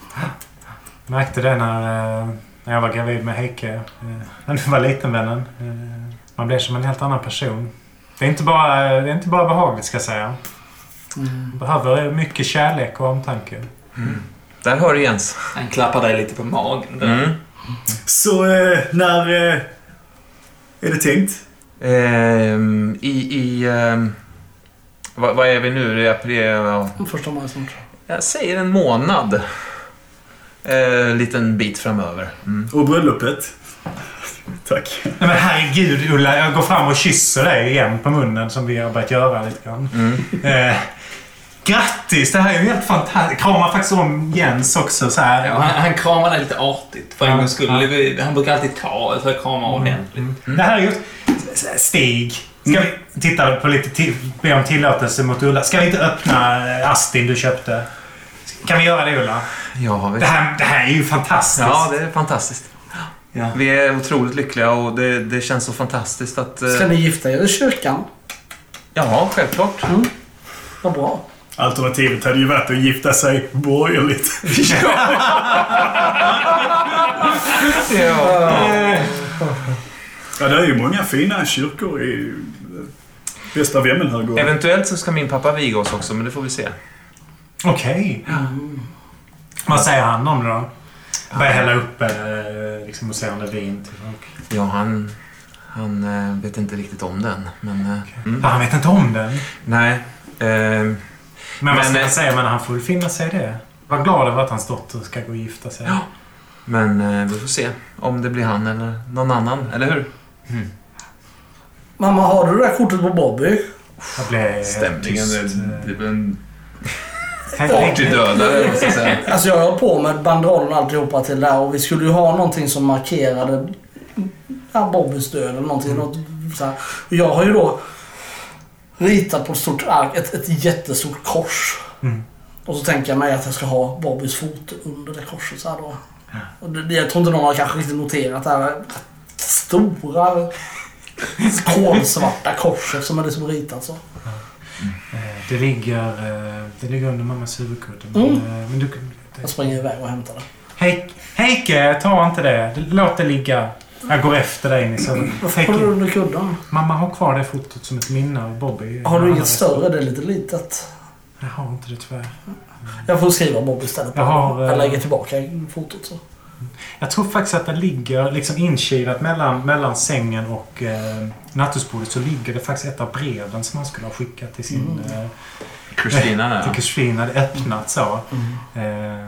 Speaker 3: Märkte det när, eh, när jag var gravid med Heike. eh, När du var liten vännen. Eh, Man blir som en helt annan person. Det är inte bara, det är inte bara behagligt ska jag säga. Man behöver mycket kärlek och omtanke.
Speaker 5: Där hör du Jens.
Speaker 7: Han klappar dig lite på magen. där.
Speaker 5: Mm.
Speaker 2: Så eh, när eh, är det tänkt?
Speaker 5: Ehm, I... i ehm, vad, vad är vi nu? Det är april... ja.
Speaker 4: Första maj snart.
Speaker 5: Jag säger en månad. Eh, liten bit framöver. Mm.
Speaker 2: Och bröllopet? Tack.
Speaker 3: Nej men herregud Ulla, jag går fram och kysser dig igen på munnen som vi har börjat göra lite grann. Eh, grattis! Det här är ju helt fantastiskt. Kramar faktiskt om Jens också så här.
Speaker 7: Ja, han, han kramar dig lite artigt för en gångs skull. Det- Han brukar alltid ta så jag kramar ordentligt.
Speaker 3: Det här är just... Stig. Ska vi titta på lite till, be om tillåtelse mot Ulla? Ska vi inte öppna eh, Astin du köpte? Kan vi göra det Ulla?
Speaker 5: Ja, visst.
Speaker 3: Det här, det här är ju fantastiskt.
Speaker 5: Ja, det är fantastiskt.
Speaker 7: Ja.
Speaker 5: Vi är otroligt lyckliga och det, det känns så fantastiskt att... eh,
Speaker 4: Ska ni gifta er i kyrkan?
Speaker 5: Ja, självklart.
Speaker 4: Vad bra.
Speaker 2: Alternativet hade ju varit att gifta sig borgerligt.
Speaker 5: Ja.
Speaker 2: Ja, det är ju många fina kyrkor i eh, Västra Vemmenhögården.
Speaker 5: Eventuellt så ska min pappa viga oss också, men det får vi se.
Speaker 3: Okej. Vad säger han om det då? Börjar hälla upp eh, liksom, mousserande vin till folk.
Speaker 5: Ja, han... Han eh, vet inte riktigt om den, men... eh, Mm.
Speaker 3: Han vet inte om den.
Speaker 5: Nej. Eh,
Speaker 3: Men vad
Speaker 5: Men,
Speaker 3: ska
Speaker 5: eh,
Speaker 3: han säga? Men han får väl finna sig i det. Var glad över att hans dotter ska gå och gifta sig.
Speaker 5: Ja. men eh, vi får se om det blir han eller någon annan, eller hur?
Speaker 4: Mamma, har du det där kortet på Bobby?
Speaker 3: Jag blev helt tyst.
Speaker 5: det blir typ en
Speaker 3: Tänk- tänk-
Speaker 5: dödare, så att säga.
Speaker 4: Alltså jag höll på med banderollen och alltihopa till det här och vi skulle ju ha någonting som markerade ja, Bobbys död eller någonting. Något, så här. Och jag har ju då ritat på ett stort ark, ett, ett jättestort kors. Och så tänker jag mig att jag ska ha Bobbys fot under det korset så här då. Och det, det- jag tror inte någon har kanske riktigt noterat det här stora kolsvarta korset som är det som ritat så.
Speaker 3: Eh, Det ligger, eh, det ligger under mammas huvudkudde. Men,
Speaker 4: Mm.
Speaker 3: eh, men du,
Speaker 4: Jag springer iväg och hämtar det.
Speaker 3: Heike, Heike, ta inte det. Låt det ligga. Jag går efter dig in i sovrummet.
Speaker 4: Har du
Speaker 3: Heike,
Speaker 4: under kudden?
Speaker 3: mamma har kvar det fotot som ett minne av Bobby.
Speaker 4: Har du inget större? Det är lite litet.
Speaker 3: Jag har inte det tyvärr.
Speaker 4: Jag får skriva Bob istället.
Speaker 3: Jag har, eh,
Speaker 4: jag lägger tillbaka fotot så.
Speaker 3: Jag tror faktiskt att det ligger liksom inkilat mellan, mellan sängen och eh, nattduksbordet så ligger det faktiskt ett av breven som han skulle ha skickat till sin...
Speaker 4: Mm.
Speaker 3: Eh,
Speaker 5: Kristina,
Speaker 3: till
Speaker 5: ja.
Speaker 3: Kristina hade öppnat så.
Speaker 4: Mm.
Speaker 3: Eh,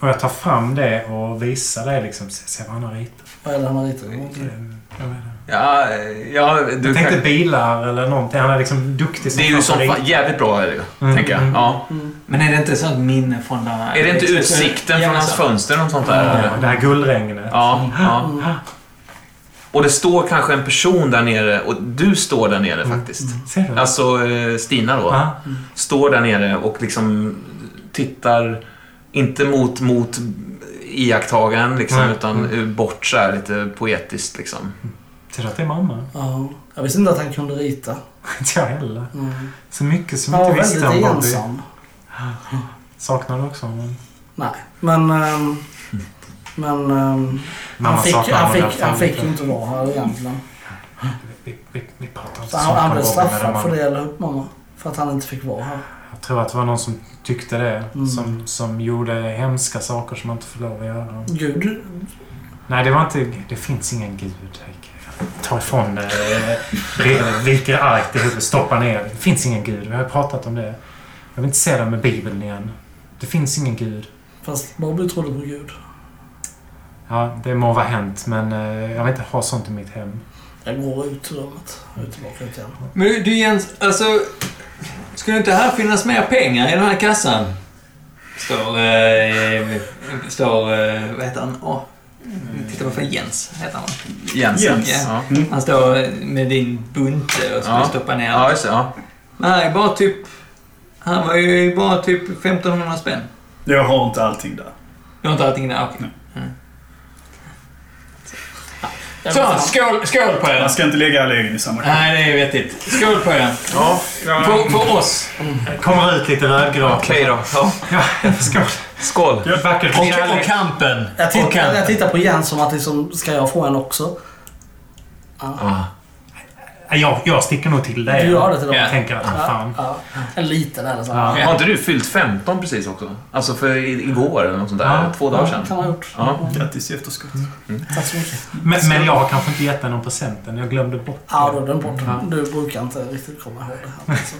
Speaker 3: och jag tar fram det och visar det liksom. Se, se vad han har ritat.
Speaker 4: Vad är det han har ritat?
Speaker 3: Eh,
Speaker 4: Mm.
Speaker 3: jag vet inte.
Speaker 5: Ja, eh, ja du
Speaker 3: Jag
Speaker 5: kan...
Speaker 3: tänkte bilar eller någonting. Han är liksom duktig som
Speaker 5: Det är ju
Speaker 3: fan
Speaker 5: som
Speaker 3: på
Speaker 5: fan,
Speaker 3: rit-
Speaker 5: jävligt bra är det ju, tänker jag. Ja.
Speaker 7: Men är det inte sånt minne från där?
Speaker 5: Är Mm. det inte utsikten från
Speaker 7: alltså.
Speaker 5: hans fönster eller något sånt där?
Speaker 3: Ja,
Speaker 5: eller?
Speaker 3: Det här guldregnet. Ah,
Speaker 5: Ja, ja. Och det står kanske en person där nere och du står där nere faktiskt.
Speaker 3: Ser du?
Speaker 5: Alltså eh, Stina då.
Speaker 3: Ja.
Speaker 5: Står där nere och liksom tittar, inte mot, mot iakttagaren liksom,
Speaker 3: Nej. Mm.
Speaker 5: utan bort så här lite poetiskt liksom.
Speaker 3: Ser du att det är mamma?
Speaker 4: Ja. Jag visste inte att han kunde rita.
Speaker 3: Inte jag heller.
Speaker 4: Mm.
Speaker 3: Så mycket som
Speaker 4: Han
Speaker 3: jag
Speaker 4: var
Speaker 3: inte visste om
Speaker 4: väldigt
Speaker 3: Bobby.
Speaker 4: ensam.
Speaker 3: Saknar du också honom?
Speaker 4: Nej, men... ehm, men ehm, han, fick,
Speaker 3: saknar
Speaker 4: han,
Speaker 3: honom i alla
Speaker 4: fick,
Speaker 3: fall
Speaker 4: han fick
Speaker 3: inte.
Speaker 4: ju inte vara här egentligen.
Speaker 3: Vi, vi, vi pratar inte
Speaker 4: Så han, han blev
Speaker 3: Bobby med de
Speaker 4: straffad för
Speaker 3: andra.
Speaker 4: det, eller hur mamma? För att han inte fick vara här.
Speaker 3: Jag tror att det var någon som tyckte det.
Speaker 4: Mm.
Speaker 3: Som, som gjorde hemska saker som man inte får lov att göra.
Speaker 4: Gud,
Speaker 3: Nej, det var inte... Det finns ingen gud. Heike. Ta ifrån eh, dig brevet, viker ark i huvudet, stoppa ner det. Det finns ingen gud. Vi har ju pratat om det. Jag vill inte se det med Bibeln igen. Det finns ingen gud.
Speaker 4: Fast Bobby trodde på Gud.
Speaker 3: Ja, det må vara hänt, men eh, jag vill inte ha sånt i mitt hem.
Speaker 4: Jag går ut ur rummet. Jag är tillbaka ut igen.
Speaker 3: Mm.
Speaker 7: Men du Jens, alltså... Skulle inte här finnas mer pengar i den här kassan? Står... Eh, står... Eh, vad heter han? Åh, titta på för Jens heter han.
Speaker 5: Jensen.
Speaker 7: Jens.
Speaker 5: Ja,
Speaker 7: Han står eh, med din bunte och skulle
Speaker 5: Ja.
Speaker 7: stoppa ner.
Speaker 5: ja just det. Ja.
Speaker 7: Nej, bara typ... Han var ju bara typ 1500 spänn.
Speaker 2: Jag har inte allting där.
Speaker 7: Du har inte allting där? Okej. Mm.
Speaker 18: Så, skål, skål på er!
Speaker 2: Man ska inte lägga alla äggen i samma
Speaker 7: Äh.
Speaker 2: korg.
Speaker 18: Nej, det är vettigt. Skål på er!
Speaker 5: Ja,
Speaker 18: För, för oss.
Speaker 3: Kommer ut lite rödgråt.
Speaker 5: okej då. Ja.
Speaker 3: Skål.
Speaker 5: Skål.
Speaker 3: Vackert.
Speaker 18: Och kampen.
Speaker 4: Jag tittar,
Speaker 18: Och kampen.
Speaker 4: jag tittar på Jens som att liksom, ska jag få en också?
Speaker 3: Jag, jag sticker nog till dig.
Speaker 4: Du gör det till dem.
Speaker 3: Jag tänker att fan.
Speaker 4: Ja, en liten eller så.
Speaker 3: Ja.
Speaker 5: Har inte du fyllt 15 precis också? Alltså för i- igår eller något sånt där?
Speaker 3: Ja.
Speaker 5: Två dagar sedan?
Speaker 4: kan man ha gjort.
Speaker 5: Ja.
Speaker 2: Grattis i efterskott.
Speaker 4: Tack så mycket.
Speaker 3: Men, men jag har kanske inte gett dig någon present än. Jag glömde bort
Speaker 4: Ja, då är den borta.
Speaker 3: Ja.
Speaker 4: Du brukar inte riktigt komma ihåg det här. Alltså.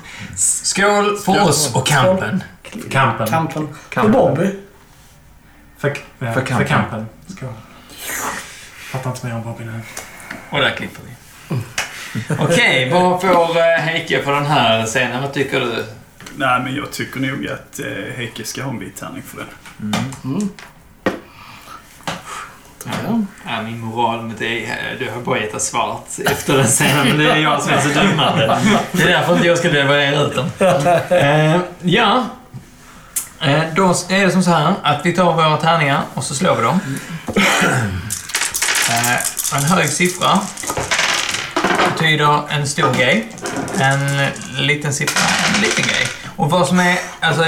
Speaker 18: Skål för oss och kampen.
Speaker 3: kampen.
Speaker 4: Kampen.
Speaker 5: Kampen.
Speaker 4: För Bobby.
Speaker 3: För, eh, för
Speaker 5: kampen.
Speaker 3: kampen. Skål. Fattar inte mer om Bobby nu.
Speaker 18: Och där klipper vi. Okej, vad får eh, Heike för den här scenen? Vad tycker du?
Speaker 2: Nej, men jag tycker nog att eh, Heike ska ha en vit tärning för det.
Speaker 18: Ja, min moral med dig, eh, du har bara gett svart efter den scenen. Men det är jag som är så dömande. Det är därför inte jag ska leverera ut den. Eh, ja.
Speaker 7: Eh, Då är det som så här att vi tar våra tärningar och så slår vi dem. Eh, En hög siffra betyder en stor grej. En liten siffra, en liten grej. Och vad som är... Alltså,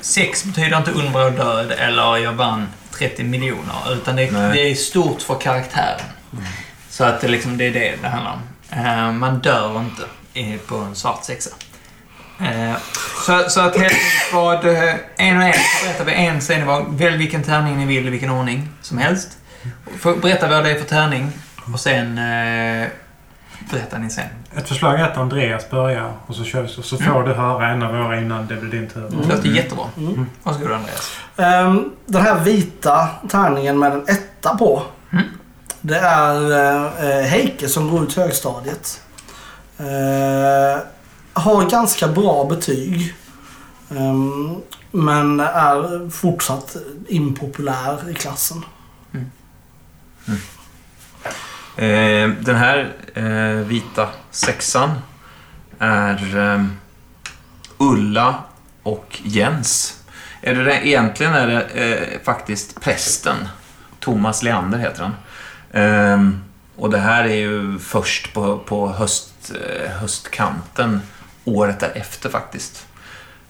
Speaker 7: sex betyder inte Umbro död eller jag vann 30 miljoner. Utan det,
Speaker 5: Nej.
Speaker 7: det är stort för karaktären. Så att det, liksom, det är det det handlar om. Eh, Man dör inte i- på en svart sexa. Eh, Så, så att helt enkelt vad eh, en och en så berättar vi en scen i var. Välj vilken tärning ni vill i vilken ordning som helst. För, berätta vad det är för tärning och sen eh, berättar ni sen.
Speaker 3: Ett förslag är att Andreas börjar och så kör vi. Så, så får du höra en av våra innan det blir din tur. Mm.
Speaker 7: Det låter jättebra. Varsågod Andreas.
Speaker 4: Ehm, den här vita tärningen med en etta på. Det är eh, Heike som går ut högstadiet. Eh, har ganska bra betyg. Ehm, men är fortsatt impopulär i klassen.
Speaker 5: Eh, den här eh, vita sexan är eh, Ulla och Jens. Är det det, egentligen är det eh, faktiskt prästen. Thomas Leander heter han. Ehm, och det här är ju först på, på höst, eh, höstkanten året därefter faktiskt.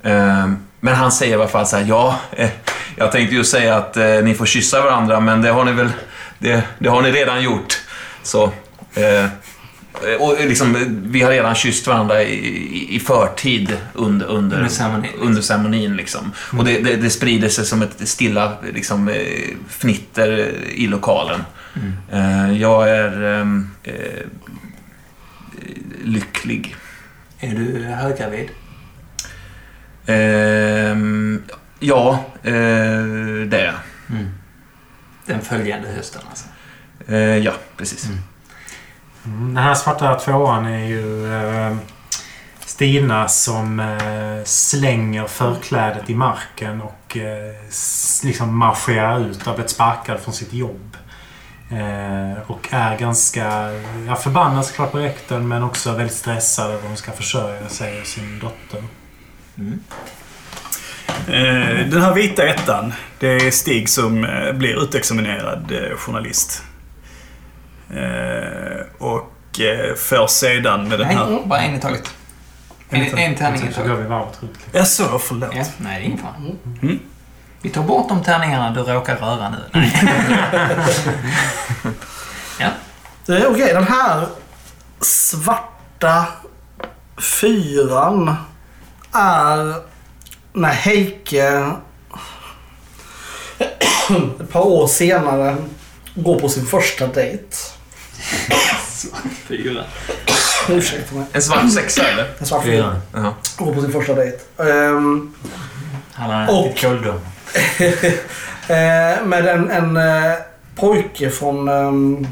Speaker 5: Ehm, men han säger i alla fall så här, ja, eh, jag tänkte ju säga att eh, ni får kyssa varandra, men det har ni väl det, det har ni redan gjort. Så, eh, och liksom, eh, vi har redan kysst varandra i, i, i förtid under, under,
Speaker 7: Under ceremonin, liksom. Mm.
Speaker 5: under ceremonin, liksom. Och det, det, det sprider sig som ett stilla liksom, eh, fnitter i lokalen.
Speaker 7: Mm.
Speaker 5: Eh, jag är ehm, eh, lycklig.
Speaker 7: Är du höggravid?
Speaker 5: Ehm, ja, eh, det är jag.
Speaker 7: Den följande hösten alltså.
Speaker 5: Eh, ja, precis.
Speaker 3: Mm, Den här svarta tvåan är ju eh, Stina som eh, slänger förklädet i marken och eh, s- liksom marscherar ut av ett sparkad från sitt jobb. Eh, och är ganska ja, förbannad såklart på rektorn men också väldigt stressad över hur hon ska försörja sig och sin dotter.
Speaker 2: Eh, Den här vita ettan, det är Stig som eh, blir utexaminerad eh, journalist. Eh, Och eh, får sedan med den här...
Speaker 7: Nej, bara en i taget. En, en tärning i
Speaker 3: Så går
Speaker 7: taget.
Speaker 3: vi varvet runt. liksom.
Speaker 2: Jaså, förlåt.
Speaker 7: Ja, nej, det är ingen fara.
Speaker 3: Mm.
Speaker 7: Vi tar bort de tärningarna du råkar röra nu. Nej.
Speaker 4: Eh, Okej, den här svarta fyran är när Heike ett par år senare går på sin första dejt.
Speaker 18: Fyra.
Speaker 4: Ursäkta mig.
Speaker 5: En svart sexa, eller?
Speaker 4: En svart fyra.
Speaker 5: Ja.
Speaker 4: Går på sin första dejt. Ehm,
Speaker 3: Han har ätit kåldom.
Speaker 4: Eh, med en, en eh, pojke från, ehm,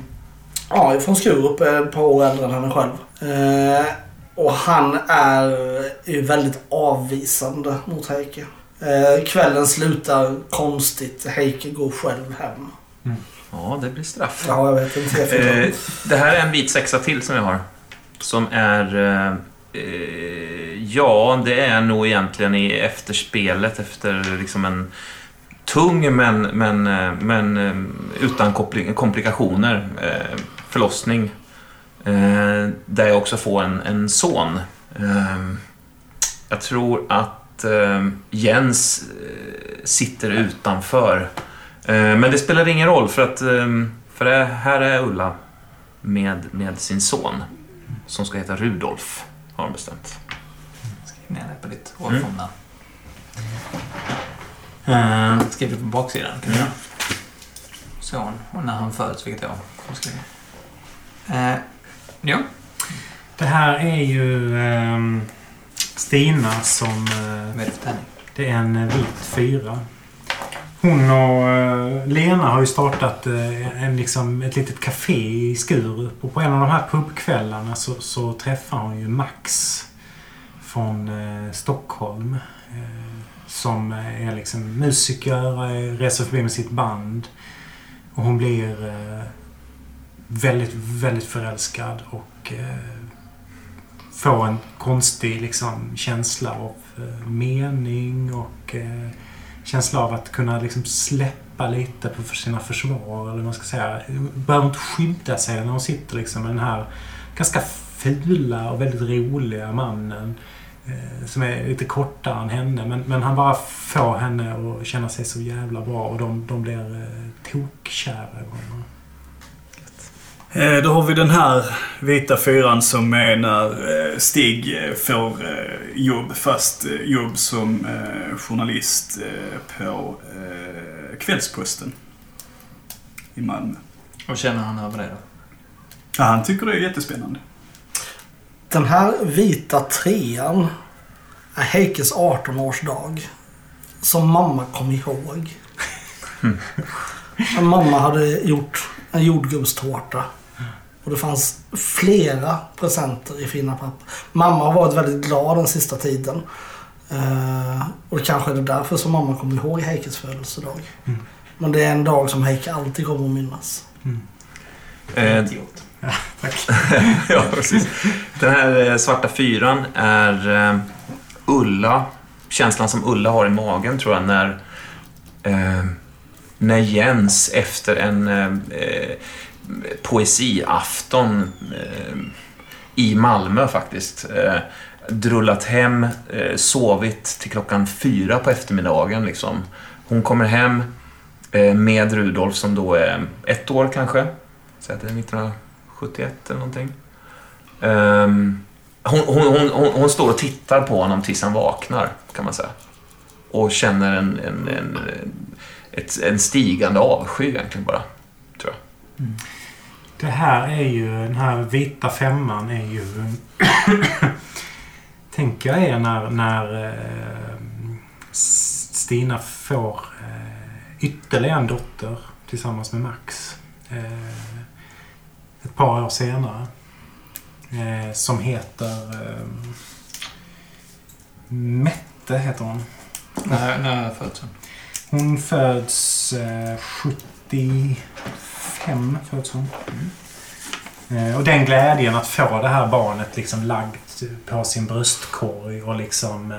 Speaker 4: ja, från Skurup, eh, ett par år äldre än henne själv. Eh, och han är ju väldigt avvisande mot Heike. Eh, kvällen slutar konstigt. Heike går själv hem.
Speaker 5: Ja, det blir straff.
Speaker 4: Ja, jag vet inte. Jag fick
Speaker 5: Eh, det här är en vit sexa till som jag har. Som är... eh, Eh, ja, det är nog egentligen i efterspelet efter liksom en tung men, men, eh, men eh, utan kompli- komplikationer eh, förlossning. Eh, där jag också får en, en son. Eh, jag tror att eh, Jens eh, sitter utanför. Eh, men det spelar ingen roll för att eh, för det, här är Ulla med, med sin son som ska heta Rudolf, har de bestämt.
Speaker 7: Skriv ner det på ditt årfondnamn. Mm. skriv det på baksidan. Kan du göra. Son och när han föds, vilket år. Kom och skriv. Eh, ja.
Speaker 3: Det här är ju ehm, Stina som... eh,
Speaker 7: Vad är det för tärning?
Speaker 3: Det är en eh, vit fyra. Hon och eh, Lena har ju startat eh, en, liksom, ett litet café i Skurup. Och på en av de här pubkvällarna så, så träffar hon ju Max från eh, Stockholm. Eh, som är liksom musiker, eh, reser förbi med sitt band. Och hon blir eh, väldigt, väldigt förälskad och eh, få en konstig liksom, känsla av eh, mening och eh, känsla av att kunna liksom, släppa lite på för sina försvar. Eller vad man ska säga. Behöver inte skydda sig när hon sitter liksom, med den här ganska fula och väldigt roliga mannen. eh, Som är lite kortare än henne. Men, men han bara får henne att känna sig så jävla bra och de, de blir eh, tokkära i varandra.
Speaker 2: Eh, Då har vi den här vita fyran som är när eh, Stig eh, får eh, jobb, fast eh, jobb som eh, journalist eh, på eh, Kvällsposten i Malmö.
Speaker 7: Och känner han över det då?
Speaker 2: Ja, han tycker det är jättespännande.
Speaker 4: Den här vita trean är Heikes 18-årsdag. Som mamma kom ihåg. Men mamma hade gjort en jordgubbstårta. Och det fanns flera presenter i fina papper. Mamma har varit väldigt glad den sista tiden. Eh, och det kanske är det därför som mamma kommer ihåg Heikes födelsedag. Men det är en dag som Heike alltid kommer att minnas.
Speaker 5: Eh,
Speaker 19: Idiot.
Speaker 5: ja, precis. Den här eh, svarta fyran är eh, Ulla, känslan som Ulla har i magen tror jag när, eh, när Jens efter en eh, eh, poesiafton eh, i Malmö faktiskt eh, drullat hem, eh, sovit till klockan fyra på eftermiddagen. Liksom. Hon kommer hem eh, med Rudolf som då är ett år kanske. Säg att det är 1971 eller någonting. Ehm, hon, hon, hon, hon, hon står och tittar på honom tills han vaknar, kan man säga. Och känner en, en, en, ett, en stigande avsky egentligen bara.
Speaker 3: Det här är ju, den här vita femman är ju... tänker jag är när, när eh, S- Stina får eh, ytterligare en dotter tillsammans med Max. Eh, ett par år senare. Eh, som heter... Eh, Mette heter hon.
Speaker 7: När, när föds han?
Speaker 3: Hon föds eh, 75, föds hon. Eh, och den glädjen att få det här barnet liksom lagt på sin bröstkorg och liksom eh,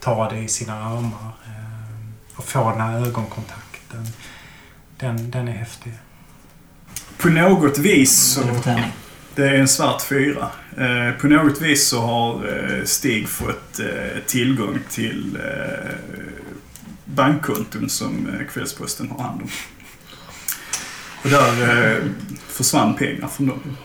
Speaker 3: ta det i sina armar. Eh, och få den här ögonkontakten. Den, den är häftig.
Speaker 2: På något vis så...
Speaker 7: Vad är det för tärning?
Speaker 2: Det är en svart fyra. Eh, på något vis så har eh, Stig fått eh, tillgång till eh, bankkonton som eh, Kvällsposten har hand om. Och där eh, försvann pengar från dem.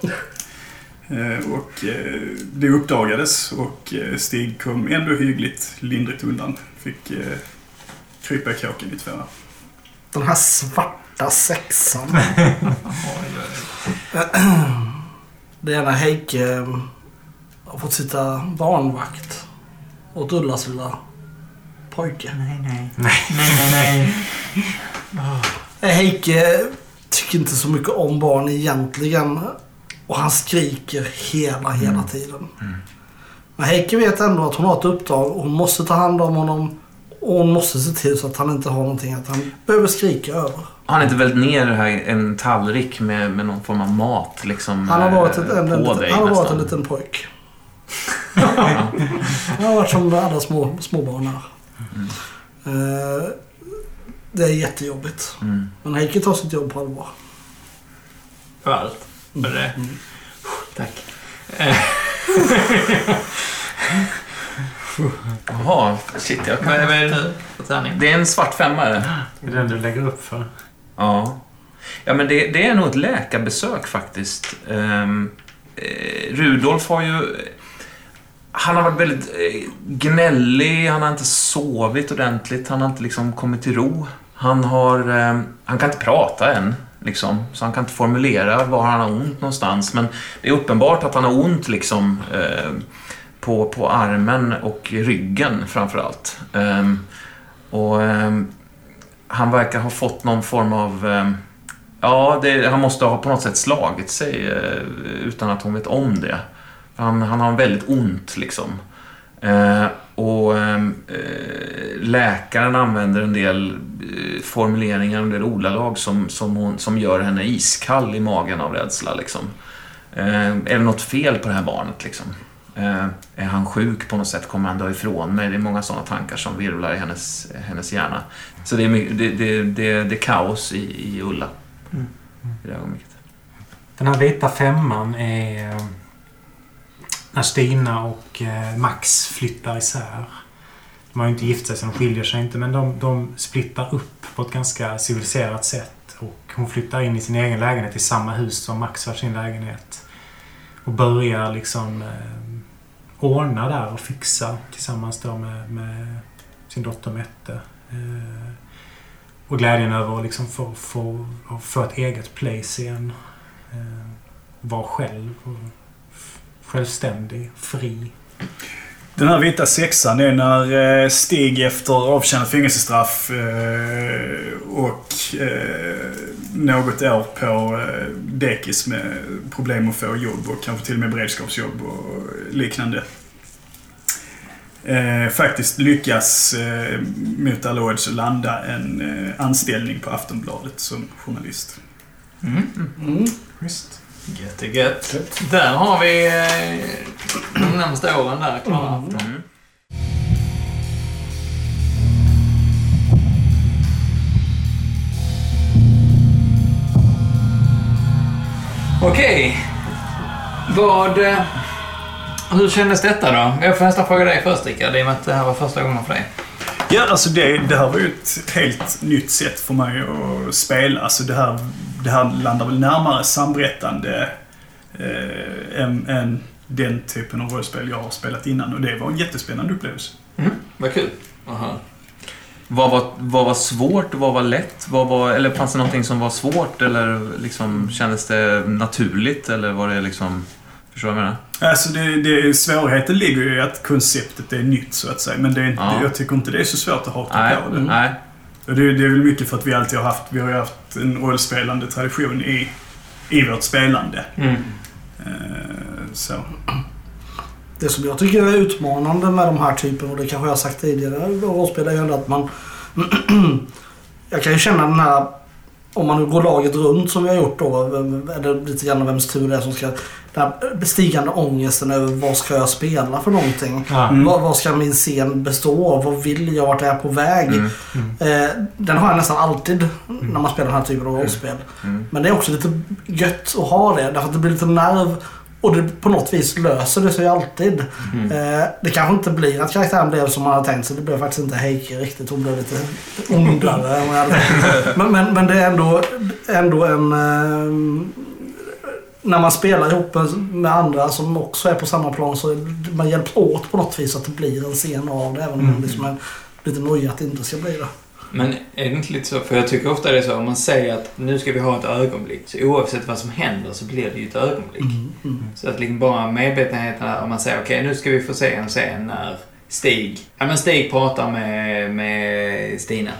Speaker 2: Eh, och eh, det uppdagades och eh, Stig kom ändå hyggligt lindrigt undan. Fick eh, krypa i kåken i två år.
Speaker 4: Den här svarta sexan. Det är när Heike eh, har fått sitta barnvakt åt Ullas lilla pojke.
Speaker 20: Nej, nej. nej, nej.
Speaker 4: Eh, Heike tycker inte så mycket om barn egentligen. Och han skriker hela, hela tiden. Men Heike vet ändå att hon har ett uppdrag. Hon måste ta hand om honom. Och hon måste se till så att han inte har någonting att han behöver skrika över.
Speaker 5: Har han inte vält ner det här, en tallrik med, med någon form av mat liksom,
Speaker 4: Han har varit,
Speaker 5: eh,
Speaker 4: ett, en, en,
Speaker 5: på
Speaker 4: liten,
Speaker 5: dig
Speaker 4: han har varit
Speaker 5: nästan?
Speaker 4: en liten pojk. han har varit som alla små, småbarn här. Eh, det är jättejobbigt.
Speaker 5: Mm.
Speaker 4: Men Heike tar sitt jobb på allvar.
Speaker 7: För allt. För det. Tack.
Speaker 5: Jaha, shit. Jag
Speaker 7: Vad är
Speaker 5: kan...
Speaker 7: vad är det nu på tärning?
Speaker 5: Det är en svart femma är det?
Speaker 17: Det är den du lägger upp för.
Speaker 5: Ja. Ja, men det, det är nog ett läkarbesök faktiskt. Ehm, eh, Rudolf har ju... Han har varit väldigt eh, gnällig, han har inte sovit ordentligt, han har inte liksom kommit till ro. Han, har, ehm, han kan inte prata än, liksom, så han kan inte formulera var han har ont någonstans. Men det är uppenbart att han har ont liksom, ehm, på, på armen och ryggen framför allt. Ehm, och, ehm, han verkar ha fått någon form av... eh, Ja, det, han måste ha på något sätt slagit sig eh, utan att hon vet om det. För Han, han har väldigt ont liksom. Eh, och eh, eh, läkaren använder en del eh, formuleringar, en del ordalag som, som, hon, som gör henne iskall i magen av rädsla. Liksom. Eh, är det något fel på det här barnet? Liksom? Eh, är han sjuk på något sätt? Kommer han dö ifrån mig? Det är många sådana tankar som virvlar i hennes, hennes hjärna. Så det är, mycket, det, det, det, det är kaos i, i Ulla.
Speaker 7: Mm.
Speaker 5: I det här ögonblicket.
Speaker 17: Den här vita femman är eh, när Stina och eh, Max flyttar isär. De har ju inte gift sig så de skiljer sig inte men de, de splittar upp på ett ganska civiliserat sätt. Och hon flyttar in i sin egen lägenhet i samma hus som Max har sin lägenhet. Och börjar liksom eh, ordna där och fixa tillsammans då med, med sin dotter Mette. Eh, och glädjen över att liksom få, få, få ett eget place igen. Eh, var själv. Och f- självständig, fri.
Speaker 2: Den här vita sexan är när eh, Stig efter avtjänat fängelsestraff eh, och eh, något år på eh, dekis med problem att få jobb och kanske till och med beredskapsjobb och liknande. Eh, faktiskt lyckas eh, mot alla odds landa en eh, anställning på Aftonbladet som journalist.
Speaker 17: Visst.
Speaker 7: Gött är gött. Där har vi eh, de närmaste åren där klara.
Speaker 20: Mm.
Speaker 7: Mm. Okej. Vad... eh, Hur kändes detta då? Jag får nästan fråga dig först Rickard, i och med att det här var första gången för dig.
Speaker 2: Ja, alltså det, det här var ju ett helt nytt sätt för mig att spela. Alltså det här, det här landar väl närmare samberättande eh, än, än den typen av rollspel jag har spelat innan. Och det var en jättespännande upplevelse.
Speaker 7: Vad kul. Aha.
Speaker 5: Vad var, vad var svårt och vad var lätt? Vad var, eller fanns det någonting som var svårt eller
Speaker 7: Mm.
Speaker 5: liksom, kändes det naturligt? Eller var det liksom... Förstår du vad jag menar?
Speaker 2: Alltså det, det, svårigheten ligger ju i att konceptet är nytt så att säga. Men det är inte,
Speaker 5: Ja.
Speaker 2: jag tycker inte det är så svårt att haka
Speaker 5: Nej,
Speaker 2: på det.
Speaker 7: Mm.
Speaker 5: nej.
Speaker 2: Och det, det är väl mycket för att vi alltid har haft, vi har ju haft en rollspelande tradition i, i vårt spelande.
Speaker 5: Mm.
Speaker 2: Eh, så.
Speaker 4: Det som jag tycker är utmanande med de här typen, och det kanske jag har sagt tidigare, rollspel är ju ändå att man... jag kan ju känna den här... Om man nu går laget runt som vi har gjort då, vem- är det lite grann vems tur det är som ska... Den här bestigande ångesten över vad ska jag spela för någonting?
Speaker 17: Ja.
Speaker 4: Vad, vad ska min scen bestå av? Vad vill jag? Vart är jag på
Speaker 5: Mm.
Speaker 4: väg?
Speaker 7: Mm.
Speaker 4: Eh, den har jag nästan alltid när man spelar den här typen av rollspel. Men det är också lite gött att ha det, därför att det blir lite nerv och det på något vis löser det sig alltid. Eh, det kanske inte blir att karaktären blev som man hade tänkt sig. Det blev faktiskt inte Heike riktigt. Hon blev lite ondare än vad jag hade tänkt. Men, men, men det är ändå, ändå en... Eh, när man spelar ihop med andra som också är på samma plan så är det- man hjälps åt på något vis att det blir en scen av det. Även om man liksom är lite nojig att det inte ska bli det.
Speaker 7: Men är det inte lite så, för jag tycker ofta det är så, om man säger att nu ska vi ha ett ögonblick, så oavsett vad som händer så blir det ju ett
Speaker 4: Mm.
Speaker 7: Mm. ögonblick. Så att liksom bara medvetenheten, här, om man säger okej nu ska vi få se en scen när Stig. Ja, men Stig pratar med, med Stina.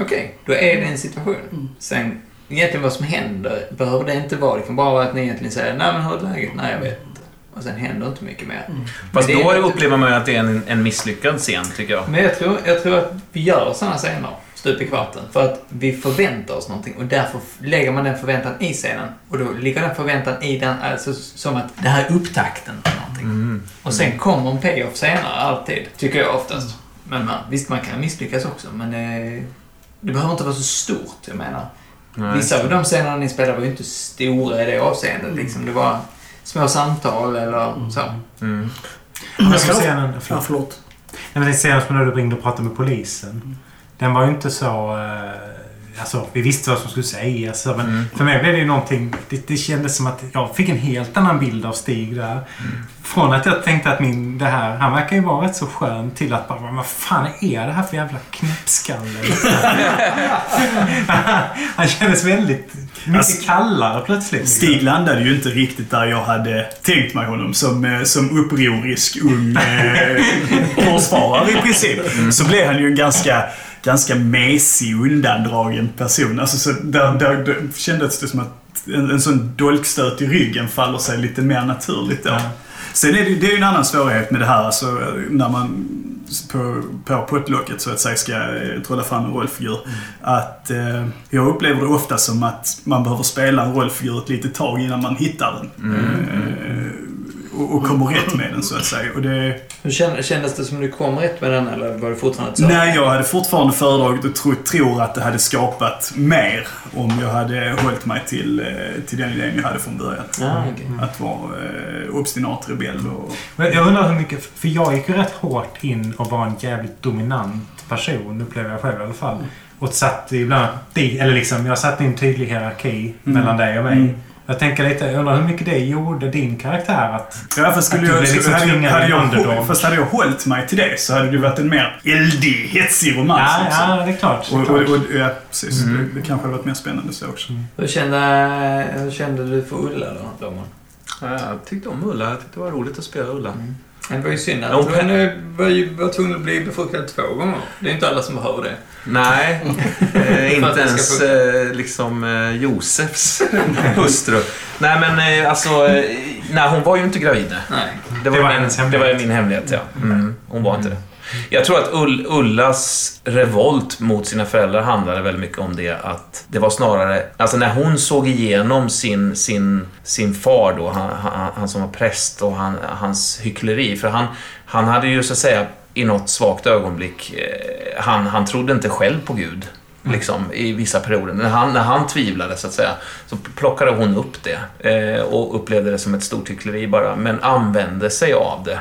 Speaker 7: Okej, då är det en situation. Sen egentligen vad som händer behöver det inte vara. Det kan bara vara att ni egentligen säger nej men hur är läget? Nej jag vet inte. Och sen händer inte mycket mer.
Speaker 5: Fast
Speaker 7: Men det-
Speaker 5: då upplever man ju att det är en, en misslyckad scen, tycker jag.
Speaker 7: Men jag tror, jag tror att vi gör sådana scener stup i kvarten. För att vi förväntar oss någonting och därför f- lägger man den förväntan i scenen. Och då ligger den förväntan i den, alltså som att det här är upptakten till någonting.
Speaker 5: Mm.
Speaker 7: Och sen kommer en payoff senare alltid, tycker jag oftast. Men man, visst, man kan misslyckas också, men eh, det behöver inte vara så stort, jag menar.
Speaker 5: Nej.
Speaker 7: Vissa av de scenerna ni spelade var ju inte stora i det avseendet. Liksom. Det var små samtal eller så.
Speaker 5: Mm.
Speaker 3: Men scenen...
Speaker 4: Ja,
Speaker 3: Förlåt.
Speaker 4: förlåt.
Speaker 3: Nej, men den scenen som när du ringde och pratade med
Speaker 4: Mm.
Speaker 3: polisen. Den var ju inte så... eh, Alltså, vi visste vad som skulle sägas. så, Men för mig blev det ju någonting... Det, det kändes som att jag fick en helt annan bild av Stig där. Från att jag tänkte att min, det här, han verkar ju vara rätt så skön till att bara, "Men vad fan är det här för jävla knäppskalle? han kändes väldigt mycket kallare plötsligt.
Speaker 2: Stig landade ju inte riktigt där jag hade tänkt mig honom som, eh, som upprorisk ung eh, försvarare i princip. Så blev han ju en ganska, ganska mesig, undandragen person. Alltså, så där, där, där kändes det som att en, en sån dolkstöt i ryggen faller sig lite mer naturligt då. Sen är det, ju- det är ju en annan svårighet med det här, alltså, eh, när man på, på pottlocket så att säga ska eh, trolla fram en rollfigur. Att eh, jag upplever det ofta som att man behöver spela en rollfigur ett litet tag innan man hittar den. Eh, och, och kommer rätt med den så att säga. Och det,
Speaker 7: Hur kän- Kändes det som du kom rätt med den eller var det fortfarande så?
Speaker 2: nej, jag hade fortfarande föredragit och tro, tror att det hade skapat mer om jag hade hållit mig till, eh, till den idén jag hade från början.
Speaker 7: Ah, okej.
Speaker 2: Att vara eh, obstinat rebell och...
Speaker 3: Men Jag undrar hur mycket, för jag gick ju rätt hårt in och var en jävligt dominant person, upplever jag själv i alla fall. Och satt ibland, di- eller liksom, jag satte in en tydlig hierarki
Speaker 2: Mm.
Speaker 3: mellan dig och mig. Jag tänker lite, jag undrar hur mycket det gjorde din karaktär att...
Speaker 2: Ja, fast skulle
Speaker 3: Att du blev
Speaker 2: jag,
Speaker 3: liksom
Speaker 2: skulle, hade,
Speaker 3: tvingad
Speaker 2: hade,
Speaker 3: i
Speaker 2: jag,
Speaker 3: underdog.
Speaker 2: fast hade jag hållit mig till det så hade det varit en mer eldig, hetsig romans.
Speaker 3: Ja,
Speaker 2: liksom.
Speaker 3: ja, Mm. det är klart. Det är
Speaker 2: Och, och,
Speaker 3: klart.
Speaker 2: och, ja, precis. Det, det kanske hade varit mer spännande så också.
Speaker 3: Mm.
Speaker 7: Hur kände, hur kände du för Ulla då, Domon?
Speaker 5: Ja, Jag tyckte om Ulla. Jag tyckte det var roligt att spela Ulla.
Speaker 7: Det var ju synd
Speaker 5: Jo,
Speaker 7: att hon eh, var, ju- var tvungen att bli befruktad två gånger. Det är inte alla som behöver det.
Speaker 5: Nej, eh,
Speaker 7: För att
Speaker 5: inte
Speaker 7: det ska
Speaker 5: ens eh, liksom eh, Josefs hustru. Nej, men eh, alltså... Eh, nej, hon var ju inte gravid.
Speaker 7: Nej.
Speaker 5: Det var,
Speaker 3: Det var
Speaker 5: min,
Speaker 3: hennes
Speaker 5: det
Speaker 3: hemlighet.
Speaker 5: var ju min hemlighet, ja. Mm, hon var inte det. Jag tror att Ull, Ullas revolt mot sina föräldrar handlade väldigt mycket om det att det var snarare, alltså när hon såg igenom sin, sin, sin far då, han, han, han som var präst och han, hans hyckleri, för han, han hade ju så att säga i något svagt ögonblick, eh, han, han trodde inte själv på Gud. Liksom, i vissa perioder. När han, när han tvivlade så att säga, så plockade hon upp det eh, och upplevde det som ett stort hyckleri bara, men använde sig av det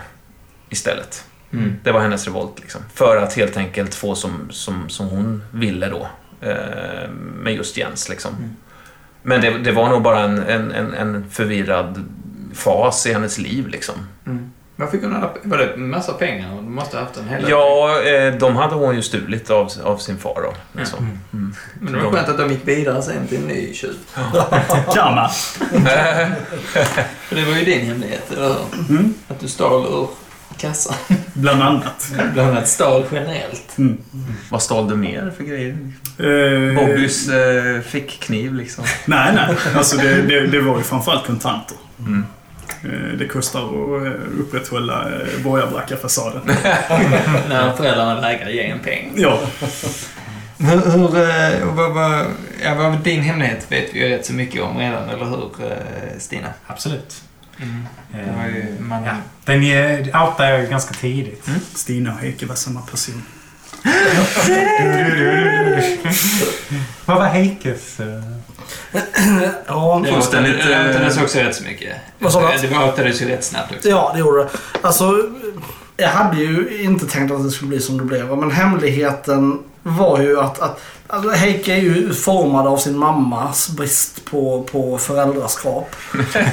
Speaker 5: istället.
Speaker 7: Mm.
Speaker 5: Det var hennes revolt liksom. För att helt enkelt få som, som, som hon ville då. Eh, med just Jens liksom.
Speaker 7: Mm.
Speaker 5: Men det, det var nog bara en, en, en, en förvirrad fas i hennes liv liksom.
Speaker 7: Var fick hon alla... Var det en massa pengar? Hon måste ha haft en hel del.
Speaker 5: Ja, eh, de hade hon ju stulit av, av sin far då. Liksom.
Speaker 7: Mm. Men det var skönt att de gick vidare sen till en ny tjuv.
Speaker 2: Karma.
Speaker 7: För det var ju din hemlighet, eller hur?
Speaker 21: Mm.
Speaker 7: Att du stal ur kassan.
Speaker 2: Bland annat.
Speaker 7: Bland annat stal generellt.
Speaker 5: Vad stal du mer för grejer?
Speaker 2: Eh,
Speaker 5: Bobbys eh, fickkniv liksom.
Speaker 2: Nej, nej. Alltså det, det, det var ju framförallt kontanter.
Speaker 7: mm.
Speaker 2: Eh, Det kostar att eh, upprätthålla eh, borgarbrackafasaden.
Speaker 7: När föräldrarna vägrar ge en peng.
Speaker 2: Ja,
Speaker 7: Hur... hur eh, vad, vad, ja, vad din hemlighet vet vi ju rätt så mycket om redan, eller hur eh, Stina?
Speaker 3: Absolut. Eh,
Speaker 7: Det var ju... Man,
Speaker 3: Ja, den eh, outade jag ju ganska tidigt.
Speaker 2: Stina och Heke var samma person.
Speaker 3: Vad var Heikes... eh,
Speaker 4: Ja,
Speaker 7: Det
Speaker 5: Fullständigt,
Speaker 7: åtade-
Speaker 5: eh,
Speaker 7: Det åtades också rätt så mycket.
Speaker 4: Vad sa du?
Speaker 7: Det åtades ju rätt snabbt också.
Speaker 4: ja, det gjorde det. Alltså, jag hade ju inte tänkt att det skulle bli som det blev. Men hemligheten var ju att, att alltså Heike är ju formad av sin mammas brist på, på föräldraskap.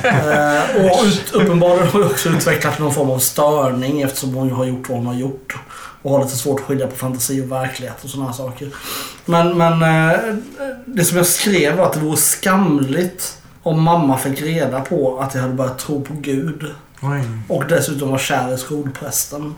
Speaker 4: eh, och ut, uppenbarligen har hon också utvecklat någon form av störning eftersom hon ju har gjort vad hon har gjort. Och har lite svårt att skilja på fantasi och verklighet och sådana här saker. Men, men eh, det som jag skrev var att det vore skamligt om mamma fick reda på att jag hade börjat tro på Gud.
Speaker 3: Oj.
Speaker 4: Och dessutom var kär i skolprästen.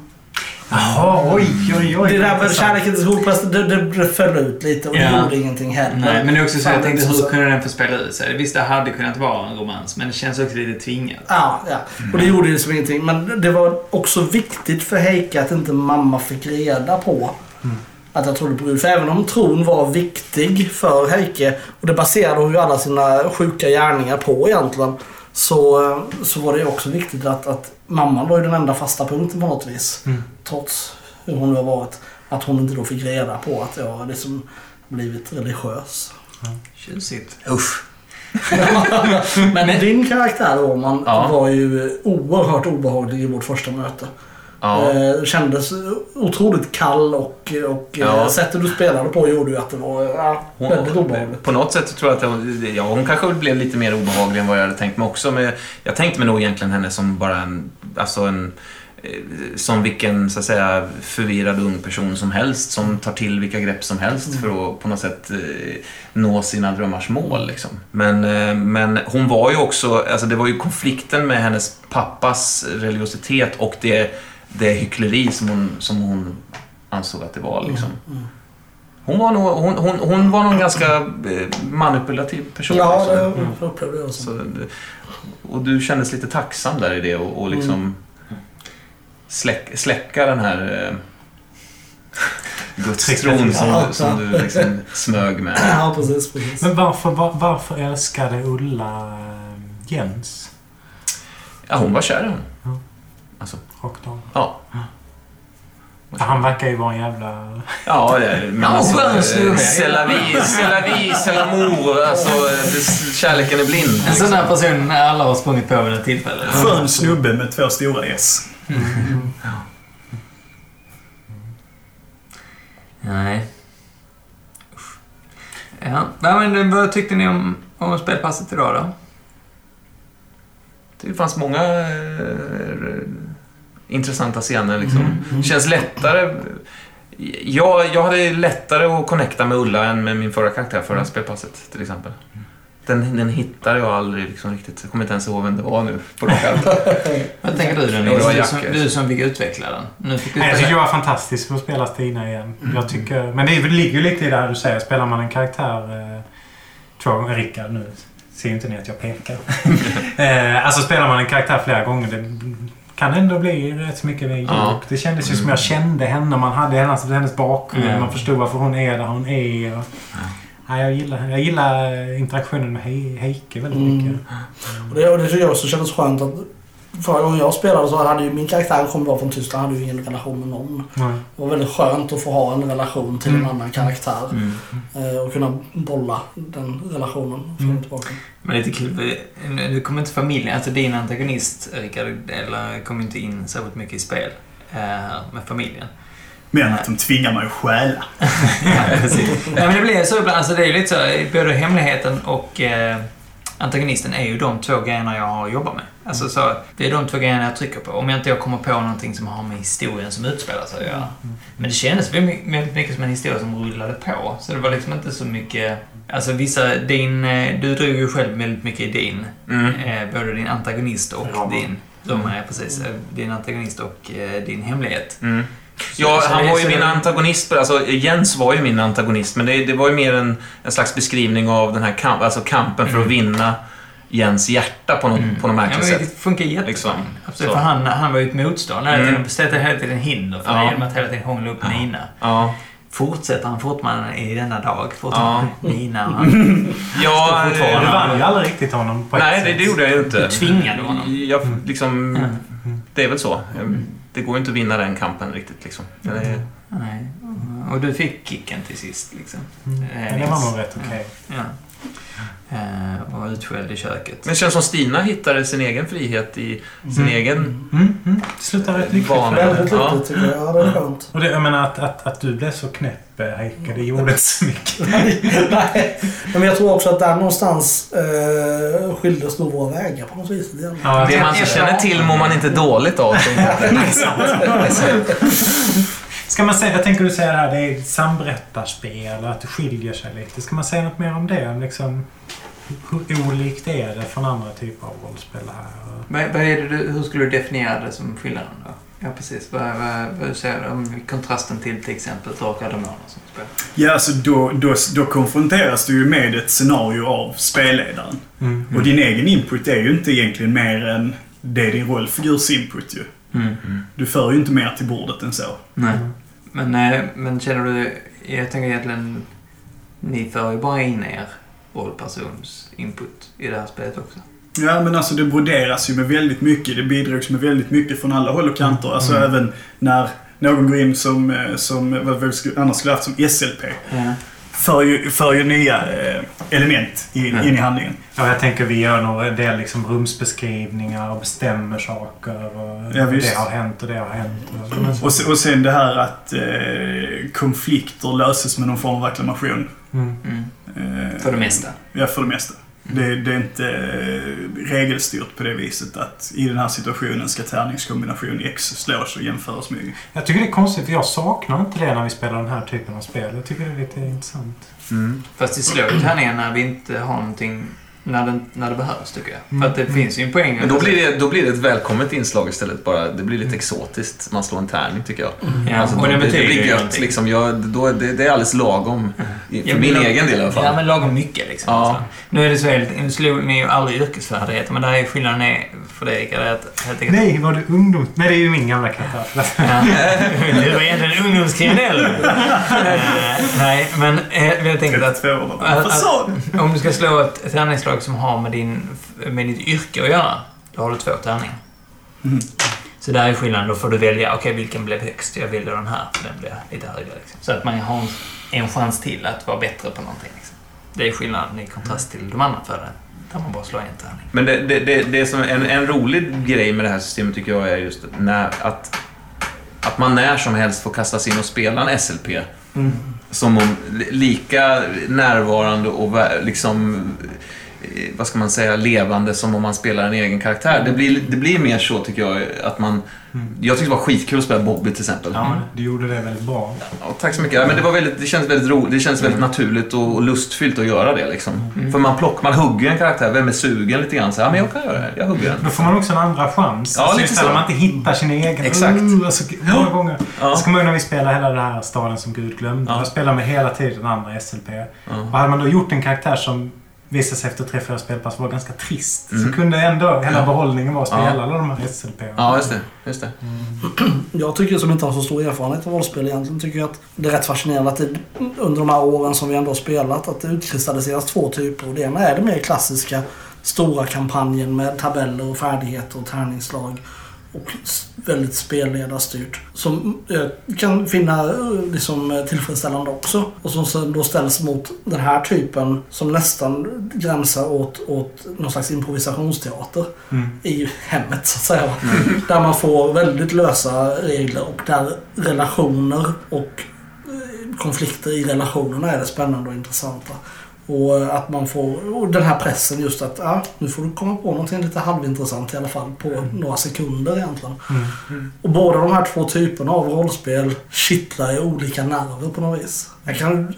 Speaker 4: Jaha,
Speaker 3: oj, oj, oj.
Speaker 4: Det där med kärleken till skolprästen, det, det, det föll ut lite och det
Speaker 21: Ja.
Speaker 4: gjorde ingenting heller.
Speaker 21: Nej, men det är också så
Speaker 4: Fan,
Speaker 21: jag tänkte
Speaker 4: det är så-
Speaker 21: hur kunde den få spela ut sig? Visst, det hade kunnat vara en romans, men det känns också lite tvingat.
Speaker 4: Ja, ja. Och det gjorde ju liksom ingenting. Men det var också viktigt för Heike att inte mamma fick reda på att jag trodde på Gud. För även om tron var viktig för Heike och det baserade hon ju alla sina sjuka gärningar på egentligen. Så, så var det ju också viktigt att, att mamman var ju den enda fasta punkten på något vis. Trots hur hon nu har varit. Att hon inte då fick reda på att jag har liksom blivit religiös.
Speaker 21: Tjusigt.
Speaker 5: Usch.
Speaker 4: Men din karaktär Roman
Speaker 5: Ja.
Speaker 4: var ju oerhört obehaglig i vårt första möte.
Speaker 5: Ja.
Speaker 4: Eh, Kändes otroligt kall och, och eh,
Speaker 5: Ja.
Speaker 4: sättet du spelade på gjorde ju att det var ja, väldigt obehagligt.
Speaker 5: På något sätt tror jag att hon, ja, hon kanske blev lite mer obehaglig än vad jag hade tänkt mig också. Men jag tänkte mig nog egentligen henne som bara en, alltså en eh, som vilken så att säga, förvirrad ung person som helst som tar till vilka grepp som helst för att på något sätt eh, nå sina drömmars mål. Liksom. Men, eh, men hon var ju också, alltså det var ju konflikten med hennes pappas religiositet och det, det hyckleri som hon, som hon ansåg att det var. Liksom.
Speaker 4: Mm,
Speaker 5: Hon var nog, hon, hon, hon var nog en ganska eh, manipulativ person.
Speaker 4: Ja,
Speaker 5: liksom.
Speaker 4: det upplevde jag också.
Speaker 5: Så, det- och du kändes lite tacksam där i det och, och liksom
Speaker 4: Mm.
Speaker 5: släck, släcka den här eh, gudstron som, du- som du liksom smög med.
Speaker 4: Ja, precis. precis.
Speaker 3: Men varför, var, varför älskade Ulla eh, Jens?
Speaker 5: Ja, hon var kär i honom.
Speaker 3: Rakt av.
Speaker 5: Ja.
Speaker 3: Han verkar ju vara en jävla...
Speaker 5: Ja, det, men
Speaker 7: Ja,
Speaker 5: alltså,
Speaker 7: skön snubbe.
Speaker 5: eh, c'est la vie, c'est la vie, c'est l'amour. Alltså, eh, det- kärleken är blind.
Speaker 21: En sån där person när alla har sprungit på vid ett tillfälle.
Speaker 2: Skön snubbe med två stora S.
Speaker 7: Nej. Usch. Ja. Nej, men eh, vad tyckte ni om, om spelpasset idag då?
Speaker 5: Det fanns många eh, intressanta scener. Liksom. Känns lättare. Jag, jag hade lättare att connecta med Ulla än med min förra karaktär, förra spelpasset till exempel. Den, den hittade jag aldrig liksom, riktigt. Jag kommer inte ens ihåg vem det var nu på rak arm.
Speaker 21: Vad tänker du
Speaker 5: Det var
Speaker 21: Dennis? Du,
Speaker 5: Jack,
Speaker 21: som-
Speaker 5: alltså.
Speaker 21: du som fick utveckla den. Nu fick du
Speaker 3: Nej, jag tycker
Speaker 21: spela.
Speaker 3: det var fantastiskt för att spela Stina igen.
Speaker 5: Mm.
Speaker 3: Jag tycker, men det ligger ju lite i det här du säger. Spelar man en karaktär... Eh, två gånger, Eh, Rickard nu ser ju inte ni att jag pekar. eh, alltså spelar man en karaktär flera gånger det kan ändå bli rätt mycket mer djup.
Speaker 5: Ja.
Speaker 3: Det kändes ju som jag kände henne. Man hade hennes, hennes bakgrund.
Speaker 21: Mm.
Speaker 3: Man förstod varför hon är där hon är. Och, Nej, jag, gillar, jag gillar eh, interaktionen med He- Heike väldigt
Speaker 4: Mm.
Speaker 3: mycket.
Speaker 4: Och det, och det tycker jag också kändes skönt att förra gången jag spelade så hade ju min karaktär kom bara från Tyskland hade ju ingen relation med någon.
Speaker 3: Nej.
Speaker 4: Det var väldigt skönt att få ha en relation till en annan karaktär.
Speaker 7: Mm.
Speaker 4: Eh, Och kunna bolla den relationen fram och tillbaka.
Speaker 7: Men lite kul, för nu nu kommer inte familjen, alltså din antagonist Rickard, eller kom inte in särskilt mycket i spel eh, här med familjen.
Speaker 2: Men att de tvingar mig att stjäla.
Speaker 7: Ja, precis. Nej, men det blir så ibland. Alltså, det är ju lite så, både hemligheten och eh, antagonisten är ju de två grejerna jag har jobbat med. Alltså, så, det är de två grejerna jag trycker på. Om jag inte kommer på någonting som har med historien som utspelar sig att göra. Men det kändes väldigt my- väldigt mycket som en historia som rullade på. Så det var liksom inte så mycket... Alltså vissa, din, eh, du drog ju själv väldigt mycket i din.
Speaker 5: Mm.
Speaker 7: Eh, både din antagonist och
Speaker 3: Ramar.
Speaker 7: din... De här, precis. Eh, Din antagonist och eh, din hemlighet.
Speaker 5: Mm. Ja,
Speaker 7: Så- så
Speaker 5: han
Speaker 7: det-
Speaker 5: var
Speaker 7: så
Speaker 5: ju
Speaker 7: det-
Speaker 5: min antagonist. Alltså, Jens var ju min antagonist, men det, det var ju mer en, en slags beskrivning av den här kamp, alltså kampen för att vinna Jens hjärta på något, på något
Speaker 7: Mm. ja,
Speaker 5: märkligt
Speaker 7: men
Speaker 5: sätt.
Speaker 7: det funkar jättebra.
Speaker 5: Liksom.
Speaker 7: Absolut,
Speaker 5: Så.
Speaker 7: för han, han var ju ett motståndare hela
Speaker 5: Mm.
Speaker 7: tiden. Sätter hela tiden hinder för
Speaker 5: Ja.
Speaker 7: mig genom att hela tiden hångla upp Nina.
Speaker 5: Ja.
Speaker 7: Fortsätter han fortfarande i denna dag? Fortfarande Nina. Han
Speaker 5: Ja,
Speaker 7: Mm. Står fortfarande.
Speaker 5: eh,
Speaker 3: Du vann ju aldrig riktigt honom på ett
Speaker 5: Nej, det,
Speaker 3: sätt.
Speaker 5: det gjorde jag ju inte.
Speaker 7: tvingade honom.
Speaker 5: Jag, liksom,
Speaker 7: Mm.
Speaker 5: Det är väl så. Det går ju inte att vinna den kampen riktigt. Liksom. Den är,
Speaker 7: Nej. Mm. Och du fick kicken till sist. Liksom. Eh,
Speaker 3: Mm. Men det var nog rätt okej.
Speaker 7: Ja. Eh, och utskälld i köket.
Speaker 5: Men det känns som Stina hittade sin egen frihet i sin egen...
Speaker 3: Mm, mm. Det slutar rätt lyckligt.
Speaker 5: Van.
Speaker 3: för dig.
Speaker 4: Väldigt
Speaker 5: Ja.
Speaker 4: lyckligt tycker jag. Ja, det är skönt.
Speaker 3: Och det, jag menar att, att, att du blev så knäpp, eh, Heike, det gjorde inte så mycket.
Speaker 4: Nej, men jag tror också att där någonstans eh, skildes nog våra vägar på något vis. Det är-
Speaker 3: Ja,
Speaker 5: Det man känner till mår man inte dåligt av.
Speaker 3: Ska man säga, jag tänker du säger det här, det är ett samberättarspel och att det skiljer sig lite. Ska man säga något mer om det? Om Liksom, hur olikt är det från andra typer av rollspel här?
Speaker 21: Vad, vad är det du, hur skulle du definiera det som skillnaden då?
Speaker 7: Ja, precis. Vad, vad, vad säger du om kontrasten till till exempel Drakar och Demoner som spelar?
Speaker 2: Ja, alltså då, då, då konfronteras du ju med ett scenario av spelledaren.
Speaker 7: Mm.
Speaker 2: Och din egen input är ju inte egentligen mer än det din rollfigurs input ju.
Speaker 7: Mm.
Speaker 2: Du för ju inte mer till bordet än så.
Speaker 7: Nej. Men, eh, men känner du... Jag tänker egentligen... Ni för ju bara in er rollpersons input i det här spelet också.
Speaker 2: Ja, men alltså det broderas ju med väldigt mycket. Det bidrogs med väldigt mycket från alla håll och kanter. Alltså
Speaker 7: Mm.
Speaker 2: även när någon går in som, eh, som vad vi skulle- annars skulle haft som SLP.
Speaker 7: Ja.
Speaker 2: För ju, för ju nya eh, element in,
Speaker 7: Mm.
Speaker 2: in i handlingen.
Speaker 17: Ja, jag tänker vi gör nog en del liksom rumsbeskrivningar och bestämmer saker. Och
Speaker 2: Ja, visst.
Speaker 17: Det har hänt och det har hänt. Men så-
Speaker 2: Och, se- och sen det här att eh, konflikter löses med någon form av acklamation.
Speaker 17: Mm.
Speaker 2: Eh,
Speaker 7: För det mesta.
Speaker 2: Ja, för det mesta. Det, det är inte eh, regelstyrt på det viset att i den här situationen ska tärningskombination X slås och jämföras med Y.
Speaker 17: Jag tycker det är konstigt för jag saknar inte det när vi spelar den här typen av spel. Jag tycker det är lite intressant.
Speaker 5: Mm.
Speaker 7: Fast det slår ju här ner när vi inte har någonting... När det, när det behövs, tycker jag.
Speaker 17: Mm.
Speaker 7: För att det
Speaker 17: Mm.
Speaker 7: finns ju en poäng.
Speaker 5: Men då blir, det, då blir det ett välkommet inslag istället. Bara, det blir lite exotiskt. Man slår en tärning tycker jag.
Speaker 17: Mm.
Speaker 5: Alltså,
Speaker 7: Ja,
Speaker 5: då,
Speaker 7: och det
Speaker 5: det, det
Speaker 7: betyder ju
Speaker 5: blir gött.
Speaker 7: någonting.
Speaker 5: Liksom, jag, då, är det, det är alldeles lagom. I- För
Speaker 7: Ja, men
Speaker 5: min
Speaker 7: lag-
Speaker 5: egen del i alla fall.
Speaker 7: Ja, men lagom mycket liksom.
Speaker 5: Ja.
Speaker 7: Nu är det så helt... Nu slog ni ju aldrig yrkesfärdigheter, men där är skillnaden är för dig, Rickard, är att helt enkelt...
Speaker 17: Nej, var det ungdom? Nej, det är ju min gamla katt.
Speaker 7: Ja. Du var egentligen ungdomskriminell. Eh, Nej, men eh, jag tänkte att...
Speaker 2: 32 år då.
Speaker 7: att-
Speaker 2: Varför sa
Speaker 7: att- Om du ska slå ett ett tärningsslag som har med, din, med ditt yrke att göra, då har du två tärningar.
Speaker 2: Mm.
Speaker 7: Så där är skillnaden. Då får du välja, okej vilken blev högst? Jag väljer den här, för den blev lite högre. Liksom. Så att man har en, en chans till att vara bättre på någonting. Liksom. Det är skillnaden i kontrast till de andra fördelen, där man bara slår en tärning.
Speaker 5: Men det, det, det, det som en, en rolig grej med det här systemet tycker jag är just när, att, att man när som helst får kastas in och spela en SLP.
Speaker 7: Mm.
Speaker 5: Som om li- lika närvarande och vä- liksom, eh, vad ska man säga, levande som om man spelar en egen karaktär. Det blir, det blir mer så tycker jag att man... Jag tyckte det var skitkul att spela Bobby till exempel.
Speaker 17: Mm. Ja, men du gjorde det väldigt bra.
Speaker 5: Ja, tack så mycket. Ja, men det, var väldigt, det kändes väldigt roligt. Det kändes väldigt naturligt och, och lustfyllt att göra det. Liksom. För man, plock, man hugger en karaktär. Vem är sugen lite grann? Så, ja, men jag kan göra det. Jag hugger den.
Speaker 17: Då får man också en andra chans. Alltså,
Speaker 5: Ja, lite
Speaker 17: just när
Speaker 5: så. Mm,
Speaker 17: man inte hittar sin egen.
Speaker 5: Exakt.
Speaker 17: Uh, alltså, många gånger.
Speaker 5: Ja.
Speaker 17: Så kommer jag ihåg när vi spelade hela den här staden som Gud glömde.
Speaker 5: Ja.
Speaker 17: Då spelade man hela tiden andra SLP. Och hade man då gjort en karaktär som visade sig efter tre, fyra spelpass vara ganska trist.
Speaker 5: Mm.
Speaker 17: Så kunde ändå hela
Speaker 5: Ja.
Speaker 17: behållningen vara att spela
Speaker 5: Ja.
Speaker 17: alla de här SLP. -erna.
Speaker 5: Ja, just det. Just
Speaker 7: Mm.
Speaker 5: det.
Speaker 4: Jag tycker som inte har så stor erfarenhet av rollspel egentligen, tycker jag att det är rätt fascinerande att det, under de här åren som vi ändå har spelat, att det utkristalliseras två typer. Och det ena är det mer klassiska, stora kampanjen med tabeller och färdigheter och tärningsslag. Och s- väldigt spelledarstyrt. Som jag kan finna eh, liksom, eh, tillfredsställande också. Och som sen då ställs mot den här typen som nästan gränsar åt, åt någon slags improvisationsteater i hemmet så att säga. Där man får väldigt lösa regler och där relationer och eh, konflikter i relationerna är det spännande och intressanta. Och eh, att man får och den här pressen just att ja, nu får du komma på någonting lite halvintressant i alla fall på några sekunder egentligen. Och båda de här två typerna av rollspel kittlar i olika nerver på något vis. Jag kan,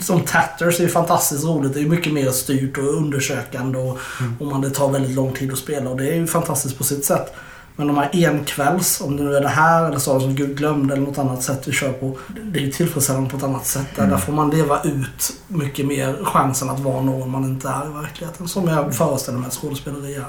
Speaker 4: som Tatters är ju fantastiskt roligt. Det är ju mycket mer styrt och undersökande och, och man, det tar väldigt lång tid att spela och det är ju fantastiskt på sitt sätt. Men de här enkvälls, om det nu är det här eller så som Gud glömde eller något annat sätt vi kör på. Det är ju tillfredsställande på ett annat sätt. Där, där får man leva ut mycket mer chansen att vara någon man inte är i verkligheten. Som jag föreställer mig att skådespeleri är.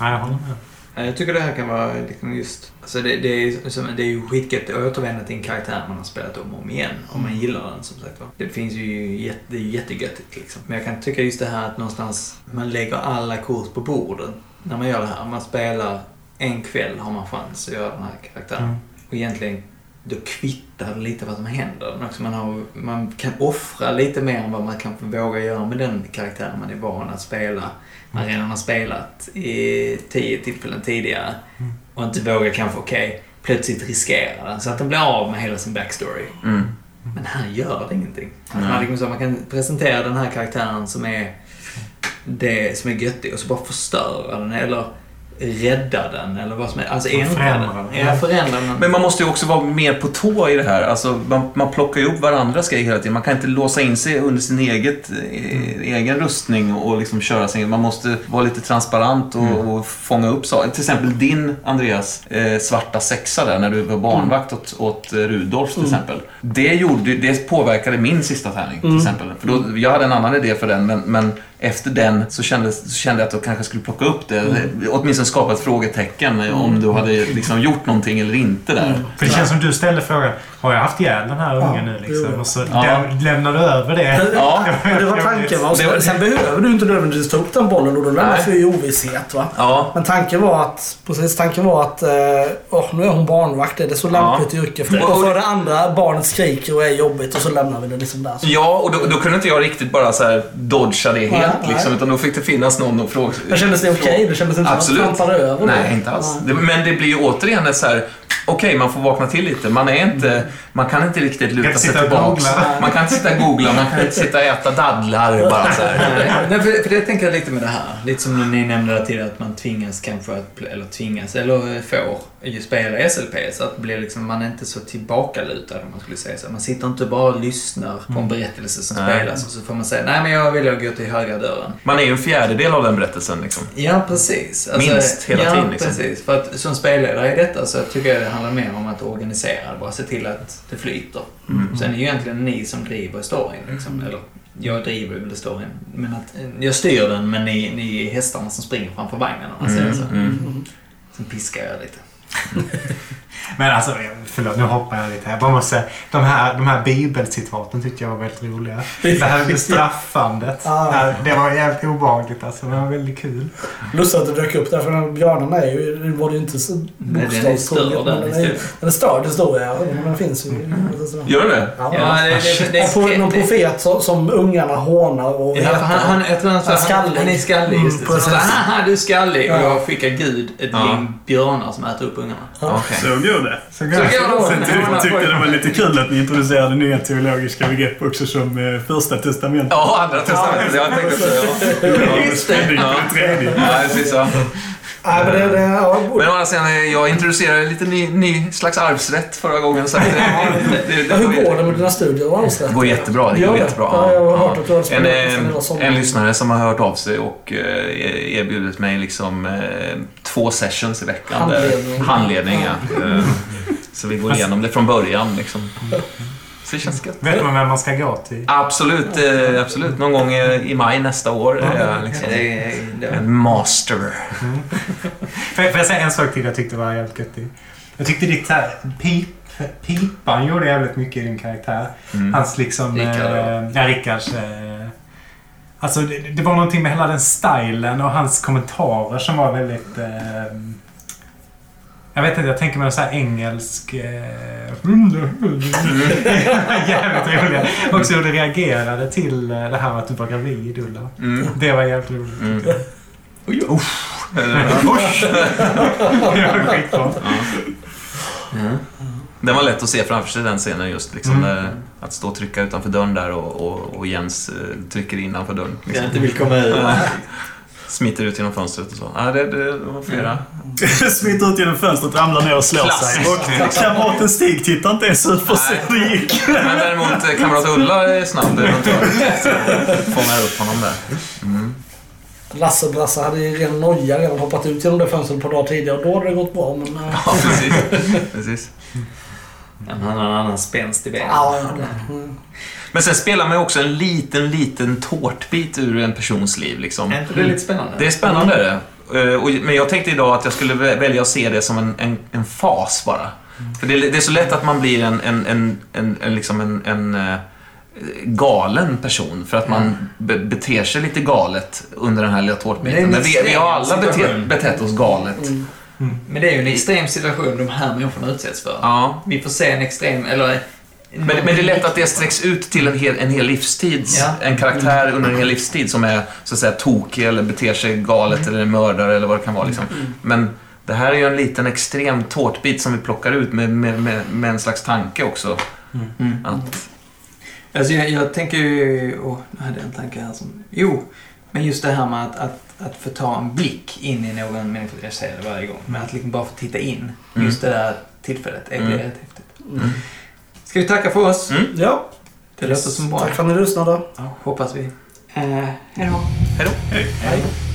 Speaker 17: Ja, jag håller med.
Speaker 7: Ja, Eh, Jag tycker det här kan vara liksom just... Alltså det, det, är, ju som- det är ju skitgött att återvända till en karaktär man har spelat om och om igen. Om man gillar den som sagt var. Det finns ju jätte, det är ju jättegöttigt liksom. Men jag kan tycka just det här att någonstans man lägger alla kort på bordet när man gör det här. Man spelar en kväll har man chans att göra den här karaktären.
Speaker 17: Mm.
Speaker 7: Och egentligen då kvittar det lite vad som händer. Men också man, har, man kan offra lite mer än vad man kanske vågar göra med den karaktären man är van att spela. Man redan har spelat i tio tillfällen tidigare och inte vågar kanske, okej, plötsligt riskera den så att den blir av med hela sin backstory.
Speaker 5: Mm.
Speaker 7: Men här gör det ingenting. Att
Speaker 5: Nej.
Speaker 7: Man, liksom så, man kan presentera den här karaktären som är det som är göttig och så bara förstöra den eller rädda den eller vad som helst. Alltså ändra
Speaker 3: förändra
Speaker 7: den.
Speaker 3: den.
Speaker 7: Ja, förändra den.
Speaker 5: Men man måste ju också vara mer på tå i det här. Alltså, man, man plockar ju upp varandras grejer hela tiden. Man kan inte låsa in sig under sin eget, eh, egen rustning och liksom köra sin Man måste vara lite transparent och, och fånga upp saker. Till exempel din, Andreas, eh, svarta sexa där när du var barnvakt åt, åt eh, Rudolf till exempel. Det, gjorde, det påverkade min sista tärning till exempel. För då, jag hade en annan idé för den, men, men efter den så kände, så kände jag att jag kanske skulle plocka upp det.
Speaker 4: Mm.
Speaker 5: Åtminstone skapa ett frågetecken eh, om du hade liksom gjort någonting eller inte
Speaker 4: Mm.
Speaker 5: där.
Speaker 3: För det känns som du ställde frågan. Har jag haft ihjäl den här ungen nu liksom?
Speaker 4: jo.
Speaker 3: Och så
Speaker 5: Ja.
Speaker 3: läm- lämnar du över det.
Speaker 5: Ja.
Speaker 4: Men det var tanken va. Och
Speaker 5: Det var-
Speaker 4: sen, sen behöver du inte nödvändigtvis ta upp den bollen och då lämnas vi i ovisshet va.
Speaker 5: Ja.
Speaker 4: Men tanken var att, precis, tanken var att eh, åh, nu är hon barnvakt, är det så lämpligt yrke? För, och för det andra, barnet skriker och är jobbigt och så lämnar vi det liksom där. Så.
Speaker 5: Ja, och då, då kunde inte jag riktigt bara så här dodga det helt
Speaker 4: Nej,
Speaker 5: liksom, utan då fick det finnas någon att fråga.
Speaker 4: Men kändes det okej? Det kändes inte som att man
Speaker 5: Absolut.
Speaker 4: trampade över
Speaker 5: Nej,
Speaker 4: det?
Speaker 5: inte alls. Det, men det blir ju återigen ett så här... Okej, man får vakna till lite. Man, är inte,
Speaker 4: Mm.
Speaker 5: man kan inte riktigt luta
Speaker 3: inte
Speaker 5: sig
Speaker 3: sitta och
Speaker 5: tillbaks.
Speaker 3: googla.
Speaker 5: Man kan inte sitta och googla, man kan inte sitta och äta dadlar bara så här.
Speaker 7: Nej, för, för det tänker jag lite med det här. Lite som när ni nämnde där tidigare att man tvingas kanske att, pl- eller tvingas, eller eh, får ju spela SLP. Så att det blir liksom, man är inte så tillbakalutad om man skulle säga så. Man sitter inte bara och lyssnar på en berättelse som
Speaker 5: Nej.
Speaker 7: spelas och så får man säga nej men jag vill gå till högra dörren.
Speaker 5: Man är ju en fjärdedel av den berättelsen liksom.
Speaker 7: Ja, precis.
Speaker 4: Alltså,
Speaker 5: Minst hela
Speaker 7: ja,
Speaker 5: tiden, liksom.
Speaker 7: precis. För att som spelledare i detta så tycker jag det handlar mer om att organisera det. Bara se till att det flyter. Sen är det ju egentligen ni som driver storyn. Liksom. Eller jag driver väl storyn. Men att, eh, jag styr den, men ni, ni är hästarna som springer framför vagnen. om man säger
Speaker 4: Alltså,
Speaker 7: så.
Speaker 5: mm.
Speaker 4: mm.
Speaker 7: Sen piskar jag lite.
Speaker 3: Men alltså, förlåt nu hoppar jag lite här. Jag Bara måste, säga, de, här, de här bibelcitaten tyckte jag var väldigt roliga. Det här bestraffandet.
Speaker 4: Ah.
Speaker 3: Ja, Det var jävligt obehagligt alltså. Det var väldigt kul.
Speaker 4: Lustigt att det dök upp där, för den här björnarna är ju, det var det ju inte så
Speaker 7: är
Speaker 4: bokstavstrunget. men
Speaker 7: störd, den
Speaker 4: Den är ju-
Speaker 7: historien.
Speaker 4: den är störd historia, men den finns ju. Mm.
Speaker 5: Gör du det?
Speaker 7: Ja, det- det- det-
Speaker 4: På någon
Speaker 7: det-
Speaker 4: profet som, som ungarna hånar och
Speaker 7: Ja, för han, han, jag tror han, sa-
Speaker 4: Han är skallig.
Speaker 7: Han är skallig, just det.
Speaker 4: Mm,
Speaker 7: så han
Speaker 4: precis.
Speaker 7: sa, "Haha, du är skallig. Och
Speaker 4: Ja.
Speaker 7: då skickar Gud ett
Speaker 5: Ja.
Speaker 7: gäng björnar som äter upp ungarna.
Speaker 5: Okej.
Speaker 2: Så går det.
Speaker 3: Så gott.
Speaker 2: Sen tyck- tyckte det var lite kul att ni introducerade nya teologiska begrepp också som eh, första testamentet.
Speaker 5: Ja, andra testamentet. Jag tänkte också... Ja.
Speaker 2: Just det! Ja. Tredje.
Speaker 5: Ja, precis, ja.
Speaker 4: Nej, men det, det, ja,
Speaker 5: Men å andra sidan, eh, jag introducerade lite ny, ny slags arvsrätt förra gången. Så att, eh, det, det,
Speaker 4: ja, hur går det med dina studier och alls
Speaker 5: Det går jättebra. Det
Speaker 4: Gör
Speaker 5: går
Speaker 4: det?
Speaker 5: jättebra.
Speaker 4: Ja, jag har hört att du har
Speaker 5: en,
Speaker 4: spelat sen det var
Speaker 5: eh,
Speaker 4: sommar.
Speaker 5: en lyssnare som har hört av sig och eh, erbjudit mig liksom, eh, två sessions i veckan.
Speaker 4: Handledning.
Speaker 5: Där, handledning ja. Eh, Så vi går igenom det från början. Liksom. Så det känns gött.
Speaker 3: Vet man vem man ska gå till?
Speaker 5: Absolut, eh, absolut. Någon gång eh, i maj nästa år är jag liksom
Speaker 7: Det är- det var-
Speaker 5: en master.
Speaker 3: Får jag får jag säga en sak till jag tyckte var jävligt gött i? Jag tyckte ditt här, pip, pipan gjorde jävligt mycket i din karaktär. Hans liksom...
Speaker 7: Rickard,
Speaker 3: eh, ja, Rickards... Eh, alltså det, det var någonting med hela den stilen och hans kommentarer som var väldigt... Eh, jag vet inte, jag tänker mig en sån här engelsk... Eh, jävligt roliga. Också hur du reagerade till eh, det här att du var gravid, Ulla.
Speaker 5: Mm.
Speaker 3: Det var jävligt roligt.
Speaker 5: Mm. Usch. Eh,
Speaker 3: Det var skitbra.
Speaker 5: Den var lätt att se framför sig den scenen just. Liksom,
Speaker 7: Mm.
Speaker 5: där, att stå och trycka utanför dörren där och, och, och Jens eh, trycker innanför dörren. Liksom.
Speaker 7: Jag inte vill komma ut.
Speaker 5: Smiter ut genom fönstret och så. Ja, det, det var flera.
Speaker 7: Mm.
Speaker 2: Smiter ut genom fönstret, ramlar ner och slår sig. Och kamraten Stig tittar inte ens ut för att se hur det gick.
Speaker 5: Men däremot eh, kamrat Ulla är snabb runt hörnet. så Fångar upp honom där.
Speaker 4: Lasse Brasse hade ju ren noja redan hoppat ut genom det fönstret ett par dagar tidigare och då hade det gått bra. Men, eh,
Speaker 5: Ja, precis. precis.
Speaker 7: Ja, men han har en annan spänst i benen.
Speaker 4: ja, ja, det- mm.
Speaker 5: Men sen spelar man ju också en liten, liten tårtbit ur en persons liv. Liksom.
Speaker 7: Är inte det lite spännande?
Speaker 5: Det är spännande. det. Eh, och- Men jag tänkte idag att jag skulle vä- välja att se det som en, en, en fas bara.
Speaker 7: Mm.
Speaker 5: För det, är- det är så lätt att man blir en, en, en, en, en, liksom en, en eh, galen person för att
Speaker 7: Mm.
Speaker 5: man be, beter sig lite galet under den här lilla
Speaker 7: Men det är
Speaker 5: tårtbiten.
Speaker 7: en
Speaker 5: Men vi, vi har alla
Speaker 7: extrem
Speaker 5: bete,
Speaker 7: situation. Mm.
Speaker 5: betett oss galet.
Speaker 7: Men det är ju en extrem situation de här människorna utsätts för.
Speaker 5: Ja.
Speaker 7: Vi får se en extrem, eller...
Speaker 5: Men, men det är lätt att det sträcks ut till en hel, en hel livstids...
Speaker 7: Ja.
Speaker 5: En karaktär under en hel livstid som är så att säga tokig eller beter sig galet
Speaker 7: Mm.
Speaker 5: eller är mördare eller vad det kan vara. Liksom. Men det här är ju en liten extrem tårtbit som vi plockar ut med, med, med, med en slags tanke också. Att,
Speaker 7: Mm. Alltså jag, jag tänker ju... Åh, nu hade jag en tanke här som... Jo, Men just det här med att, att, att få ta en blick in i någon människa. Jag säger det varje gång. Men att liksom bara få titta in.
Speaker 5: Mm.
Speaker 7: Just det där tillfället. Det blir
Speaker 5: Mm.
Speaker 7: rätt häftigt. Ska vi tacka för oss?
Speaker 4: Ja.
Speaker 7: Det låter som bra.
Speaker 4: Tack för att ni lyssnade.
Speaker 7: Ja, hoppas vi. Eh, hej då. Hej då.
Speaker 22: Hej.
Speaker 7: Hej.